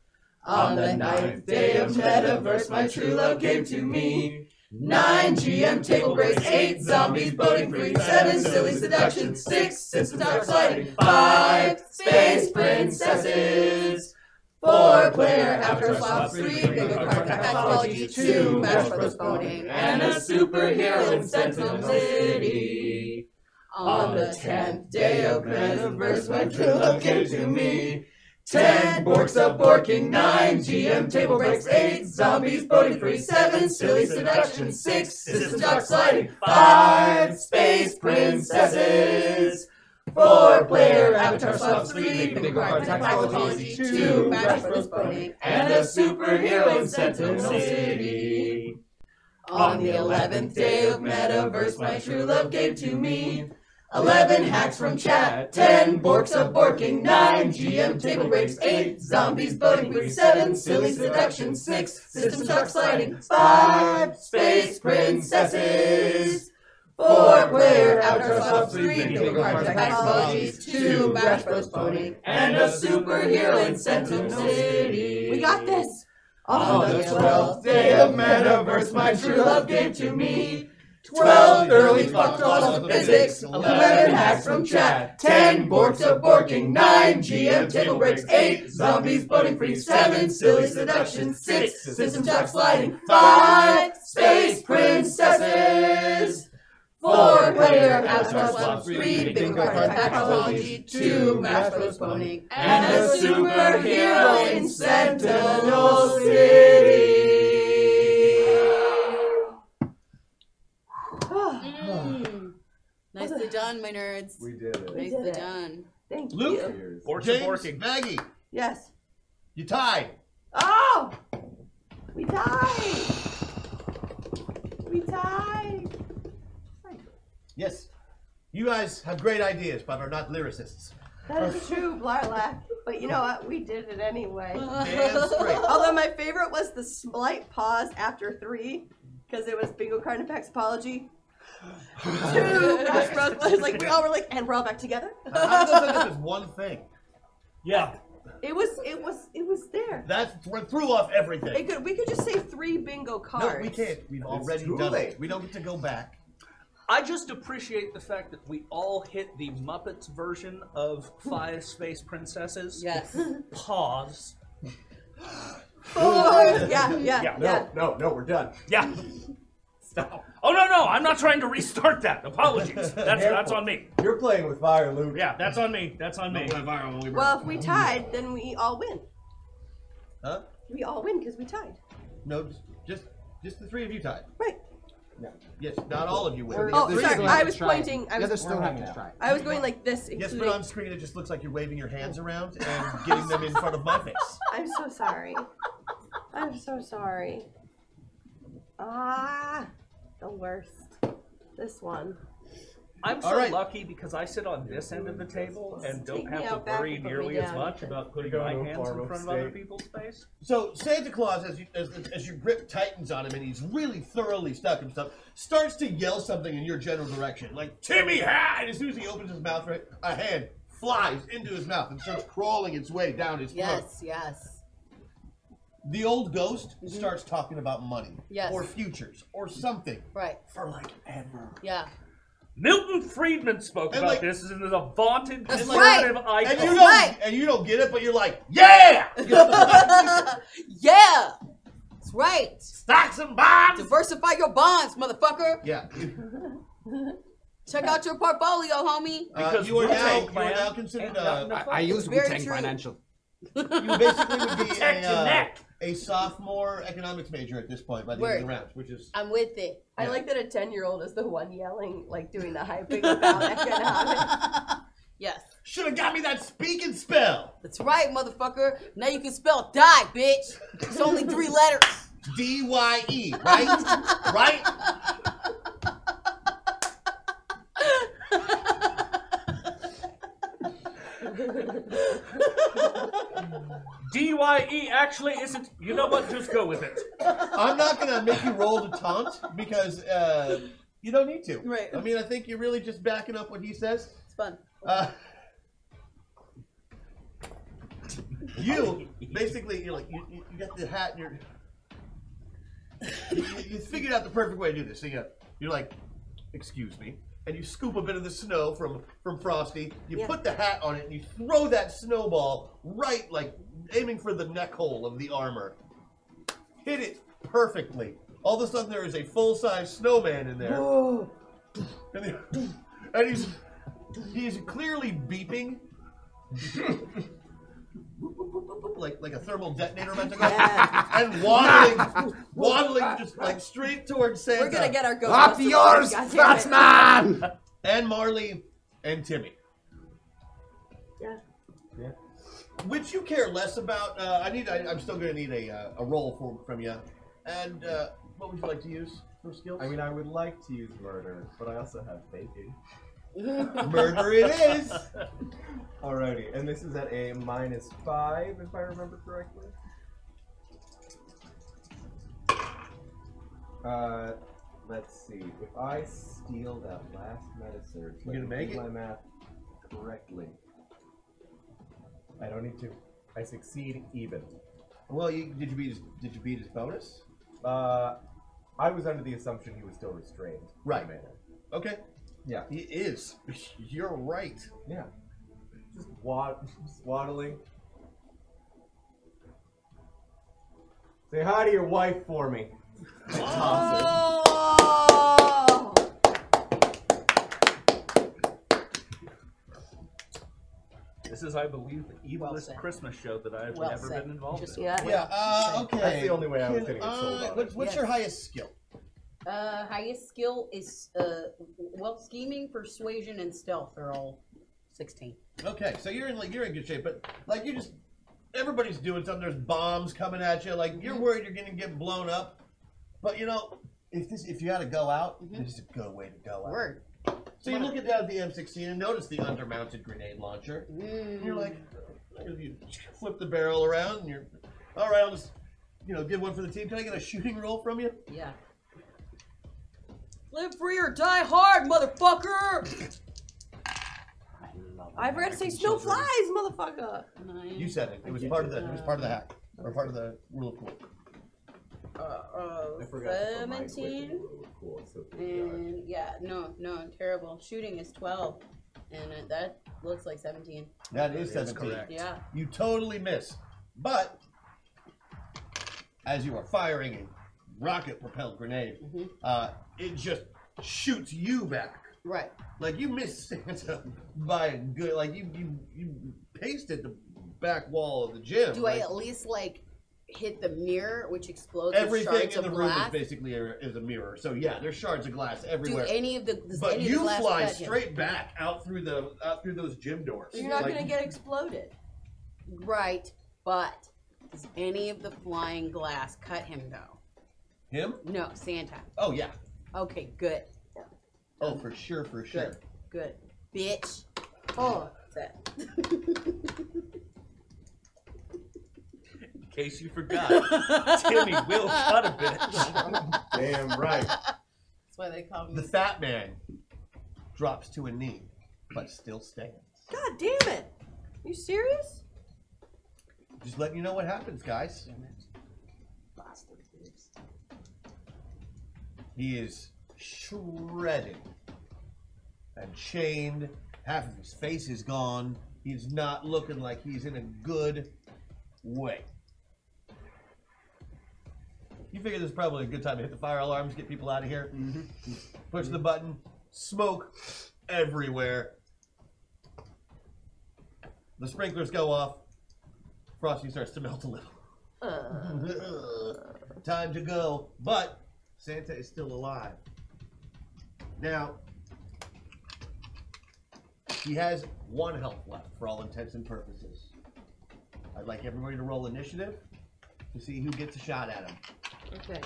Speaker 3: On the ninth day of Metaverse, my true love gave to me. Nine GM table breaks, eight zombies boating free, seven silly seduction, six system dark sliding, five space princesses. Four player after swap, three bingo card pathology, two Smash Bros. boning, and a superhero in Sentinel City. On the tenth day of Metaverse, my true love came to me. Ten borks of borking, nine GM table breaks, eight zombies boating free, seven silly seduction, six system shock sliding, five space princesses. Four player avatar swaps, three big card technology, two Smash Bros. boning, and a superhero in Sentinel City. On the eleventh day of Metaverse, my true love gave to me. 11 hacks from chat, 10 borks of borking, 9 GM table breaks, 8 zombies boating with 7 silly seduction, 6 system shock sliding, 5 space princesses, 4 player outdoor swap, 3 bingo cards, technologies, 2 bash bros boating, and a superhero in Sentinel City. Oh, We got this! On the 12th day of Metaverse, my true love gave to me. 12 early fuck laws of physics, 11 hacks from chat, 10 borks of borking, 9 GM table breaks, 8 zombies boating free, 7 silly seduction, 6 system shock sliding, 5 space princesses. Four player avatar swap, three bingo card pathology, two mash bros boning, and a superhero in Sentinel City. Oh,
Speaker 9: Mm. Nicely done, my nerds.
Speaker 10: We did it.
Speaker 9: Nicely done.
Speaker 7: Thank
Speaker 2: Luke,
Speaker 8: Borks
Speaker 2: James,
Speaker 8: Borking.
Speaker 2: Maggie,
Speaker 7: Yes.
Speaker 2: you tied.
Speaker 7: Oh! We tied! We tied!
Speaker 2: Yes. You guys have great ideas, but are not lyricists.
Speaker 7: That is true, Blarlack. But you know what? We did it anyway.
Speaker 2: Damn straight.
Speaker 7: Although my favorite was the slight pause after three, because it was Bingo Carnifax apology. Two, Rush Bros. Brothers, like we all were like, and we're all back together.
Speaker 2: How does that just one thing? Yeah.
Speaker 7: It was, it was, it was there.
Speaker 2: That's what threw off everything.
Speaker 7: It could, we could just say three bingo
Speaker 2: no,
Speaker 7: cards.
Speaker 2: we can't. We've already
Speaker 8: too
Speaker 2: done
Speaker 8: late.
Speaker 2: it. We don't get to go back.
Speaker 8: I just appreciate the fact that we all hit the Muppets version of Five Space Princesses.
Speaker 9: Yes.
Speaker 8: Pause.
Speaker 3: Oh,
Speaker 7: Four. Yeah, yeah,
Speaker 8: Yeah.
Speaker 7: yeah.
Speaker 10: No, no, we're done.
Speaker 8: Yeah. Stop. Oh no no! I'm not trying to restart that. Apologies. That's that's on me.
Speaker 10: You're playing with fire, Luke.
Speaker 8: Yeah, that's on me. That's on me.
Speaker 7: Well, if we tied, then we all win.
Speaker 2: Huh?
Speaker 7: We all win because we tied.
Speaker 2: No, just- just just the three of you tied.
Speaker 7: Right.
Speaker 2: No. Yes, not all of you win.
Speaker 7: Oh, sorry. I was pointing. I was I was going like this.
Speaker 2: Yes, but
Speaker 7: including-
Speaker 2: on screen it just looks like you're waving your hands around and getting them in front of my face.
Speaker 7: I'm so sorry. I'm so sorry. Ah, the worst. This one.
Speaker 8: I'm so
Speaker 2: All right.
Speaker 8: lucky because I sit on this end of the table and
Speaker 2: Take
Speaker 8: don't
Speaker 2: me
Speaker 8: have to
Speaker 2: out back
Speaker 8: worry
Speaker 2: and put me
Speaker 8: nearly as
Speaker 2: down.
Speaker 8: much about putting
Speaker 2: You're
Speaker 8: my
Speaker 2: going to a
Speaker 8: hands
Speaker 2: farm
Speaker 8: in front of other
Speaker 2: upstate.
Speaker 8: people's face.
Speaker 2: So Santa Claus, as, you, as, as your grip tightens on him and he's really thoroughly stuck himself, starts to yell something in your general direction, like "Timmy hat!" And as soon as he opens his mouth, right, a hand flies into his mouth and starts crawling its way down his throat.
Speaker 9: Yes, yes.
Speaker 2: The old ghost starts talking about money,
Speaker 9: Yes.
Speaker 2: or futures, or something,
Speaker 9: right?
Speaker 2: For like ever.
Speaker 9: Yeah.
Speaker 8: Milton Friedman spoke
Speaker 2: And
Speaker 8: about
Speaker 2: like-
Speaker 8: this and is a vaunted
Speaker 2: That's
Speaker 8: conservative
Speaker 2: right.
Speaker 8: icon.
Speaker 2: And you don't, and you don't get it, but you're like, yeah.
Speaker 9: yeah. That's right.
Speaker 2: Stocks and bonds.
Speaker 9: Diversify your bonds, motherfucker.
Speaker 2: Yeah.
Speaker 9: Check out your portfolio, homie.
Speaker 2: Uh, you are now you are now considered. Uh,
Speaker 9: I- I use Very Wu-Tang true.
Speaker 7: Financial.
Speaker 2: You basically would be
Speaker 9: Protect
Speaker 2: a,
Speaker 9: your
Speaker 2: uh,
Speaker 9: neck.
Speaker 2: a sophomore economics major at this point by the end of the
Speaker 3: Word.
Speaker 2: round, which is
Speaker 9: I'm with it.
Speaker 3: I like that a ten-year-old is the one yelling, like doing the hyping about economics.
Speaker 9: Yes.
Speaker 2: Should have got me that speaking spell.
Speaker 9: That's right, motherfucker. Now you can spell die, bitch. It's only three letters.
Speaker 2: D Y E, right? right?
Speaker 8: DYE E actually isn't. You know what? Just go with it.
Speaker 2: I'm not gonna make you roll to taunt because uh, you don't need to.
Speaker 9: Right.
Speaker 2: I mean, I think you're really just backing up what he says.
Speaker 9: It's fun.
Speaker 2: Uh, you basically you're like you, you, you got the hat and you're you, you figured out the perfect way to do this. So you you're like, excuse me, and you scoop a bit of the snow from from Frosty. You
Speaker 53: Yeah.
Speaker 2: put the hat on it and you throw that snowball right like aiming for the neck hole of the armor. Hit it perfectly. All of a sudden there is a full size snowman in there. And, he- and he's he's clearly beeping like like a thermal detonator about to go and waddling waddling just like straight towards Santa.
Speaker 3: We're gonna get our Ghostbusters.
Speaker 2: Up yours,
Speaker 3: God damn it.
Speaker 2: Batman! and Marley and Timmy.
Speaker 3: Yeah.
Speaker 2: Yeah. Which you care less about. Uh, I need. I, I'm still going to need a uh, a roll for, from you. And uh, what would you like to use for skills?
Speaker 10: I mean, I would like to use murder, but I also have faking.
Speaker 2: Murder it is.
Speaker 10: Alrighty, and this is at a minus five, if I remember correctly. Uh, let's see. If I steal that last medicine,
Speaker 2: You gonna make
Speaker 10: do
Speaker 2: it?
Speaker 10: my math correctly. I don't need to. I succeed even.
Speaker 2: Well, you, did you beat his, did you beat his bonus?
Speaker 10: Uh, I was under the assumption he was still restrained.
Speaker 2: Right.
Speaker 10: Man.
Speaker 2: Okay.
Speaker 10: Yeah.
Speaker 2: He is. You're right.
Speaker 10: Yeah. Just wad- swaddling. Say hi to your wife for me.
Speaker 9: Oh.
Speaker 8: This is, I believe, the evilest Christmas show that I've
Speaker 2: Well
Speaker 8: ever
Speaker 2: said.
Speaker 8: been involved
Speaker 2: Just-
Speaker 8: in.
Speaker 2: yeah. Yeah, uh, okay.
Speaker 10: That's the only way I was
Speaker 2: Can
Speaker 10: going to get sold
Speaker 2: I-
Speaker 10: on
Speaker 2: what's-
Speaker 10: it.
Speaker 2: what's your highest skill?
Speaker 9: Uh, highest skill is uh, well, scheming, persuasion, and stealth are all sixteen.
Speaker 2: Okay, so you're in like you're in good shape, but like you just everybody's doing something. There's bombs coming at you. Like you're worried you're gonna get blown up, but you know if this if you had to go out, this is a good way to go out.
Speaker 9: Word.
Speaker 2: So you look at that at the M16 and notice the undermounted grenade launcher.
Speaker 9: Mhm.
Speaker 2: And you're like, you flip the barrel around and you're all right. I'll just you know give one for the team. Can I get a shooting roll from you?
Speaker 9: Mm, Yeah. Live free or die hard, motherfucker.
Speaker 3: I forgot to say snow flies, motherfucker.
Speaker 2: You said it. It was part of the it was part of the hack or part of the rule of cool.
Speaker 9: Uh, uh,
Speaker 10: I forgot to put my equipment
Speaker 9: seventeen.
Speaker 10: Cool, so
Speaker 9: And yeah, no, no, terrible. Shooting is twelve, and uh, that looks like seventeen.
Speaker 2: That is
Speaker 9: That's
Speaker 2: 17.
Speaker 9: correct. Yeah.
Speaker 2: You totally miss. But as you are firing a rocket propelled grenade,
Speaker 9: Mm-hmm.
Speaker 2: uh, it just shoots you back.
Speaker 9: Right.
Speaker 2: Like you miss Santa by a good, like you, you, you pasted the back wall of the gym.
Speaker 9: Do I
Speaker 2: like,
Speaker 9: at least like hit the mirror, which explodes with
Speaker 2: Everything
Speaker 9: shards
Speaker 2: in the
Speaker 9: of
Speaker 2: room
Speaker 9: glass?
Speaker 2: is basically a, is a mirror. So yeah, there's shards of glass
Speaker 9: Do
Speaker 2: everywhere.
Speaker 9: any of the does
Speaker 2: but
Speaker 9: any
Speaker 2: you
Speaker 9: of the glass
Speaker 2: fly
Speaker 9: touch him?
Speaker 2: straight back out through the out through those gym doors.
Speaker 9: You're not
Speaker 2: Like,
Speaker 9: gonna get exploded. Right, but does any of the flying glass cut him though?
Speaker 2: him.
Speaker 9: No, Santa.
Speaker 2: Oh yeah.
Speaker 9: Okay, good.
Speaker 2: Oh for sure, for sure.
Speaker 54: Good.
Speaker 9: Bitch.
Speaker 54: Oh, that's
Speaker 8: In case you forgot, Timmy will cut a bitch.
Speaker 2: Damn right.
Speaker 54: why they call me.
Speaker 2: The fat man drops to a knee, but still stands.
Speaker 3: God damn it! You serious?
Speaker 2: Just letting you know what happens, guys. He is shredded and chained. Half of his face is gone. He's not looking like he's in a good way. You figure this is probably a good time to hit the fire alarms, get people out of here. Push the button. Smoke everywhere. The sprinklers go off. Frosty starts to melt a little.
Speaker 9: Uh.
Speaker 2: Time to go. But Santa is still alive. Now, he has one health left for all intents and purposes. I'd like everybody to roll initiative to see who gets a shot at him.
Speaker 3: Okay.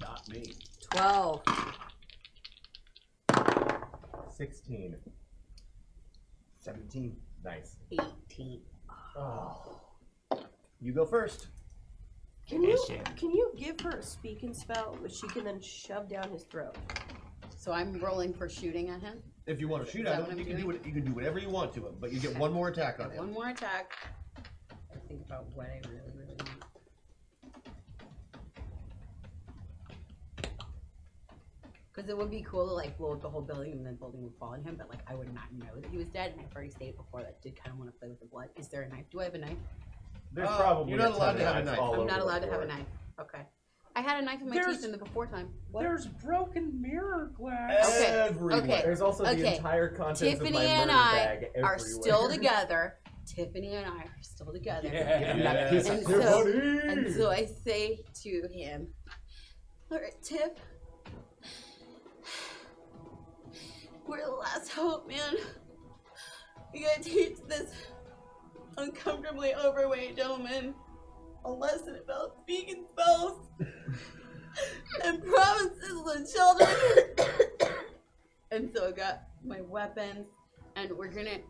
Speaker 8: Not me.
Speaker 3: 12.
Speaker 10: 16. 17. Nice.
Speaker 54: 18.
Speaker 10: Oh.
Speaker 2: You go first.
Speaker 3: Can you, can you give her a speak and spell which she can then shove down his throat?
Speaker 9: So I'm rolling for shooting at him.
Speaker 2: If you want to shoot
Speaker 9: Is that
Speaker 2: at
Speaker 9: what
Speaker 2: him,
Speaker 9: I'm
Speaker 2: you can, do what, you can do whatever you want to him, but you get one more attack on him.
Speaker 54: One more attack. I think about what I really, really want. Because it would be cool to like blow up the whole building and then the building would fall on him, but like I would not know that he was dead, and I've already stated before that I did kind of want to play with the blood. Is there a knife? Do I have a knife?
Speaker 10: There's Oh, probably
Speaker 2: you're not allowed to have a knife.
Speaker 54: I'm not allowed to have a knife. Okay.
Speaker 9: I had a knife in my
Speaker 54: There's-
Speaker 9: teeth in the before time.
Speaker 8: There's broken mirror glass.
Speaker 9: Okay.
Speaker 10: Everywhere.
Speaker 9: Okay.
Speaker 10: There's also the
Speaker 9: okay.
Speaker 10: entire contents of
Speaker 9: Tiffany
Speaker 10: my
Speaker 9: and
Speaker 10: murder
Speaker 9: I
Speaker 10: bag everywhere.
Speaker 9: are still together. Tiffany and I are still together.
Speaker 10: Yeah.
Speaker 9: And, I'm
Speaker 10: Yeah.
Speaker 9: and so,
Speaker 10: Tiffany.
Speaker 9: and so
Speaker 2: Mm.
Speaker 9: I say to him, "All right, Tip,
Speaker 55: We're the last hope, man. You gotta teach this uncomfortably overweight gentleman a lesson about speaking spells and promises to children.
Speaker 9: and so I got my weapons, and we're gonna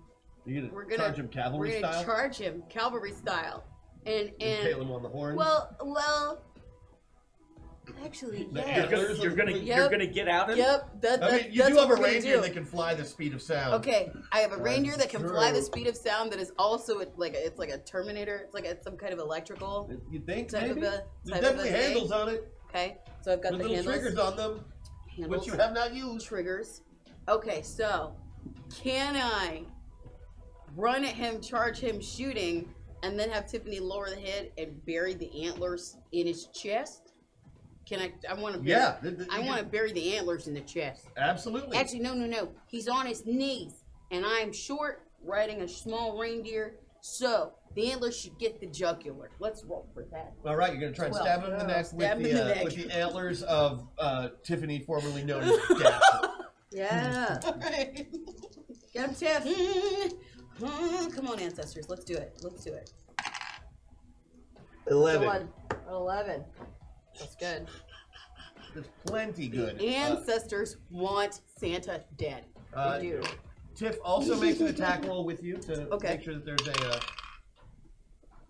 Speaker 2: You're gonna
Speaker 9: we're gonna
Speaker 2: charge him cavalry
Speaker 9: we're gonna
Speaker 2: style.
Speaker 9: charge him cavalry style, and
Speaker 2: and
Speaker 9: and
Speaker 2: tail him on the horns.
Speaker 9: well well. Actually,
Speaker 2: The
Speaker 9: yeah.
Speaker 8: You're gonna, you're gonna, you're
Speaker 9: Yep.
Speaker 8: gonna get out of
Speaker 9: Yep, that-
Speaker 2: I
Speaker 9: that-
Speaker 2: mean, you
Speaker 9: that's
Speaker 2: do have
Speaker 9: what
Speaker 2: a
Speaker 9: we're gonna
Speaker 2: reindeer
Speaker 9: do.
Speaker 2: that can fly the speed of sound.
Speaker 9: Okay, I have a
Speaker 2: That's
Speaker 9: reindeer that can fly the
Speaker 2: true.
Speaker 9: speed of sound that is also a- like a, it's like a Terminator. It's like a, some kind of electrical.
Speaker 2: You think
Speaker 9: type
Speaker 2: maybe?
Speaker 9: of a
Speaker 2: There's
Speaker 9: type
Speaker 2: definitely
Speaker 9: of a thing.
Speaker 2: handles on it.
Speaker 9: Okay, so I've got
Speaker 2: With
Speaker 9: the
Speaker 2: little
Speaker 9: handles.
Speaker 2: triggers on them, which
Speaker 9: Handles.
Speaker 2: you have not used.
Speaker 9: Triggers. Okay, so can I run at him, charge him, shooting, and then have Tiffany lower the head and bury the antlers in his chest? Can I? I want to.
Speaker 2: Yeah, th- th-
Speaker 9: I
Speaker 2: you
Speaker 9: want to
Speaker 2: can-
Speaker 9: bury the antlers in the chest.
Speaker 2: Absolutely.
Speaker 9: Actually, no, no, no. He's on his knees, and I'm short, riding a small reindeer, so the antler should get the jugular. Let's roll for that.
Speaker 2: All right, you're gonna try and
Speaker 9: Twelve.
Speaker 2: stab him in the neck with
Speaker 9: Stab him
Speaker 2: the,
Speaker 9: in the
Speaker 2: uh,
Speaker 9: neck.
Speaker 2: with the antlers of uh, Tiffany, formerly known as Daphne.
Speaker 9: Yeah. Get him, Tiff. Mm, Come on, ancestors. Let's do it. Let's do it.
Speaker 2: uh,
Speaker 3: One. Eleven. That's good.
Speaker 2: That's plenty good. Uh,
Speaker 9: Ancestors want Santa dead. They
Speaker 2: Uh,
Speaker 9: do.
Speaker 2: Tiff also makes an attack roll with you to make sure that there's a. Uh,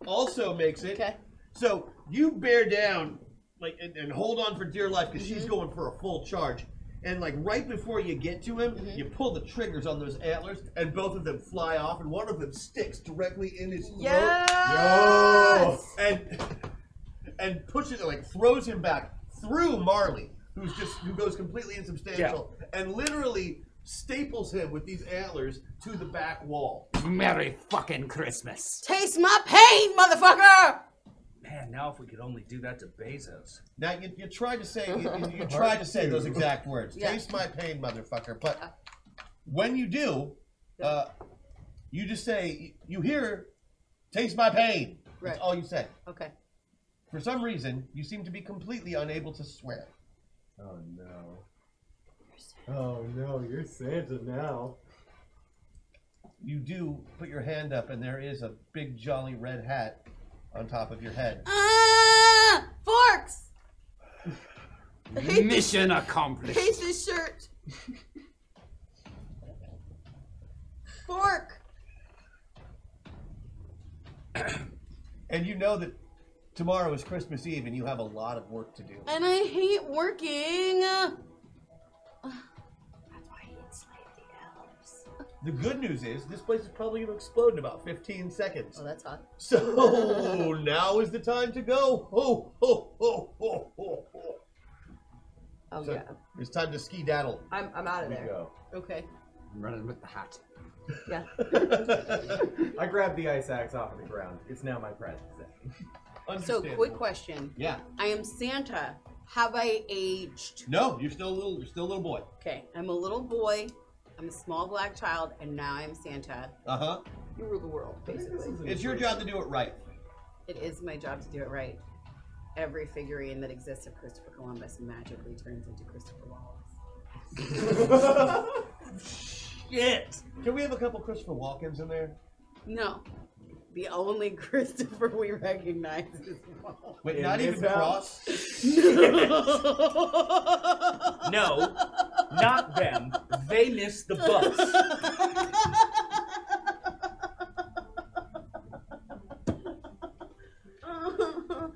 Speaker 2: also makes it. Okay. So you bear down, like, and, and hold on for dear life because
Speaker 9: Mm-hmm.
Speaker 2: she's going for a full charge. And like right before you get to him,
Speaker 9: Mm-hmm.
Speaker 2: you pull the triggers on those antlers, and both of them fly off, and one of them sticks directly in his throat. Oh,
Speaker 56: Yes!
Speaker 2: And and pushes it, like throws him back through Marley, who's just who goes completely insubstantial, and literally staples him with these antlers to the back wall.
Speaker 57: Merry fucking Christmas.
Speaker 9: Taste my pain, motherfucker!
Speaker 8: Man, now if we could only do that to Bezos.
Speaker 2: Now you, you tried to say you, you, you tried to say those exact words.
Speaker 8: Yeah.
Speaker 2: Taste my pain, motherfucker. But when you do, uh, you just say you hear, taste my pain. That's all you say.
Speaker 9: Okay.
Speaker 2: For some reason, you seem to be completely unable to swear.
Speaker 10: Oh no. Oh no, you're Santa now.
Speaker 2: You do put your hand up, and there is a big jolly red
Speaker 9: Uh,
Speaker 2: hat on top of your head.
Speaker 9: Ah, forks!
Speaker 58: Mission accomplished.
Speaker 59: Hate this shirt. Fork.
Speaker 2: And you know that tomorrow is Christmas Eve, and you have a lot of work to do.
Speaker 60: And I hate working.
Speaker 2: The good news is this place is probably going to explode in about 15 seconds.
Speaker 9: Oh, that's hot.
Speaker 2: So now is the time to go. Ho, ho, ho, ho, ho, ho.
Speaker 3: Oh,
Speaker 2: So
Speaker 3: yeah.
Speaker 2: It's time to ski daddle.
Speaker 3: I'm, I'm out of
Speaker 2: We
Speaker 3: there.
Speaker 2: go.
Speaker 3: Okay.
Speaker 58: I'm running with the hat.
Speaker 3: Yeah.
Speaker 10: I grabbed the ice axe off of the ground. It's now my friend.
Speaker 9: So, quick question.
Speaker 2: Yeah.
Speaker 9: I am Santa. Have I aged?
Speaker 2: No, you're still a little, you're still a little boy.
Speaker 9: Okay, I'm a little boy. I'm a small black child, and now I'm Santa.
Speaker 2: Uh huh.
Speaker 9: You rule the world, basically.
Speaker 2: It's your job to do it right.
Speaker 9: It is my job to do it right. Every figurine that exists of Christopher Columbus magically turns into Christopher Wallace.
Speaker 2: Shit. Can we have a couple Christopher Walkens in there?
Speaker 9: no, the only Christopher we recognize is Wallace.
Speaker 2: Wait, not even Cross.
Speaker 8: No, not them. They missed the bus.
Speaker 2: Oh,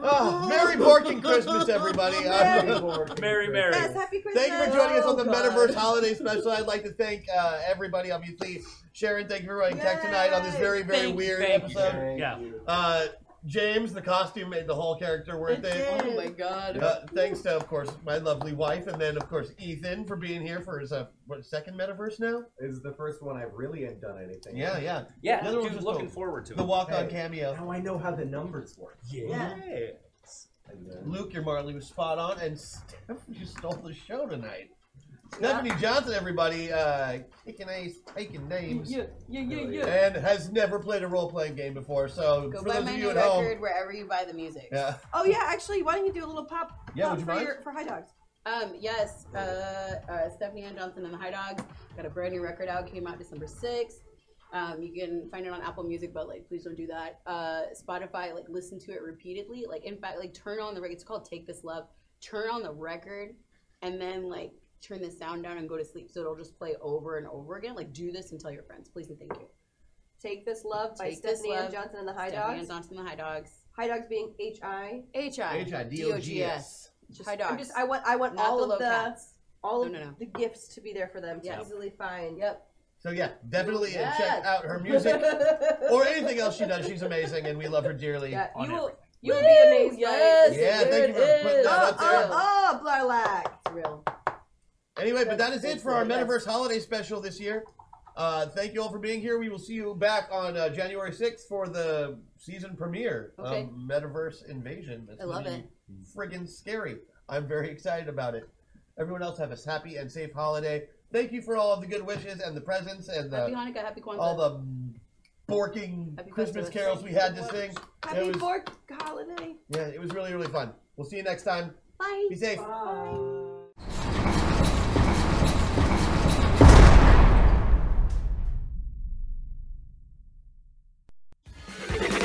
Speaker 2: Ah, Merry Borkin Christmas, everybody. Uh,
Speaker 8: Merry Borkin Merry, Merry. Christmas. Yes,
Speaker 3: happy
Speaker 2: Thank you for joining us on the
Speaker 8: Oh, God.
Speaker 2: Metaverse Holiday Special. I'd like to thank uh, everybody, obviously. Sharon, thank you for running tech tonight on this very, very
Speaker 8: Thank you,
Speaker 2: weird
Speaker 8: thank you,
Speaker 2: episode.
Speaker 8: Sharon. Thank Yeah. you.
Speaker 2: Uh, James, the costume made the whole character worth it.
Speaker 9: Oh my god.
Speaker 2: Uh, thanks to, of course, my lovely wife, and then, of course, Ethan for being here for his uh, what, second metaverse now?
Speaker 10: Is the first one I really hadn't done anything.
Speaker 2: Yeah, yeah.
Speaker 10: Yeah,
Speaker 2: The other one
Speaker 10: dude,
Speaker 2: was just
Speaker 10: looking
Speaker 2: the-
Speaker 10: forward to
Speaker 2: The
Speaker 10: it.
Speaker 2: walk on
Speaker 10: Hey,
Speaker 2: cameo. Now
Speaker 10: I know how the numbers work.
Speaker 2: Yeah. Luke, your Marley was spot on, and Steph, you stole the show tonight. Stephanie Johnson, everybody, uh, kicking ass, taking names.
Speaker 59: Yeah, yeah, yeah, yeah.
Speaker 2: And has never played a role playing game before, so
Speaker 9: Go
Speaker 2: for
Speaker 9: buy
Speaker 2: those
Speaker 9: my
Speaker 2: of you
Speaker 9: new
Speaker 2: at
Speaker 9: record
Speaker 2: home.
Speaker 9: wherever you buy the music.
Speaker 2: Yeah.
Speaker 3: Oh, yeah, actually, why don't you do a little pop,
Speaker 2: Yeah,
Speaker 3: pop
Speaker 2: would you
Speaker 3: for,
Speaker 2: mind?
Speaker 3: your, for High Dogs?
Speaker 9: Um, yes, uh, uh, Stephanie Ann Johnson and the High Dogs got a brand new record out. Came out December sixth. Um, you can find it on Apple Music, but like, please don't do that. Uh, Spotify, like, listen to it repeatedly. Like, in fact, like, turn on the record. It's called "Take This Love." Turn on the record, and then like, turn the sound down and go to sleep. So it'll just play over and over again. Like, do this and tell your friends, please and thank you.
Speaker 3: Take This Love by
Speaker 9: Take This
Speaker 3: Stephanie Ann
Speaker 9: Love,
Speaker 3: Johnson and the High
Speaker 9: Stephanie Ann
Speaker 3: Dogs.
Speaker 9: Johnson and the High Dogs.
Speaker 3: High Dogs being H I
Speaker 9: H I
Speaker 3: D-O-G-S.
Speaker 9: High
Speaker 3: I'm
Speaker 9: Dogs.
Speaker 3: just- I want I want
Speaker 9: Not
Speaker 3: all
Speaker 9: the
Speaker 3: of the
Speaker 9: Locats.
Speaker 3: all of
Speaker 9: No, no, no.
Speaker 3: the gifts to be there for them to
Speaker 9: Yeah.
Speaker 3: easily find.
Speaker 9: Yep.
Speaker 2: So yeah, definitely uh, check
Speaker 3: Yes.
Speaker 2: out her music or anything else she does. She's amazing, and we love her dearly.
Speaker 3: Yeah,
Speaker 2: on
Speaker 3: you will
Speaker 2: everything.
Speaker 3: you will be amazed.
Speaker 2: Yes,
Speaker 3: by it.
Speaker 2: Yeah, thank you for there it putting that
Speaker 3: oh,
Speaker 2: is. up
Speaker 9: Uh,
Speaker 2: there.
Speaker 3: Oh, oh, Blarlac. It's real.
Speaker 2: Anyway, but that is it for our
Speaker 3: Yes.
Speaker 2: Metaverse Holiday Special this year. Uh, thank you all for being here. We will see you back on uh, January 6th for the season premiere
Speaker 9: Okay.
Speaker 2: of Metaverse Invasion. That's
Speaker 9: I love
Speaker 2: gonna be Friggin' scary. I'm very excited about it. Everyone else have a happy and safe holiday. Thank you for all of the good wishes and the presents and
Speaker 9: Happy
Speaker 2: the,
Speaker 9: Hanukkah. Happy Kwanzaa.
Speaker 2: all the borking Christmas
Speaker 9: Festivus.
Speaker 2: carols we had this thing.
Speaker 3: Happy
Speaker 2: it was,
Speaker 3: Fourth holiday.
Speaker 2: yeah, it was really, really fun. We'll see you next time.
Speaker 9: Bye.
Speaker 2: Be safe.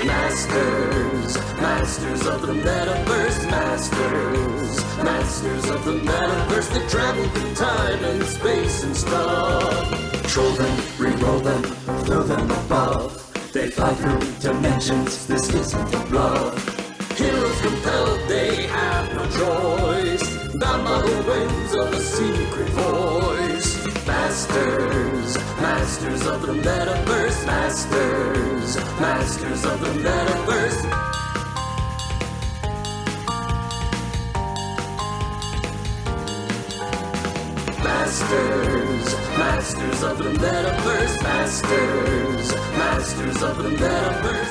Speaker 7: Masters, masters of the metaverse, masters, masters of the metaverse that travel through time and space and stuff. Troll them, re-roll them, throw them above. They fly through dimensions, this isn't a bluff. Heroes compelled, they have no choice. Bound by the winds of a secret voice. Masters, masters of the metaverse, masters, masters of the metaverse. Masters, masters of the metaverse, masters, masters of the metaverse.